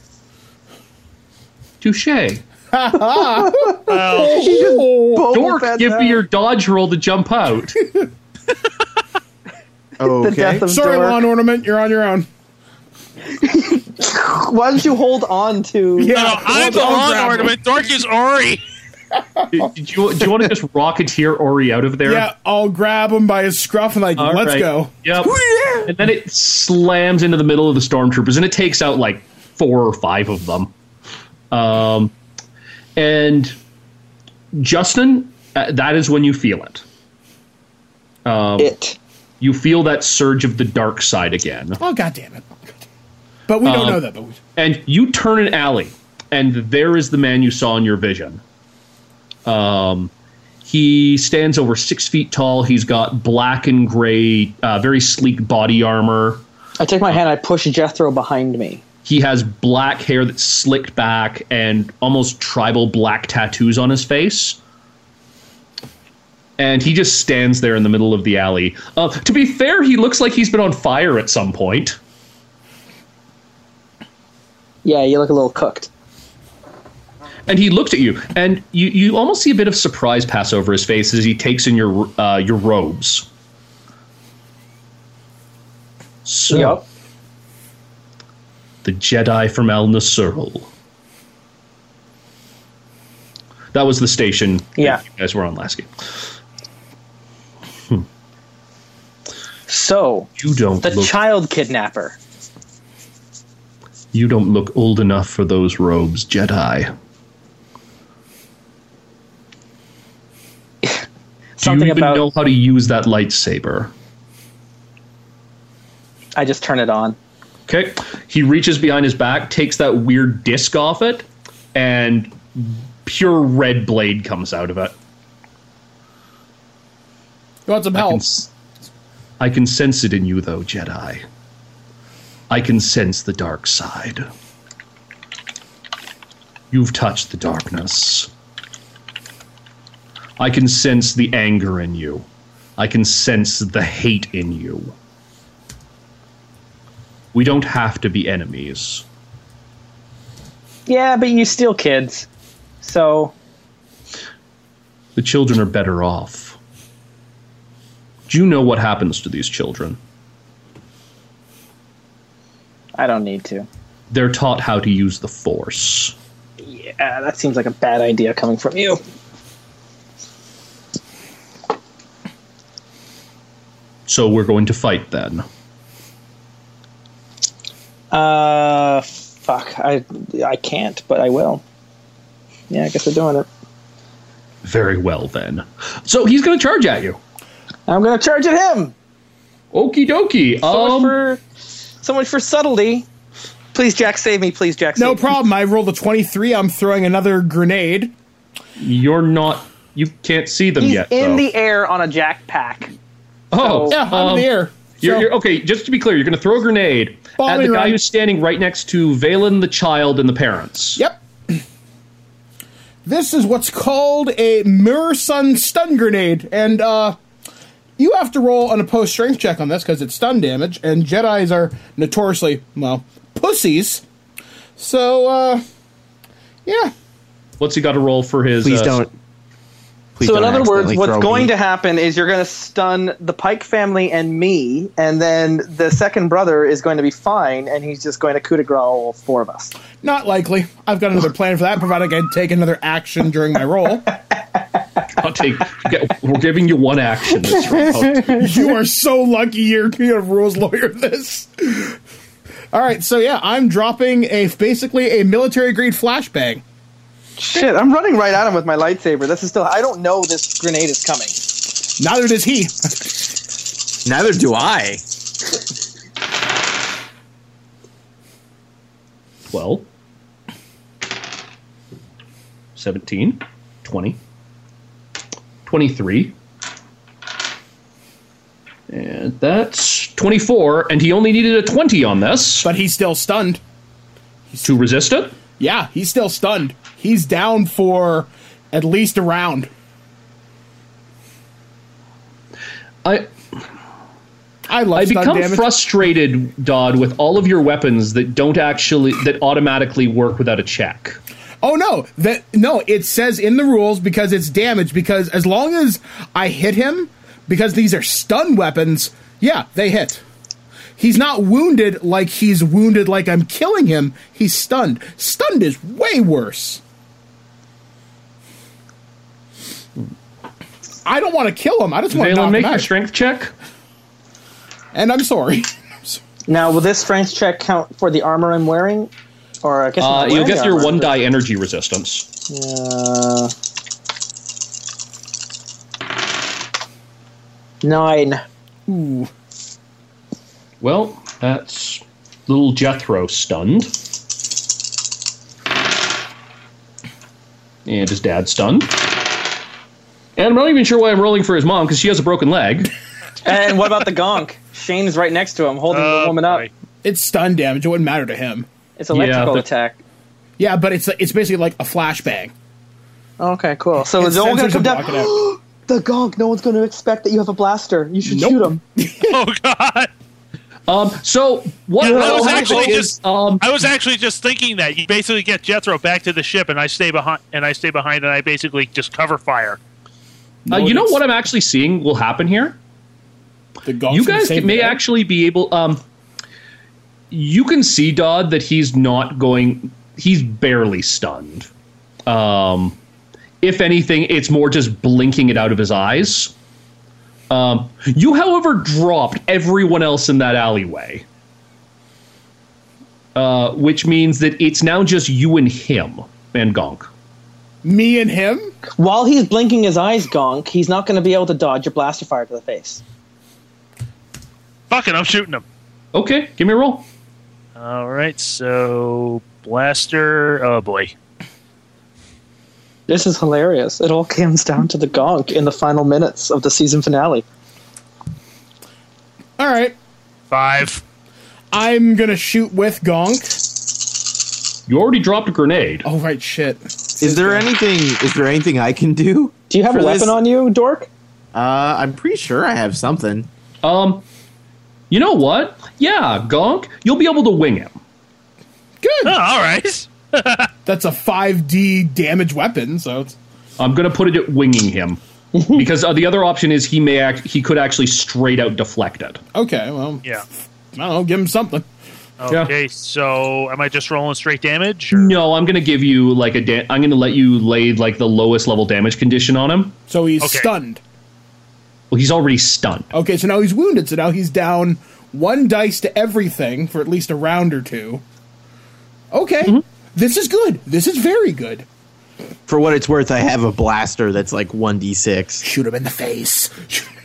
[SPEAKER 2] Touche.
[SPEAKER 3] Oh
[SPEAKER 6] Well,
[SPEAKER 8] Boba
[SPEAKER 2] Dork,
[SPEAKER 8] Fett
[SPEAKER 2] give
[SPEAKER 8] out.
[SPEAKER 2] me your dodge roll to jump out.
[SPEAKER 5] Okay.
[SPEAKER 8] the death of
[SPEAKER 3] Sorry,
[SPEAKER 8] Dork.
[SPEAKER 3] lawn ornament. You're on your own.
[SPEAKER 8] Why don't you hold on to?
[SPEAKER 6] no, no, I'm the
[SPEAKER 3] I'll
[SPEAKER 6] lawn
[SPEAKER 3] grab it.
[SPEAKER 6] ornament. Dork is Ori.
[SPEAKER 2] do, do you, do you want to just rocketeer Ori out of there?
[SPEAKER 3] Yeah, I'll grab him by his scruff and like,
[SPEAKER 2] All
[SPEAKER 3] let's
[SPEAKER 2] right.
[SPEAKER 3] go.
[SPEAKER 2] Yep. And then it slams into the middle of the stormtroopers, and it takes out like four or five of them. Um, and Justin, uh, that is when you feel it.
[SPEAKER 4] It.
[SPEAKER 2] You feel that surge of the dark side again,
[SPEAKER 3] Oh god damn it! But we don't
[SPEAKER 2] Uh-huh.
[SPEAKER 3] know that. But we,
[SPEAKER 2] and you turn an alley, and there is the man you saw in your vision. Um, he stands over six feet tall. He's got black and gray, uh, very sleek body armor.
[SPEAKER 4] I take my hand. I push Jethro behind me.
[SPEAKER 2] he has black hair that's slicked back and almost tribal black tattoos on his face. And he just stands there in the middle of the alley. Uh, to be fair, he looks like he's been on fire at some point.
[SPEAKER 4] Yeah, you look a little cooked.
[SPEAKER 2] And he looked at you, and you, you almost see a bit of surprise pass over his face as he takes in your uh, your robes. So,
[SPEAKER 4] Yep.
[SPEAKER 2] the Jedi from Al Nasirl. That was the station
[SPEAKER 4] Yeah.
[SPEAKER 2] that you guys were on last game.
[SPEAKER 4] So
[SPEAKER 2] You don't
[SPEAKER 4] the
[SPEAKER 2] look
[SPEAKER 4] child kidnapper.
[SPEAKER 2] you don't look old enough for those robes, Jedi. Do you
[SPEAKER 4] Something
[SPEAKER 2] even
[SPEAKER 4] about.
[SPEAKER 2] know how to use that lightsaber?
[SPEAKER 4] I just turn it on.
[SPEAKER 2] Okay. He reaches behind his back, takes that weird disc off it, and pure red blade comes out of it.
[SPEAKER 3] you want some
[SPEAKER 2] I can
[SPEAKER 3] help?
[SPEAKER 2] s- I can sense it in you, though, Jedi. I can sense the dark side. You've touched the darkness. I can sense the anger in you. I can sense the hate in you. We don't have to be enemies.
[SPEAKER 4] Yeah, but you steal kids, so
[SPEAKER 2] The children are better off. Do you know what happens to these children?
[SPEAKER 4] I don't need to.
[SPEAKER 2] They're taught how to use the force.
[SPEAKER 4] Yeah, that seems like a bad idea coming from you.
[SPEAKER 2] So we're going to fight then.
[SPEAKER 4] Uh, fuck. I I can't, but I will. Yeah, I guess we're doing it.
[SPEAKER 2] Very well, then. So he's going to charge at you.
[SPEAKER 4] I'm gonna charge at him.
[SPEAKER 2] Okie dokie.
[SPEAKER 4] So much
[SPEAKER 2] Um,
[SPEAKER 4] for so much for subtlety. Please, Jack, save me. Please, Jack.
[SPEAKER 3] No
[SPEAKER 4] save me.
[SPEAKER 3] problem. I rolled a twenty-three. I'm throwing another grenade.
[SPEAKER 2] you're not. You can't see them
[SPEAKER 4] He's
[SPEAKER 2] yet.
[SPEAKER 4] in
[SPEAKER 2] though.
[SPEAKER 4] the air on a jack pack.
[SPEAKER 2] Oh,
[SPEAKER 3] Yeah, I'm
[SPEAKER 2] um,
[SPEAKER 3] in the air.
[SPEAKER 2] You're,
[SPEAKER 3] So-
[SPEAKER 2] you're, okay, just to be clear, you're going to throw a grenade
[SPEAKER 3] Bomb
[SPEAKER 2] at
[SPEAKER 3] me
[SPEAKER 2] the guy
[SPEAKER 3] around.
[SPEAKER 2] who's standing right next to Valen, the child, and the parents.
[SPEAKER 3] Yep. This is what's called a mirror sun stun grenade, and uh, You have to roll an opposed strength check on this because it's stun damage, and Jedi's are notoriously, well, pussies. So, uh, yeah.
[SPEAKER 2] What's he got to roll for his?
[SPEAKER 5] Please
[SPEAKER 2] uh,
[SPEAKER 5] don't. Please
[SPEAKER 4] so in
[SPEAKER 5] don't
[SPEAKER 4] other words,
[SPEAKER 5] accidentally
[SPEAKER 4] what's
[SPEAKER 5] throw
[SPEAKER 4] going
[SPEAKER 5] me.
[SPEAKER 4] to happen is you're going to stun the Pike family and me, and then the second brother is going to be fine, and he's just going to coup de grace all four of us.
[SPEAKER 3] Not likely. I've got another plan for that, provided I take another action during my roll.
[SPEAKER 2] I'll take. get- we're giving you one action. This round.
[SPEAKER 3] you are so lucky you're you have rules lawyer this. All right, so yeah, I'm dropping a basically a military grade flashbang.
[SPEAKER 4] Shit, I'm running right at him with my lightsaber. This is still. I don't know this grenade is coming.
[SPEAKER 3] Neither does he.
[SPEAKER 5] Neither do I.
[SPEAKER 2] Twelve. Seventeen. Twenty. Twenty-three. And that's twenty-four. And he only needed a twenty on this
[SPEAKER 3] But he's still stunned.
[SPEAKER 2] to resist it.
[SPEAKER 3] Yeah, he's still stunned. He's down for at least a round.
[SPEAKER 2] I
[SPEAKER 3] I love
[SPEAKER 2] I
[SPEAKER 3] stun
[SPEAKER 2] become
[SPEAKER 3] damage.
[SPEAKER 2] frustrated, Dodd, with all of your weapons that don't actually that automatically work without a check.
[SPEAKER 3] oh no, that no, it says in the rules because it's damage because as long as I hit him because these are stun weapons, yeah, they hit. He's not wounded like he's wounded like I'm killing him. He's stunned. Stunned is way worse. I don't want to kill him. I just want
[SPEAKER 2] Valen,
[SPEAKER 3] to knock
[SPEAKER 2] make
[SPEAKER 3] him
[SPEAKER 2] your
[SPEAKER 3] out.
[SPEAKER 2] strength check.
[SPEAKER 3] And I'm sorry.
[SPEAKER 4] Now, will this strength check count for the armor I'm wearing? Or I guess I'm
[SPEAKER 2] Uh,
[SPEAKER 4] not
[SPEAKER 2] you'll
[SPEAKER 4] wearing
[SPEAKER 2] get
[SPEAKER 4] the
[SPEAKER 2] your
[SPEAKER 4] armor,
[SPEAKER 2] one
[SPEAKER 4] but-
[SPEAKER 2] die energy resistance.
[SPEAKER 4] Uh, nine.
[SPEAKER 2] Well, that's little Jethro stunned, and his dad stunned. And I'm not even sure why I'm rolling for his mom because she has a broken leg.
[SPEAKER 4] And what about the gonk? Shane's right next to him, holding the
[SPEAKER 6] Oh,
[SPEAKER 4] woman up.
[SPEAKER 6] boy.
[SPEAKER 3] it's stun damage. It wouldn't matter to him.
[SPEAKER 4] It's electrical
[SPEAKER 2] Yeah, that-
[SPEAKER 4] attack.
[SPEAKER 3] Yeah, but it's it's basically like a flashbang.
[SPEAKER 4] Okay, cool. So
[SPEAKER 3] It's
[SPEAKER 4] it's all gonna
[SPEAKER 3] sensors
[SPEAKER 4] come
[SPEAKER 3] that
[SPEAKER 4] down.
[SPEAKER 3] block it
[SPEAKER 4] the gonk. No one's gonna expect that you have a blaster. You should
[SPEAKER 3] Nope.
[SPEAKER 4] shoot him.
[SPEAKER 6] Oh god.
[SPEAKER 2] Um, so what
[SPEAKER 6] Yeah, that
[SPEAKER 2] will
[SPEAKER 6] was
[SPEAKER 2] happen
[SPEAKER 6] actually
[SPEAKER 2] is,
[SPEAKER 6] just-
[SPEAKER 2] um,
[SPEAKER 6] I was actually just thinking that you basically get Jethro back to the ship, and I stay behind, and I stay behind, and I basically just cover fire.
[SPEAKER 2] uh, you know
[SPEAKER 3] notice.
[SPEAKER 2] what I'm actually seeing will happen here.
[SPEAKER 3] The gongs
[SPEAKER 2] you
[SPEAKER 3] can
[SPEAKER 2] guys
[SPEAKER 3] save
[SPEAKER 2] may
[SPEAKER 3] me.
[SPEAKER 2] actually be able um you can see dodd that he's not going he's barely stunned um if anything it's more just blinking it out of his eyes um you however dropped everyone else in that alleyway uh which means that it's now just you and him and gonk
[SPEAKER 3] me and him.
[SPEAKER 4] While he's blinking his eyes, gonk, he's not gonna be able to dodge a blaster fire to the face.
[SPEAKER 6] Fuck it, I'm shooting him.
[SPEAKER 2] okay give me a roll
[SPEAKER 6] All right, so blaster. Oh boy.
[SPEAKER 4] This is hilarious. It all comes down to the gonk in the final minutes of the season finale.
[SPEAKER 3] All right,
[SPEAKER 6] Five.
[SPEAKER 3] I'm gonna shoot with gonk.
[SPEAKER 2] you already dropped a grenade
[SPEAKER 3] Oh right, shit.
[SPEAKER 5] Is there anything? Is there anything I can do?
[SPEAKER 4] Do you have
[SPEAKER 5] For
[SPEAKER 4] a weapon
[SPEAKER 5] this-
[SPEAKER 4] on you, dork?
[SPEAKER 5] Uh, I'm pretty sure I have something.
[SPEAKER 2] um you know what yeah gonk you'll be able to wing him
[SPEAKER 3] Good.
[SPEAKER 6] Oh, all right.
[SPEAKER 3] That's a five D damage weapon. So it's,
[SPEAKER 2] I'm gonna put it at winging him because uh, the other option is he may act. He could actually straight out deflect it.
[SPEAKER 3] okay, well,
[SPEAKER 6] Yeah.
[SPEAKER 3] I don't know. Give him something.
[SPEAKER 2] Yeah.
[SPEAKER 6] Okay, so am I just rolling straight damage? or-
[SPEAKER 2] No, I'm gonna give you like a. Da- I'm gonna let you lay like the lowest level damage condition on him.
[SPEAKER 3] So he's
[SPEAKER 6] Okay.
[SPEAKER 3] stunned.
[SPEAKER 2] Well, he's already stunned.
[SPEAKER 3] Okay, so now he's wounded. So now he's down one dice to everything for at least a round or two. Okay,
[SPEAKER 2] Mm-hmm.
[SPEAKER 3] this is good. This is very good.
[SPEAKER 5] For what it's worth, I have a blaster that's like one d six.
[SPEAKER 3] Shoot him in the face.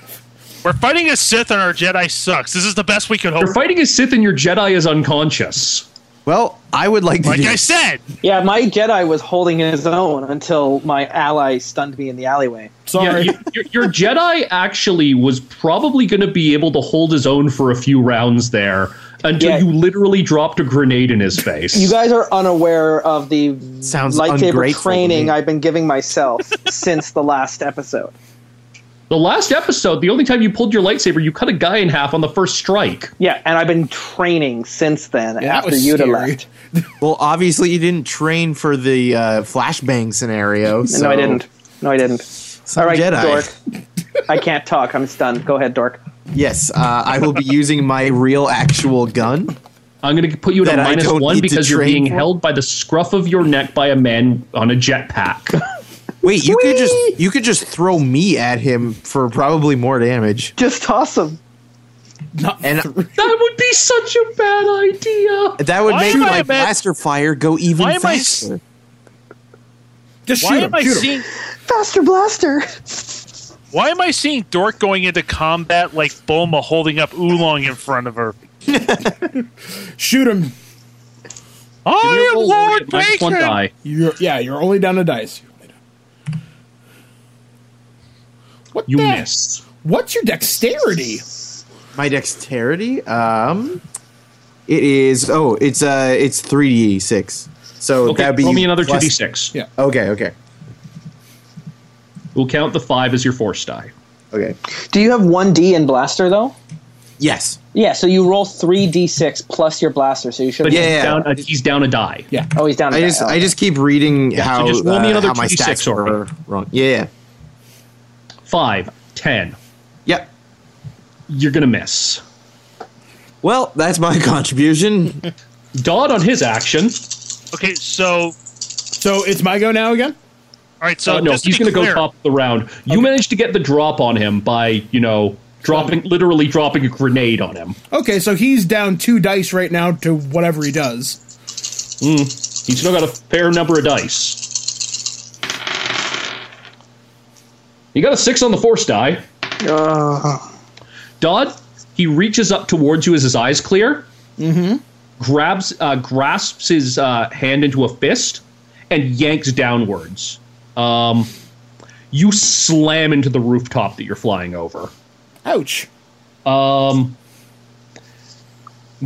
[SPEAKER 6] We're fighting a Sith, and our Jedi sucks. This is the best we could hope.
[SPEAKER 2] You're fighting a Sith, and your Jedi is unconscious.
[SPEAKER 5] Well, I would like to.
[SPEAKER 6] like
[SPEAKER 5] do-
[SPEAKER 6] I said,
[SPEAKER 4] Yeah, my Jedi was holding his own until my ally stunned me in the alleyway.
[SPEAKER 2] Yeah,
[SPEAKER 3] Sorry.
[SPEAKER 2] you- your, your Jedi actually was probably gonna be able to hold his own for a few rounds there until
[SPEAKER 4] Yeah.
[SPEAKER 2] you literally dropped a grenade in his face.
[SPEAKER 4] You guys are unaware of the
[SPEAKER 5] Sounds
[SPEAKER 4] lightsaber
[SPEAKER 5] ungrateful to
[SPEAKER 4] training
[SPEAKER 5] me.
[SPEAKER 4] I've been giving myself since the last episode.
[SPEAKER 2] The last episode, the only time you pulled your lightsaber, you cut a guy in half on the first strike.
[SPEAKER 4] Yeah, and I've been training since then
[SPEAKER 3] that
[SPEAKER 4] after
[SPEAKER 3] was
[SPEAKER 4] you
[SPEAKER 3] scary.
[SPEAKER 4] left.
[SPEAKER 5] Well, obviously you didn't train for the uh, flashbang scenario. So
[SPEAKER 4] No, I didn't. No, I didn't.
[SPEAKER 5] Some
[SPEAKER 4] All right,
[SPEAKER 5] Jedi.
[SPEAKER 4] dork. I can't talk. I'm stunned. Go ahead, dork.
[SPEAKER 5] Yes, uh, I will be using my real actual gun.
[SPEAKER 2] I'm going to put you at
[SPEAKER 5] That
[SPEAKER 2] a
[SPEAKER 5] I
[SPEAKER 2] minus
[SPEAKER 5] don't
[SPEAKER 2] one
[SPEAKER 5] need to
[SPEAKER 2] because you're
[SPEAKER 5] train
[SPEAKER 2] being
[SPEAKER 5] for?
[SPEAKER 2] held by the scruff of your neck by a man on a jetpack.
[SPEAKER 5] Wait, you could just you could just throw me at him for probably more damage.
[SPEAKER 4] Just toss him.
[SPEAKER 5] And
[SPEAKER 2] that would be such a bad idea.
[SPEAKER 5] that would
[SPEAKER 6] Why
[SPEAKER 5] make
[SPEAKER 6] am I
[SPEAKER 5] my
[SPEAKER 6] a bad-
[SPEAKER 5] blaster fire go even
[SPEAKER 6] Why am I s-
[SPEAKER 5] faster.
[SPEAKER 3] Just
[SPEAKER 6] Why
[SPEAKER 3] shoot
[SPEAKER 6] am
[SPEAKER 3] him.
[SPEAKER 6] I
[SPEAKER 3] shoot him.
[SPEAKER 6] seeing?
[SPEAKER 4] Faster blaster.
[SPEAKER 6] Why am I seeing Dork going into combat like Bulma holding up Oolong in front of her?
[SPEAKER 3] Shoot him.
[SPEAKER 6] I am
[SPEAKER 2] Roll
[SPEAKER 6] Lord
[SPEAKER 2] at minus one
[SPEAKER 6] Bacon.
[SPEAKER 2] die.
[SPEAKER 3] You're, yeah, you're only down a dice. You're only down- What
[SPEAKER 2] You
[SPEAKER 3] the-
[SPEAKER 2] missed.
[SPEAKER 3] What's your dexterity?
[SPEAKER 5] My dexterity, um, it is oh, it's uh, it's three d six. So
[SPEAKER 2] Okay,
[SPEAKER 5] that'd be
[SPEAKER 2] roll me another
[SPEAKER 5] plus-
[SPEAKER 2] 2d6.
[SPEAKER 3] Yeah.
[SPEAKER 5] Okay, okay,
[SPEAKER 2] We'll count the five as your force die.
[SPEAKER 5] okay.
[SPEAKER 4] Do you have one D in blaster though?
[SPEAKER 5] Yes,
[SPEAKER 4] Yeah, so you roll three D six plus your blaster, so you should
[SPEAKER 2] But
[SPEAKER 5] Yeah,
[SPEAKER 2] he's,
[SPEAKER 5] yeah.
[SPEAKER 2] down a, he's down a die.
[SPEAKER 3] Yeah.
[SPEAKER 4] Oh, he's down.
[SPEAKER 5] I just I just keep reading how
[SPEAKER 2] just roll me
[SPEAKER 5] uh,
[SPEAKER 2] another
[SPEAKER 5] how my
[SPEAKER 2] 2d6
[SPEAKER 5] stats
[SPEAKER 2] already.
[SPEAKER 5] were wrong. Yeah, yeah,
[SPEAKER 2] Five, ten.
[SPEAKER 5] yep.
[SPEAKER 2] You're going to miss.
[SPEAKER 5] Well, that's my contribution.
[SPEAKER 2] Dodd on his action.
[SPEAKER 6] Okay, so all
[SPEAKER 3] So it's my go now again?
[SPEAKER 6] right, so
[SPEAKER 2] Uh, no,
[SPEAKER 6] just to
[SPEAKER 2] he's
[SPEAKER 6] be
[SPEAKER 2] going to go
[SPEAKER 6] clear,
[SPEAKER 2] top of the round. You managed to get the drop on him by, you know, dropping, literally dropping a grenade on him.
[SPEAKER 3] Okay, so he's down two dice right now to whatever he does.
[SPEAKER 2] He's still got a fair number of dice. He got a six on the force die.
[SPEAKER 6] Uh-huh.
[SPEAKER 2] Dodd, he reaches up towards you as his eyes clear, mm-hmm. grabs, uh, grasps his uh, hand into a fist, and yanks downwards. Um, you slam into the rooftop that you're flying over.
[SPEAKER 3] Ouch.
[SPEAKER 2] Um,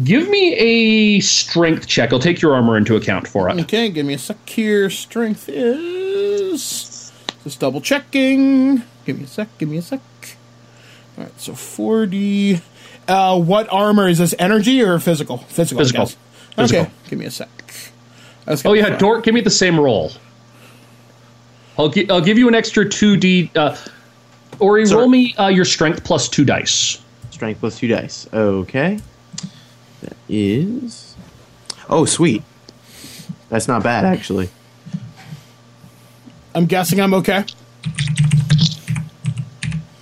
[SPEAKER 2] give me a strength check. I'll take your armor into account for it.
[SPEAKER 3] Okay, give me a sec here. Strength is. Just double checking. Give me a sec, give me a sec. Alright, so 40. Uh, what armor is this? Energy or physical? Physical. I
[SPEAKER 2] Physical.
[SPEAKER 3] guess.
[SPEAKER 2] Physical.
[SPEAKER 3] Okay, give me a sec. That's
[SPEAKER 2] Oh
[SPEAKER 3] gonna
[SPEAKER 2] yeah,
[SPEAKER 3] be
[SPEAKER 2] Dork, give me the same roll. I'll, gi- I'll give you an extra two d. Uh, Ori,
[SPEAKER 5] Sorry.
[SPEAKER 2] roll me uh, your strength plus two dice.
[SPEAKER 5] Strength plus two dice. Okay, that is. Oh, sweet. That's not bad actually.
[SPEAKER 3] I'm guessing I'm okay.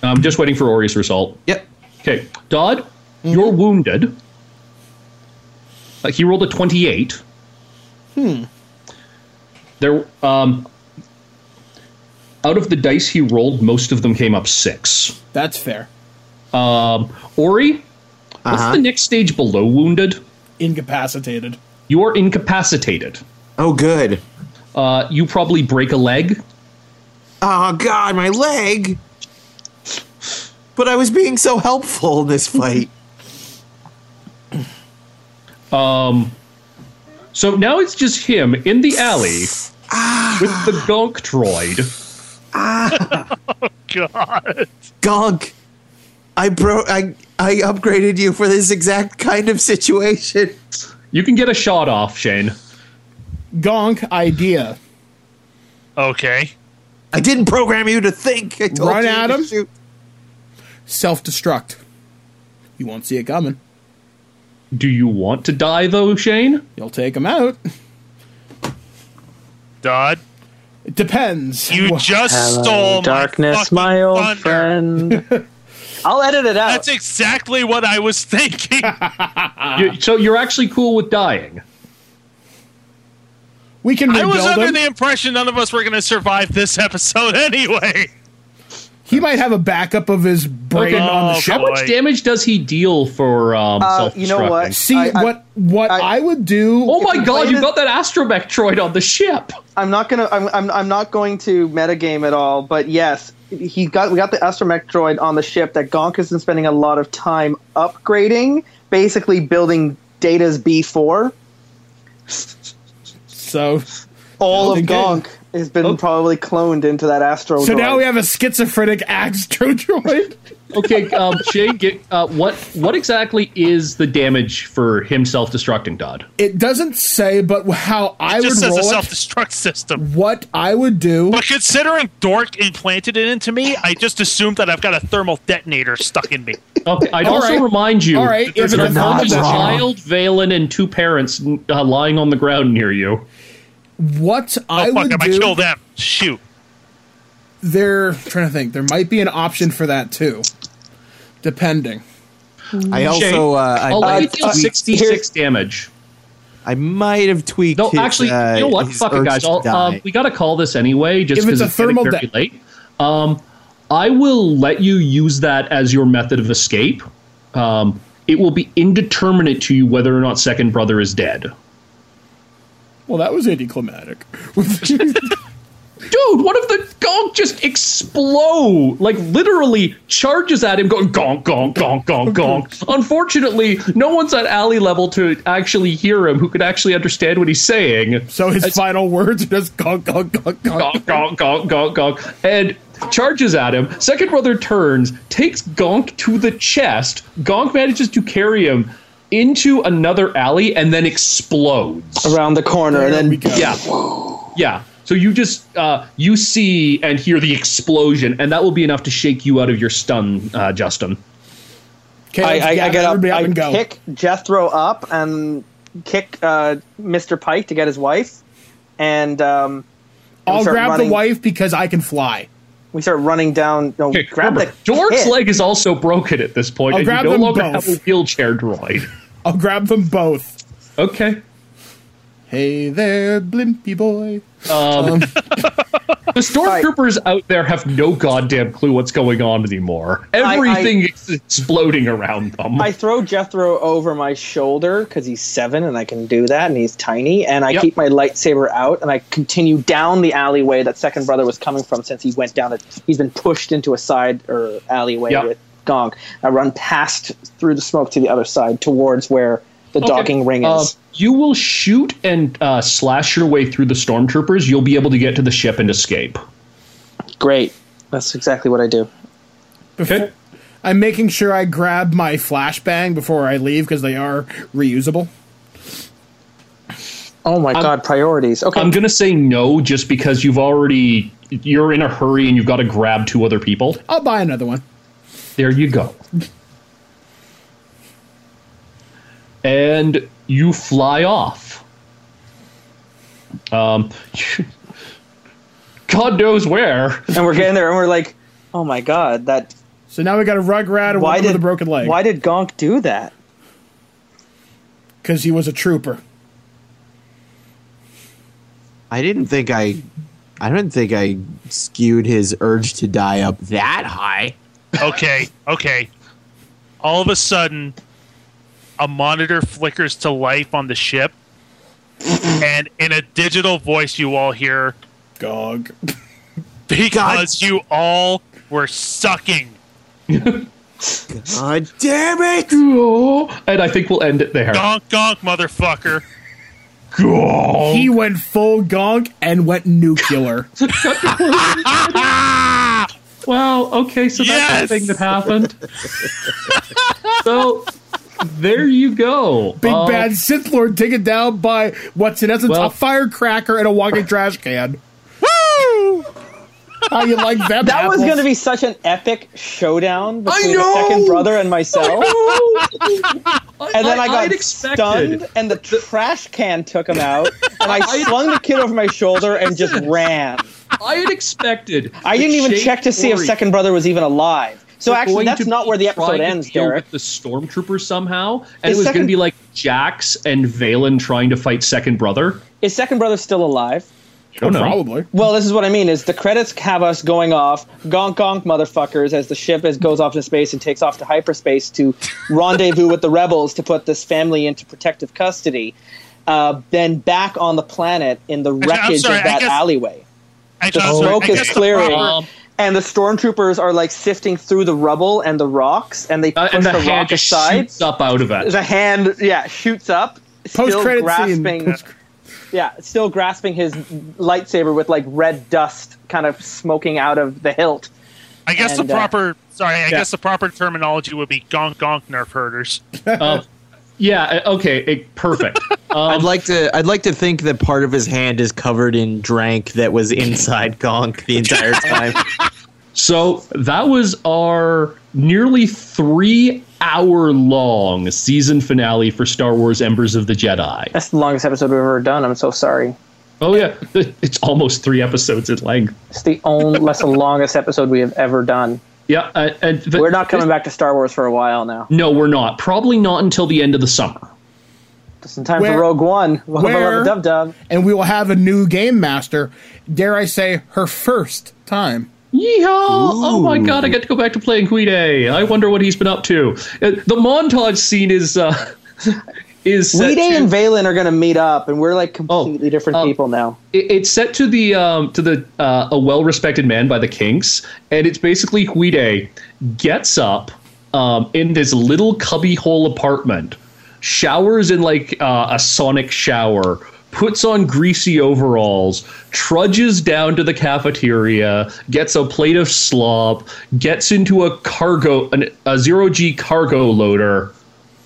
[SPEAKER 2] I'm just waiting for Ori's result.
[SPEAKER 5] Yep. Mm-hmm.
[SPEAKER 2] Okay, Dodd, you're wounded. Uh, he rolled a twenty-eight. Hmm.
[SPEAKER 5] Hmm.
[SPEAKER 2] There. Um. Out of the dice he rolled, most of them came up six.
[SPEAKER 3] That's fair.
[SPEAKER 2] Um, Ori, what's
[SPEAKER 5] Uh-huh.
[SPEAKER 2] the next stage below wounded?
[SPEAKER 3] Incapacitated.
[SPEAKER 2] You are incapacitated.
[SPEAKER 5] Oh, good.
[SPEAKER 2] Uh, you probably break a leg.
[SPEAKER 5] Oh God, my leg. But I was being so helpful in this fight.
[SPEAKER 2] So now it's just him in the alley with
[SPEAKER 4] Ah.
[SPEAKER 2] the gonk droid.
[SPEAKER 6] God,
[SPEAKER 5] Gunk. I bro I I upgraded you for this exact kind of situation.
[SPEAKER 2] You can get a shot off, Shane.
[SPEAKER 3] Gonk idea.
[SPEAKER 6] okay.
[SPEAKER 5] I didn't program you to think. I told
[SPEAKER 3] Run
[SPEAKER 5] you
[SPEAKER 3] at
[SPEAKER 5] to
[SPEAKER 3] him.
[SPEAKER 5] shoot.
[SPEAKER 3] Self destruct. You won't see it coming.
[SPEAKER 2] Do you want to die though, Shane?
[SPEAKER 3] You'll take him out.
[SPEAKER 6] Dodd,
[SPEAKER 3] It depends.
[SPEAKER 6] you
[SPEAKER 3] Well,
[SPEAKER 6] just stole my,
[SPEAKER 4] darkness,
[SPEAKER 6] fucking
[SPEAKER 4] my old
[SPEAKER 6] thunder.
[SPEAKER 4] friend. I'll edit it out.
[SPEAKER 6] That's exactly what I was thinking.
[SPEAKER 2] You- so you're actually cool with dying.
[SPEAKER 3] we can
[SPEAKER 6] I
[SPEAKER 3] rebuild
[SPEAKER 6] was under
[SPEAKER 3] him.
[SPEAKER 6] the impression none of us were going to survive this episode anyway.
[SPEAKER 3] He might have a backup of his brain
[SPEAKER 2] Okay.
[SPEAKER 3] on the
[SPEAKER 6] Oh,
[SPEAKER 3] ship.
[SPEAKER 6] boy.
[SPEAKER 2] What damage does he deal for um,
[SPEAKER 4] Uh,
[SPEAKER 2] self
[SPEAKER 4] you know what?
[SPEAKER 3] See
[SPEAKER 4] I- I-
[SPEAKER 3] what what I,
[SPEAKER 4] I-
[SPEAKER 3] would do.
[SPEAKER 2] Oh my
[SPEAKER 4] you
[SPEAKER 2] god,
[SPEAKER 4] played
[SPEAKER 2] you
[SPEAKER 4] it-
[SPEAKER 2] got that astromech droid on the ship.
[SPEAKER 4] I'm not gonna. I'm, I'm, I'm not going to metagame at all. But yes, he got we got the astromech droid on the ship that Gonk has been spending a lot of time upgrading, basically building Data's B4.
[SPEAKER 3] So
[SPEAKER 4] All of
[SPEAKER 3] Okay.
[SPEAKER 4] Gonk has been probably cloned into that astro.
[SPEAKER 3] So now
[SPEAKER 4] droid.
[SPEAKER 3] we have a schizophrenic astro droid.
[SPEAKER 2] Okay, um, Shay, get, uh, what what exactly is the damage for him self destructing Dodd?
[SPEAKER 3] It doesn't say, but how I would
[SPEAKER 6] Just says
[SPEAKER 3] roll
[SPEAKER 6] a
[SPEAKER 3] it,
[SPEAKER 6] self-destruct Oh system.
[SPEAKER 3] what I would do.
[SPEAKER 6] But considering Dork implanted it into me, I just assumed that I've got a thermal detonator stuck in me.
[SPEAKER 2] Okay, I'd
[SPEAKER 3] All
[SPEAKER 2] also
[SPEAKER 3] right.
[SPEAKER 2] remind you
[SPEAKER 3] All right,
[SPEAKER 2] that there's
[SPEAKER 3] if
[SPEAKER 2] an
[SPEAKER 3] it's not
[SPEAKER 2] unconscious
[SPEAKER 3] wrong.
[SPEAKER 2] child, Valen, and two parents uh, lying on the ground near you.
[SPEAKER 3] What
[SPEAKER 6] Oh
[SPEAKER 3] I
[SPEAKER 6] fuck!
[SPEAKER 3] would
[SPEAKER 6] I might
[SPEAKER 3] do.
[SPEAKER 6] kill them. Shoot.
[SPEAKER 3] They're trying to think. There might be an option for that too, depending. Mm-hmm.
[SPEAKER 5] I also, uh, I,
[SPEAKER 2] I'll let you
[SPEAKER 5] might
[SPEAKER 2] deal
[SPEAKER 5] tweak-
[SPEAKER 2] 66 damage.
[SPEAKER 5] I might have tweaked.
[SPEAKER 2] No,
[SPEAKER 5] his,
[SPEAKER 2] actually,
[SPEAKER 5] uh,
[SPEAKER 2] you know what?
[SPEAKER 5] his
[SPEAKER 2] Fuck it,
[SPEAKER 5] urge
[SPEAKER 2] guys.
[SPEAKER 5] to
[SPEAKER 2] I'll, um,
[SPEAKER 5] die.
[SPEAKER 2] we got to call this anyway, just
[SPEAKER 3] If
[SPEAKER 2] because
[SPEAKER 3] it's a
[SPEAKER 2] it's, getting
[SPEAKER 3] thermal
[SPEAKER 2] very
[SPEAKER 3] de-
[SPEAKER 2] late. Um, I will let you use that as your method of escape. Um, it will be indeterminate to you whether or not Second Brother is dead.
[SPEAKER 3] Well, that was anticlimactic.
[SPEAKER 2] Dude, one of the gonk just explode, like literally charges at him, going gonk, gonk, gonk, gonk, gonk. Unfortunately, no one's at alley level to actually hear him, who could actually understand what he's saying.
[SPEAKER 3] so his final words are just gonk, gonk, gonk, gonk.
[SPEAKER 2] gonk, gonk, gonk, gonk, gonk, and charges at him. Second brother turns, takes Gonk to the chest. Gonk manages to carry him into another alley and then explodes.
[SPEAKER 4] around the corner, and
[SPEAKER 3] There
[SPEAKER 4] then
[SPEAKER 3] we go.
[SPEAKER 2] Yeah. Yeah. So you just uh, you see and hear the explosion, and that will be enough to shake you out of your stun, uh, Justin.
[SPEAKER 3] Okay,
[SPEAKER 4] I,
[SPEAKER 3] let's
[SPEAKER 4] I, I
[SPEAKER 3] gather
[SPEAKER 4] get up,
[SPEAKER 3] everybody
[SPEAKER 4] I
[SPEAKER 3] and go.
[SPEAKER 4] kick Jethro up, and kick uh, Mr. Pike to get his wife, and um,
[SPEAKER 3] I'll
[SPEAKER 4] start
[SPEAKER 3] grab
[SPEAKER 4] running.
[SPEAKER 3] the wife because I can fly.
[SPEAKER 4] we start running down. No,
[SPEAKER 2] Okay,
[SPEAKER 4] grab
[SPEAKER 2] remember,
[SPEAKER 4] the
[SPEAKER 2] Dork's
[SPEAKER 4] kid.
[SPEAKER 2] leg is also broken at this point,
[SPEAKER 3] I'll
[SPEAKER 2] and you
[SPEAKER 3] grab
[SPEAKER 2] no
[SPEAKER 3] them
[SPEAKER 2] longer
[SPEAKER 3] both.
[SPEAKER 2] have a wheelchair droid.
[SPEAKER 3] I'll grab them both.
[SPEAKER 2] Okay.
[SPEAKER 3] Hey there, Blimpy boy.
[SPEAKER 2] The stormtroopers out there have no goddamn clue what's going on anymore. Everything is exploding around them.
[SPEAKER 4] I throw Jethro over my shoulder because he's seven and I can do that, and he's tiny. And I
[SPEAKER 2] Yep.
[SPEAKER 4] keep my lightsaber out, and I continue down the alleyway that second brother was coming from since he went down. A, he's been pushed into a side or alleyway
[SPEAKER 2] Yep.
[SPEAKER 4] with Gonk. I run past through the smoke to the other side towards where the docking ring
[SPEAKER 2] Uh,
[SPEAKER 4] is.
[SPEAKER 2] you will shoot and uh, slash your way through the stormtroopers. You'll be able to get to the ship and escape.
[SPEAKER 4] Great, that's exactly what I do.
[SPEAKER 2] Okay.
[SPEAKER 3] I'm making sure I grab my flashbang before I leave because they are reusable.
[SPEAKER 4] Oh my god, priorities. Okay,
[SPEAKER 2] I'm gonna say no, just because you've already you're in a hurry and you've got to grab two other people.
[SPEAKER 3] I'll buy another one.
[SPEAKER 2] There you go. and you fly off. Um, God knows where.
[SPEAKER 4] and we're getting there, and we're like, oh my god, that
[SPEAKER 3] So now we got a Rugrat and
[SPEAKER 4] why
[SPEAKER 3] one
[SPEAKER 4] did
[SPEAKER 3] with a broken leg
[SPEAKER 4] Why did Gonk do that?
[SPEAKER 3] because he was a trooper.
[SPEAKER 5] I didn't think I, I don't think I skewed his urge to die up that high.
[SPEAKER 6] Okay, okay. All of a sudden, a monitor flickers to life on the ship, and in a digital voice, you all hear
[SPEAKER 3] Gog.
[SPEAKER 6] because you all were sucking.
[SPEAKER 5] God damn it!
[SPEAKER 2] And I think we'll end it there.
[SPEAKER 6] Gonk, gonk, motherfucker.
[SPEAKER 3] He went full gonk and went nuclear.
[SPEAKER 2] Wow. Okay. So that's the
[SPEAKER 6] Yes!
[SPEAKER 2] thing that happened. so there you go.
[SPEAKER 3] Big
[SPEAKER 2] Uh,
[SPEAKER 3] bad Sith Lord taken down by what's in essence
[SPEAKER 2] Well-
[SPEAKER 3] a firecracker and a walking trash can. Woo! How you like that?
[SPEAKER 4] That was
[SPEAKER 3] apples?
[SPEAKER 4] going to be such an epic showdown between the
[SPEAKER 5] know!
[SPEAKER 4] second brother and myself. And then I,
[SPEAKER 2] I'd
[SPEAKER 4] got
[SPEAKER 2] expected.
[SPEAKER 4] stunned, and the trash can took him out. And I slung the kid over my shoulder and just ran.
[SPEAKER 2] I had expected.
[SPEAKER 4] I didn't even check to see if second brother was even alive. So actually, that's not where the episode ends, Derek.
[SPEAKER 2] The stormtroopers somehow, and
[SPEAKER 4] Is
[SPEAKER 2] it was going to
[SPEAKER 4] second-
[SPEAKER 2] be like Jax and Valen trying to fight second brother.
[SPEAKER 4] Is second brother still alive?
[SPEAKER 2] Don't know.
[SPEAKER 3] probably.
[SPEAKER 4] Well, this is what I mean: is the credits have us going off gonk gonk motherfuckers as the ship is goes off into space and takes off to hyperspace to rendezvous with the rebels to put this family into protective custody. Uh, then back on the planet in the
[SPEAKER 6] I'm
[SPEAKER 4] wreckage
[SPEAKER 6] sorry, I
[SPEAKER 4] of that
[SPEAKER 6] guess-
[SPEAKER 4] alleyway,
[SPEAKER 6] Actually,
[SPEAKER 4] The
[SPEAKER 6] I'm sorry, I
[SPEAKER 4] smoke
[SPEAKER 6] guess
[SPEAKER 4] is
[SPEAKER 6] the
[SPEAKER 4] clearing.
[SPEAKER 6] proper-
[SPEAKER 2] Um,
[SPEAKER 4] and the stormtroopers are like sifting through the rubble and the rocks, and they
[SPEAKER 2] uh,
[SPEAKER 4] push
[SPEAKER 2] and the
[SPEAKER 4] the,
[SPEAKER 2] hand
[SPEAKER 4] rock
[SPEAKER 2] just
[SPEAKER 4] aside.
[SPEAKER 2] shoots up out of it.
[SPEAKER 4] The hand, yeah, shoots up, still
[SPEAKER 3] Post-credit scene.
[SPEAKER 4] grasping. yeah, still grasping his lightsaber with like red dust kind of smoking out of the hilt.
[SPEAKER 6] I guess
[SPEAKER 4] And,
[SPEAKER 6] the
[SPEAKER 4] uh,
[SPEAKER 6] proper sorry, I guess the proper terminology would be gonk gonk nerf herders.
[SPEAKER 2] Uh, yeah. uh, Okay. It, perfect. Um,
[SPEAKER 5] I'd like to. I'd like to think that part of his hand is covered in drank that was inside Gonk the entire time.
[SPEAKER 2] So that was our nearly three hour long season finale for Star Wars Embers of the Jedi.
[SPEAKER 4] That's the longest episode we've ever done. I'm so sorry.
[SPEAKER 2] Oh, yeah. It's almost three episodes in length.
[SPEAKER 4] It's the only that's the longest episode we have ever done.
[SPEAKER 2] Yeah. uh, and the-
[SPEAKER 4] We're not coming back to Star Wars for a while now.
[SPEAKER 2] No, we're not. Probably not until the end of the summer.
[SPEAKER 4] Just in time
[SPEAKER 3] Where-
[SPEAKER 4] for Rogue One.
[SPEAKER 3] where-
[SPEAKER 4] Dub dub.
[SPEAKER 3] and we will have a new game master. Dare I say, her first time.
[SPEAKER 2] Yeehaw! Oh my god, I get to go back to playing Guide. I wonder what he's been up to. Uh, The montage scene is uh, is set
[SPEAKER 4] Weede
[SPEAKER 2] to-
[SPEAKER 4] and Valen are going to meet up, and we're like completely
[SPEAKER 2] Oh,
[SPEAKER 4] different
[SPEAKER 2] uh,
[SPEAKER 4] people now.
[SPEAKER 2] it- it's set to the um, to the uh, a well respected man by the Kinks, and it's basically Huide gets up um, in this little cubbyhole apartment, showers in like uh, a sonic shower, puts on greasy overalls, trudges down to the cafeteria, gets a plate of slop, gets into a cargo an, a zero g cargo loader,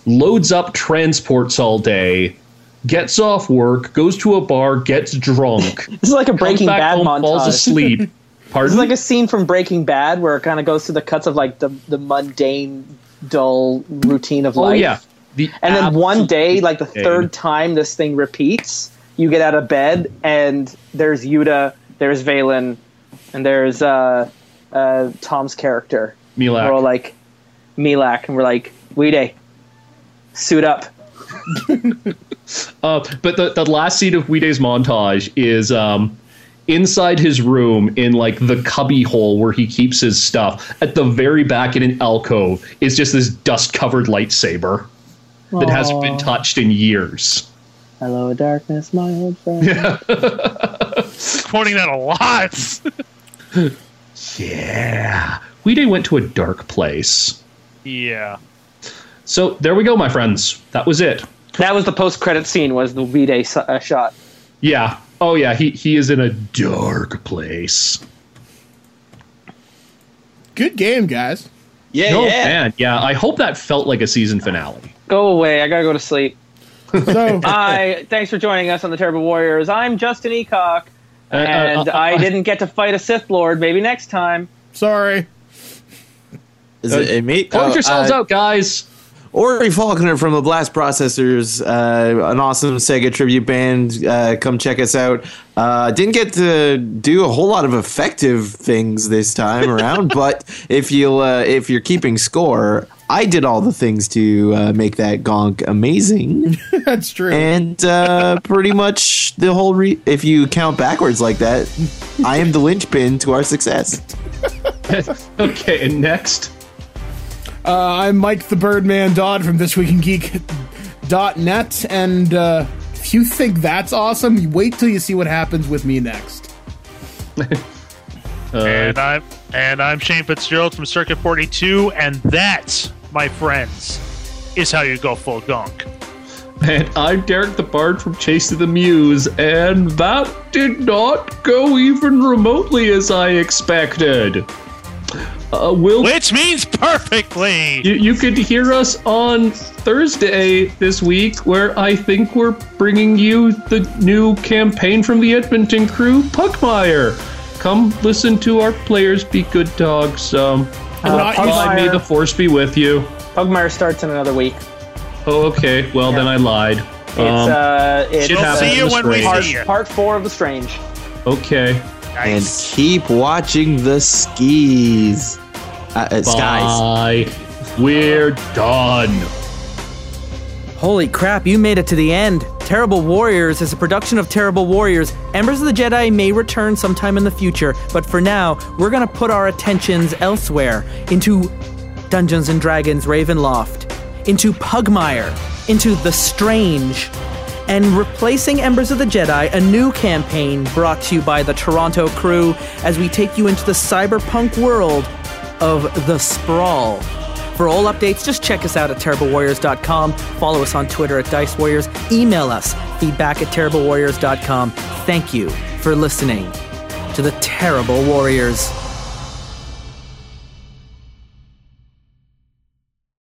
[SPEAKER 2] loads up transports all day. Gets off work, goes to a bar, gets drunk,
[SPEAKER 4] This is like a Breaking
[SPEAKER 2] comes back
[SPEAKER 4] Bad
[SPEAKER 2] home, falls
[SPEAKER 4] montage.
[SPEAKER 2] asleep. Pardon?
[SPEAKER 4] It's like a scene from Breaking Bad where it kind of goes through the cuts of like the, the mundane, dull routine of
[SPEAKER 2] oh
[SPEAKER 4] life.
[SPEAKER 2] yeah. The
[SPEAKER 4] And then one day, like the
[SPEAKER 2] absolute
[SPEAKER 4] third time this thing repeats, you get out of bed and there's Yuta, there's Valen, and there's uh, uh, Tom's character.
[SPEAKER 2] Milak.
[SPEAKER 4] We're all like, Milak, and we're like, Weede, suit up.
[SPEAKER 2] Uh, but the, the last scene of Weede's montage is um, inside his room in like the cubby hole where he keeps his stuff. At the very back in an alcove is just this dust covered lightsaber that hasn't been touched in years.
[SPEAKER 4] Hello, darkness, my old friend.
[SPEAKER 6] Quoting that a lot.
[SPEAKER 2] Yeah. Weede went to a dark place.
[SPEAKER 6] yeah.
[SPEAKER 2] So there we go, my friends. That was it.
[SPEAKER 4] That was the post-credit scene. Was the V Day uh, shot?
[SPEAKER 2] Yeah. Oh yeah, he, he is in a dark place.
[SPEAKER 3] Good game, guys.
[SPEAKER 5] Yeah,
[SPEAKER 2] Oh
[SPEAKER 5] yeah.
[SPEAKER 2] man, yeah. I hope that felt like a season finale.
[SPEAKER 4] Go away. I gotta go to sleep.
[SPEAKER 3] So
[SPEAKER 4] Uh, Hi. thanks for joining us on the Terrible Warriors. I'm Justin Eacock,
[SPEAKER 2] Uh, uh,
[SPEAKER 4] and
[SPEAKER 2] uh, uh,
[SPEAKER 4] I didn't get to fight a Sith Lord. Maybe next time.
[SPEAKER 3] sorry.
[SPEAKER 5] Is it, it me?
[SPEAKER 2] point
[SPEAKER 5] Oh,
[SPEAKER 2] yourselves
[SPEAKER 5] uh,
[SPEAKER 2] out, guys.
[SPEAKER 5] Ori Faulkner from the Blast Processors, uh, an awesome Sega tribute band. Uh, come check us out. Uh, didn't get to do a whole lot of effective things this time around, but if you'll uh, if you're keeping score, I did all the things to uh, make that gonk amazing,
[SPEAKER 3] That's true.
[SPEAKER 5] and uh, pretty much the whole. Re- if you count backwards like that, I am the linchpin to our success.
[SPEAKER 2] okay, and next.
[SPEAKER 3] Uh, I'm Mike the Birdman Dodd from This Week in Geek.net, and uh, if you think that's awesome, you wait till you see what happens with me next.
[SPEAKER 6] and I'm and I'm Shane Fitzgerald from Circuit 42, and that, my friends, is how you go full gonk.
[SPEAKER 2] And I'm Derek the Bard from Chase of the Muse, and that did not go even remotely as I expected. Uh, will
[SPEAKER 6] Which means perfectly.
[SPEAKER 2] you, you could hear us on Thursday this week, where I think we're bringing you the new campaign from the Edmonton crew, Puckmire. Come listen to our players be good dogs. Um,
[SPEAKER 3] Not
[SPEAKER 4] Pugmire-
[SPEAKER 3] using-
[SPEAKER 2] I may the force be with you.
[SPEAKER 4] Pugmire starts in another week.
[SPEAKER 2] Oh, okay. Well, then I lied.
[SPEAKER 4] It's
[SPEAKER 2] Um,
[SPEAKER 4] uh, it's
[SPEAKER 2] shit
[SPEAKER 6] we'll
[SPEAKER 2] happens
[SPEAKER 6] see
[SPEAKER 2] in
[SPEAKER 6] you
[SPEAKER 2] the
[SPEAKER 6] when we
[SPEAKER 2] spring.
[SPEAKER 6] see you.
[SPEAKER 4] part four of The Strange.
[SPEAKER 2] okay.
[SPEAKER 5] and
[SPEAKER 6] Nice.
[SPEAKER 5] keep watching the skis. Uh, uh, skies.
[SPEAKER 2] Bye. We're done.
[SPEAKER 1] Holy crap, you made it to the end. Terrible Warriors is a production of Terrible Warriors. Embers of the Jedi may return sometime in the future, but for now, we're going to put our attentions elsewhere into Dungeons and Dragons Ravenloft, into Pugmire, into The Strange, and replacing Embers of the Jedi, a new campaign brought to you by the Toronto crew as we take you into the cyberpunk world of The Sprawl. For all updates, just check us out at terriblewarriors.com. Follow us on Twitter at Dice Warriors. Email us feedback at terriblewarriors.com. Thank you for listening to the Terrible Warriors.